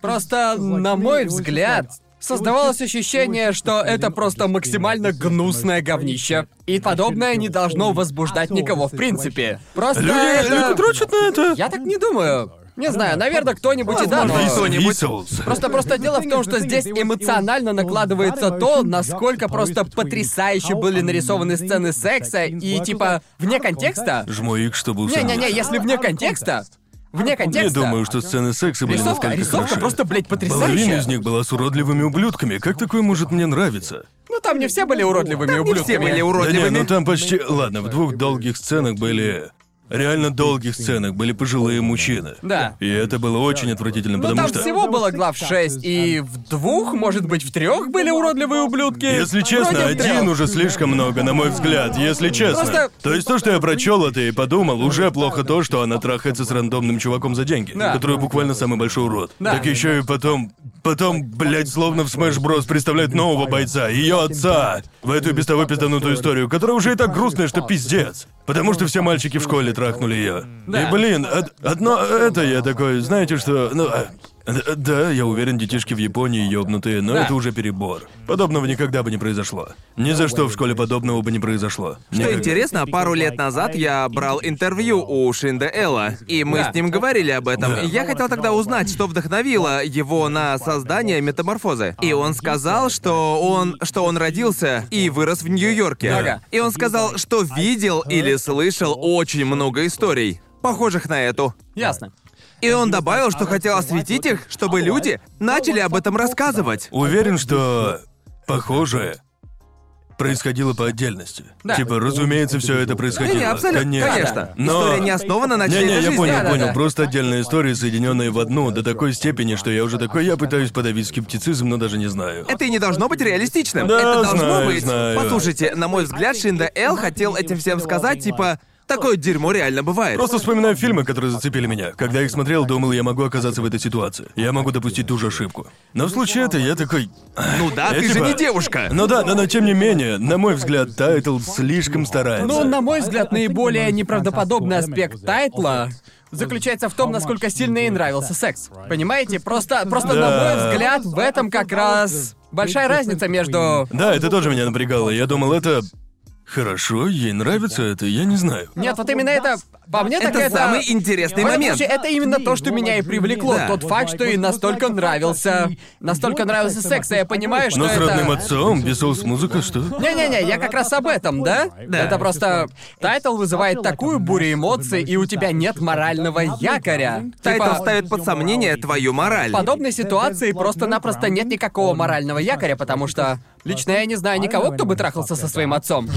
Speaker 2: Просто, на мой взгляд, создавалось ощущение, что это просто максимально гнусное говнище. И подобное не должно возбуждать никого в принципе. Просто
Speaker 1: Люди,
Speaker 2: это-
Speaker 1: люди дрочат на это!
Speaker 2: Я так не думаю. Не знаю, наверное, кто-нибудь и да, но...
Speaker 3: Возможно,
Speaker 1: Вис-
Speaker 3: кто-нибудь.
Speaker 1: Висселс.
Speaker 2: Просто, просто дело в том, что здесь эмоционально накладывается то, насколько просто потрясающе были нарисованы сцены секса и типа вне контекста.
Speaker 1: Жму их, чтобы усомниться.
Speaker 2: Не-не-не, если вне контекста, вне контекста.
Speaker 1: Не думаю, что сцены секса были
Speaker 2: Рисовка,
Speaker 1: настолько
Speaker 2: рисовка
Speaker 1: хороши.
Speaker 2: просто, блядь,
Speaker 1: Половина
Speaker 2: потрясающая.
Speaker 1: из них была с уродливыми ублюдками. Как такое может мне нравиться?
Speaker 2: Ну там не все были уродливыми
Speaker 3: Не
Speaker 2: ублюдками.
Speaker 3: все были
Speaker 1: Да не, ну
Speaker 3: уродливыми.
Speaker 1: там почти... Ладно, в двух долгих сценах были... Реально долгих сценах были пожилые мужчины.
Speaker 2: Да.
Speaker 1: И это было очень отвратительно,
Speaker 2: Ну
Speaker 1: потому
Speaker 2: там
Speaker 1: что...
Speaker 2: всего было глав 6, и в двух, может быть, в трех были уродливые ублюдки.
Speaker 1: Если честно,
Speaker 2: Вроде в трёх.
Speaker 1: один уже слишком много, на мой взгляд, если честно.
Speaker 2: Просто-
Speaker 1: То есть то, что я прочел это и подумал, уже плохо то, что она трахается с рандомным чуваком за деньги,
Speaker 2: Да.
Speaker 1: который буквально самый большой урод.
Speaker 2: Да.
Speaker 1: Так еще и потом. Потом, блядь, словно в Smash Bros. представляют нового бойца, ее отца, в эту и без того пизданутую историю, которая уже и так грустная, что пиздец. Потому что все мальчики в школе трахнули ее.
Speaker 2: Да.
Speaker 1: И, блин, од- одно это я такой, знаете что, ну, э, э, да, я уверен, детишки в Японии ёбнутые, но
Speaker 2: Да.
Speaker 1: это уже перебор. Подобного никогда бы не произошло. Ни за что в школе подобного бы не произошло.
Speaker 3: Что
Speaker 1: Никогда.
Speaker 3: интересно, пару лет назад я брал интервью у Шинда Элла, и мы
Speaker 2: Да.
Speaker 3: с ним говорили об этом.
Speaker 1: Да.
Speaker 3: Я хотел тогда узнать, что вдохновило его на создание метаморфозы. И он сказал, что он, что он родился и вырос в Нью-Йорке.
Speaker 2: Ага.
Speaker 3: И он сказал, что видел или слышал очень много историй, похожих на эту.
Speaker 2: Ясно.
Speaker 3: И он добавил, что хотел осветить их, чтобы люди начали об этом рассказывать.
Speaker 1: Уверен, что похожее происходило по отдельности.
Speaker 2: Да.
Speaker 1: Типа, разумеется, все это происходило.
Speaker 3: Не-не, абсолютно,
Speaker 1: Конечно.
Speaker 3: конечно.
Speaker 1: Но-
Speaker 3: История не основана на чьей-то
Speaker 1: Не-не, я
Speaker 3: жизни.
Speaker 1: понял,
Speaker 2: Да-да-да.
Speaker 1: понял. Просто отдельные истории, соединенные в одну, до такой степени, что я уже такой, я пытаюсь подавить скептицизм, но даже не знаю.
Speaker 3: Это и не должно быть реалистичным.
Speaker 1: Да,
Speaker 3: это должно
Speaker 1: знаю,
Speaker 3: быть.
Speaker 1: знаю.
Speaker 3: Послушайте, на мой взгляд, Шинда Эл хотел этим всем сказать, типа, такое дерьмо реально бывает.
Speaker 1: Просто вспоминаю фильмы, которые зацепили меня. Когда я их смотрел, думал, я могу оказаться в этой ситуации. Я могу допустить ту же ошибку. Но в случае это я такой...
Speaker 3: ну да,
Speaker 1: я
Speaker 3: ты же
Speaker 1: типа-
Speaker 3: не девушка.
Speaker 1: Ну да, но, но тем не менее, на мой взгляд, Тайтл слишком старается.
Speaker 2: Ну, на мой взгляд, наиболее неправдоподобный аспект тайтла заключается в том, насколько сильно ей нравился секс. Понимаете? Просто, просто
Speaker 1: Да.
Speaker 2: на мой взгляд, в этом как раз большая разница между...
Speaker 1: Да, это тоже меня напрягало. Я думал, это... Хорошо, ей нравится это, я не знаю.
Speaker 2: Нет, вот именно это... По мне, так
Speaker 3: Это самый интересный
Speaker 2: В этом
Speaker 3: момент.
Speaker 2: случае, это именно то, что меня и привлекло.
Speaker 3: Да.
Speaker 2: Тот факт, что ей настолько нравился... Настолько нравился секс, и я понимаю, что
Speaker 1: Но с
Speaker 2: это...
Speaker 1: родным отцом, Весолс музыка, что?
Speaker 2: Не-не-не, я как раз об этом, да?
Speaker 6: Да.
Speaker 2: Это просто... Тайтл вызывает такую бурю эмоций, и у тебя нет морального якоря.
Speaker 6: Типа-
Speaker 3: Тайтл
Speaker 2: Типа,
Speaker 3: ставит под сомнение твою мораль.
Speaker 2: В подобной ситуации просто-напросто нет никакого морального якоря, потому что... Лично я не знаю никого, кто бы трахался со своим отцом.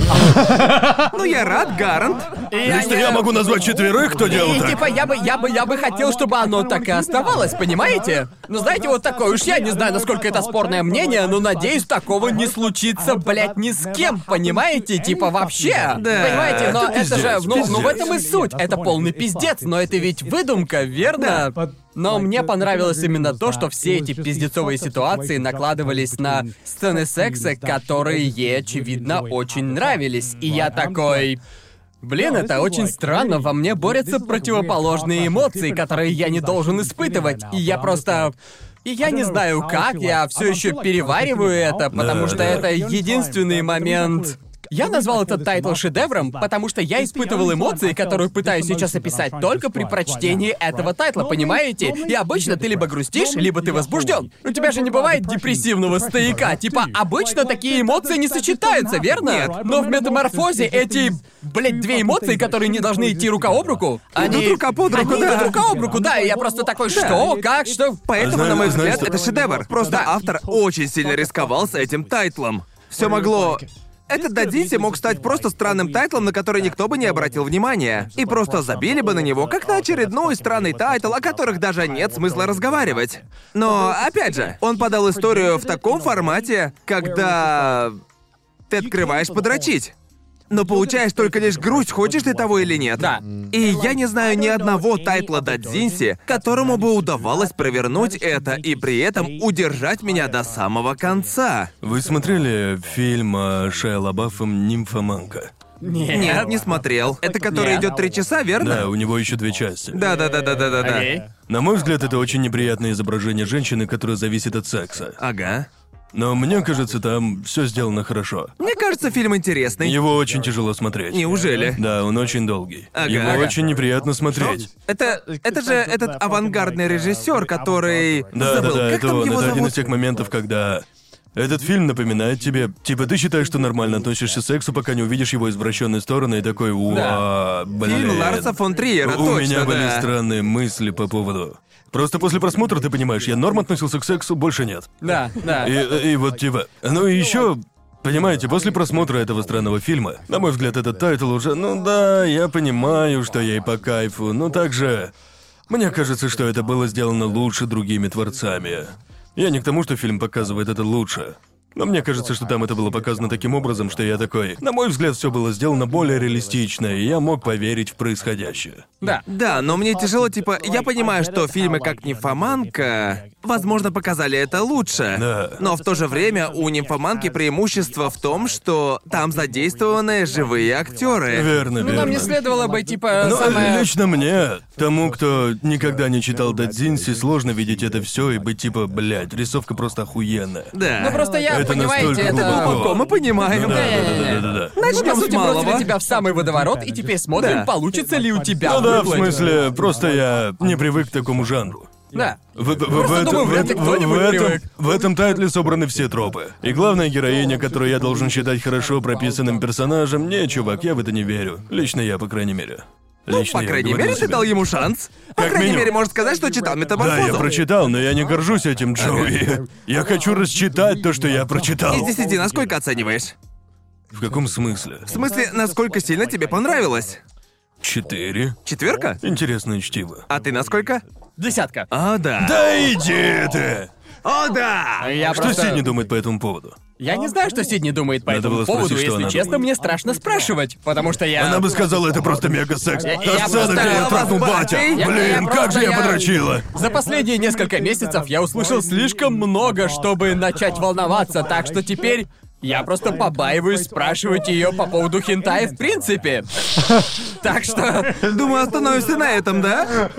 Speaker 3: Ну я рад, Гарант.
Speaker 2: И
Speaker 1: Лично я могу назвать четверых, кто делал
Speaker 2: И
Speaker 1: так.
Speaker 2: типа я бы, я бы, я бы хотел, чтобы оно так и оставалось, понимаете? Ну знаете, вот такое уж я не знаю, насколько это спорное мнение, но надеюсь, такого не случится, блядь, ни с кем, понимаете? Типа вообще.
Speaker 6: Да.
Speaker 2: Понимаете, но
Speaker 1: Это
Speaker 2: это, же,
Speaker 1: пиздец,
Speaker 2: ну, ну, в
Speaker 1: пиздец.
Speaker 2: этом и суть. Это полный пиздец, но это ведь выдумка, верно? Но мне понравилось именно то, что все эти пиздецовые ситуации накладывались на сцены секса, которые ей, очевидно, очень нравились. И я такой... Блин, это очень странно. Во мне борются противоположные эмоции, которые я не должен испытывать. И я просто... И я не знаю как, я все еще перевариваю это, потому
Speaker 1: Да,
Speaker 2: что
Speaker 1: да.
Speaker 2: это единственный момент... Я назвал этот тайтл шедевром, потому что я испытывал эмоции, которые пытаюсь сейчас описать только при прочтении этого тайтла, понимаете? И обычно ты либо грустишь, либо ты возбужден. У тебя же не бывает депрессивного стояка. Типа, обычно такие эмоции не сочетаются, верно?
Speaker 6: Нет.
Speaker 2: Но в метаморфозе эти, блядь, две эмоции, которые не должны идти рука об руку, они...
Speaker 3: рука под руку,
Speaker 2: они
Speaker 3: да.
Speaker 2: идут рука об руку, да, и я просто такой, что, как, что...
Speaker 3: Поэтому,
Speaker 1: Знаю-
Speaker 3: на мой
Speaker 1: знаю, что-
Speaker 3: взгляд, это шедевр. Просто
Speaker 6: Да.
Speaker 3: автор очень сильно рисковал с этим тайтлом. Все могло. Этот Дадзинси мог стать просто странным тайтлом, на который никто бы не обратил внимания. И просто забили бы на него, как на очередной странный тайтл, о которых даже нет смысла разговаривать. Но, опять же, он подал историю в таком формате, когда... ты открываешь подрочить. Но получаешь только лишь грусть, хочешь ты того или нет.
Speaker 2: Да.
Speaker 3: И я не знаю ни одного тайтла Дадзинси, которому бы удавалось провернуть это и при этом удержать меня до самого конца.
Speaker 1: Вы смотрели фильм э, Шея Лабафом «Нимфоманка»?
Speaker 3: Нет, не смотрел. Это который
Speaker 2: Нет.
Speaker 3: идет три часа,
Speaker 1: Да,
Speaker 3: верно?
Speaker 1: у него еще две части.
Speaker 3: Да, да, да, да, да, да, да.
Speaker 2: Окей.
Speaker 1: На мой взгляд, это очень неприятное изображение женщины, которая зависит от секса.
Speaker 3: Ага.
Speaker 1: Но мне кажется, там все сделано хорошо.
Speaker 3: Мне кажется, фильм интересный.
Speaker 1: Его очень тяжело смотреть.
Speaker 3: Неужели?
Speaker 1: Да, он очень долгий.
Speaker 3: Ага.
Speaker 1: Его
Speaker 3: Ага.
Speaker 1: очень неприятно смотреть.
Speaker 3: Это, это же этот авангардный режиссер, который
Speaker 1: Да,
Speaker 3: забыл,
Speaker 1: да, да,
Speaker 3: как
Speaker 1: это
Speaker 3: там
Speaker 1: он.
Speaker 3: его
Speaker 1: Это один
Speaker 3: зовут?
Speaker 1: из тех моментов, когда этот фильм напоминает тебе, типа, ты считаешь, что нормально относишься к сексу, пока не увидишь его извращенной стороны, и такой, уа, блин.
Speaker 3: Фильм Ларса фон Триера,
Speaker 1: У
Speaker 3: точно,
Speaker 1: меня были
Speaker 3: да.
Speaker 1: странные мысли по поводу. Просто после просмотра ты понимаешь, я норм относился к сексу, больше нет.
Speaker 2: Да, да.
Speaker 1: И, и вот типа. Ну и еще. Понимаете, после просмотра этого странного фильма, на мой взгляд, этот тайтл уже, ну да, я понимаю, что ей по кайфу, но также... Мне кажется, что это было сделано лучше другими творцами. Я не к тому, что фильм показывает это лучше. Но мне кажется, что там это было показано таким образом, что я такой... На мой взгляд, все было сделано более реалистично, и я мог поверить в происходящее.
Speaker 2: Да.
Speaker 3: Да, но мне тяжело, типа, я понимаю, что фильмы как «Нимфоманка», возможно, показали это лучше.
Speaker 1: Да.
Speaker 3: Но в то же время у «Нимфоманки» преимущество в том, что там задействованы живые актеры.
Speaker 1: Верно, верно.
Speaker 2: Ну, нам не следовало бы, типа,
Speaker 1: Ну,
Speaker 2: самое...
Speaker 1: лично мне, тому, кто никогда не читал Дадзинси, сложно видеть это все и быть типа, блядь, рисовка просто охуенная.
Speaker 3: Да.
Speaker 2: Ну, просто Ну, я,
Speaker 1: Это
Speaker 2: понимаете,
Speaker 1: настолько
Speaker 2: это...
Speaker 1: глубоко.
Speaker 3: Глубоко мы понимаем.
Speaker 1: Да, да, да, да, да, да.
Speaker 2: Значит, по
Speaker 3: Начнем
Speaker 2: сути,
Speaker 3: с малого.
Speaker 2: бросили тебя в самый водоворот, и теперь смотрим,
Speaker 3: Да.
Speaker 2: получится ли у тебя
Speaker 1: Ну да, в
Speaker 2: выплыть.
Speaker 1: смысле, просто я не привык к такому жанру.
Speaker 2: Да.
Speaker 1: В, в- в- в этом-
Speaker 2: думаю,
Speaker 1: в
Speaker 2: вряд ли
Speaker 1: этом-
Speaker 2: кто-нибудь
Speaker 1: в этом-
Speaker 2: привык.
Speaker 1: в этом тайтле собраны все тропы. И главная героиня, которую я должен считать хорошо прописанным персонажем, не, чувак, я в это не верю. Лично я, по крайней мере. Лично
Speaker 3: Ну, По
Speaker 1: я
Speaker 3: крайней
Speaker 1: говорю
Speaker 3: мере,
Speaker 1: себе.
Speaker 3: ты дал ему шанс. По
Speaker 1: Как
Speaker 3: крайней
Speaker 1: минимум.
Speaker 3: мере, можно сказать, что читал
Speaker 1: Да, я
Speaker 3: метаморфозу.
Speaker 1: прочитал, но я не горжусь этим, Джоуи. Я хочу расчитать то, что я прочитал.
Speaker 3: Из десяти на сколько оцениваешь?
Speaker 1: В каком смысле?
Speaker 3: В смысле, насколько сильно тебе понравилось?
Speaker 1: Четыре.
Speaker 3: Четверка?
Speaker 1: Интересное чтиво.
Speaker 3: А ты насколько?
Speaker 2: Десятка.
Speaker 3: А, да.
Speaker 1: Да иди ты!
Speaker 3: О, да!
Speaker 2: Я
Speaker 1: А Что
Speaker 2: просто...
Speaker 1: Сидни думает по этому поводу?
Speaker 2: Я не знаю, что Сидни думает по
Speaker 1: Надо
Speaker 2: этому
Speaker 1: было
Speaker 2: поводу,
Speaker 1: спросить, что
Speaker 2: если
Speaker 1: она
Speaker 2: честно,
Speaker 1: думает.
Speaker 2: мне страшно спрашивать, потому что я...
Speaker 1: Она бы сказала, это просто мега-секс.
Speaker 2: Я-
Speaker 1: Та
Speaker 2: я
Speaker 1: сцена, где
Speaker 2: просто-
Speaker 1: я трахнул батя.
Speaker 2: Я-
Speaker 1: Блин,
Speaker 2: я
Speaker 1: как
Speaker 2: просто-
Speaker 1: же я
Speaker 2: я-
Speaker 1: подрочила!
Speaker 2: За последние несколько месяцев я услышал слишком много, чтобы начать волноваться, так что теперь я просто побаиваюсь спрашивать ее по поводу хентая в принципе. Так что...
Speaker 3: Думаю, остановимся на этом, да?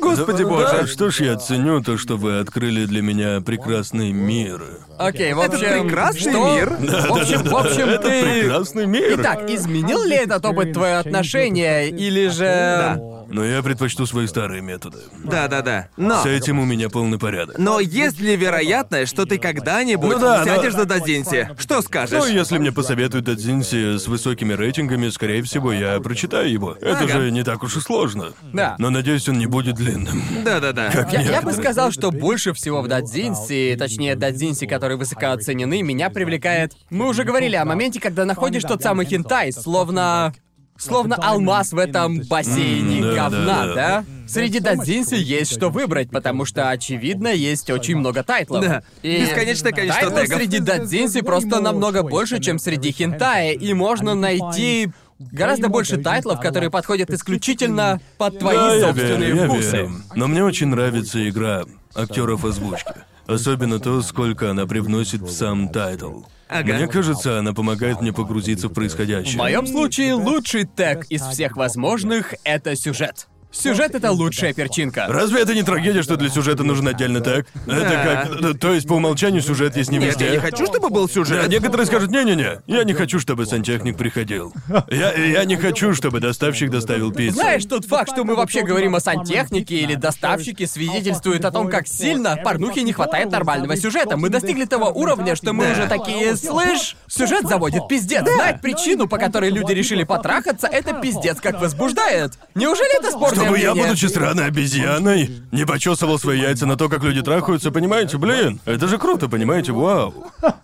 Speaker 3: Господи
Speaker 1: Да,
Speaker 3: боже.
Speaker 1: А что ж, я ценю то, что вы открыли для меня прекрасный мир.
Speaker 2: Окей, в общем...
Speaker 3: прекрасный
Speaker 2: что-
Speaker 3: мир.
Speaker 2: В общем, в общем,
Speaker 1: Это
Speaker 2: ты...
Speaker 1: прекрасный мир.
Speaker 2: Итак, изменил ли этот опыт твое отношение, или же...
Speaker 1: Но я предпочту свои старые методы.
Speaker 3: Да, да, да. Но.
Speaker 1: С этим у меня полный порядок.
Speaker 3: Но есть ли вероятность, что ты когда-нибудь
Speaker 1: Ну да,
Speaker 3: сядешь
Speaker 1: да.
Speaker 3: за Дадзинси? Что
Speaker 1: Ну,
Speaker 3: скажешь?
Speaker 1: если мне посоветуют Дадзинси с высокими рейтингами, скорее всего, я прочитаю его. Это
Speaker 3: Ага.
Speaker 1: же не так уж и сложно.
Speaker 2: Да.
Speaker 1: Но надеюсь, он не будет длинным.
Speaker 3: Да-да-да.
Speaker 2: Я, я бы сказал, что больше всего в Дадзинси, точнее Дадзинси, которые высоко оценены, меня привлекает... Мы уже говорили о моменте, когда находишь тот самый хентай, словно... Словно алмаз в этом бассейне
Speaker 1: М, да,
Speaker 2: говна,
Speaker 1: да,
Speaker 2: да?
Speaker 1: да.
Speaker 2: Среди дадзинси есть что выбрать, потому что, очевидно, есть очень много тайтлов.
Speaker 3: Да.
Speaker 2: И
Speaker 3: Бесконечное количество
Speaker 2: тайтлов
Speaker 3: тегов.
Speaker 2: среди дадзинси просто намного больше, чем среди хентая, и можно найти гораздо больше тайтлов, которые подходят исключительно под твои
Speaker 1: Да, я
Speaker 2: собственные
Speaker 1: верю, я
Speaker 2: вкусы.
Speaker 1: верю. Но мне очень нравится игра актеров озвучки. Особенно то, сколько она привносит в сам тайтл.
Speaker 3: Ага.
Speaker 1: Мне кажется, она помогает мне погрузиться в происходящее.
Speaker 2: В моем случае лучший тег из всех возможных — это сюжет. Сюжет — это лучшая перчинка.
Speaker 1: Разве это не трагедия, что для сюжета нужен отдельный так? Это как... То есть по умолчанию сюжет есть не
Speaker 3: Нет,
Speaker 1: везде.
Speaker 3: я не хочу, чтобы был
Speaker 1: Да,
Speaker 3: сюжет.
Speaker 1: некоторые скажут, не-не-не, я не хочу, чтобы сантехник приходил. Я, я не хочу, чтобы доставщик доставил пиццу.
Speaker 2: Знаешь, тот факт, что мы вообще говорим о сантехнике или доставщике, свидетельствует о том, как сильно порнухи не хватает нормального сюжета. Мы достигли того уровня, что мы
Speaker 3: Да.
Speaker 2: уже такие, слышь, сюжет заводит пиздец. Знать причину, по которой люди решили потрахаться, это пиздец как возбуждает. Неужели это спорное
Speaker 1: Чтобы я,
Speaker 2: мнение?
Speaker 1: будучи сраной обезьяной, не почесывал свои яйца на то, как люди трахаются, понимаете? Блин, это же круто, понимаете? Вау.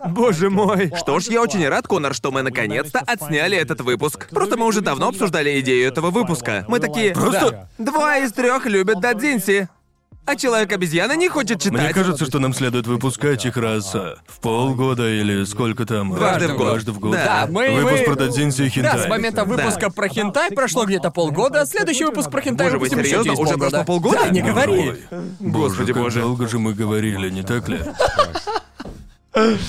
Speaker 3: Боже мой. Что ж, я очень рад, Конор, что мы наконец-то отсняли этот выпуск. Просто мы уже давно обсуждали идею этого выпуска. Мы такие...
Speaker 1: Просто-
Speaker 3: «Да, Два из трех любят Дадзинси. А человек-обезьяна не хочет читать.
Speaker 1: Мне кажется, что нам следует выпускать их раз э, в полгода или сколько там.
Speaker 3: Дважды в год.
Speaker 1: Дважды в год.
Speaker 3: Да,
Speaker 2: мы-
Speaker 1: Выпуск
Speaker 2: мы-
Speaker 1: про Додзинси и Хентай.
Speaker 2: Да, с момента выпуска про хентай прошло где-то полгода, а следующий выпуск про хентай
Speaker 3: Боже мой,
Speaker 2: выпустим еще
Speaker 3: серьезно?
Speaker 2: через
Speaker 3: Уже прошло полгода?
Speaker 2: Да, не говори.
Speaker 1: Ой, Боже, как
Speaker 3: боже.
Speaker 1: долго же мы говорили, не так ли?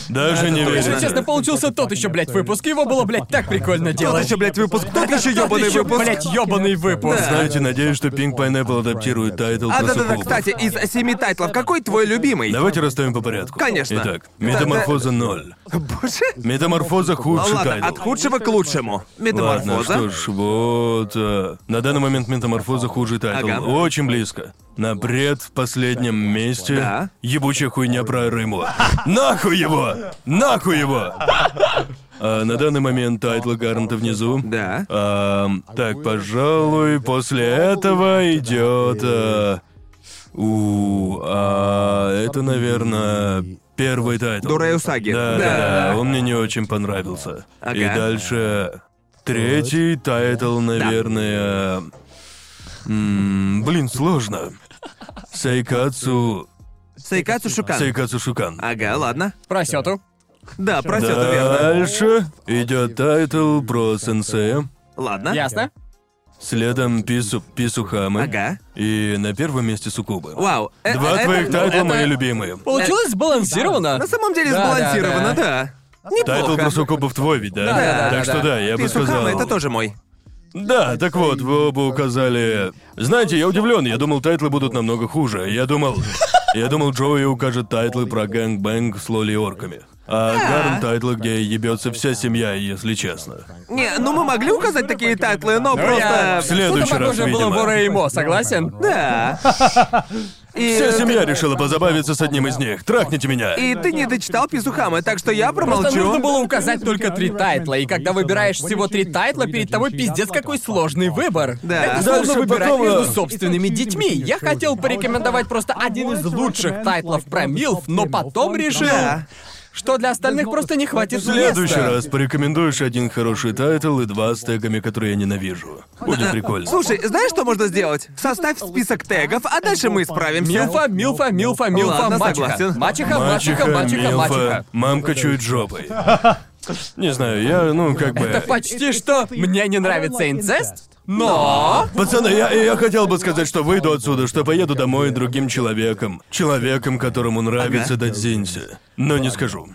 Speaker 1: Даже не
Speaker 2: Если
Speaker 1: верю.
Speaker 2: честно, получился тот еще, блядь, выпуск. Его было, блядь, так прикольно
Speaker 3: Тот
Speaker 2: делать.
Speaker 3: еще, блядь, выпуск, тот еще
Speaker 2: Тот
Speaker 3: ебаный
Speaker 2: еще,
Speaker 3: выпуск.
Speaker 2: блядь, ёбаный выпуск.
Speaker 3: Да.
Speaker 1: Знаете, надеюсь, что Pink Pineapple адаптирует тайтл
Speaker 3: А,
Speaker 1: про
Speaker 3: да-да-да,
Speaker 1: супругов.
Speaker 3: кстати, из семи тайтлов, какой твой любимый?
Speaker 1: Давайте расставим по порядку.
Speaker 3: Конечно.
Speaker 1: Итак, метаморфоза 0.
Speaker 3: Боже.
Speaker 1: Метаморфоза худший
Speaker 3: Ну Ладно,
Speaker 1: тайтл.
Speaker 3: от худшего к лучшему.
Speaker 1: Ладно, что
Speaker 3: Метаморфоза.
Speaker 1: ж, вот. э, на данный момент метаморфоза хуже тайтл.
Speaker 3: Ага.
Speaker 1: Очень близко. На бред в последнем месте.
Speaker 3: Да.
Speaker 1: Ебучая хуйня про Рыму. Нахуй его! Нахуй его! А на данный момент тайтл Гарнта внизу.
Speaker 3: Да.
Speaker 1: Эм, так, пожалуй, после этого идет. э, у, а, это, наверное, первый тайтл.
Speaker 3: Дурей Усаги.
Speaker 1: Да,
Speaker 3: Да.
Speaker 1: да, да, он мне не очень понравился.
Speaker 3: Ага.
Speaker 1: И дальше третий тайтл, наверное. м, блин, сложно. Сайкацу.
Speaker 3: Сайкацу Шукан.
Speaker 1: Сайкацу Шукан.
Speaker 3: Ага, ладно.
Speaker 2: Про сету.
Speaker 3: Да, про сету, А, верно.
Speaker 1: Дальше идет тайтл про сенсея.
Speaker 3: Ладно.
Speaker 2: Ясно?
Speaker 1: Следом Пису, Писухамы.
Speaker 3: Ага.
Speaker 1: И на первом месте Сукубы.
Speaker 3: Вау. э-
Speaker 1: Два
Speaker 3: э-
Speaker 1: твоих
Speaker 3: это-
Speaker 1: тайтла
Speaker 2: это-
Speaker 1: мои любимые.
Speaker 2: Получилось сбалансировано.
Speaker 3: На самом деле
Speaker 2: Да, да,
Speaker 3: сбалансировано, да.
Speaker 1: Тайтл
Speaker 3: Неплохо.
Speaker 1: про Сукубов твой ведь, да?
Speaker 2: Да, да,
Speaker 1: так
Speaker 2: да,
Speaker 1: что
Speaker 2: да.
Speaker 1: да, я бы
Speaker 3: Писукама,
Speaker 1: сказал.
Speaker 3: это тоже мой.
Speaker 1: Да, так вот, вы оба указали. Знаете, я удивлен, я думал, тайтлы будут намного хуже. Я думал. Я думал, Джоуи укажет тайтлы про гэнг-бэнг с лоли и орками. А Гарн тайтлы, где ебется вся семья, если честно.
Speaker 3: Не, ну мы могли указать такие тайтлы, но просто...
Speaker 1: В следующий
Speaker 2: Что-то
Speaker 1: раз,
Speaker 2: похожее было
Speaker 1: видимо.
Speaker 2: в Ореймо, согласен?
Speaker 3: Да. И...
Speaker 1: Вся семья решила позабавиться с одним из них. Трахните меня.
Speaker 3: И ты не дочитал Пизухамы, так что я
Speaker 2: Просто нужно
Speaker 3: промолчу.
Speaker 2: было указать только три тайтла, и когда выбираешь всего три тайтла, перед тобой пиздец какой сложный выбор.
Speaker 3: Да.
Speaker 2: Это сложно
Speaker 1: Дальше
Speaker 2: выбирать
Speaker 1: потом,
Speaker 2: между
Speaker 1: э,
Speaker 2: собственными детьми. Я хотел порекомендовать просто один из лучших тайтлов про Милф, но потом решил,
Speaker 3: Да.
Speaker 2: что для остальных просто не хватит
Speaker 1: В следующий
Speaker 2: места.
Speaker 1: раз порекомендуешь один хороший тайтл и два с тегами, которые я ненавижу. Будет прикольно.
Speaker 3: Слушай, знаешь, что можно сделать? Составь список тегов, а дальше мы справимся.
Speaker 2: Милфа, Милфа, Милфа, Милфа,
Speaker 3: Ладно,
Speaker 2: мачеха.
Speaker 3: согласен.
Speaker 2: Мачеха, мачеха, мачеха,
Speaker 1: милфа,
Speaker 2: мачеха.
Speaker 1: мамка чует жопой. Не знаю, я, ну, как бы...
Speaker 2: Это почти что мне не нравится инцест, но...
Speaker 1: Пацаны, я, я хотел бы сказать, что выйду отсюда, что поеду домой другим человеком. Человеком, которому нравится Дадзинси. Но не скажу.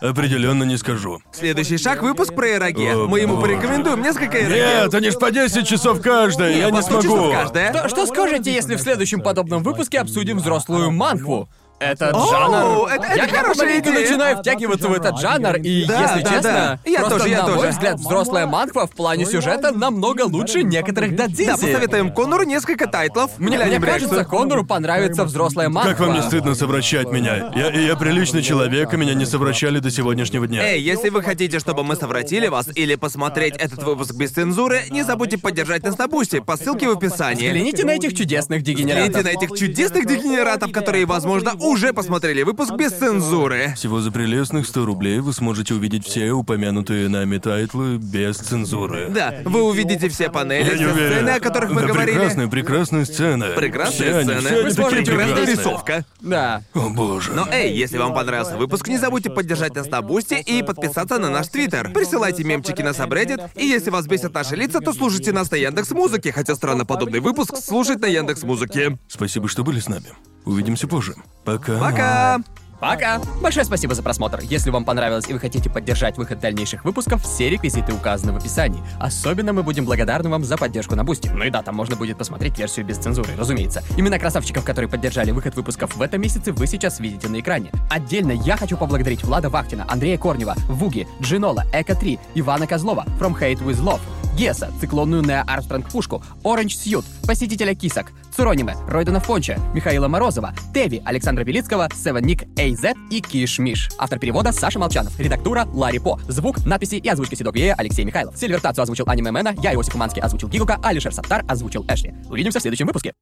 Speaker 1: Определенно не скажу.
Speaker 3: Следующий шаг — выпуск про Эраге.
Speaker 1: О,
Speaker 3: Мы ему
Speaker 1: боже.
Speaker 3: порекомендуем несколько Эраге.
Speaker 1: Нет, они ж по 10 часов каждая, я не
Speaker 3: по сто
Speaker 1: смогу.
Speaker 3: часов каждая.
Speaker 2: Что, что скажете, если в следующем подобном выпуске обсудим взрослую манхву? Этот
Speaker 3: О,
Speaker 2: жанр...
Speaker 3: это-
Speaker 2: я
Speaker 3: это хорошая
Speaker 2: потихоньку
Speaker 3: идея.
Speaker 2: начинаю втягиваться в этот жанр, и,
Speaker 3: Да,
Speaker 2: если
Speaker 3: да,
Speaker 2: честно,
Speaker 3: да. Я
Speaker 2: просто,
Speaker 3: тоже, я
Speaker 2: на мой
Speaker 3: тоже.
Speaker 2: взгляд, взрослая манхва в плане сюжета намного лучше некоторых дадзинси.
Speaker 3: Да, посоветуем Конору несколько тайтлов.
Speaker 2: Мне, мне
Speaker 3: Глянем
Speaker 2: кажется,
Speaker 3: реакцию.
Speaker 2: Конору понравится взрослая манхва.
Speaker 1: Как вам не стыдно совращать меня? Я, я приличный человек, и меня не совращали до сегодняшнего дня.
Speaker 3: Эй, если вы хотите, чтобы мы совратили вас или посмотреть этот выпуск без цензуры, не забудьте поддержать нас на бусте по ссылке в описании.
Speaker 2: Взгляните на этих чудесных
Speaker 3: Глядите
Speaker 2: дегенератов.
Speaker 3: на этих чудесных дегенератов, которые, возможно, уже посмотрели выпуск без цензуры.
Speaker 1: Всего за прелестных 100 рублей вы сможете увидеть все упомянутые нами тайтлы без цензуры.
Speaker 3: Да, вы увидите все панели,
Speaker 1: Я не
Speaker 3: все
Speaker 1: уверен.
Speaker 3: сцены, о которых мы
Speaker 1: да,
Speaker 3: говорили.
Speaker 1: Прекрасные, прекрасные сцены.
Speaker 3: Прекрасные
Speaker 1: Все они-
Speaker 3: сцены.
Speaker 1: все они
Speaker 3: Вы
Speaker 1: такие
Speaker 3: сможете прекрасная
Speaker 1: прекрасные.
Speaker 3: рисовка.
Speaker 2: Да.
Speaker 1: О боже.
Speaker 3: Но эй, если вам понравился выпуск, не забудьте поддержать нас на Бусти и подписаться на наш Твиттер. Присылайте мемчики на Сабреддит, и если вас бесят наши лица, то слушайте нас на Яндекс Музыке, хотя странно подобный выпуск слушать на Яндекс Музыке.
Speaker 1: Спасибо, что были с нами. Увидимся позже. Пока.
Speaker 3: Пока!
Speaker 2: Пока! Большое спасибо за просмотр. Если вам понравилось и вы хотите поддержать выход дальнейших выпусков, все реквизиты указаны в описании. Особенно мы будем благодарны вам за поддержку на Бусти. Ну и да, там можно будет посмотреть версию без цензуры, разумеется. Имена красавчиков, которые поддержали выход выпусков в этом месяце, вы сейчас видите на экране. Отдельно я хочу поблагодарить Влада Вахтина, Андрея Корнева, Вуги, Джинола, Эко-3, Ивана Козлова, From Hate With Love, Геса, циклонную Нео Армстронг пушку, Оранж Сьют, Посетителя Кисок, Цурониме, Ройдана Фонча, Михаила Морозова, Теви, Александра Белицкого, Севен Ник, Эйзет и Киш Миш. Автор перевода Саша Молчанов, редактура Ларри По, звук, надписи и озвучка Седок Ея Алексей Михайлов. Сильвертацию озвучил Аниме Мэна, я Иосиф Уманский озвучил Гигука, Алишер Саттар озвучил Эшли. Увидимся в следующем выпуске.